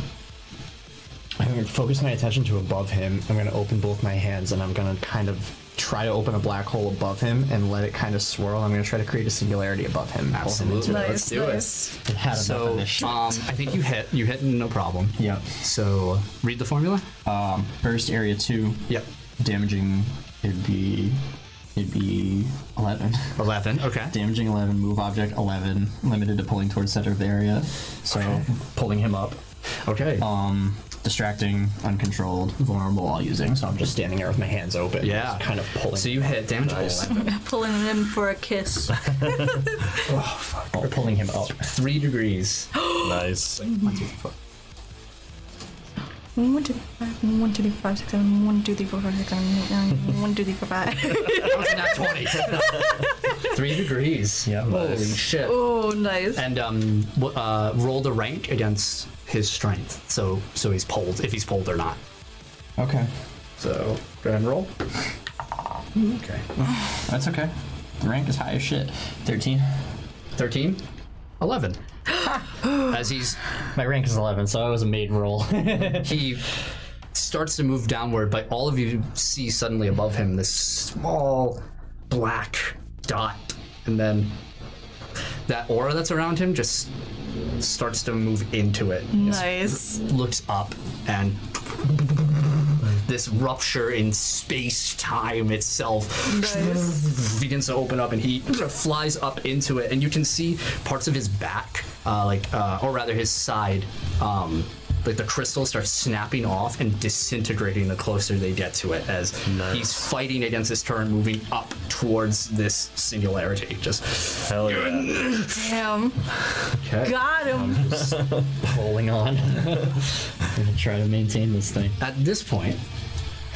F: I'm gonna focus my attention to above him. I'm gonna open both my hands and I'm gonna kind of try to open a black hole above him and let it kind of swirl. I'm gonna try to create a singularity above him. pull him into
A: Absolutely.
F: it.
A: Let's
D: Nice,
A: do it.
D: nice.
F: I've had enough
A: So,
F: of
A: um,
F: this shit.
A: I think you hit. You hit, no problem.
F: Yep.
A: So, read the formula.
F: Um, burst area two.
A: Yep.
F: Damaging. It'd be. It'd be eleven. [laughs]
A: Eleven. Okay.
F: damaging 11 move object 11 limited to pulling towards center of the area so pulling him up
A: Okay.
F: um distracting uncontrolled vulnerable while using so i'm just standing there with my hands open
A: Yeah.
F: just kind of pulling
A: So you hit damage
F: Nice.
A: of 11.
D: Pulling him for a kiss.
F: or pulling him up
A: Three degrees.
B: Nice.
D: One, two, three, five, one, two, three, five, six, seven, one, two, three, four, five, six, seven, eight, nine, one, two, three, four, five.
A: That was not 20. [laughs] Three degrees.
F: Yeah,
A: Holy
F: nice.
A: shit.
D: Oh, nice.
A: And um, w- uh, roll the rank against his strength. So so he's pulled, if he's pulled or not.
F: okay
A: So go ahead and
F: [laughs]
A: roll. Okay.
F: that's okay the rank is high as shit 13
A: 13,
F: [gasps]
A: 11. As he's
F: my rank is 11 so i was a made [laughs] roll
A: he starts to move downward, but all of you see suddenly above him this small black dot, and then that aura that's around him just starts to move into it.
D: Nice.
A: Looks up and this rupture in space time itself
D: Nice.
A: begins to open up and he flies up into it and you can see parts of his back uh, like uh, or rather his side um, like the crystal starts snapping off and disintegrating the closer they get to it as he's fighting against his turn moving up towards this singularity just
B: Hell yeah.
D: Damn.
A: okay
D: Got him.
F: holding [laughs] on i'm gonna try to maintain this thing
A: at this point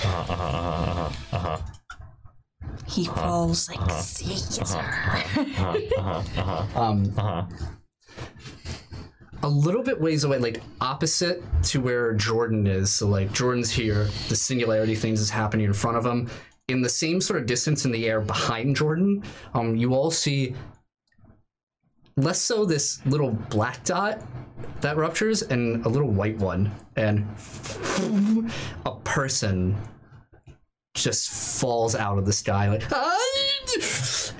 B: Uh-huh,
D: [laughs] He falls like Caesar.
A: a little bit ways away, like opposite to where Jordan is. So like Jordan's here, the singularity things is happening in front of him. In the same sort of distance in the air behind Jordan, um, you all see less so this little black dot that ruptures and a little white one, and [laughs] a person just falls out of the sky like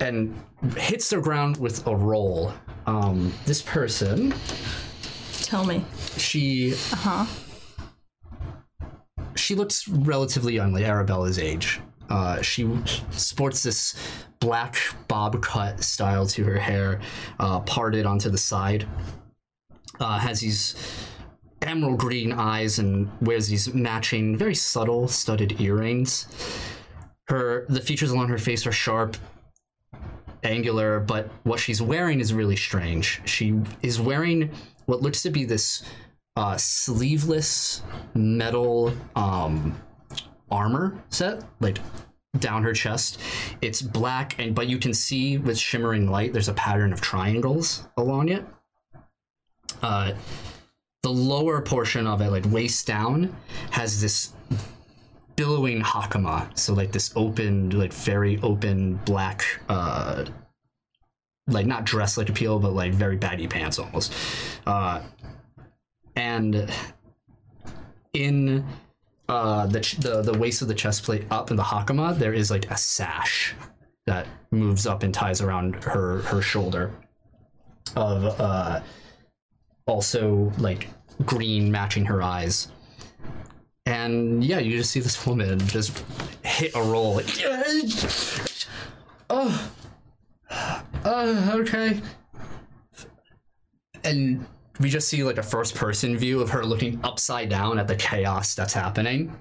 A: [laughs] and hits the ground with a roll. Um, this person
D: Tell me.
A: she uh-huh she looks relatively young like arabella's age uh, she sports this black bob cut style to her hair uh, parted onto the side uh, has these emerald green eyes and wears these matching very subtle studded earrings her the features along her face are sharp angular, but what she's wearing is really strange. She is wearing what looks to be this uh, sleeveless metal um, armor set, like down her chest. It's black, and but you can see with shimmering light, there's a pattern of triangles along it. Uh, the lower portion of it, like waist down, has this billowing hakama so like this open like very open black uh like not dressed like a peel but like very baggy pants almost uh and in uh the ch- the, the waist of the chest plate up in the hakama there is like a sash that moves up and ties around her her shoulder of uh also like green matching her eyes and yeah, you just see this woman just hit a roll. Like, [sighs] uh, oh, oh, okay. and we just see like a first person view of her looking upside down at the chaos that's happening.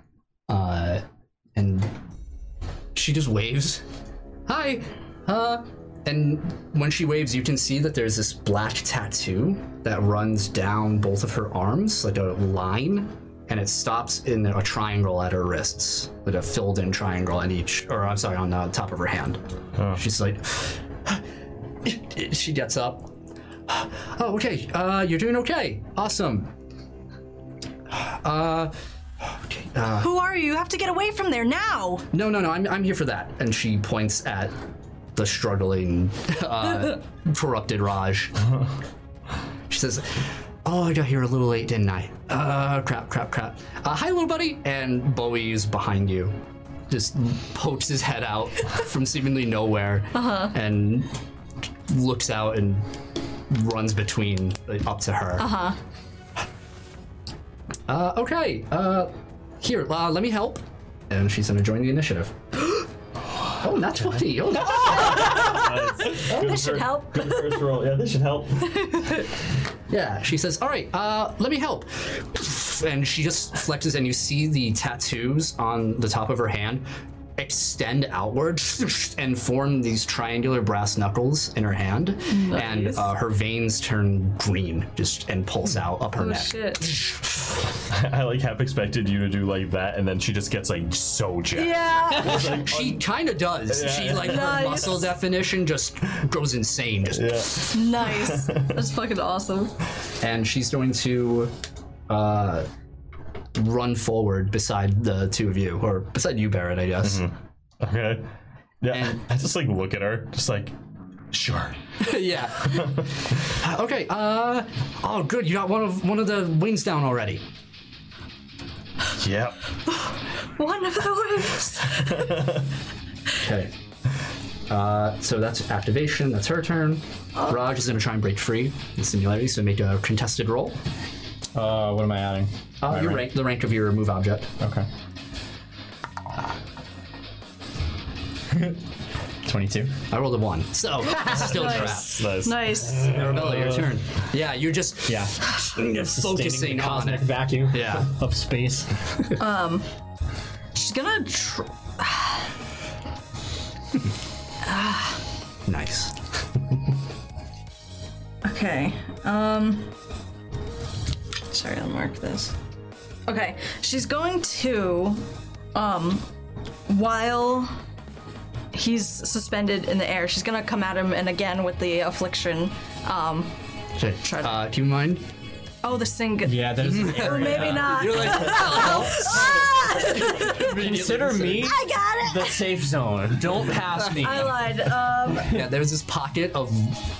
A: Uh, and she just waves. Hi. Uh, and when she waves, you can see that there's this black tattoo that runs down both of her arms, like a line, and it stops in a triangle at her wrists, like a filled in triangle on each, or I'm sorry, on the top of her hand. She's like, [gasps] she gets up. Oh, okay. Uh, you're doing okay. Awesome. Uh, okay. Uh,
D: Who are you? You have to get away from there now.
A: no, no, no. I'm, I'm here for that. And she points at the struggling, uh, corrupted Raj. she says, "Oh, I got here a little late, didn't I? Uh, crap, crap, crap. Uh, hi, little buddy." And Bowie's behind you, just pokes his head out from seemingly nowhere and looks out and runs between like, up to her. Uh-huh. Uh Okay. Uh, here. Uh, let me help. And she's gonna join the initiative. [gasps] oh, not twenty. Oh, that's
D: [laughs] This should help.
E: Good first roll. Yeah, this should
D: [laughs]
E: help.
A: Yeah, she says, "All right, uh, let me help," [laughs] and she just flexes, and you see the tattoos on the top of her hand extend outward [laughs] and form these triangular brass knuckles in her hand, and uh, her veins turn green, just and pulse out up her neck.
D: Oh, Shit.
B: I like half expected you to do like that, and then she just gets like so jacked.
D: Yeah.
A: She kind of does. she like her
D: Nice.
A: muscle definition just grows insane.
C: [laughs]
A: Just
D: nice. That's fucking awesome.
A: and she's going to uh, run forward beside the two of you, or beside you, Barrett, I guess.
B: Okay. Yeah.
A: And-
B: I just like look at her, just like,
D: [laughs]
B: sure.
A: [laughs] yeah. [laughs] Uh, okay. Uh. Oh, good. You got one of one of the wings down already.
B: Yep.
D: One of the waves.
A: Okay. Uh. So that's activation. That's her turn. Raj is gonna try and break free in similarity, so make a contested roll.
C: Uh, what am I adding?
F: Oh,
A: Uh, your rank, the rank of your move object.
C: Okay.
F: Ah.
C: 22.
A: I rolled a one, so still trapped.
B: Nice.
D: Nice.
A: Arabella, your turn. Uh, Yeah, you're just
C: Uh, [laughs] Yeah.
A: focusing on
C: Cosmic
A: it.
C: vacuum
A: Yeah.
C: of space.
D: She's gonna. Tr-
A: Nice.
D: okay. Um. Sorry, I'll mark this. Okay. She's going to. Um. While he's suspended in the air, she's gonna come at him and again with the affliction. Um.
A: Okay.
D: Try to-
A: Uh, do you mind?
D: Oh, the sing.
C: Yeah, [laughs] that is.
D: Or maybe not. [laughs] Ah!
A: You're like,
C: Consider me
D: I got it.
C: the safe zone. Don't pass me.
D: I lied. Um.
A: yeah. There's this pocket of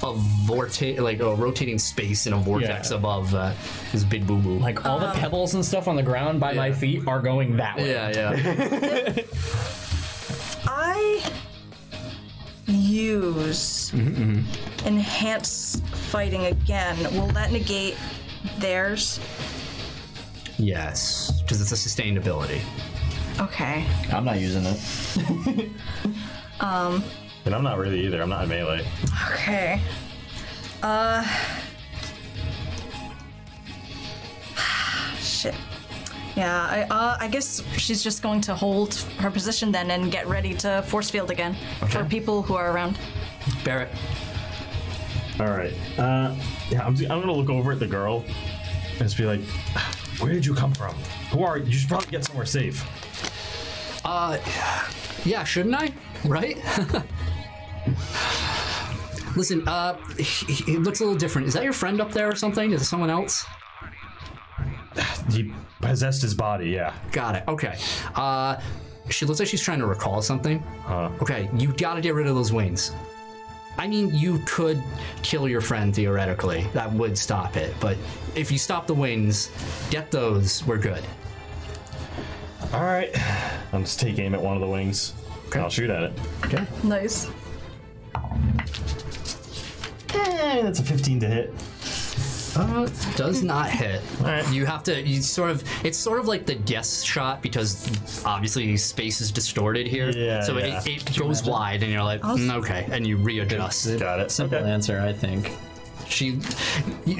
A: of vortex, like a rotating space in a vortex
C: Yeah.
A: above uh, this big boo boo.
C: Like all the pebbles and stuff on the ground by my
A: Yeah.
C: feet are going that way.
A: yeah,
C: [laughs]
A: yeah.
D: I use enhance fighting again. Will that negate theirs?
A: yes, because it's a sustainability.
D: Okay.
F: I'm not using it.
B: And I'm not really either. I'm not in melee.
D: Okay. Uh. Shit. Yeah. I, uh, I guess she's just going to hold her position then and get ready to force field again for people who are around.
A: Barrett.
B: All right. Uh, yeah, I'm, I'm gonna look over at the girl and just be like, "Where did you come from? Who are you? You should probably get somewhere safe."
A: Uh, yeah, shouldn't I? Right? [laughs] Listen, uh, he, he looks a little different. Is that your friend up there or something? Is it someone else?
B: He possessed his body. Yeah.
A: Got it. Okay. Uh, she looks like she's trying to recall something.
B: Huh.
A: Okay, you gotta get rid of those wings. I mean, you could kill your friend theoretically. That would stop it. But if you stop the wings, get those. We're good.
B: All right. I'm just take aim at one of the wings. Okay. I'll shoot at it.
A: Okay.
D: Nice.
B: Eh, that's a 15 to hit.
A: Uh, does not hit.
B: right.
A: You have to. You sort of. It's sort of like the guess shot because obviously space is distorted here.
B: Yeah,
A: So
B: yeah.
A: it, it goes wide, and you're like, "Mm, okay, and you readjust.
B: Got it.
C: Simple
B: Okay.
C: answer, I think.
A: She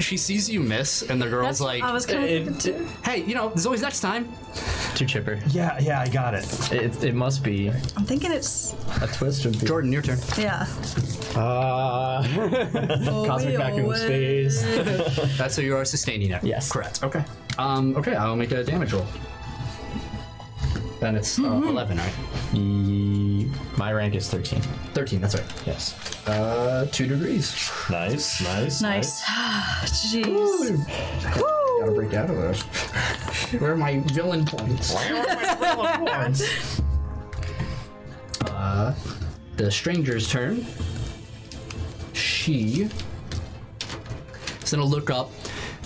A: she sees you miss, and the girl's
D: That's
A: like,
D: what I was kinda thinking too.
A: "Hey, you know, there's always next time."
C: Too chipper.
B: Yeah, yeah, I got it.
C: It, it must be
D: I'm thinking it's
C: a twist of the Ah.
A: Jordan, your turn.
D: yeah.
C: cosmic vacuum of space.
A: That's Uh, so you are sustaining it.
C: Yes.
A: correct. Okay. Um. Okay, I'll make a damage roll. Then it's uh, eleven, right?
C: E- My rank is 13.
A: Thirteen. That's right.
C: Yes.
A: Uh, two degrees.
B: Nice, nice,
D: Nice. [sighs] Jeez.
A: Gotta break out of those. Where are my villain points? [laughs] uh, the stranger's turn. She is gonna look up,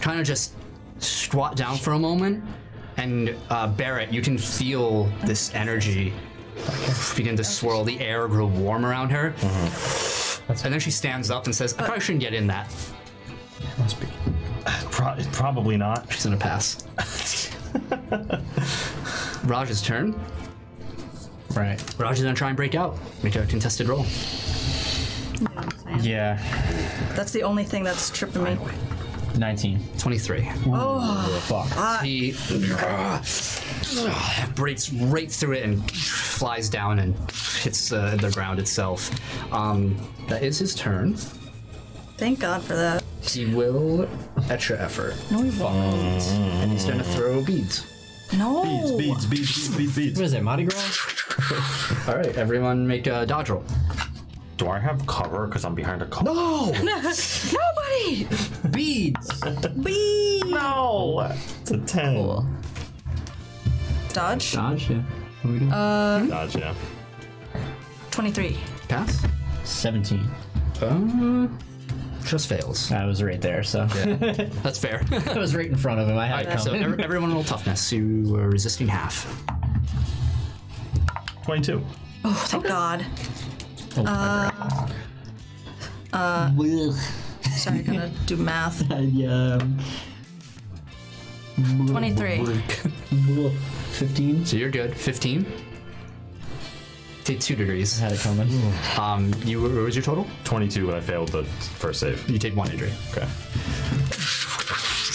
A: kind of just squat down for a moment, and uh, Barrett, you can feel this energy begin to swirl. The air grow warm around her, and then she stands up and says, "I probably shouldn't get in that."
C: Must be.
B: Pro- probably not.
A: She's gonna pass.
F: [laughs]
A: Raj's turn.
C: Right.
A: Raj is gonna try and break out. Make a contested roll.
C: Yeah.
D: That's the only thing that's tripping me.
C: 19.
A: 23.
C: Fuck.
A: He [sighs] breaks right through it and flies down and hits uh, the ground itself. Um, that is his turn.
D: Thank God for that.
A: He will extra effort. No, he won't. And he's
F: Mm.
A: gonna throw beads.
D: No.
B: Beats, beats, beats, beats, beats,
F: What
B: beats.
F: is it, Mardi Gras?
A: [laughs] All right, everyone make a dodge roll.
B: Do I have cover? Because I'm behind a cover.
A: Oh,
D: [laughs] Nobody.
A: beads!
D: Bee.
B: No! It's a 10.
D: Dodge.
G: Dodge, yeah. What we doing?
B: Gotcha.
D: Twenty-three.
A: Pass.
F: 17.
A: Uh, just fails.
F: I was right there, so.
A: That's [laughs] fair.
F: [laughs] I was right in front of him. I had it
A: Alright, [laughs] so
F: coming.
A: every, everyone roll toughness. You were resisting [laughs] half.
B: 22.
D: Oh, thank God. Sorry,
A: [laughs]
D: gonna do math.
F: yeah.
D: Twenty-three.
F: 15.
A: So you're good. 15. Did two degrees.
F: Had it coming.
A: Um, you what was your total?
B: 22, but I failed the first save.
A: You take one injury.
B: Okay.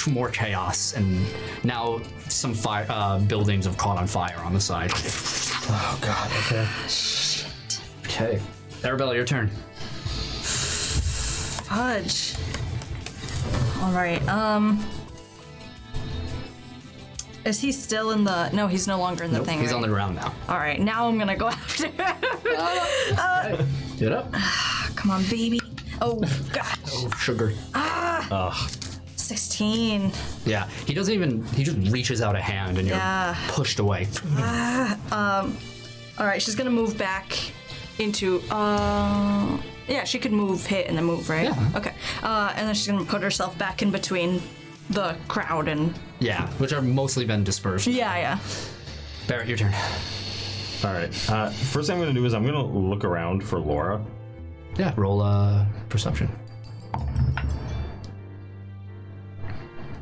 A: More chaos, and now some fire uh, buildings have caught on fire on the side.
B: Oh, God, okay.
A: Okay, Arabella, your turn.
D: Fudge. All right. Um. Is he still in the? No, he's no longer in the thing.
A: He's on the
D: right?
A: ground now.
D: All right. Now I'm gonna go [laughs] after. him.
A: [laughs] Get up.
D: Come on, baby. Oh God.
A: Oh, sugar.
D: Sixteen.
A: Yeah, he doesn't even. He just reaches out a hand, and you're
D: Yeah.
A: pushed away.
D: All right. She's gonna move back into. Uh. Yeah, she could move, hit, and then move, right?
A: Yeah.
D: Okay. Uh, and then she's gonna put herself back in between the crowd and.
A: Yeah, which are mostly been dispersed.
D: Yeah, yeah.
A: Barrett, your turn.
B: All right. Uh, first thing I'm going to do is I'm going to look around for Laura.
A: Yeah, roll uh, perception.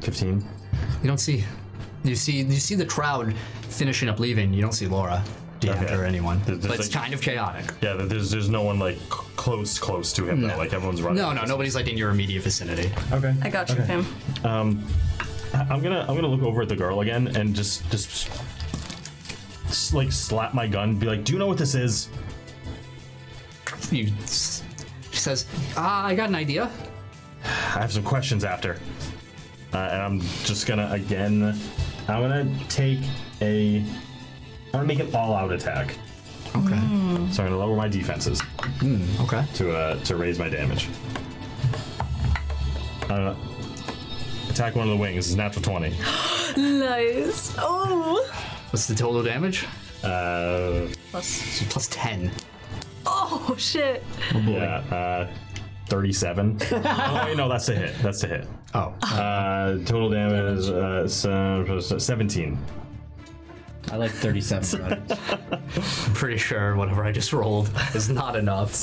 B: 15.
A: You don't see. You see. You see the crowd finishing up leaving. You don't see Laura, Deanna,
B: Okay.
A: or anyone.
B: There's-
A: but
B: there's
A: it's
B: like-
A: kind of chaotic.
B: Yeah, th- there's there's no one like c- close close to him. though. Like everyone's running.
A: No, no, nobody's like in your immediate vicinity.
B: Okay.
D: I got you, fam.
B: I'm gonna I'm gonna look over at the girl again and just just s- like slap my gun. Be like, do you know what this is?
A: You, s- she says, "Ah, I got an idea."
B: I have some questions after. Uh, and I'm just gonna again. I'm gonna take a. I'm gonna make an all-out attack.
A: Okay.
B: So I'm gonna lower my defenses
A: Okay.
B: to uh, to raise my damage. Uh, attack one of the wings. It's natural twenty.
D: Nice. Oh.
A: What's the total damage?
B: Uh,
D: Plus.
A: So plus ten.
D: Oh shit.
B: yeah. Uh, Thirty-seven. oh wait, no, that's a hit. That's a hit.
A: [sighs] Oh,
B: Uh, total damage uh, se- plus seventeen.
F: I like [laughs] 37. right?
A: I'm pretty sure whatever I just rolled [laughs] is not
D: [laughs]
A: enough.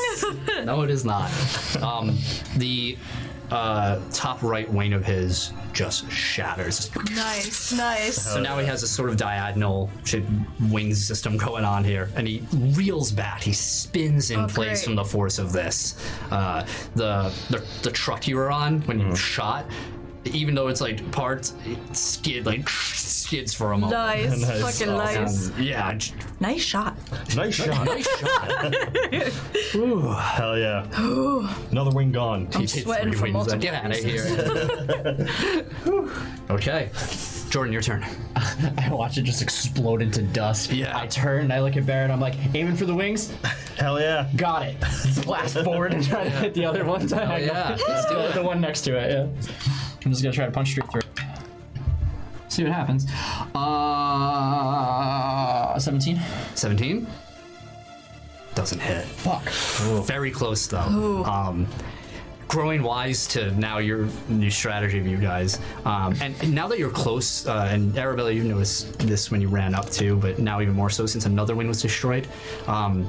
A: no, it is not. Um, the uh, top right wing of his just shatters.
D: Nice, nice.
A: So now he has a sort of diagonal shit wings system going on here, and he reels back. He spins in
D: Oh,
A: place
D: great.
A: from the force of this. Uh, the, the the truck you were on when you shot, even though it's like parts, it skid like [sniffs] skids for a moment. Um,
D: Nice,
B: Nice.
D: fucking nice.
A: Yeah, j-
D: Nice shot.
B: Nice shot.
D: [laughs]
A: nice shot.
B: Hell yeah. Another wing gone.
A: You take
D: sweating
A: three
D: for
A: wings and
D: multiple
A: Get out of here.
D: [laughs]
A: okay, Jordan, your turn.
F: [laughs] I watch it just explode into dust.
A: Yeah. Oh,
F: I turn, I look at Barrett, I'm like, aiming for the wings?
B: Hell yeah.
F: Got it. Blast forward and try to hit the other one.
A: Oh,
F: [laughs]
A: yeah, let's do
F: Still
A: it.
F: hit the one next to it, yeah. I'm just gonna try to punch straight through it.
G: See what happens.
F: Uh, 17.
A: 17 doesn't hit fuck very close though um growing wise to now your new strategy of you guys um and, and now that you're close uh, and arabella you noticed this when you ran up too but now even more so since another wing was destroyed um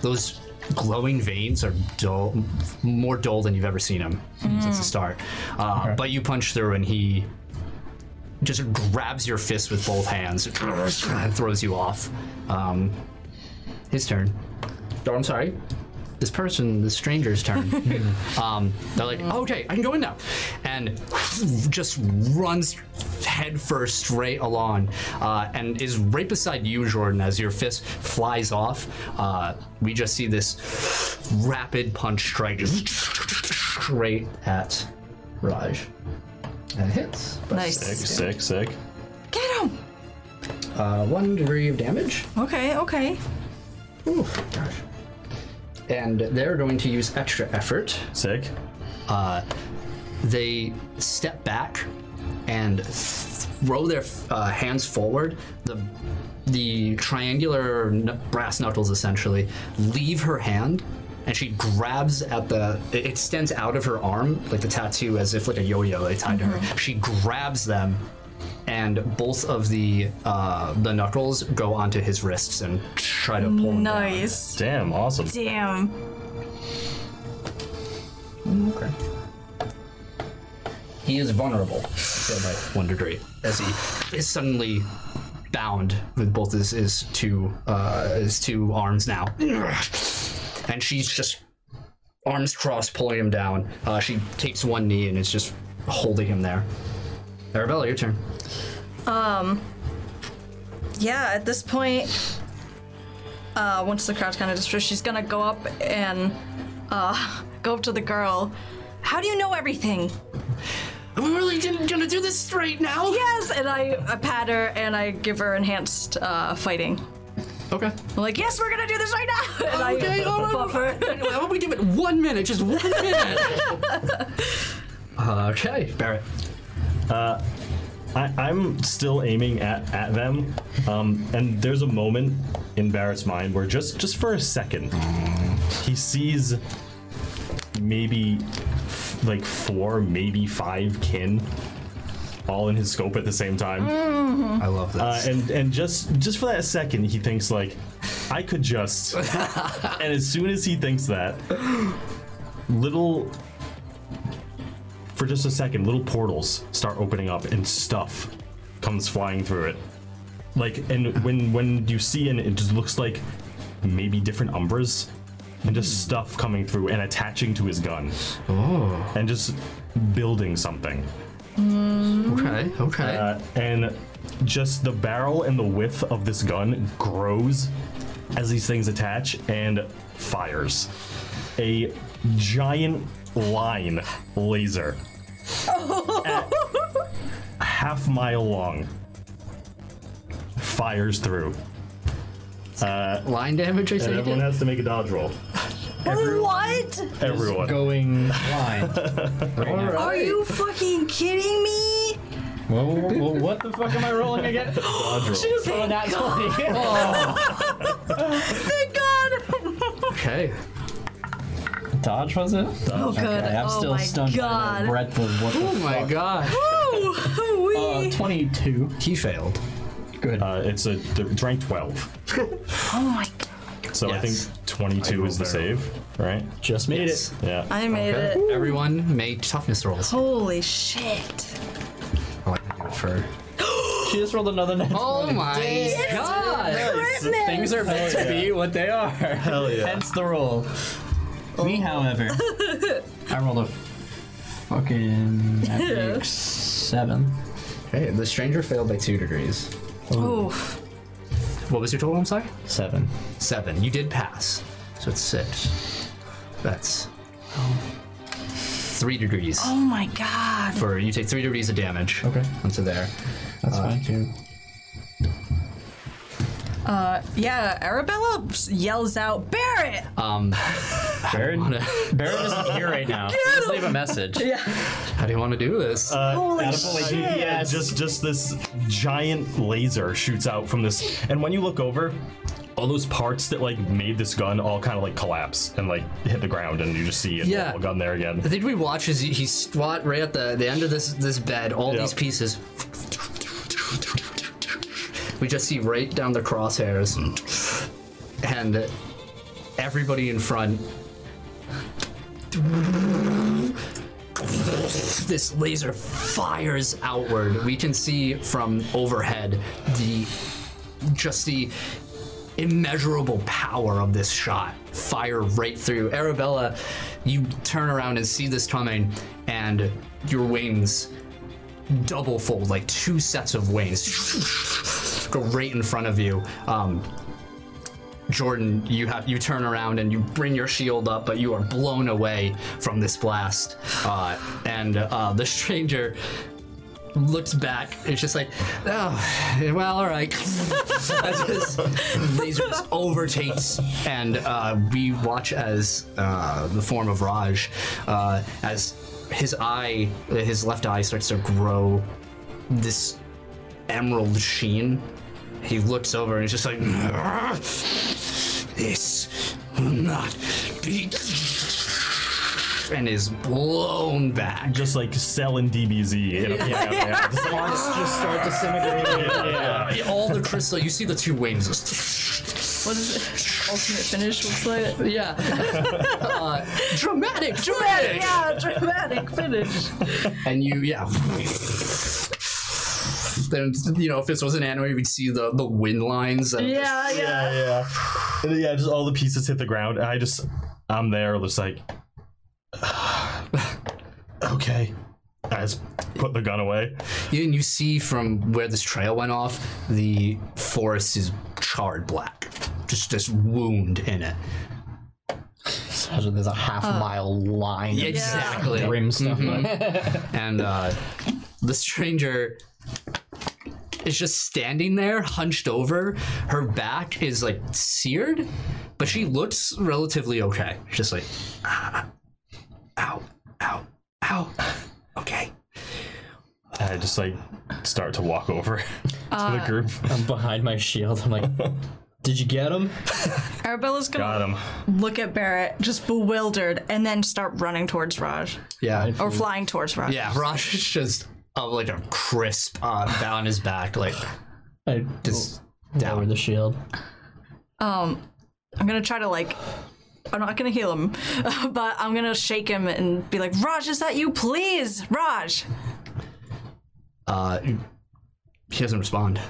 A: those glowing veins are dull more dull than you've ever seen them since the start uh, but you punch through and he just grabs your fist with both hands [clears throat] and throws you off. Um, his turn. Oh, I'm sorry. This person, the stranger's [laughs] turn. um, they're like, okay, I can go in now. And just runs headfirst straight along uh, and is right beside you, Jordan, as your fist flies off. Uh, we just see this rapid punch strike just straight at Raj. And it hits. by
B: Sick,
D: Nice.
B: sick, sick.
D: Get him.
A: Uh, one degree of damage.
D: Okay, okay.
A: Ooh, gosh. And they're going to use extra effort.
B: Sick.
A: They step back and throw their uh, hands forward. The the triangular kn- brass knuckles essentially leave her hand, and she grabs at the. It extends out of her arm like the tattoo, as if like a yo-yo they tied to her. She grabs them. And both of the uh, the knuckles go onto his wrists and try to pull him down.
D: Nice.
B: Damn, awesome.
D: Damn.
A: He is vulnerable by one degree as he is suddenly bound with both his, his two uh, his two arms now, and she's just arms crossed pulling him down. Uh, she takes one knee and is just holding him there. Arabella, your turn.
D: Yeah, at this point, uh, once the crowd's kind of dispersed, she's gonna go up and uh, [laughs] go up to the girl. How do you know everything?
A: I'm really gonna, gonna do this straight now.
D: Yes, and I, I pat her and I give her enhanced uh, fighting.
A: Okay.
D: I'm like, yes, we're gonna do this right now. [laughs] And
A: Okay,
D: I
A: all right, [laughs]
D: buff her.
A: Why don't we give it one minute? Just one minute. okay, Barrett.
B: I, I'm still aiming at, at them, um, and there's a moment in Barrett's mind where just just for a second, he sees maybe f- like four, maybe five kin all in his scope at the same time.
A: I love this.
B: Uh, and and just just for that second, he thinks like, I could just. and as soon as he thinks that, little, for just a second, little portals start opening up and stuff comes flying through it. Like and when when you see and it just looks like maybe different umbras and just stuff coming through and attaching to his gun.
A: Oh,
B: And just building something.
A: okay, okay.
B: Uh, and just the barrel and the width of this gun grows as these things attach and fires a giant line laser at a half mile long fires through Uh,
A: Line damage, I
B: and
A: think.
B: everyone has to make a dodge roll
D: what?
B: everyone
F: [laughs] Going blind.
D: Are you fucking kidding me?
F: Whoa, whoa, whoa, what [laughs] the fuck am I rolling [laughs] again?
B: dodge roll
F: Oh, [laughs] not 20.
D: Thank [laughs] God.
A: Okay.
F: Dodge was it?
D: Oh, good.
F: I'm
D: oh
F: still
D: my
F: stunned by the
D: God.
F: breadth of what the
A: Oh my god.
D: Ooh, wee.
F: Uh, 22.
A: He failed.
F: Good.
B: uh, it's a it's ranked 12
D: oh my God.
B: so i
A: Yes.
B: think 22 is the save right
F: Just made it.
B: yeah
A: Uh,
D: I made it.
A: Everyone made toughness rolls.
D: Holy shit.
C: for.
F: She just rolled another net.
A: Oh my god!
F: Things are meant to be what they are.
C: Hell yeah.
F: Hence the roll.
D: Oh.
F: Me,
D: [laughs]
F: however, I rolled a fucking that makes seven.
A: Hey, the stranger failed by two degrees.
D: Oof.
A: What was your total? I'm sorry.
F: Seven.
A: Seven. You did pass, so it's six. That's um, three degrees.
D: Oh my god.
A: For you take three degrees of damage. Okay. Onto there.
F: That's fine too.
D: Uh, Yeah, Arabella s- yells out, Barrett!
B: Uh,
A: Um,
F: Baron,
A: wanna-
F: [laughs] Baron isn't here right now. Let's
D: [laughs]
F: leave a message.
A: how do you want to do this?
B: Uh,
D: Holy
B: Like,
D: shit!
B: yeah, uh, just just this giant laser shoots out from this, and when you look over, all those parts that like made this gun all kind of like collapse and like hit the ground, and you just see a
A: Yeah.
B: normal gun there again.
A: I think we watch as he, he squat right at the, the end of this this bed, all
B: Yeah.
A: these pieces. We just see right down the crosshairs, and everybody in front. This laser fires outward. We can see from overhead the just the immeasurable power of this shot fire right through arabella you turn around and see this coming and your wings double fold like two sets of wings go right in front of you um, jordan you have you turn around and you bring your shield up but you are blown away from this blast uh, and uh, the stranger looks back it's just like oh well all right [laughs] as his laser just overtakes and uh, we watch as uh, the form of raj uh, as his eye his left eye starts to grow this emerald sheen he looks over and he's just like "Ah, this will not be and is blown back
B: Just like selling DBZ. in a- yeah, yeah. Just like,
E: just start disintegrating.
A: Yeah, all the crystal you see the two wings just [laughs]
D: What is it? Ultimate finish was like.
A: Yeah. Uh, dramatic, dramatic.
D: Yeah,
B: [laughs]
D: dramatic finish.
A: And you, yeah. Then you know, if this was an anime, we'd see the the wind lines. And
D: Yeah, yeah.
B: yeah, yeah. And then, yeah, just all the pieces hit the ground. And I just, I'm there, just like, [sighs] okay. I just put the gun away.
A: You- and you see from where this trail went off, the forest is charred black, just this wound in it.
F: Imagine There's a half
D: Uh.
F: mile line. of
A: Exactly.
F: Grim stuff.
A: and uh, the stranger is just standing there, hunched over. Her back is like seared, but she looks relatively okay. She's just like, ah, [sighs] ow, ow, ow. Okay.
B: And I just like start to walk over [laughs] to the group.
F: I'm behind my shield. I'm like, did you get him?
D: Arabella's gonna
B: Got him.
D: look at Barrett, just bewildered, and then start running towards Raj.
A: Yeah.
D: Or
B: Mm.
D: flying towards Raj.
A: Yeah. Rosh is just uh, like a crisp uh, down his back, like
F: I
A: just
F: Oh. lower
A: down.
F: the shield.
D: I'm gonna try to like. I'm not gonna heal him, [laughs] but I'm gonna shake him and be like, Raj, is that you? Please, Raj!
A: Uh, he doesn't respond.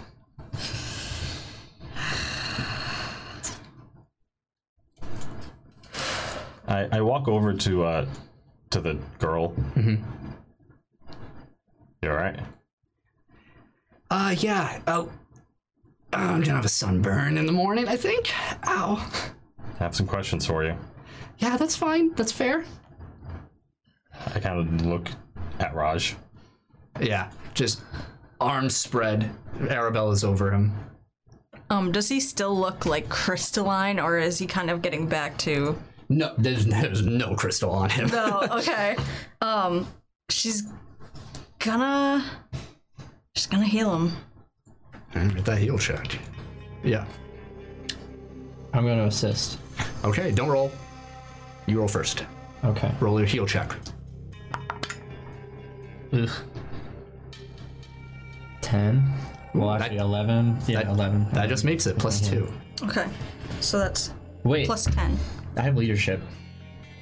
B: I, I walk over to uh to the girl. You all right?
A: Uh, yeah. Oh, I'm gonna have a sunburn in the morning, I think. Ow.
B: I have some questions for you.
A: Yeah, that's fine. That's fair.
B: I kind of look at Raj.
A: Yeah, just arms spread. Arabella's over him.
D: Um, does he still look like crystalline, or is he kind of getting back to?
A: No, there's, there's no crystal on [laughs] him.
D: Oh, okay. [laughs] um, she's gonna, she's gonna heal him.
A: Get that heel check. Yeah.
F: I'm going to assist.
A: Okay, don't roll. You roll first.
F: Okay.
A: Roll your heel check.
F: Ugh. Ten. Well, actually, eleven. Yeah,
A: that-
F: eleven.
A: That just makes it plus two.
D: Okay, so that's
F: Wait,
D: plus ten.
F: I have leadership.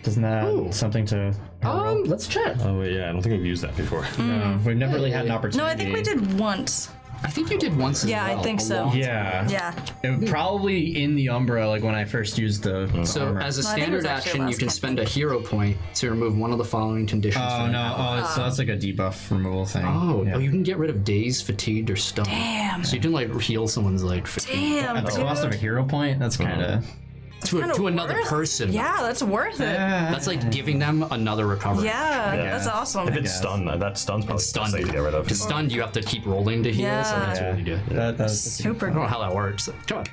F: Doesn't that add
A: Ooh.
F: something to?
A: Um, let's check.
B: Oh wait, yeah, I don't think we've used that before.
F: No, we've never really had an opportunity.
D: No, I think we did once.
A: I think you did once. As
D: Yeah, I
A: well,
D: think
A: a
D: so.
A: long-
F: Yeah.
D: Yeah.
F: It was probably in the Umbra, like when I first used the.
A: So as a
D: No, I think it was
A: standard
D: actually
A: action, you
D: last
A: can
D: time.
A: spend a hero point to remove one of the following conditions.
F: Oh
A: from an
F: no! Oh,
D: Ah.
F: it's, that's like a debuff removal thing.
A: Oh,
F: Yeah.
A: oh, you can get rid of dazed, fatigued, or stunned.
D: Damn.
A: So you can like heal someone's like fatigue
D: Damn,
F: At the
D: dude.
F: cost of a hero point, that's kind of.
A: to, a-
D: Kinda
A: to another
D: worth-
A: person.
D: Yeah, that's worth it. Yeah,
A: That's like giving them another recovery.
D: that's awesome.
B: If it's stunned, uh, that stun's probably
A: Stunned.
B: stunned. to get rid of.
A: Because stunned, you have to keep rolling to heal. So that's
D: Yeah.
A: what you do.
F: That, that's
B: [laughs]
D: Super.
A: I don't know how that works. Come on.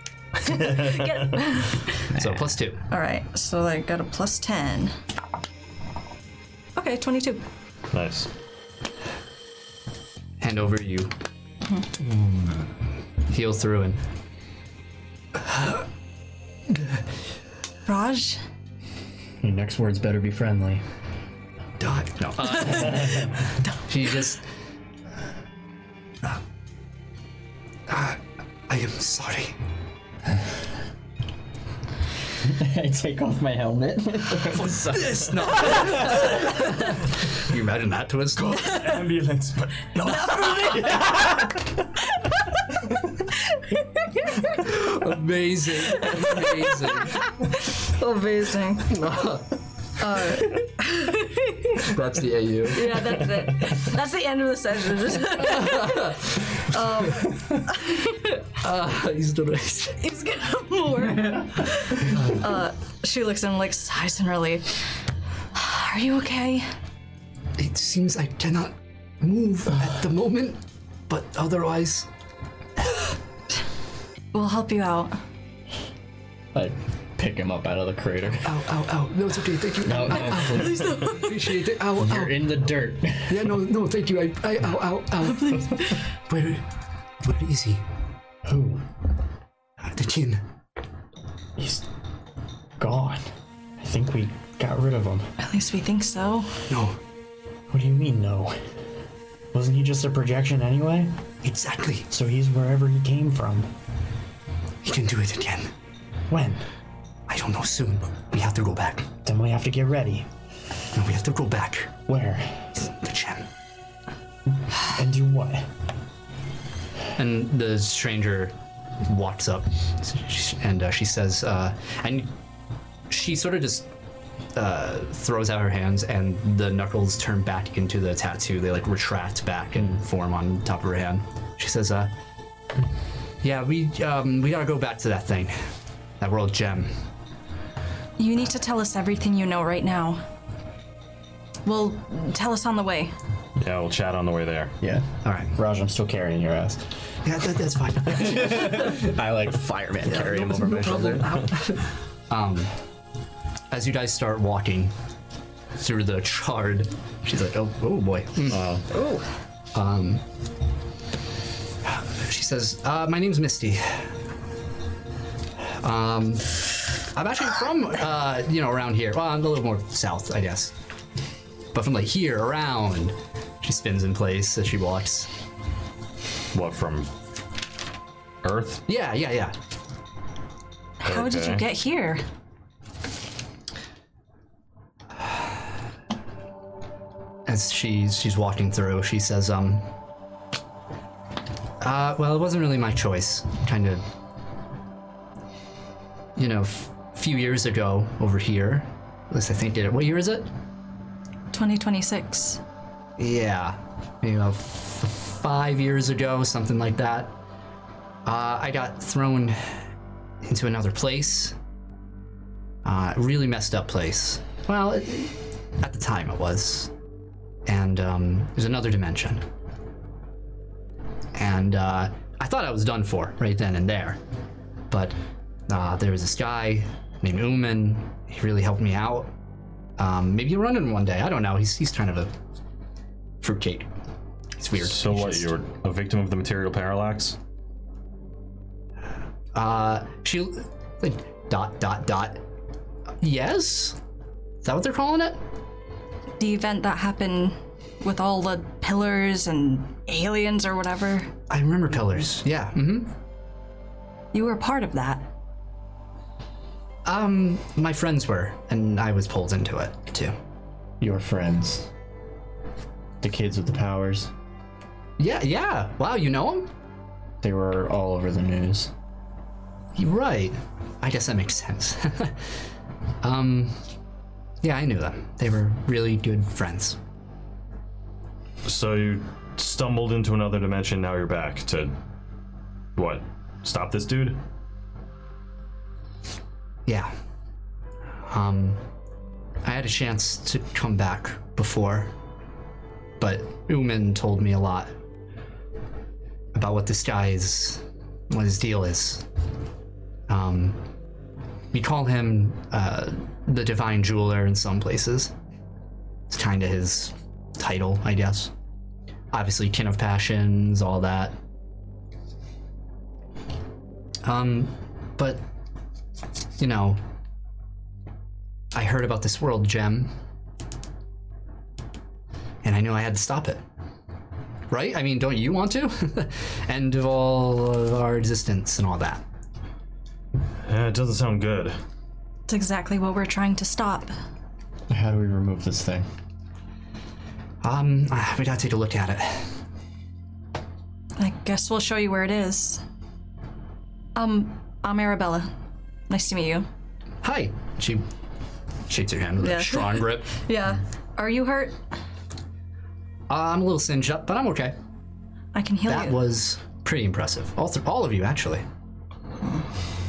D: Get it.
A: So plus two.
D: All right, so I got a plus 10. Okay, 22.
B: Nice.
A: Hand over you. Heal through and
D: Raj?
F: Your next words better be friendly.
A: die. No. uh, she just. Uh, I am sorry.
F: [laughs] I take off my
A: [laughs]
F: helmet.
A: What's this? No. you imagine that to us?
F: [laughs]
E: Ambulance.
A: Amazing. Amazing.
D: Amazing.
A: That's the AU.
D: Yeah, that's it. That's the end of the session. [laughs]
A: He's the rest.
D: He's gonna more. Uh, she looks and like sighs in relief. Are you okay?
A: It seems I cannot move at the moment, but otherwise.
D: We'll help you out.
F: I pick him up out of the crater.
A: Ow, ow, ow. No, it's okay. Thank you.
F: Oh, no, [laughs] please,
A: Appreciate it. Ow,
F: You're
A: ow.
F: in the dirt. [laughs]
A: Yeah, no, no, thank you. I, I, ow, ow, ow. Please. Where, where is he? Oh. Ah,
F: Who?
A: The kin.
F: He's gone. I think we got rid of him.
D: At least we think so.
A: No,
F: What do you mean, no? Wasn't he just a projection anyway?
A: exactly.
F: So he's wherever he came from.
A: He can do it again.
F: When?
A: I don't know soon. We have to go back.
F: Then we have to get ready.
A: No, we have to go back.
F: Where?
A: The gem.
F: And do what?
A: And the stranger walks up, and uh, she says, uh, and she sort of just uh, throws out her hands, and the knuckles turn back into the tattoo. They like retract back and form on top of her hand. She says, uh, "Yeah, we um, we gotta go back to that thing, that world gem.
D: You need to tell us everything you know right now. Well, tell us on the way.
B: Yeah, we'll chat on the way there.
F: Yeah.
A: All right,
F: Raj, I'm still carrying your ass.
A: yeah, that, that's fine.
F: I like fireman carry him over my shoulder.
A: um, as you guys start walking through the chard, she's like, "Oh, oh boy." Um, she says, uh, "My name's Misty. Um, I'm actually from uh, you know around here. Well, I'm a little more south, I guess, but from like here around." She spins in place as she walks.
B: What from Earth?
A: Yeah, yeah, yeah.
D: How did you
B: Okay.
D: get here?
A: as she's she's walking through, she says, um, uh, well, it wasn't really my choice. Kind of, you know, f- few years ago over here. At least I think did it. What year is it?
D: 2026.
A: Yeah, maybe about f- five years ago, something like that. Uh, I got thrown into another place. Uh, really messed up place. Well, it, at the time it was. And um, there's another dimension. And uh, I thought I was done for right then and there. But uh, there was this guy named Uman. He really helped me out. Um, maybe you'll run into him one day. I don't know. He's, he's kind of a fruitcake. It's weird.
B: So what? You were a victim of the material parallax.
A: Uh, she like dot dot dot. Yes, is that what they're calling it?
D: The event that happened with all the pillars and aliens or whatever.
A: I remember Mm-hmm. pillars. Yeah. hmm
D: You were part of that.
L: Um, my friends were, and I was pulled into it too.
M: Your friends. The kids with the powers.
L: Yeah, yeah. Wow, you know him?
M: They were all over the news.
L: Right. I guess that makes sense. [laughs] um, yeah, I knew them. They were really good friends.
B: So you stumbled into another dimension. Now you're back to what? Stop this dude?
L: Yeah. Um, I had a chance to come back before, but Uman told me a lot about what this guy is, what his deal is. Um, we call him uh, the Divine Jeweler in some places. It's kind of his title, I guess. Obviously, Kin of Passions, all that. Um, but you know, I heard about this world gem, and I knew I had to stop it. Right? I mean, don't you want to? [laughs] End of all of our existence and all that.
B: Yeah, Eh, it doesn't sound good.
D: It's exactly what we're trying to stop.
M: How do we remove this thing?
L: Um, ah, we gotta take a look at it.
D: I guess we'll show you where it is. Um, I'm Arabella. Nice to meet you.
L: Hi. She shakes her hand with
D: Yeah.
L: a strong grip.
D: Yeah. Are you hurt?
L: Uh, I'm a little singed up, but I'm okay.
D: I can heal
L: That
D: you.
L: was pretty impressive. All, th- all of you, actually.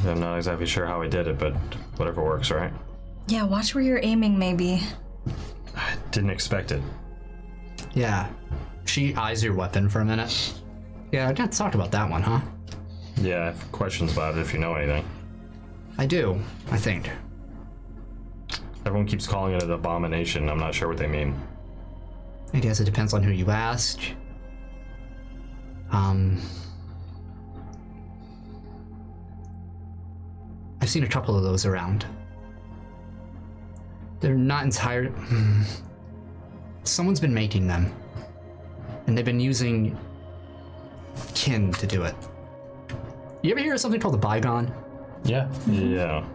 B: I'm not exactly sure how I did it, but whatever works, right?
D: yeah, watch where you're aiming, maybe.
B: Didn't expect it.
L: Yeah. She eyes your weapon for a minute. Yeah, I didn't talk about that one, huh?
B: Yeah, I have questions about it if you know anything.
L: I do, I think.
B: Everyone keeps calling it an abomination. I'm not sure what they mean.
L: I guess it depends on who you ask. Um. I've seen a couple of those around. They're not entire. [sighs] Hmm. Someone's been making them. And they've been using. kin to do it. You ever hear of something called a bygone?
B: Yeah. Yeah.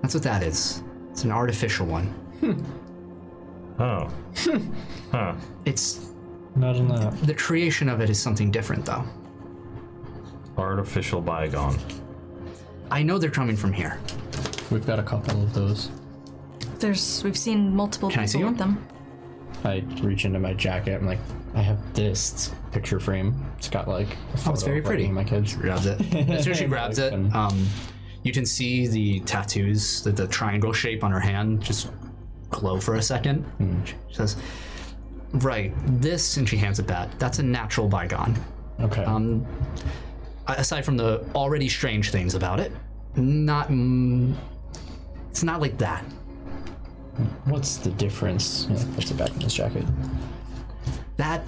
L: That's what that is. It's an artificial one.
B: Oh. huh.
L: It's.
F: Not enough.
L: The creation of it is something different, though.
B: Artificial bygone.
L: I know they're coming from here.
F: We've got a couple of those.
D: There's we've seen multiple
L: Can I
D: people
L: see
D: with them.
F: I reach into my jacket. I'm like, I have this picture frame. Oh, It's got like. A photo
L: very
F: of, like,
L: pretty.
F: me and My kids.
L: grabs it. As soon as she grabs it, um, you can see the tattoos, the, the triangle shape on her hand just glow for a second. She says, Right, this, and she hands it back. That's a natural bygone.
F: Okay.
L: Um, a- aside from the already strange things about it, not. Mm, it's not like that.
F: What's the difference? Yeah, puts it back in his jacket.
L: that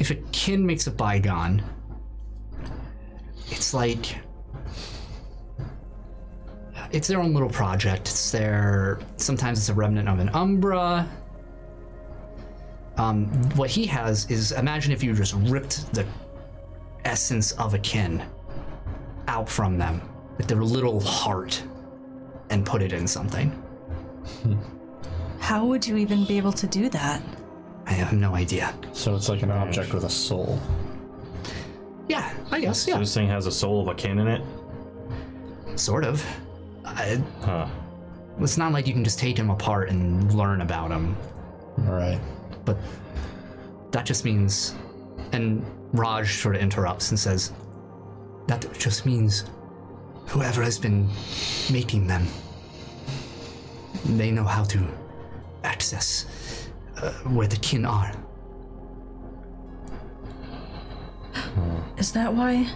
L: if a kin makes a bygone it's like it's their own little project it's their sometimes it's a remnant of an umbra um, what he has is imagine if you just ripped the essence of a kin out from them with their little heart and put it in something
D: How would you even be able to do that?
L: i have no idea
F: So it's like an object with a soul.
L: yeah i guess
B: So
L: yeah
B: this thing has a soul of a kin in it?
L: Sort of. I,
B: Huh.
L: it's not like you can just take him apart and learn about him,
F: All right.
L: but that just means. And Raj sort of interrupts and says, That just means whoever has been making them, they know how to access uh, where the kin are.
D: Is that why?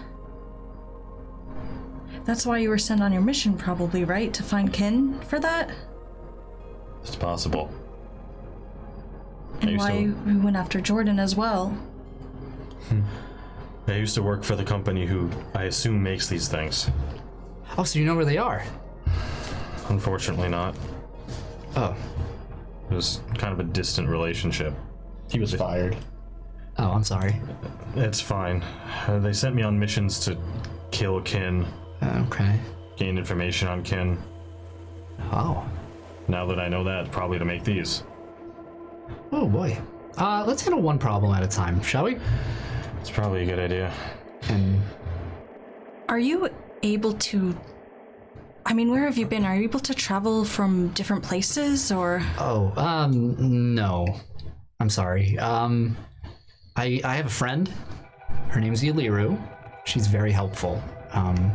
D: That's why you were sent on your mission, probably, right? To find kin for that?
B: It's possible.
D: And
B: used
D: why
B: to-
D: we went after Jordan as well.
B: I used to work for the company who I assume makes these things.
L: Oh, so you know where they are?
B: Unfortunately, not.
L: Oh.
B: It was kind of a distant relationship.
F: He was fired.
L: Oh, I'm sorry.
B: It's fine. Uh, they sent me on missions to kill kin,
L: Okay.
B: gained information on Kin.
L: Oh.
B: Now that I know that, probably to make these.
L: Oh boy. Uh, let's handle one problem at a time, shall we?
B: It's probably a good idea.
L: And
D: Are you able to? I mean, where have you been? Are you able to travel from different places, or
L: oh, um, no, I'm sorry. Um, I I have a friend. Her name's Yaliru. She's very helpful. Um,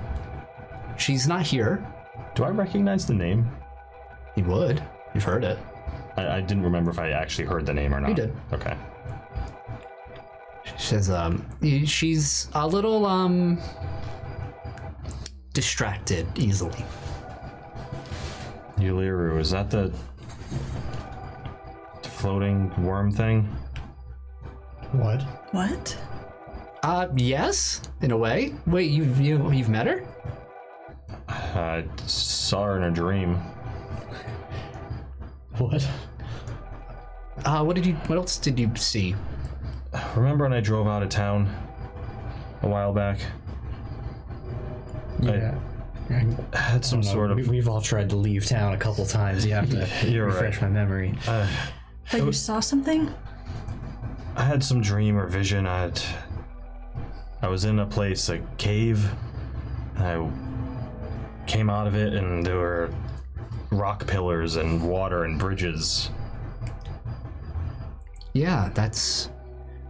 L: she's not here.
B: Do I recognize the name?
L: You would. You've heard it.
B: I, I didn't remember if I actually heard the name or not.
L: did.
B: Okay.
L: She says, um, she's a little, um, distracted easily.
B: Yuliru, is that the floating worm thing?
F: What?
D: what?
L: Uh, yes, in a way. Wait, you've, you, you've met her?
B: I saw her in a dream.
F: What?
L: Uh, what did you, what else did you see?
B: Remember when I drove out of town a while back?
F: Yeah.
B: I had some sort of.
F: We, we've all tried to leave town a couple times. You have [laughs] to
B: You're
F: refresh
B: right.
F: my memory.
D: But you saw something?
B: I had some dream or vision. I had, I was in a place, a cave. I came out of it, and there were rock pillars and water and bridges.
L: Yeah, that's,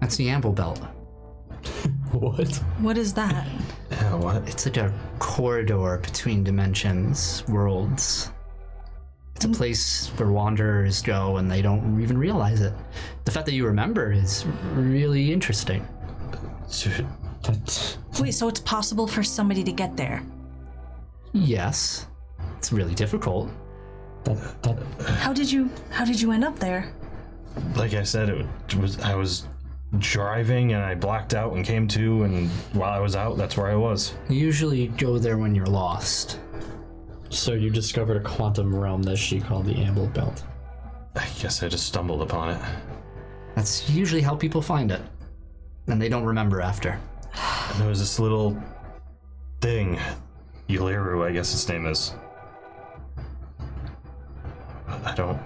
L: that's the Amble Belt.
F: [laughs] what?
D: What is that?
B: Yeah, what?
L: It's like a corridor between dimensions, worlds. It's a place where wanderers go and they don't even realize it. The fact that you remember is really interesting.
D: Wait, so it's possible for somebody to get there?
L: Yes, it's really difficult.
F: That, that,
D: How did you? How did you end up there?
B: Like I said, it was I was driving and I blacked out and came to, and while I was out, that's where I was.
L: You usually go there when you're lost.
F: so you discovered a quantum realm that she called the Amble Belt.
B: I guess I just stumbled upon it.
L: That's usually how people find it. And they don't remember after.
B: And there was this little thing, Yuliru, I guess its name is. I don't.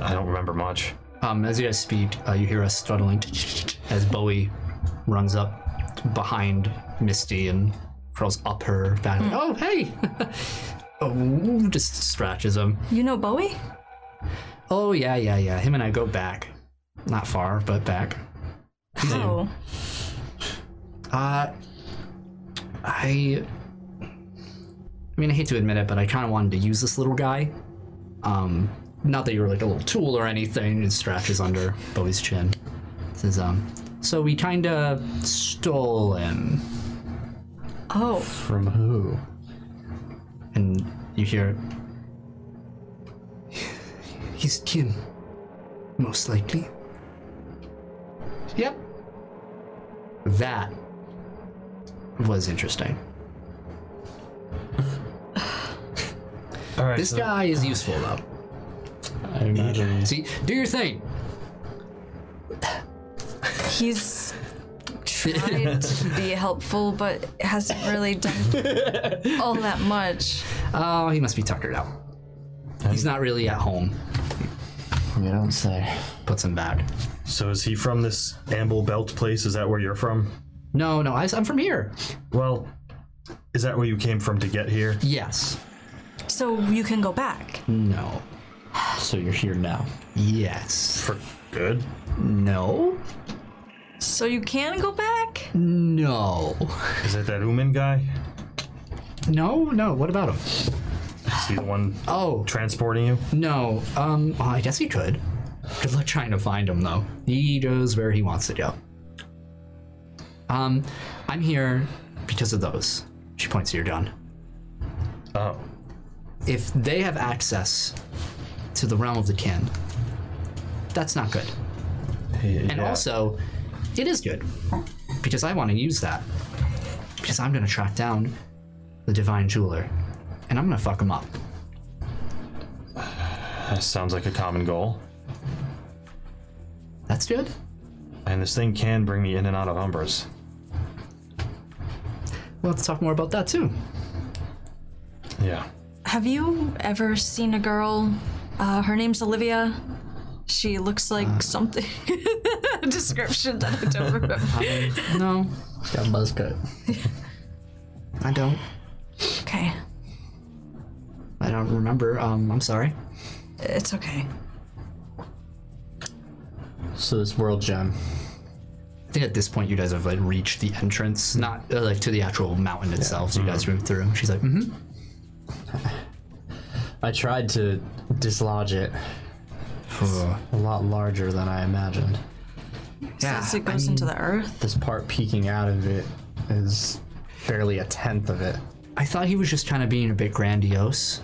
B: I don't remember much.
L: Um, as you guys speak, uh, you hear us struggling [sniffs] as Bowie runs up behind Misty and curls up her back. like, oh, hey! [laughs] oh, just scratches him.
D: You know Bowie?
L: Oh, yeah, yeah, yeah. Him and I go back. Not far, but back.
D: How?
L: Uh, I. I mean, I hate to admit it, but I kind of wanted to use this little guy. Um, not that you were like a little tool or anything. It scratches under Bowie's chin. Says, um, so we kind of stole him,
D: Oh,
F: From who?
L: and you hear. He's kin, most likely. Yep. That was interesting.
B: [sighs] All right.
L: This
B: so-
L: guy is useful though.
F: I imagine.
L: See, do your thing.
D: he's tried to be helpful, but hasn't really done all that much.
L: [laughs] Oh, he must be tuckered out. He's not really at home.
N: You don't say.
L: Puts him back.
B: So is he from this Amble Belt place? Is that where you're from?
L: No, no, I, I'm from here.
B: Well, is that where you came from to get here?
L: Yes.
D: So you can go back.
L: No.
N: So you're here now.
L: Yes.
B: For good?
L: No.
D: So you can go back?
L: No.
B: Is it that Uman guy?
L: No, no. What about him?
B: Is he the one
L: Oh,
B: transporting you?
L: no. Um, well, I guess he could. Good luck trying to find him, though. He goes where he wants to go. Um, I'm here because of those. She points to your gun.
B: Oh.
L: if they have access to the realm of the kin, that's not good. And also, it is good because I want to use that because I'm going to track down the divine jeweler and I'm going to fuck him up.
B: That sounds like a common goal.
L: That's good.
B: And this thing can bring me in and out of Umbras.
L: We'll have to talk more about that too.
B: Yeah.
D: Have you ever seen a girl? Uh, her name's Olivia. She looks like
L: Uh.
D: something. [laughs] Description that I
L: [laughs]
D: don't remember.
L: No,
F: It's got a buzz cut.
L: [laughs] I don't.
D: okay,
L: I don't remember. Um, I'm sorry.
D: it's okay.
F: So this world gem.
L: I think at this point you guys have like reached the entrance, not uh, like to the actual mountain itself. So you guys move through. She's
F: [sighs]
L: like, mm-hmm.
F: I tried to dislodge it. A lot larger than I imagined.
L: yeah.
D: As it goes into the earth.
F: This part peeking out of it is barely a tenth of it.
L: I thought he was just kind of being a bit grandiose,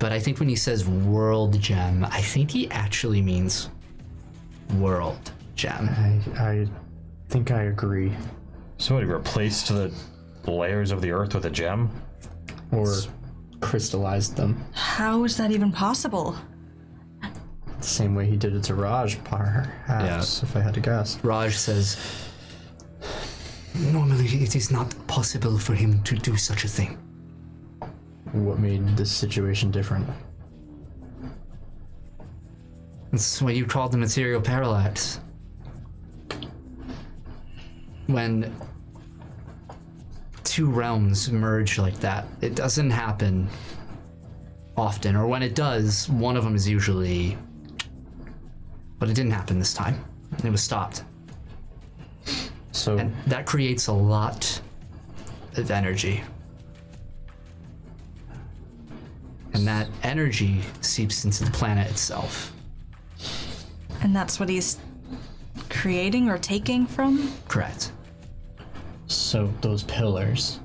L: but I think when he says world gem, I think he actually means world gem.
F: I, I think I agree.
B: Somebody replaced the layers of the earth with a gem.
F: Or crystallized them.
D: How is that even possible?
F: The same way he did it to Raj, perhaps, if I had to guess.
L: Raj says, Normally it is not possible for him to do such a thing.
F: What made this situation different?
L: That's what you call the material parallax. When two realms merge like that, it doesn't happen often, or when it does, one of them is usually. But it didn't happen this time. It was stopped.
F: So,
L: And that creates a lot of energy. And that energy seeps into the planet itself.
D: And that's what he's creating or taking from?
L: Correct.
F: so those pillars.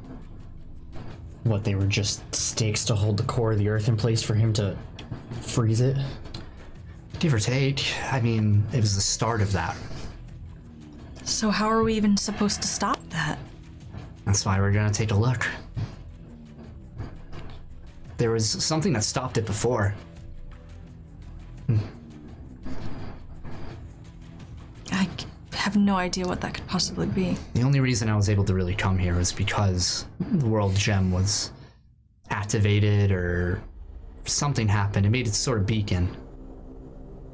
F: What, they were just stakes to hold the core of the earth in place for him to freeze it?
L: Give or take. I mean, it was the start of that.
D: So, how are we even supposed to stop that?
L: That's why we're gonna take a look. There was something that stopped it before.
D: I c- have no idea what that could possibly be.
L: The only reason I was able to really come here was because the World Gem was activated or something happened. It made its sort of beacon.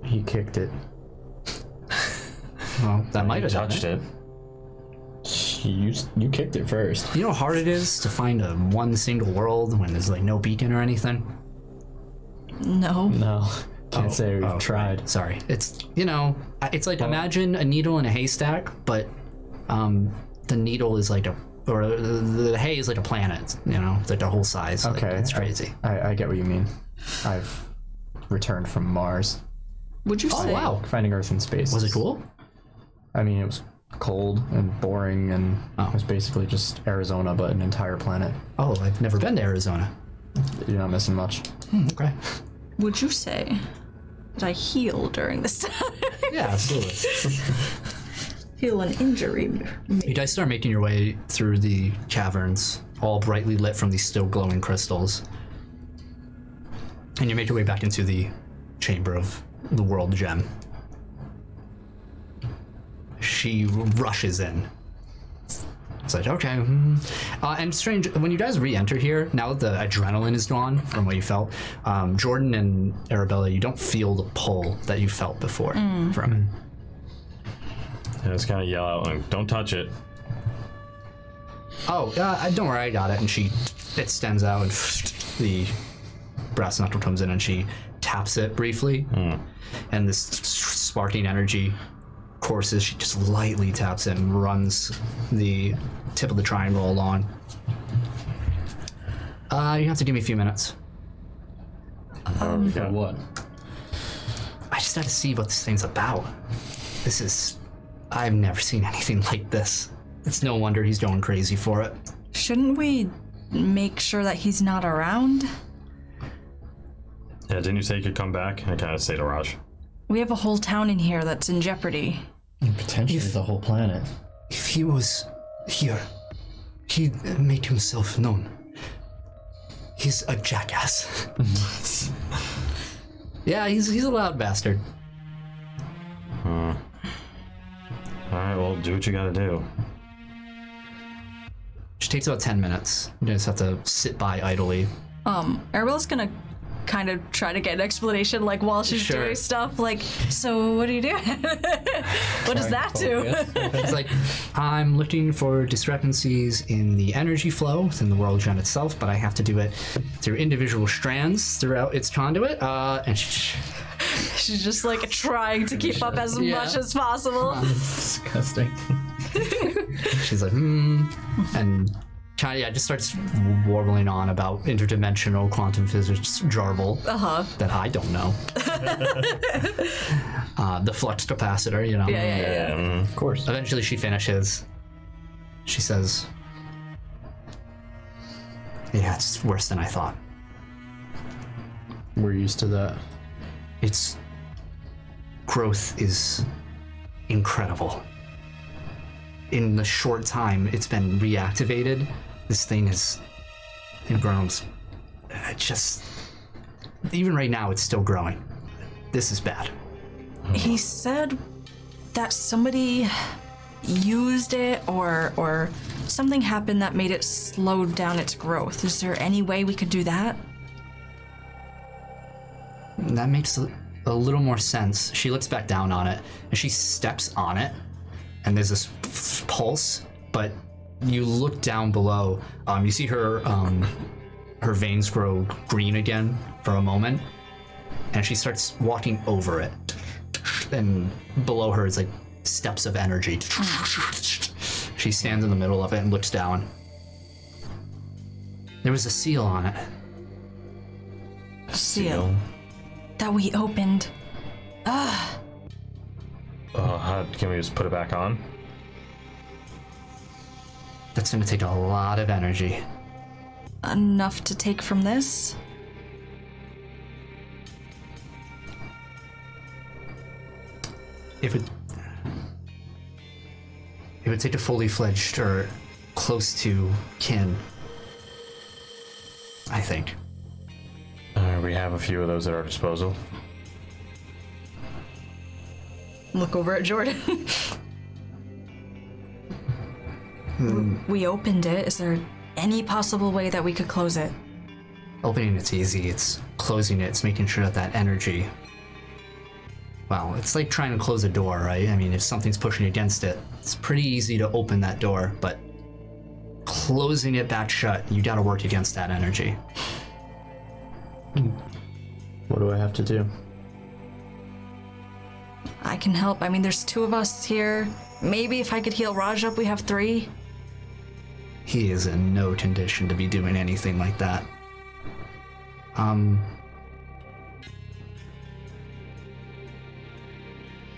F: He kicked it.
L: Well, that might
B: You
L: have done
B: touched it.
F: You, you kicked it first.
L: You know how hard it is to find a one single world when there's like no beacon or anything?
D: No.
F: No, [laughs] can't say we
L: oh,
F: tried.
L: Sorry. It's, you know, I- it's like imagine a needle in a haystack, but um, the needle is like a, or uh, the, the hay is like a planet, you know, it's like the whole size. Like,
F: Okay,
L: It's
F: I-
L: crazy.
F: I, I get what you mean. I've returned from Mars,
D: Would you
L: Oh,
D: say?
L: wow.
F: finding Earth in space.
L: Was it cool?
F: I mean, it was cold and boring, and
L: Oh.
F: it was basically just Arizona, but an entire planet.
L: Oh, I've never been to Arizona.
F: You're not missing much.
L: Okay.
D: Would you say that I heal during this [laughs] time?
L: Yeah, absolutely.
D: heal an injury?
L: You guys start making your way through the caverns, all brightly lit from these still glowing crystals. And you make your way back into the chamber of the world gem. She rushes in. It's like, okay. hmm. Uh, and strange, when you guys re enter here, now that the adrenaline is gone from what you felt, um, Jordan and Arabella, you don't feel the pull that you felt before from it.
B: And it's kind of yell out, like, "Don't touch it."
L: Oh, uh, don't worry, I got it. And she extends out, and the brass knuckle comes in, and she taps it briefly, and this sparking energy courses. She just lightly taps it and runs the tip of the triangle along. Uh, you have to give me a few minutes.
B: Yeah.
F: What?
L: I just gotta see what this thing's about. This is. I've never seen anything like this. It's no wonder he's going crazy for it.
D: Shouldn't we make sure that he's not around?
B: Yeah, didn't you say you could come back? I kind of say to Raj.
D: We have a whole town in here that's in jeopardy.
F: Potentially the whole planet.
L: If he was here, he'd make himself known. He's a jackass. [laughs] yeah, he's he's a loud bastard.
B: All right, well, do what you gotta do.
L: Just takes about 10 minutes. You just have to sit by idly.
D: Arabella's gonna kind of try to get an explanation, like while she's
L: Sure.
D: doing stuff, like, so what do [laughs] you do? what does that do?
L: It's like, I'm looking for discrepancies in the energy flow within the world gen itself, but I have to do it through individual strands throughout its conduit. Uh, and sh-
D: [laughs] She's just like trying to keep up as
L: Yeah.
D: much as possible.
O: Disgusting.
L: she's like, hmm. And China, yeah, just starts warbling on about interdimensional quantum physics jarble
D: Uh huh.
L: that I don't know. uh, the flux capacitor, you know.
D: [laughs] Yeah, yeah, yeah.
B: Um,
O: Of course.
L: Eventually, she finishes. She says, Yeah, it's worse than I thought.
F: We're used to that.
L: Its growth is incredible. In the short time it's been reactivated, this thing has it grows. It just even right now it's still growing. This is bad.
D: He said that somebody used it or or something happened that made it slow down its growth. Is there any way we could do that?
L: That makes a a little more sense. She looks back down on it and she steps on it, and there's this pulse. But you look down below, um, you see her um, her veins grow green again for a moment, and she starts walking over it. And below her is like steps of energy. She stands in the middle of it and looks down. There was a seal on it.
D: Seal that we opened.
B: Uh, how, can we just put it back on?
L: That's gonna take a lot of energy.
D: Enough to take from this?
L: it would it would take a fully fledged or close to kin i think
B: Uh, we have a few of those at our disposal.
D: Look over at Jordan. [laughs] We opened it. Is there any possible way that we could close it?
L: opening it's easy it's closing it it's making sure that that energy well it's like trying to close a door right i mean if something's pushing against it it's pretty easy to open that door but closing it back shut you gotta work against that energy
F: What do I have to do?
D: I can help. I mean, there's two of us here. Maybe if I could heal Raj up, we have three.
L: He is in no condition to be doing anything like that. Um.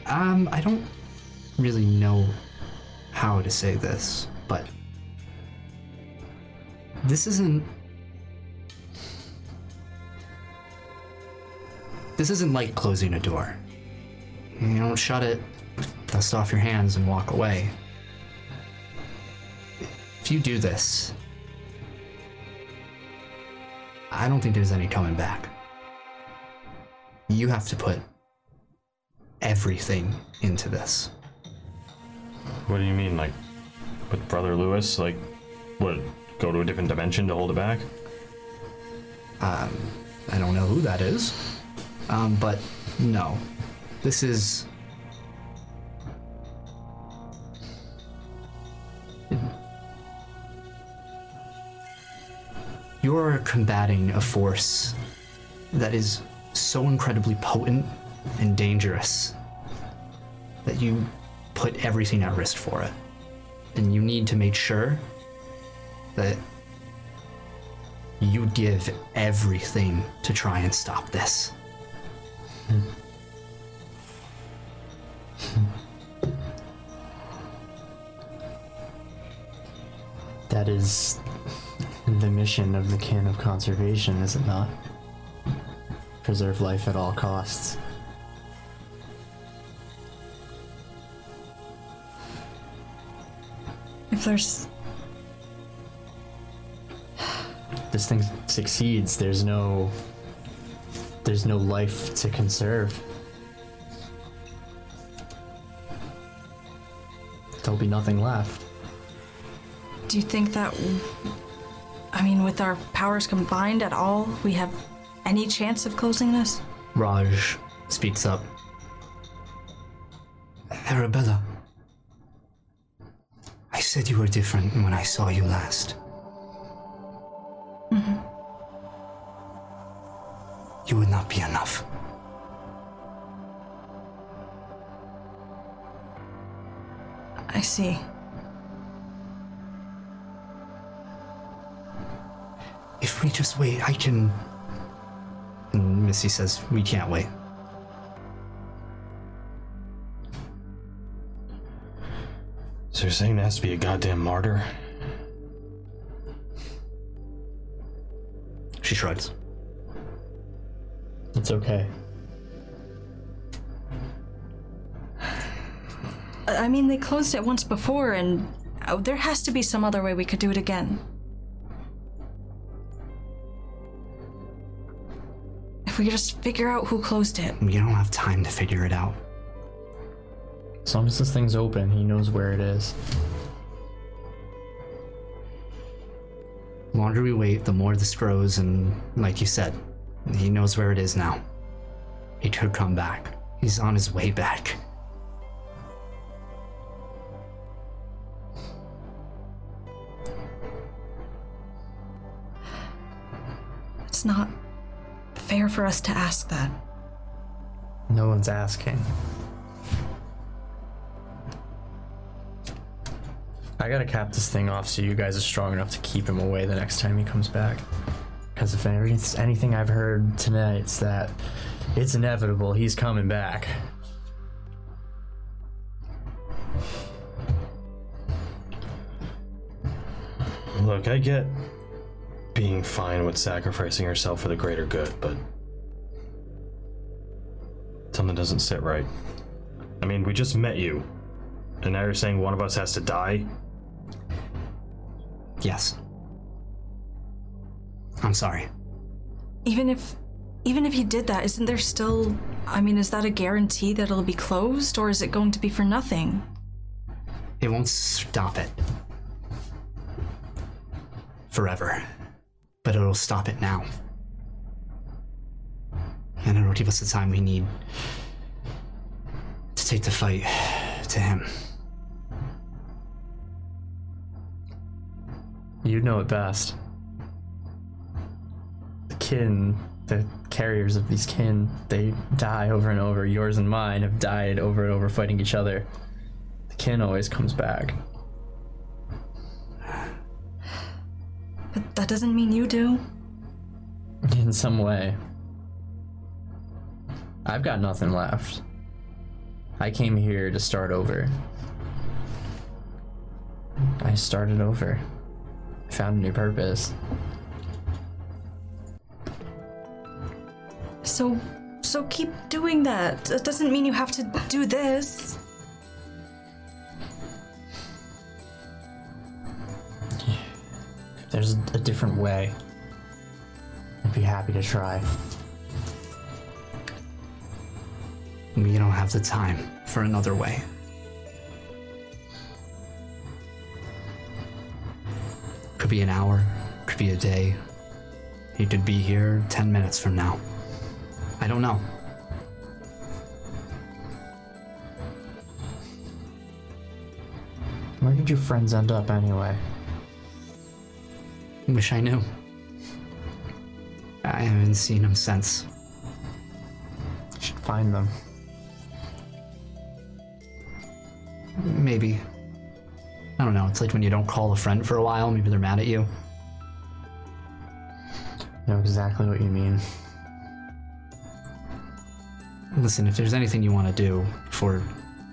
L: Um, I don't really know how to say this, but this isn't. This isn't like closing a door. You don't shut it, dust off your hands, and walk away. If you do this, I don't think there's any coming back. You have to put everything into this.
B: What do you mean, like, with Brother Lewis? Like, what? Go to a different dimension to hold it back?
L: I don't know who that is, um, but no, this is. You're combating a force that is so incredibly potent and dangerous that you put everything at risk for it. And you need to make sure that you give everything to try and stop this.
F: That is the mission of the Kin of Conservation, is it not? Preserve life at all costs.
D: If there's.
F: This thing succeeds. There's no. There's no life to conserve. There'll be nothing left.
D: Do you think that, I mean, with our powers combined at all, we have any chance of closing this?
L: Raj speaks up. Arabella, I said you were different when I saw you last. You would not be enough.
D: I see.
L: If we just wait, I can. And Mm, Missy says, We can't wait.
B: So you're saying there has to be a goddamn martyr?
L: She shrugs.
F: It's okay.
D: I I mean, they closed it once before, and uh, there has to be some other way we could do it again. If we could just figure out who closed it.
L: You don't have time to figure it out.
F: As long as this thing's open, he knows where it is.
L: The longer we wait, the more this grows, and like you said, he knows where it is now. He could come back. He's on his way back.
D: It's not fair for us to ask that.
F: No one's asking. I gotta cap this thing off so you guys are strong enough to keep him away the next time he comes back. Because if there is anything I've heard tonight, it's that it's inevitable he's coming back.
B: Look, I get being fine with sacrificing yourself for the greater good, but something doesn't sit right. I mean, we just met you, and now you're saying one of us has to die?
L: Yes. I'm sorry.
D: Even if even if he did that, isn't there still I mean, is that a guarantee that it'll be closed or is it going to be for nothing?
L: It won't stop it. Forever. But it'll stop it now. And it'll give us the time we need to take the fight to him.
F: You know it best. The kin, the carriers of these kin, they die over and over. Yours and mine have died over and over fighting each other. The kin always comes back.
D: But that doesn't mean you do.
F: In some way. I've got nothing left. I came here to start over. I started over. I found a new purpose.
D: So so keep doing that. That doesn't mean you have to do this.
F: If there's a different way, I'd be happy to try.
L: We don't have the time for another way. Could be an hour, could be a day. He could be here 10 minutes from now. I don't know.
F: Where did your friends end up anyway?
L: Wish I knew. I haven't seen him since.
F: You should find them.
L: Maybe. I don't know. It's like when you don't call a friend for a while, maybe they're mad at you.
F: I know exactly what you mean.
L: Listen, if there's anything you want to do for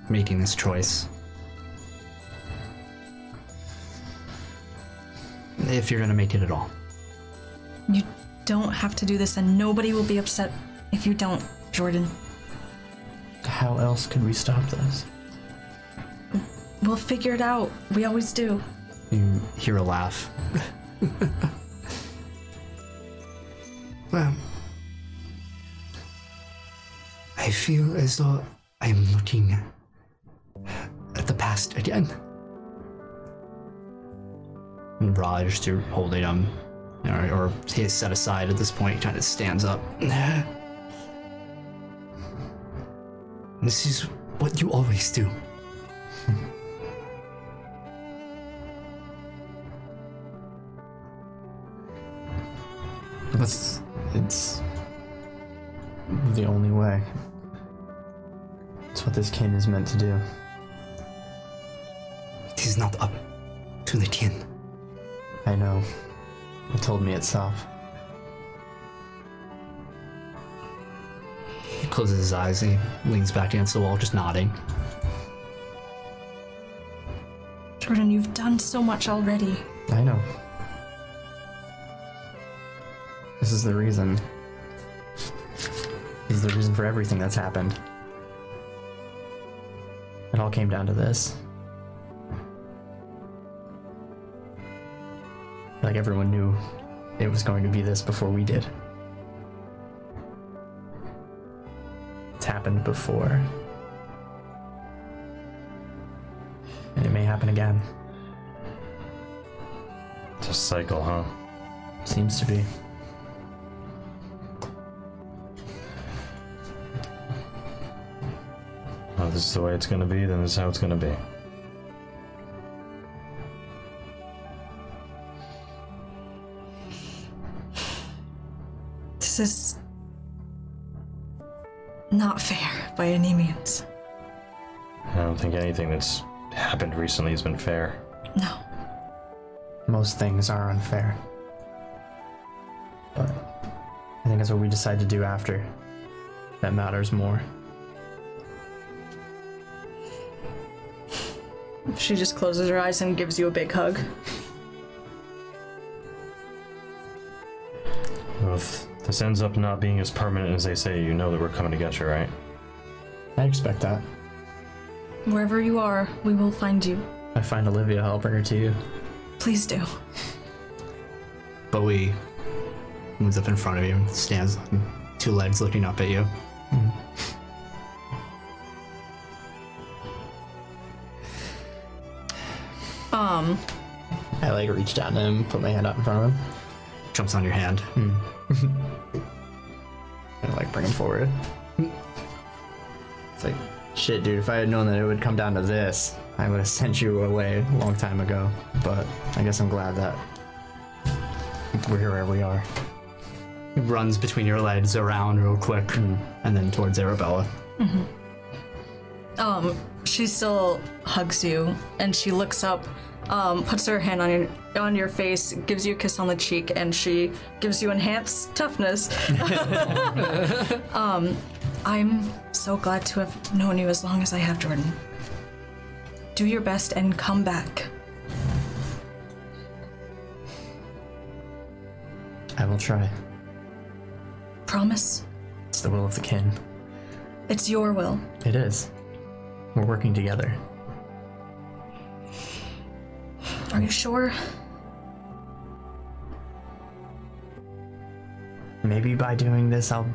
L: making this choice, if you're going to make it at all,
D: You don't have to do this and nobody will be upset if you don't, Jordan.
F: How else could we stop this?
D: We'll figure it out. We always do.
L: you hear a laugh. well, I feel as though I'm looking at the past again. Raj to holding him, or, or he's set aside at this point. He kind of stands up. This is what you always do.
F: That's it's the only way. It's what this kin is meant to do.
L: It is not up to the kin.
F: I know. It told me itself.
L: He closes his eyes. He leans back against the wall, just nodding.
D: Jordan, you've done so much already.
F: I know. This is the reason. This is the reason for everything that's happened. It all came down to this. Like everyone knew it was going to be this before we did. It's happened before. And it may happen again.
B: It's a cycle, huh?
F: Seems to be.
B: Oh, this is the way it's gonna be, then this is how it's gonna be.
D: This is not fair by any means.
B: I don't think anything that's happened recently has been fair.
D: No.
F: Most things are unfair. But I think that's what we decide to do after that matters more.
D: She just closes her eyes and gives you a big hug.
B: Well, if this ends up not being as permanent as they say, you know that we're coming to get you, right?
F: I expect that.
D: Wherever you are, we will find you.
F: I find Olivia, I'll bring her to you.
D: Please do.
L: Bowie moves up in front of you, stands on two legs looking up at you.
D: Um,
F: I like reached out to him, put my hand out in front of him,
L: Jumps on your hand.
F: and like bring him forward. It's like, shit, dude, if I had known that it would come down to this, I would have [laughs] sent you away a long time ago. But I guess I'm glad that we're here where we are.
L: He runs between your legs around real quick and then towards Arabella.
D: um, she still hugs you, and she looks up, um, puts her hand on your on your face, gives you a kiss on the cheek, and she gives you
B: [laughs]
D: enhanced toughness. [laughs] um, I'm so glad to have known you as long as I have, Jordan. Do your best and come back.
F: I will try.
D: Promise.
F: It's the will of the kin.
D: It's your will.
F: It is. We're working together.
D: Are you sure?
F: Maybe by doing this, I'll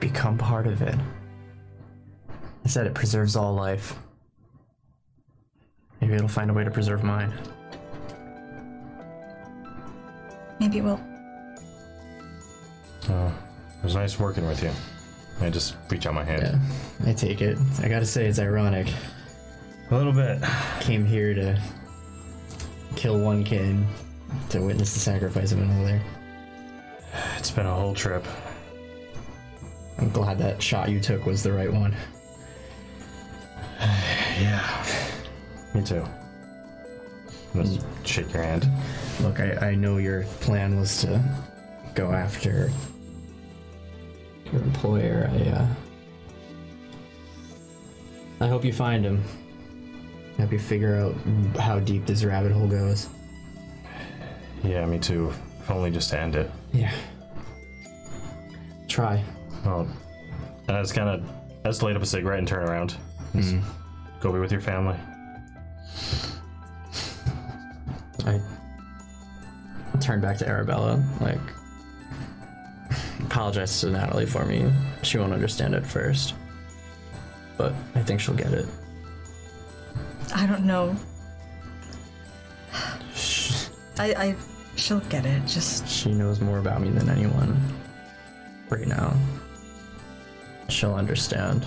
F: become part of it. I said it preserves all life. Maybe it'll find a way to preserve mine.
D: Maybe it will.
B: It was nice working with you. I just reach out my hand.
F: I take it. I gotta say, it's ironic.
B: A little bit.
F: Came here to kill one kid, to witness the sacrifice of another.
B: It's been a whole trip.
F: I'm glad that shot you took was the right one.
B: Yeah. Me too. Let's shake your hand.
F: Look, I, I know your plan was to go after your employer. I uh, I hope you find him. I hope you figure out how deep this rabbit hole goes.
B: Yeah, me too. If only just to end it.
F: Yeah. Try.
B: Well, and I just kind of, I just light up a cigarette and turn around. Just Go be with your family.
F: I turn back to Arabella, like apologize to Natalie for me. She won't understand at first. But I think she'll get it.
D: I don't know. [sighs] I, I, she'll get it. Just
F: She knows more about me than anyone right now. She'll understand.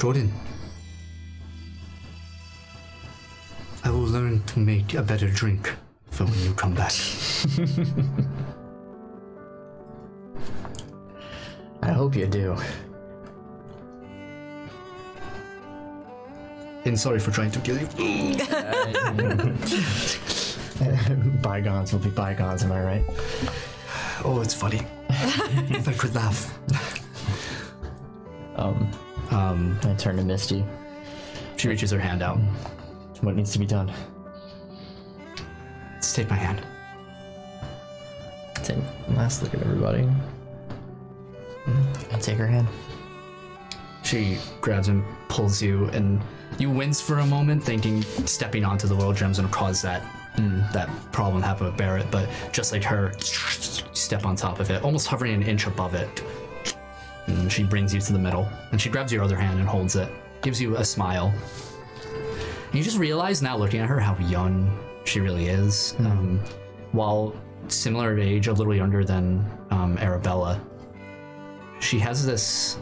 L: Jordan. I will learn to make a better drink for when you come back.
F: I hope you do. [laughs]
L: And sorry for trying to kill you.
F: Bygones will be bygones, am I right?
L: Oh, it's [laughs] funny. if I could laugh.
F: Um,
L: Um,
F: I turn to Misty.
L: she reaches her hand out.
F: What needs to be done?
L: Let's take my hand.
F: Take a last look at everybody. Hmm. I take her hand.
L: She grabs and pulls you, and you wince for a moment, thinking stepping onto the world gem's gonna cause that mm, that problem happen with Barrett. But just like her, step on top of it, almost hovering an inch above it, and she brings you to the middle. And she grabs your other hand and holds it, gives you a smile. And you just realize now, looking at her, how young she really is. Um, while similar age, a little younger than um, Arabella, she has this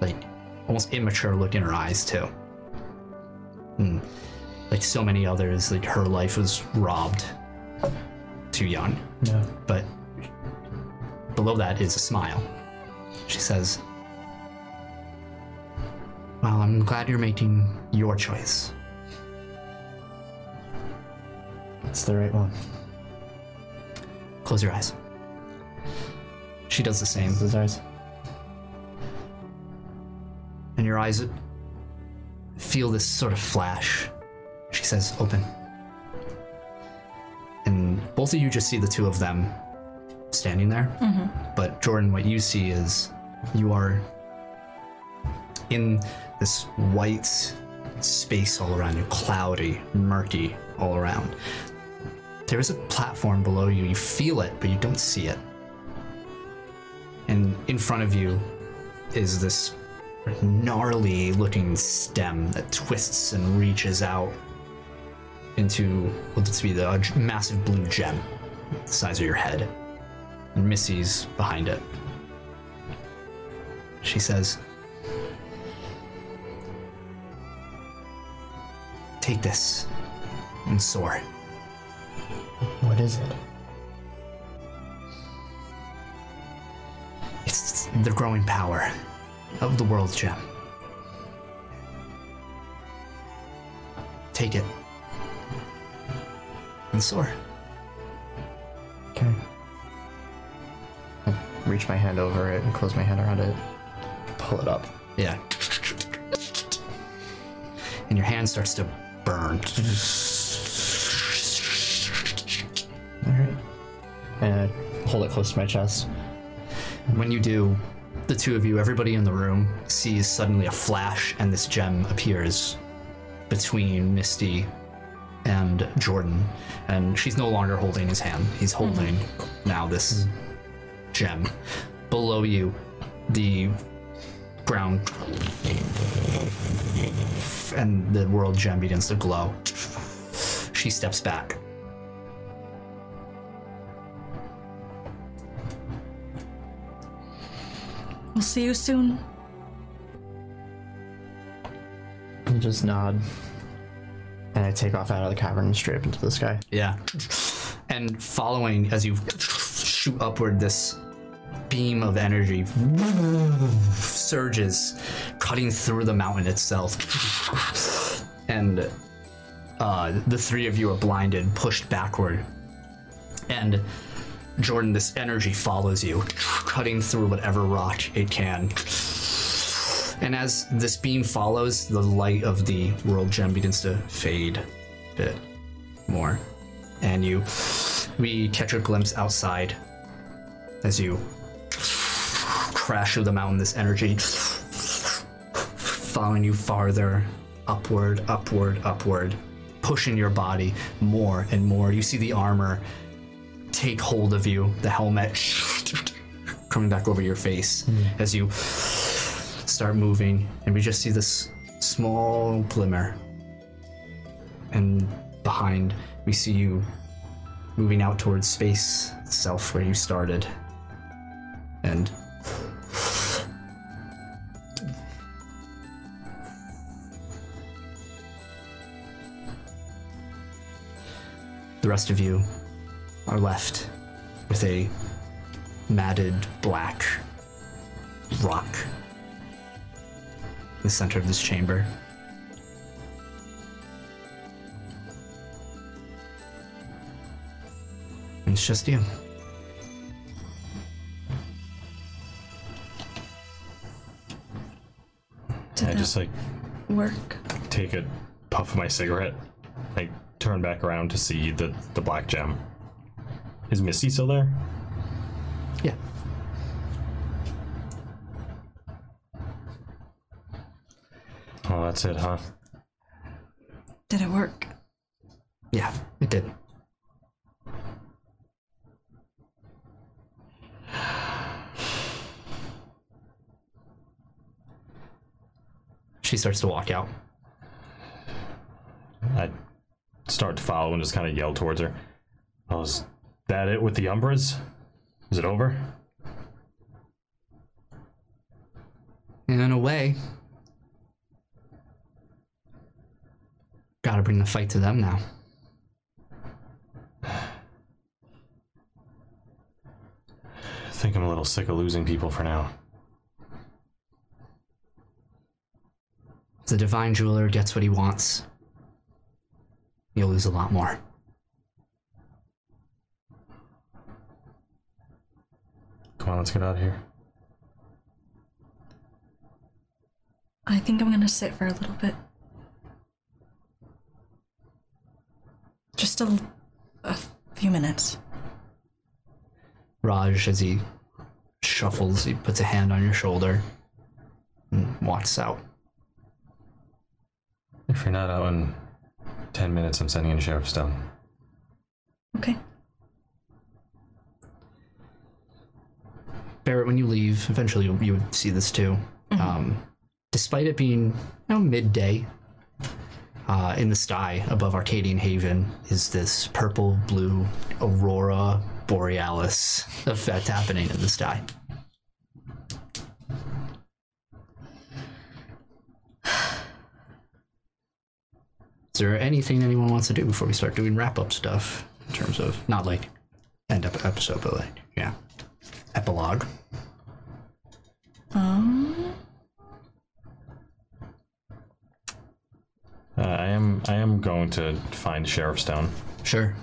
L: like almost immature look in her eyes too. Mm. Like so many others, like her life was robbed too young.
F: No.
L: But below that is a smile. She says, Well, I'm glad you're making your choice.
F: It's the right one.
L: Close your eyes. She does the same.
F: This is ours.
L: and your eyes feel this sort of flash. She says, Open. And both of you just see the two of them standing there. But Jordan, what you see is you are in this white space all around you, cloudy, murky all around. There is a platform below you. You feel it, but you don't see it. And in front of you is this gnarly looking stem that twists and reaches out into what looks to be the a j- massive blue gem the size of your head. And Missy's behind it. She says, Take this and soar.
F: What is it?
L: It's the growing power of the world gem. Take it and soar.
F: Okay. I reach my hand over it and close my hand around it. Pull it up.
L: Yeah. [laughs] And your hand starts to burn.
F: All right. And I hold it close to my chest.
L: When you do, the two of you, everybody in the room, sees suddenly a flash, and this gem appears between Misty and Jordan. And she's no longer holding his hand, he's holding now this gem. Below you, the brown. And the world gem begins to glow. She steps back.
D: we'll see you soon.
F: And just nod. And I take off out of the cavern and straight up into the sky.
L: Yeah. And following as you shoot upward, this beam of energy surges, cutting through the mountain itself. And uh, the three of you are blinded, pushed backward. And Jordan, this energy follows you, cutting through whatever rock it can. And as this beam follows, the light of the world gem begins to fade a bit more. And you we catch a glimpse outside as you crash through the mountain, this energy following you farther, upward, upward, upward, pushing your body more and more. You see the armor take hold of you, the helmet [laughs] coming back over your face as you start moving, and we just see this small glimmer and behind, we see you moving out towards space itself where you started. And the rest of you are left with a matted black rock in the center of this chamber. And it's just you.
B: I just like
D: Work.
B: take a puff of my cigarette. I turn back around to see the the black gem. Is Misty still there?
L: Yeah.
B: Oh, that's it, huh?
D: Did it work?
L: Yeah, it did. [sighs] She starts to walk out.
B: I start to follow and just kind of yell towards her. Oh, is that it with the Umbras? Is it over?
L: And in a way, gotta bring the fight to them now.
B: I think I'm a little sick of losing people for now.
L: If the divine jeweler gets what he wants, you'll lose a lot more.
B: Come on, let's get out of here.
D: I think I'm gonna sit for a little bit. Just a, a few minutes.
L: Raj, as he shuffles, he puts a hand on your shoulder and walks out.
B: If you're not out in 10 minutes, I'm sending in Sheriff Stone.
D: Okay.
L: Barrett, when you leave, eventually you, you would see this too. Um, despite it being you know, midday, uh, in the sky above Arcadian Haven is this purple blue aurora borealis effect happening in the sky. [sighs] Is there anything anyone wants to do before we start doing wrap up stuff in terms of not like end up episode, but like, yeah, epilogue?
B: Uh, I am I am going to find Sheriff Stone.
L: Sure.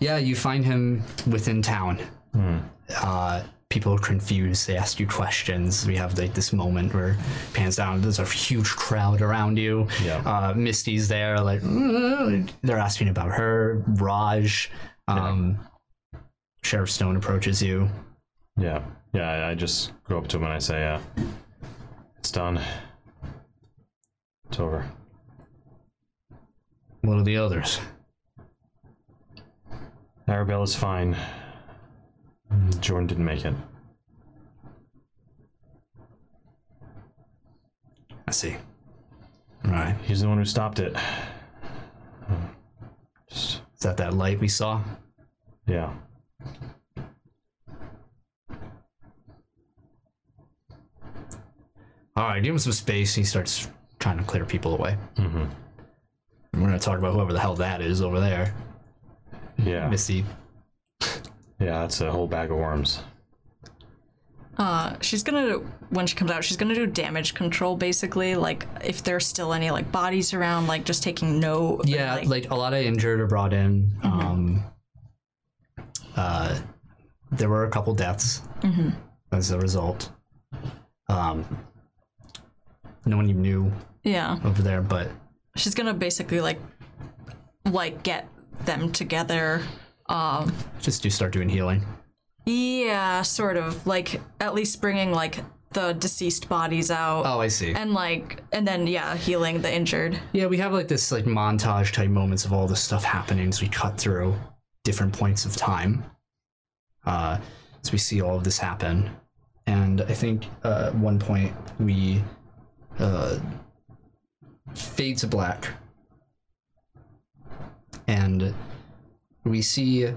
L: yeah, you find him within town. Uh, people are confused. They ask you questions. We have like this moment where pans down. There's a huge crowd around you.
B: Yeah.
L: Uh, Misty's there. Like they're asking about her. Raj. Um, Sheriff Stone approaches you.
B: Yeah, yeah. I, I just go up to him and I say, uh, "It's done. It's over."
L: What are the others?
B: Arabella's fine. Jordan didn't make it.
L: I see. All right.
B: He's the one who stopped it. Just-
L: Is that that light we saw?
B: yeah.
L: All right. Give him some space. He starts trying to clear people away.
B: Mhm.
L: And We're gonna talk about whoever the hell that is over there.
B: Yeah.
L: Misty
B: Yeah, that's a whole bag of worms.
D: Uh, she's gonna when she comes out, she's gonna do damage control basically. Like if there's still any like bodies around, like just taking no.
L: Yeah, like, a lot of injured are brought in. Um, uh, there were a couple deaths as a result. Um, no one you knew
D: yeah.
L: over there, but
D: she's gonna basically like like get them together um
L: just do start doing healing.
D: yeah sort of like at least bringing like the deceased bodies out
L: Oh, I see.
D: and like and then yeah healing the injured
L: yeah, we have like this like montage type moments of all this stuff happening as we cut through different points of time. Uh, as we see all of this happen, and I think uh, at one point we uh, fade to black. and we see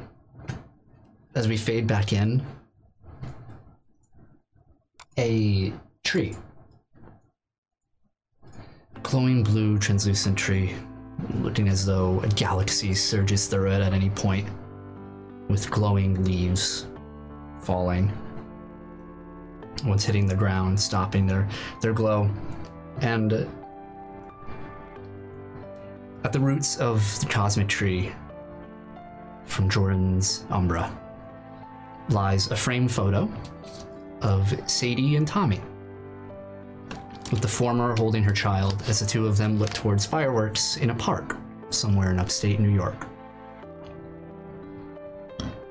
L: as we fade back in a tree. Glowing blue, translucent tree, looking as though a galaxy surges through it at any point, with glowing leaves falling. Once hitting the ground, stopping their, their glow. And at the roots of the cosmic tree from Jordan's Umbra lies a framed photo of Sadie and Tommy, with the former holding her child as the two of them look towards fireworks in a park somewhere in upstate New York.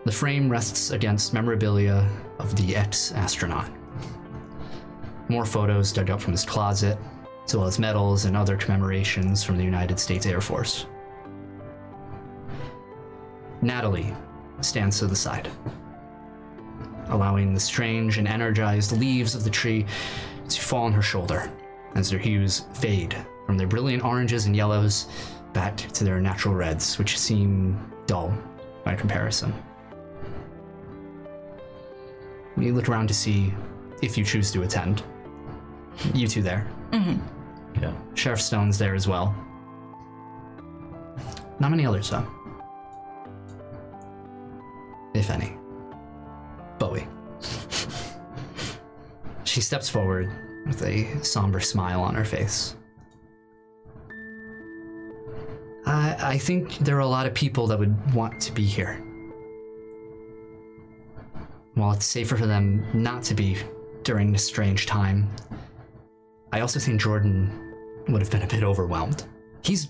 L: The frame rests against memorabilia of the ex astronaut. More photos dug up from his closet, as well as medals and other commemorations from the United States Air Force. Natalie stands to the side, allowing the strange and energized leaves of the tree to fall on her shoulder as their hues fade from their brilliant oranges and yellows back to their natural reds, which seem dull by comparison. You look around to see if you choose to attend. You two there.
B: Yeah.
L: Sheriff Stone's there as well. Not many others, though. If any. Bowie. she steps forward with a somber smile on her face. I, I think there are a lot of people that would want to be here. While it's safer for them not to be during this strange time, I also think Jordan would have been a bit overwhelmed. He's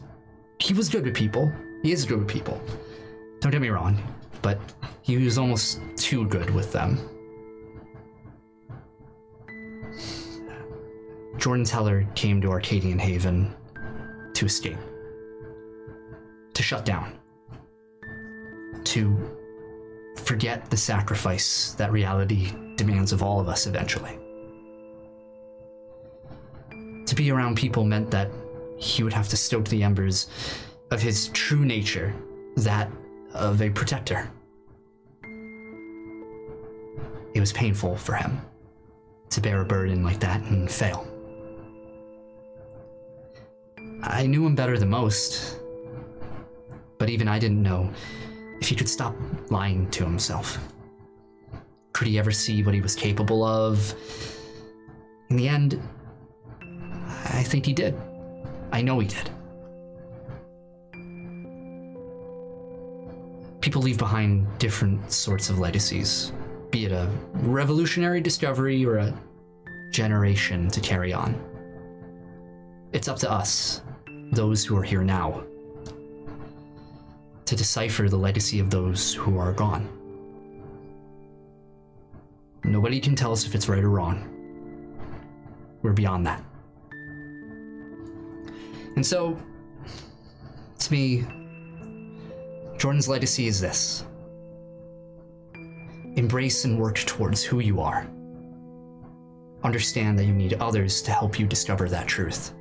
L: he was good with people. He is good with people. Don't get me wrong, but he was almost too good with them. Jordan Teller came to Arcadian Haven to escape, to shut down, to forget the sacrifice that reality demands of all of us eventually. To be around people meant that he would have to stoke the embers of his true nature, that of a protector. It was painful for him to bear a burden like that and fail. I knew him better than most, but even I didn't know if he could stop lying to himself. Could he ever see what he was capable of? In the end, I think he did. I know he did. People leave behind different sorts of legacies, be it a revolutionary discovery or a generation to carry on. It's up to us, those who are here now, to decipher the legacy of those who are gone. Nobody can tell us if it's right or wrong. We're beyond that. And so, to me, Jordan's legacy is this embrace and work towards who you are. Understand that you need others to help you discover that truth.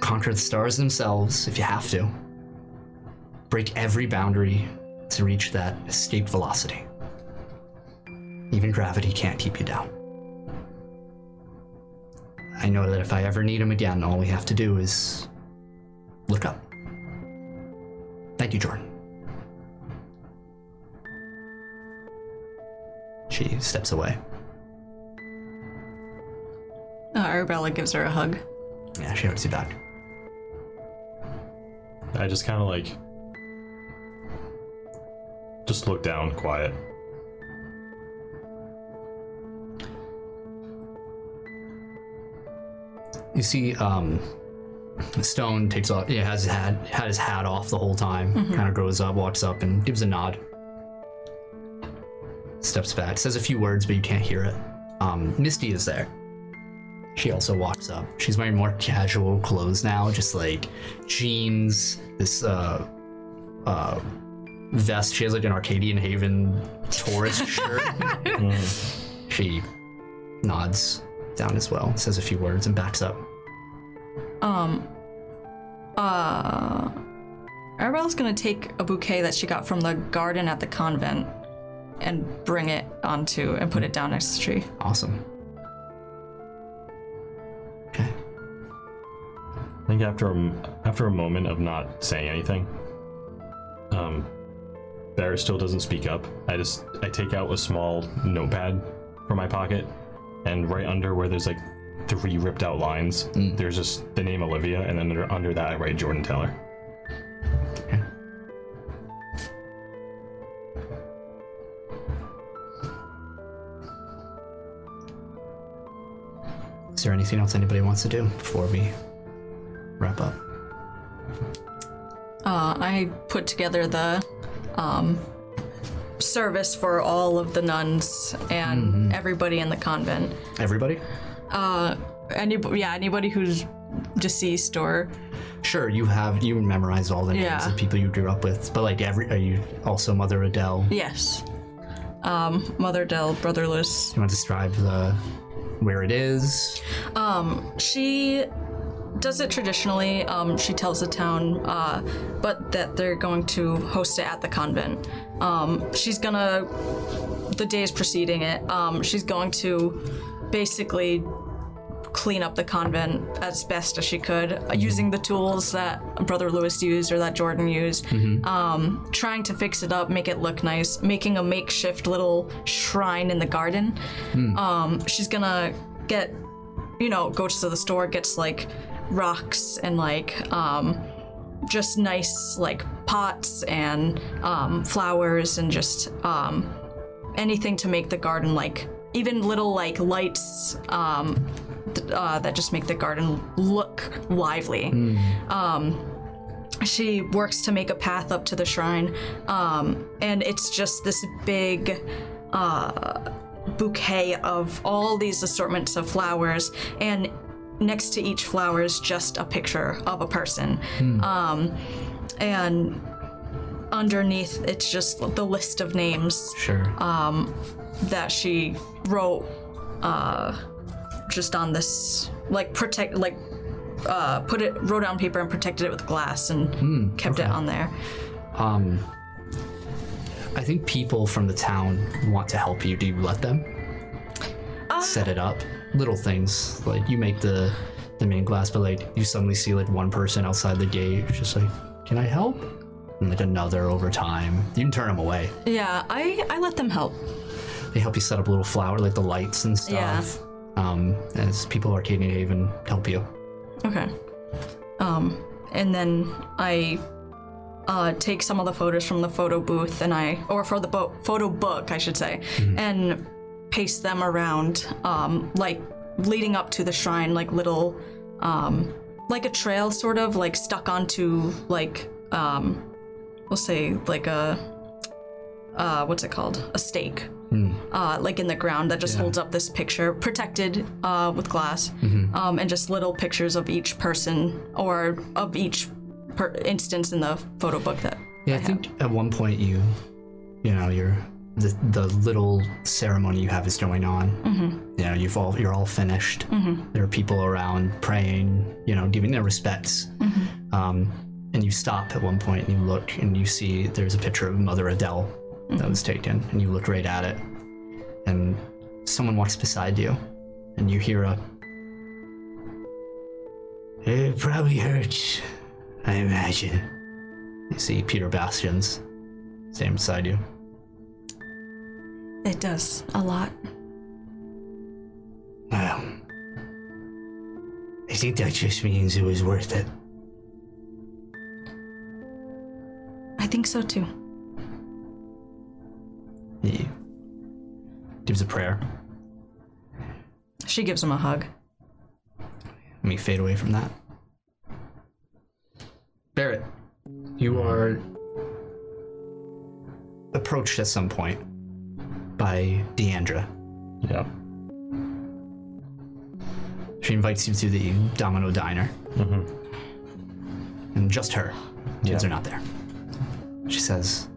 L: Conquer the stars themselves if you have to. Break every boundary to reach that escape velocity. Even gravity can't keep you down. I know that if I ever need him again, all we have to do is look up. Thank you, Jordan. She steps away.
D: Uh, Arabella gives her a hug.
L: Yeah, she hugs you back.
B: I just kind of like just look down, quiet.
L: You see, um, Stone takes off. Yeah, has his hat had his hat off the whole time. Kind of grows up, walks up, and gives a nod. Steps back, says a few words, but you can't hear it. Um, Misty is there. She also walks up. She's wearing more casual clothes now, just like jeans, this uh, uh, vest. She has like an Arcadian Haven tourist shirt. She nods down as well, says a few words, and backs up.
D: Um. Uh. Arabella's gonna take a bouquet that she got from the garden at the convent and bring it onto and put it down next to the tree.
L: Awesome. Okay.
B: I think after a, after a moment of not saying anything, um, Barrett still doesn't speak up. I just I take out a small notepad from my pocket, and right under where there's like three ripped out lines,
L: Mm.
B: there's just the name Olivia, and then under, under that I write Jordan Taylor.
L: Is there anything else anybody wants to do before we wrap up?
D: Uh, I put together the um, service for all of the nuns and everybody in the convent.
L: Everybody?
D: Uh, any yeah, anybody who's deceased or
L: Sure, you have you memorized all the names
D: Yeah.
L: of people you grew up with, but like every are you also Mother Adele?
D: yes, um, Mother Dell, Brother Lewis,
L: You want to describe the where it is?
D: Um, She does it traditionally. Um, she tells the town, uh, but that they're going to host it at the convent. Um, she's gonna, the days preceding it, um, she's going to basically clean up the convent as best as she could, uh, using the tools that Brother Lewis used or that Jordan used, um, trying to fix it up, make it look nice, making a makeshift little shrine in the garden. Um, she's gonna get you know, goes to the store, gets like rocks and like um, just nice like pots and um, flowers and just um, anything to make the garden like even little like lights um, th- uh, that just make the garden look lively. Um, she works to make a path up to the shrine, um, and it's just this big bouquet of all these assortments of flowers and next to each flower is just a picture of a person um, and underneath it's just the list of names
L: Sure.
D: that she wrote uh, just on this like protect like uh, put it wrote it on paper and protected it with glass and kept it on there
L: I think people from the town want to help you. Do you let them set it up? Little things like you make the the main glass, but like you suddenly see like one person outside the gate, just like, "Can I help?" And like another over time, you can turn them away.
D: yeah i i let them help
L: They help you set up a little flower, like the lights and
D: Yeah.
L: stuff. Um, as people of Arcadian Haven help you.
D: Okay. Um, and then I uh, take some of the photos from the photo booth and I, or for the bo- photo book, I should say, and paste them around, um, like leading up to the shrine, like little, um, like a trail sort of, like stuck onto, like, um, we'll say, like a, uh, what's it called? A stake. Uh, like in the ground that just holds up this picture, protected uh, with glass
B: Mm-hmm.
D: um, and just little pictures of each person or of each per- instance in the photo book that
L: Yeah, I think at one point you, you know, you're the the little ceremony you have is going on. Mm-hmm. You know, you've all you're all finished. There are people around praying. You know, giving their respects. Um, and you stop at one point and you look and you see there's a picture of Mother Adele that was taken, and you look right at it, and someone walks beside you, and you hear a. It probably hurts, I imagine. You see Peter Bastions standing beside you.
D: it does a lot.
L: Well, I think that just means it was worth it.
D: I think so too.
L: He gives a prayer.
D: She gives him a hug.
L: Let me fade away from that. Barrett, you are approached at some point by Deandra.
B: Yeah.
L: She invites you to the Domino Diner. And just her. Kids
B: Yeah.
L: are not there. She says,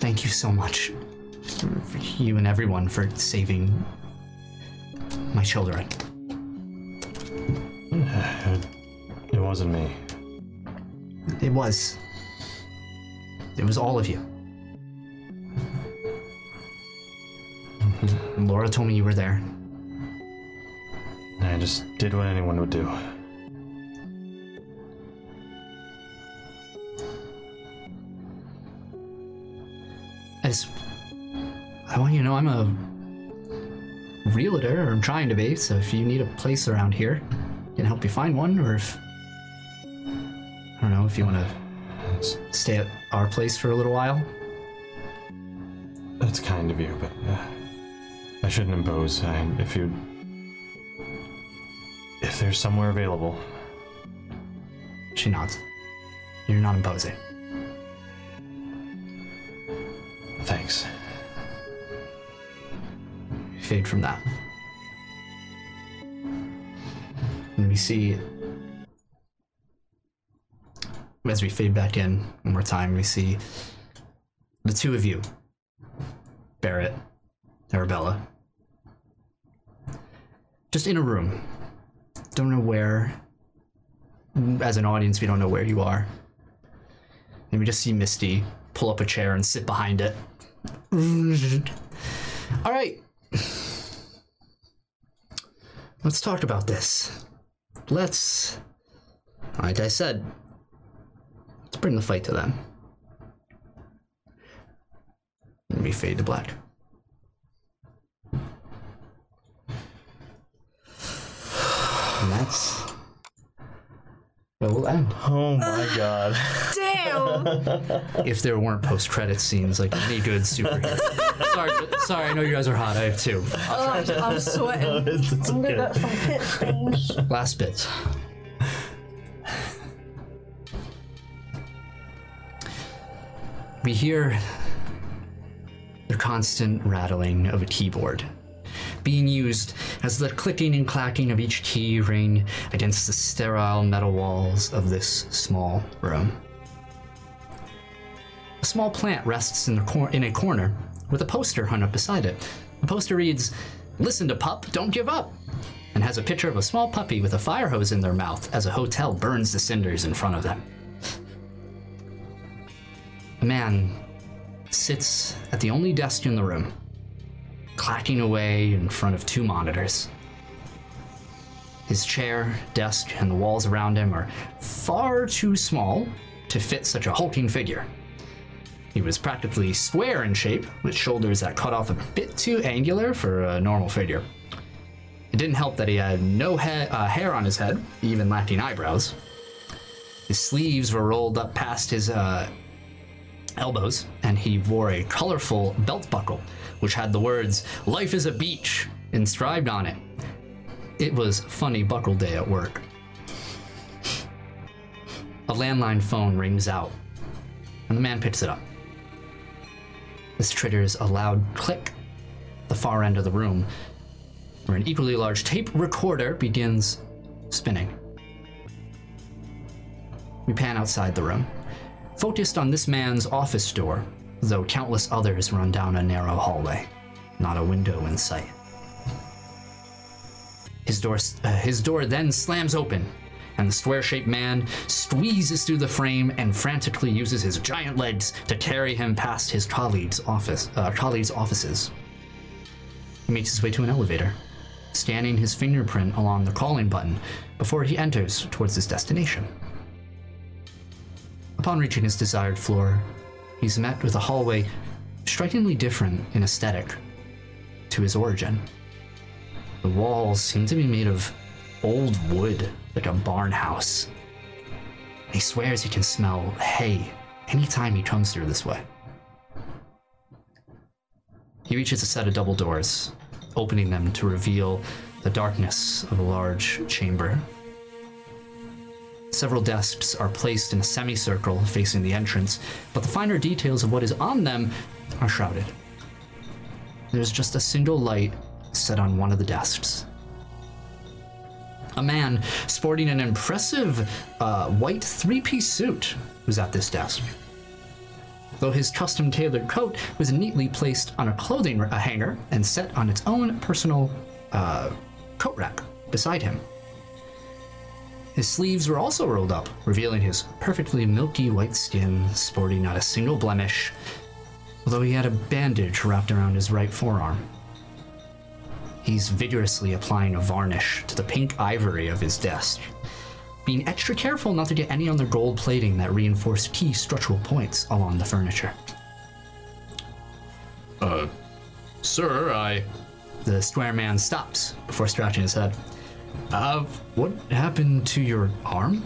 L: Thank you so much, for you and everyone, for saving my children.
B: It wasn't me.
L: It was. It was all of you. Laura told me you were there.
B: I just did what anyone would do.
L: As I want you to know, I'm a realtor, or I'm trying to be. So if you need a place around here, I can help you find one, or if I don't know if you want to stay at our place for a little while.
B: That's kind of you, but uh, I shouldn't impose. I, if you, if there's somewhere available,
L: She nods. You're not imposing.
B: thanks.
L: fade from that. And we see, as we fade back in one more time, we see the two of you, Barrett, Arabella, just in a room. Don't know where. As an audience, we don't know where you are. And we just see Misty pull up a chair and sit behind it. All right, Let's talk about this. Let's, like I said, let's bring the fight to them. And we fade to black. And that's where we'll end.
B: Oh my god. [laughs]
D: Damn!
L: If there weren't post-credit scenes like any good superhero. sorry, sorry, I know you guys are hot. I have two.
D: Oh, I'm sweating.
B: It's- it's okay.
L: Last bit. We hear the constant rattling of a keyboard being used as the clicking and clacking of each key ring against the sterile metal walls of this small room. A small plant rests in, the cor- in a corner with a poster hung up beside it. The poster reads, Listen to pup, don't give up and has a picture of a small puppy with a fire hose in their mouth as a hotel burns the cinders in front of them. A man sits at the only desk in the room, clacking away in front of two monitors. His chair, desk, and the walls around him are far too small to fit such a hulking figure. He was practically square in shape, with shoulders that cut off a bit too angular for a normal figure. It didn't help that he had no he- uh, hair on his head, even lacking eyebrows. His sleeves were rolled up past his uh, elbows, and he wore a colorful belt buckle, which had the words, Life is a Beach, inscribed on it. It was funny buckle day at work. A landline phone rings out, and the man picks it up. This triggers a loud click at the far end of the room, where an equally large tape recorder begins spinning. We pan outside the room, focused on this man's office door, though countless others run down a narrow hallway, not a window in sight. His door, s- uh, his door then slams open, and the square shaped man squeezes through the frame and frantically uses his giant legs to carry him past his colleagues' office, uh, colleagues' offices. He makes his way to an elevator, scanning his fingerprint along the calling button before he enters towards his destination. Upon reaching his desired floor, he's met with a hallway strikingly different in aesthetic to his origin. The walls seem to be made of old wood, like a barn house. He swears he can smell hay anytime he comes through this way. He reaches a set of double doors, opening them to reveal the darkness of a large chamber. Several desks are placed in a semicircle facing the entrance, but the finer details of what is on them are shrouded. There's just a single light set on one of the desks. A man sporting an impressive uh, white three piece suit was at this desk though his custom tailored coat was neatly placed on a clothing r- a hanger and set on its own personal uh, coat rack beside him. His sleeves were also rolled up, revealing his perfectly milky white skin, sporting not a single blemish, although he had a bandage wrapped around his right forearm. He's vigorously applying a varnish to the pink ivory of his desk, being extra careful not to get any on the gold plating that reinforced key structural points along the furniture.
P: Uh, Sir, I.
L: The square man stops before scratching his head. Uh, what happened to your arm?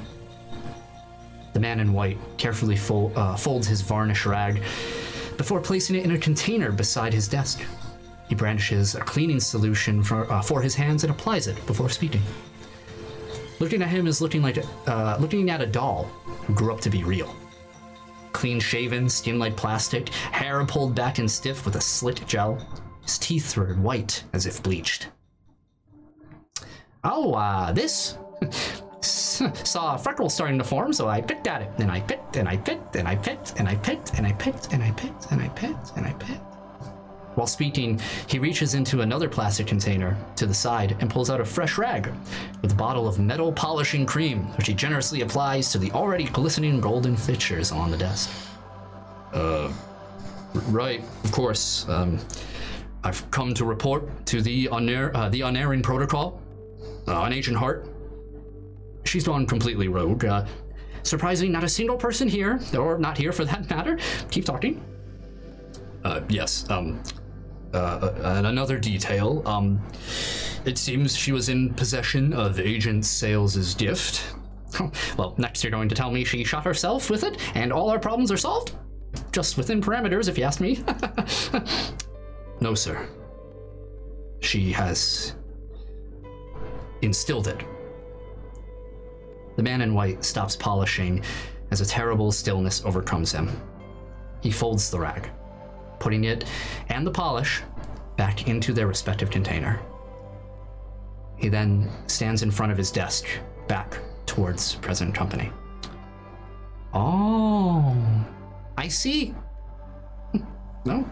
L: The man in white carefully fol- uh, folds his varnish rag before placing it in a container beside his desk. He brandishes a cleaning solution for, uh, for his hands and applies it before speaking. Looking at him is looking like a- uh, looking at a doll who grew up to be real. Clean shaven, skin like plastic, hair pulled back and stiff with a slick gel. His teeth were white as if bleached. Oh, uh, this. [laughs] Saw a freckle starting to form, so I picked at it. And I picked, and I picked, and I picked, and I picked, and I picked, and I picked, and I picked, and I picked. While speaking, he reaches into another plastic container to the side and pulls out a fresh rag with a bottle of metal polishing cream, which he generously applies to the already glistening golden fixtures on the desk. Uh,
P: Right, of course. Um, I've come to report to the, uner- uh, the unerring protocol uh, on Agent Hart.
L: She's gone completely rogue. Uh, surprisingly, not a single person here, or not here for that [laughs] matter. Keep talking.
P: Uh, yes. Um, uh, and another detail. Um, it seems she was in possession of Agent Sales's gift.
L: Oh, [laughs] well, next you're going to tell me she shot herself with it, and all our problems are solved? Just within parameters, if you ask me. [laughs]
P: No, sir. She has instilled it.
L: the man in white stops polishing as a terrible stillness overcomes him. He folds the rag, putting it and the polish back into their respective container. He then stands in front of his desk, back towards present company. Oh, I see. [laughs] No,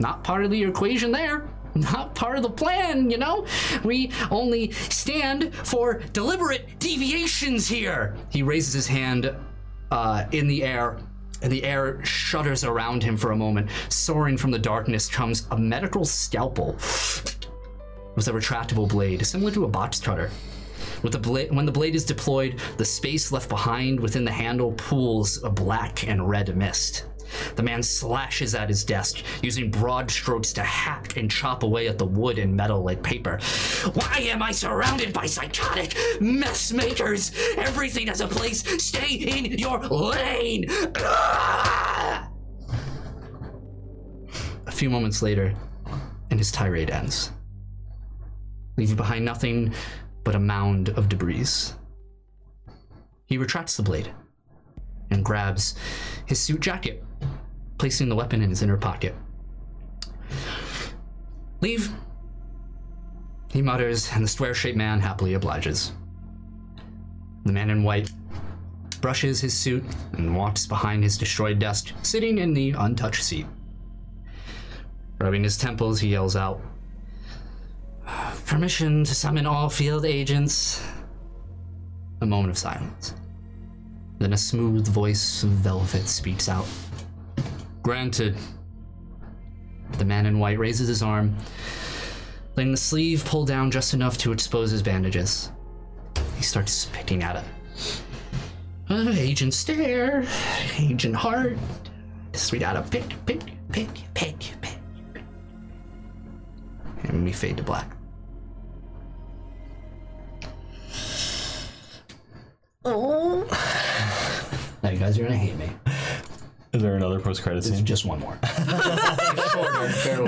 L: not part of the equation there. Not part of the plan, you know? We only stand for deliberate deviations here. He raises his hand uh, in the air, and the air shudders around him for a moment. Soaring from the darkness comes a medical scalpel with a retractable blade, similar to a box cutter. With the bla- when the blade is deployed, the space left behind within the handle pools a black and red mist. The man slashes at his desk, using broad strokes to hack and chop away at the wood and metal like paper. Why am I surrounded by psychotic mess makers? Everything has a place. Stay in your lane. Ah! A few moments later, and his tirade ends leaving behind nothing but a mound of debris. He retracts the blade and grabs his suit jacket, placing the weapon in his inner pocket. Leave, he mutters, and the square shaped man happily obliges. The man in white brushes his suit and walks behind his destroyed desk, sitting in the untouched seat. Rubbing his temples, he yells out, Permission to summon all field agents. A moment of silence. Then a smooth voice of velvet speaks out.
P: Granted,
L: The man in white raises his arm, letting the sleeve pull down just enough to expose his bandages. He starts spitting at it. Uh, [sighs] Agent Stare, Agent Hart. Guess we gotta pick, pick, pick, pick, pick. And we fade to black. [sighs] Now you guys are gonna hate me.
B: Is there another post credit
L: There's
B: scene?
L: just one more. [laughs]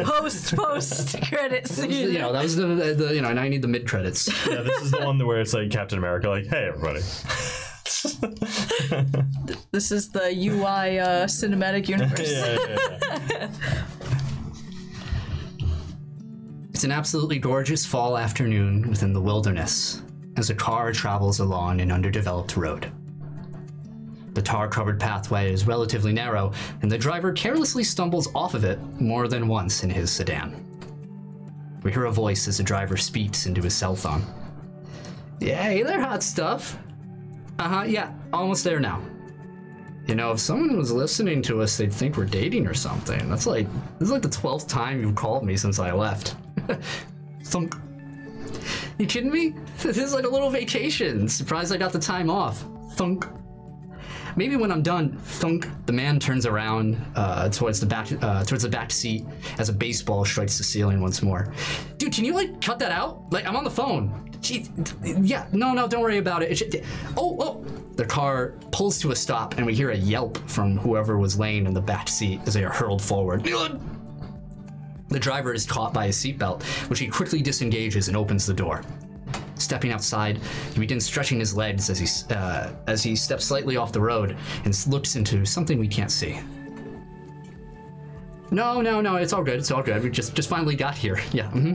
D: Post post credit
L: you
D: scene.
L: know, that was the, the you know, now I need the mid credits.
B: yeah, this is the one where it's like Captain America, like, hey, everybody.
D: This is the UI uh, cinematic
B: [laughs] [laughs]
D: universe.
B: Yeah, yeah, yeah.
L: It's an absolutely gorgeous fall afternoon within the wilderness as a car travels along an underdeveloped road. The tar covered pathway is relatively narrow, and the driver carelessly stumbles off of it more than once in his sedan. We hear a voice as the driver speaks into his cell phone. Yeah, hey there, hot stuff. Uh huh. Yeah, almost there now. You know, if someone was listening to us, they'd think we're dating or something. That's like this is like the twelfth time you've called me since I left. Some. You kidding me? This is like a little vacation. Surprised I got the time off. Thunk. Maybe when I'm done, thunk. The man turns around uh, towards the back uh, towards the back seat as a baseball strikes the ceiling once more. Dude, can you like cut that out? Like I'm on the phone. Gee, yeah, no, no, don't worry about it. it should, oh, oh! The car pulls to a stop, and we hear a yelp from whoever was laying in the back seat as they are hurled forward. The driver is caught by his seatbelt, which he quickly disengages and opens the door. Stepping outside, he begins stretching his legs as he uh, as he steps slightly off the road and s- looks into something we can't see. No, no, no, it's all good. It's all good. We just just finally got here. Yeah. hmm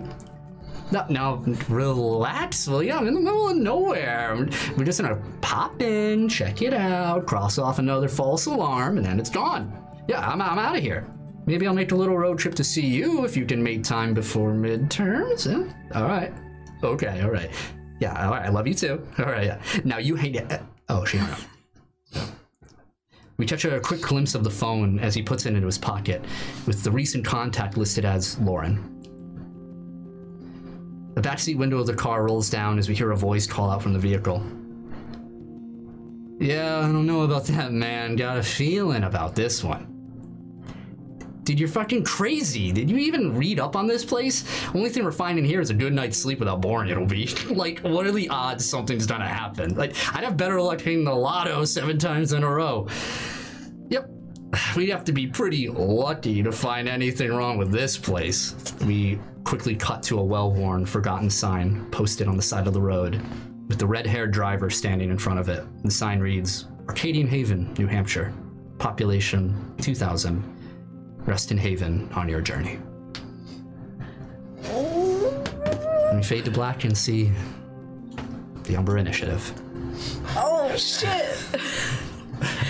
L: No, now relax, will ya? I'm in the middle of nowhere. We're just gonna pop in, check it out, cross off another false alarm, and then it's gone. Yeah, I'm, I'm out of here. Maybe I'll make a little road trip to see you if you can make time before midterms. Yeah? All right. Okay. All right. Yeah. All right. I love you too. All right. Yeah. Now you hang it. Oh, she hung up. We catch a quick glimpse of the phone as he puts it into his pocket, with the recent contact listed as Lauren. The backseat window of the car rolls down as we hear a voice call out from the vehicle. Yeah, I don't know about that, man. Got a feeling about this one. Dude, you're fucking crazy. Did you even read up on this place? Only thing we're finding here is a good night's sleep without boring it'll be. [laughs] like, what are the odds something's gonna happen? Like, I'd have better luck hitting the lotto seven times in a row. Yep. [sighs] We'd have to be pretty lucky to find anything wrong with this place. We quickly cut to a well worn, forgotten sign posted on the side of the road, with the red haired driver standing in front of it. The sign reads Arcadian Haven, New Hampshire. Population 2,000. Rest in Haven on your journey. And we fade to black and see the Umber Initiative.
D: Oh shit!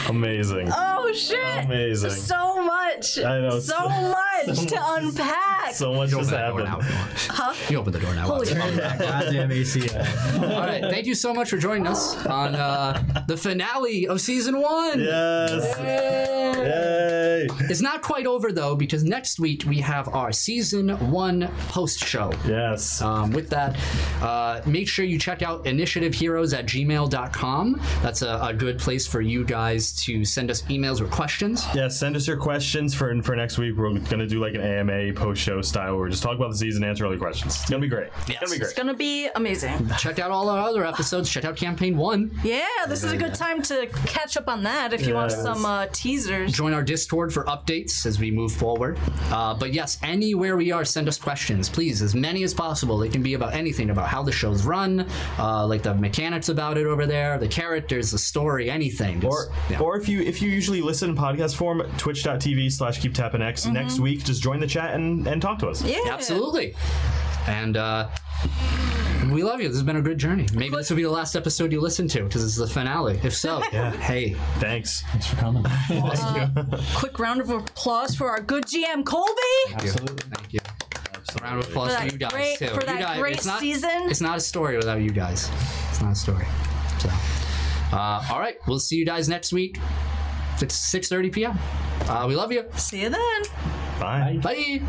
B: Amazing.
D: Oh shit!
B: Amazing.
D: So much.
B: I know,
D: So,
B: so-
D: much
B: [laughs]
D: to unpack.
B: so much
L: You
B: has
L: open the door now.
B: happened.
L: You open the door now.
D: Holy fuck.
Q: Goddamn ACL.
L: All right. Thank you so much for joining us on uh, the finale of season one.
B: Yes. Yay.
L: It's not quite over though, because next week we have our season one post show.
B: Yes.
L: Um, with that, uh, make sure you check out initiativeheroes at gmail.com. That's a, a good place for you guys to send us emails or questions.
B: Yeah, send us your questions for for next week. We're gonna do like an AMA post show style where we just talk about the season, answer all your questions. It's gonna be great. It's gonna be
D: It's
B: great.
D: gonna be amazing.
L: Check out all our other episodes. Check out campaign one.
D: Yeah, this is a good time to catch up on that if you want
B: Yes.
D: some uh, teasers.
L: join our discord for updates as we move forward uh, but yes anywhere we are send us questions please as many as possible they can be about anything about how the shows run uh, like the mechanics about it over there the characters the story anything Just-
B: Or,
L: yeah.
B: or if you if you usually listen in podcast form, twitch.tv slash keep tapping X next week, just join the chat and, and talk to us.
D: Yeah.
L: absolutely and uh, we love you. This has been a good journey. Maybe this will be the last episode you listen to because it's the finale. If so, hey,
B: Thanks.
R: Thanks for
B: [laughs]
R: coming.
D: Quick round of applause for our good GM Colby.
L: thank you. Round of applause
D: For
L: for
D: that
L: you guys
D: great-
L: too.
D: for
L: you
D: that
L: guys,
D: great
L: it's not,
D: season.
L: It's not a story without you guys. It's not a story. So, uh, all right, we'll see you guys next week. It's 6:30 p.m. Uh, we love you.
D: See you then.
B: Bye.
L: Bye.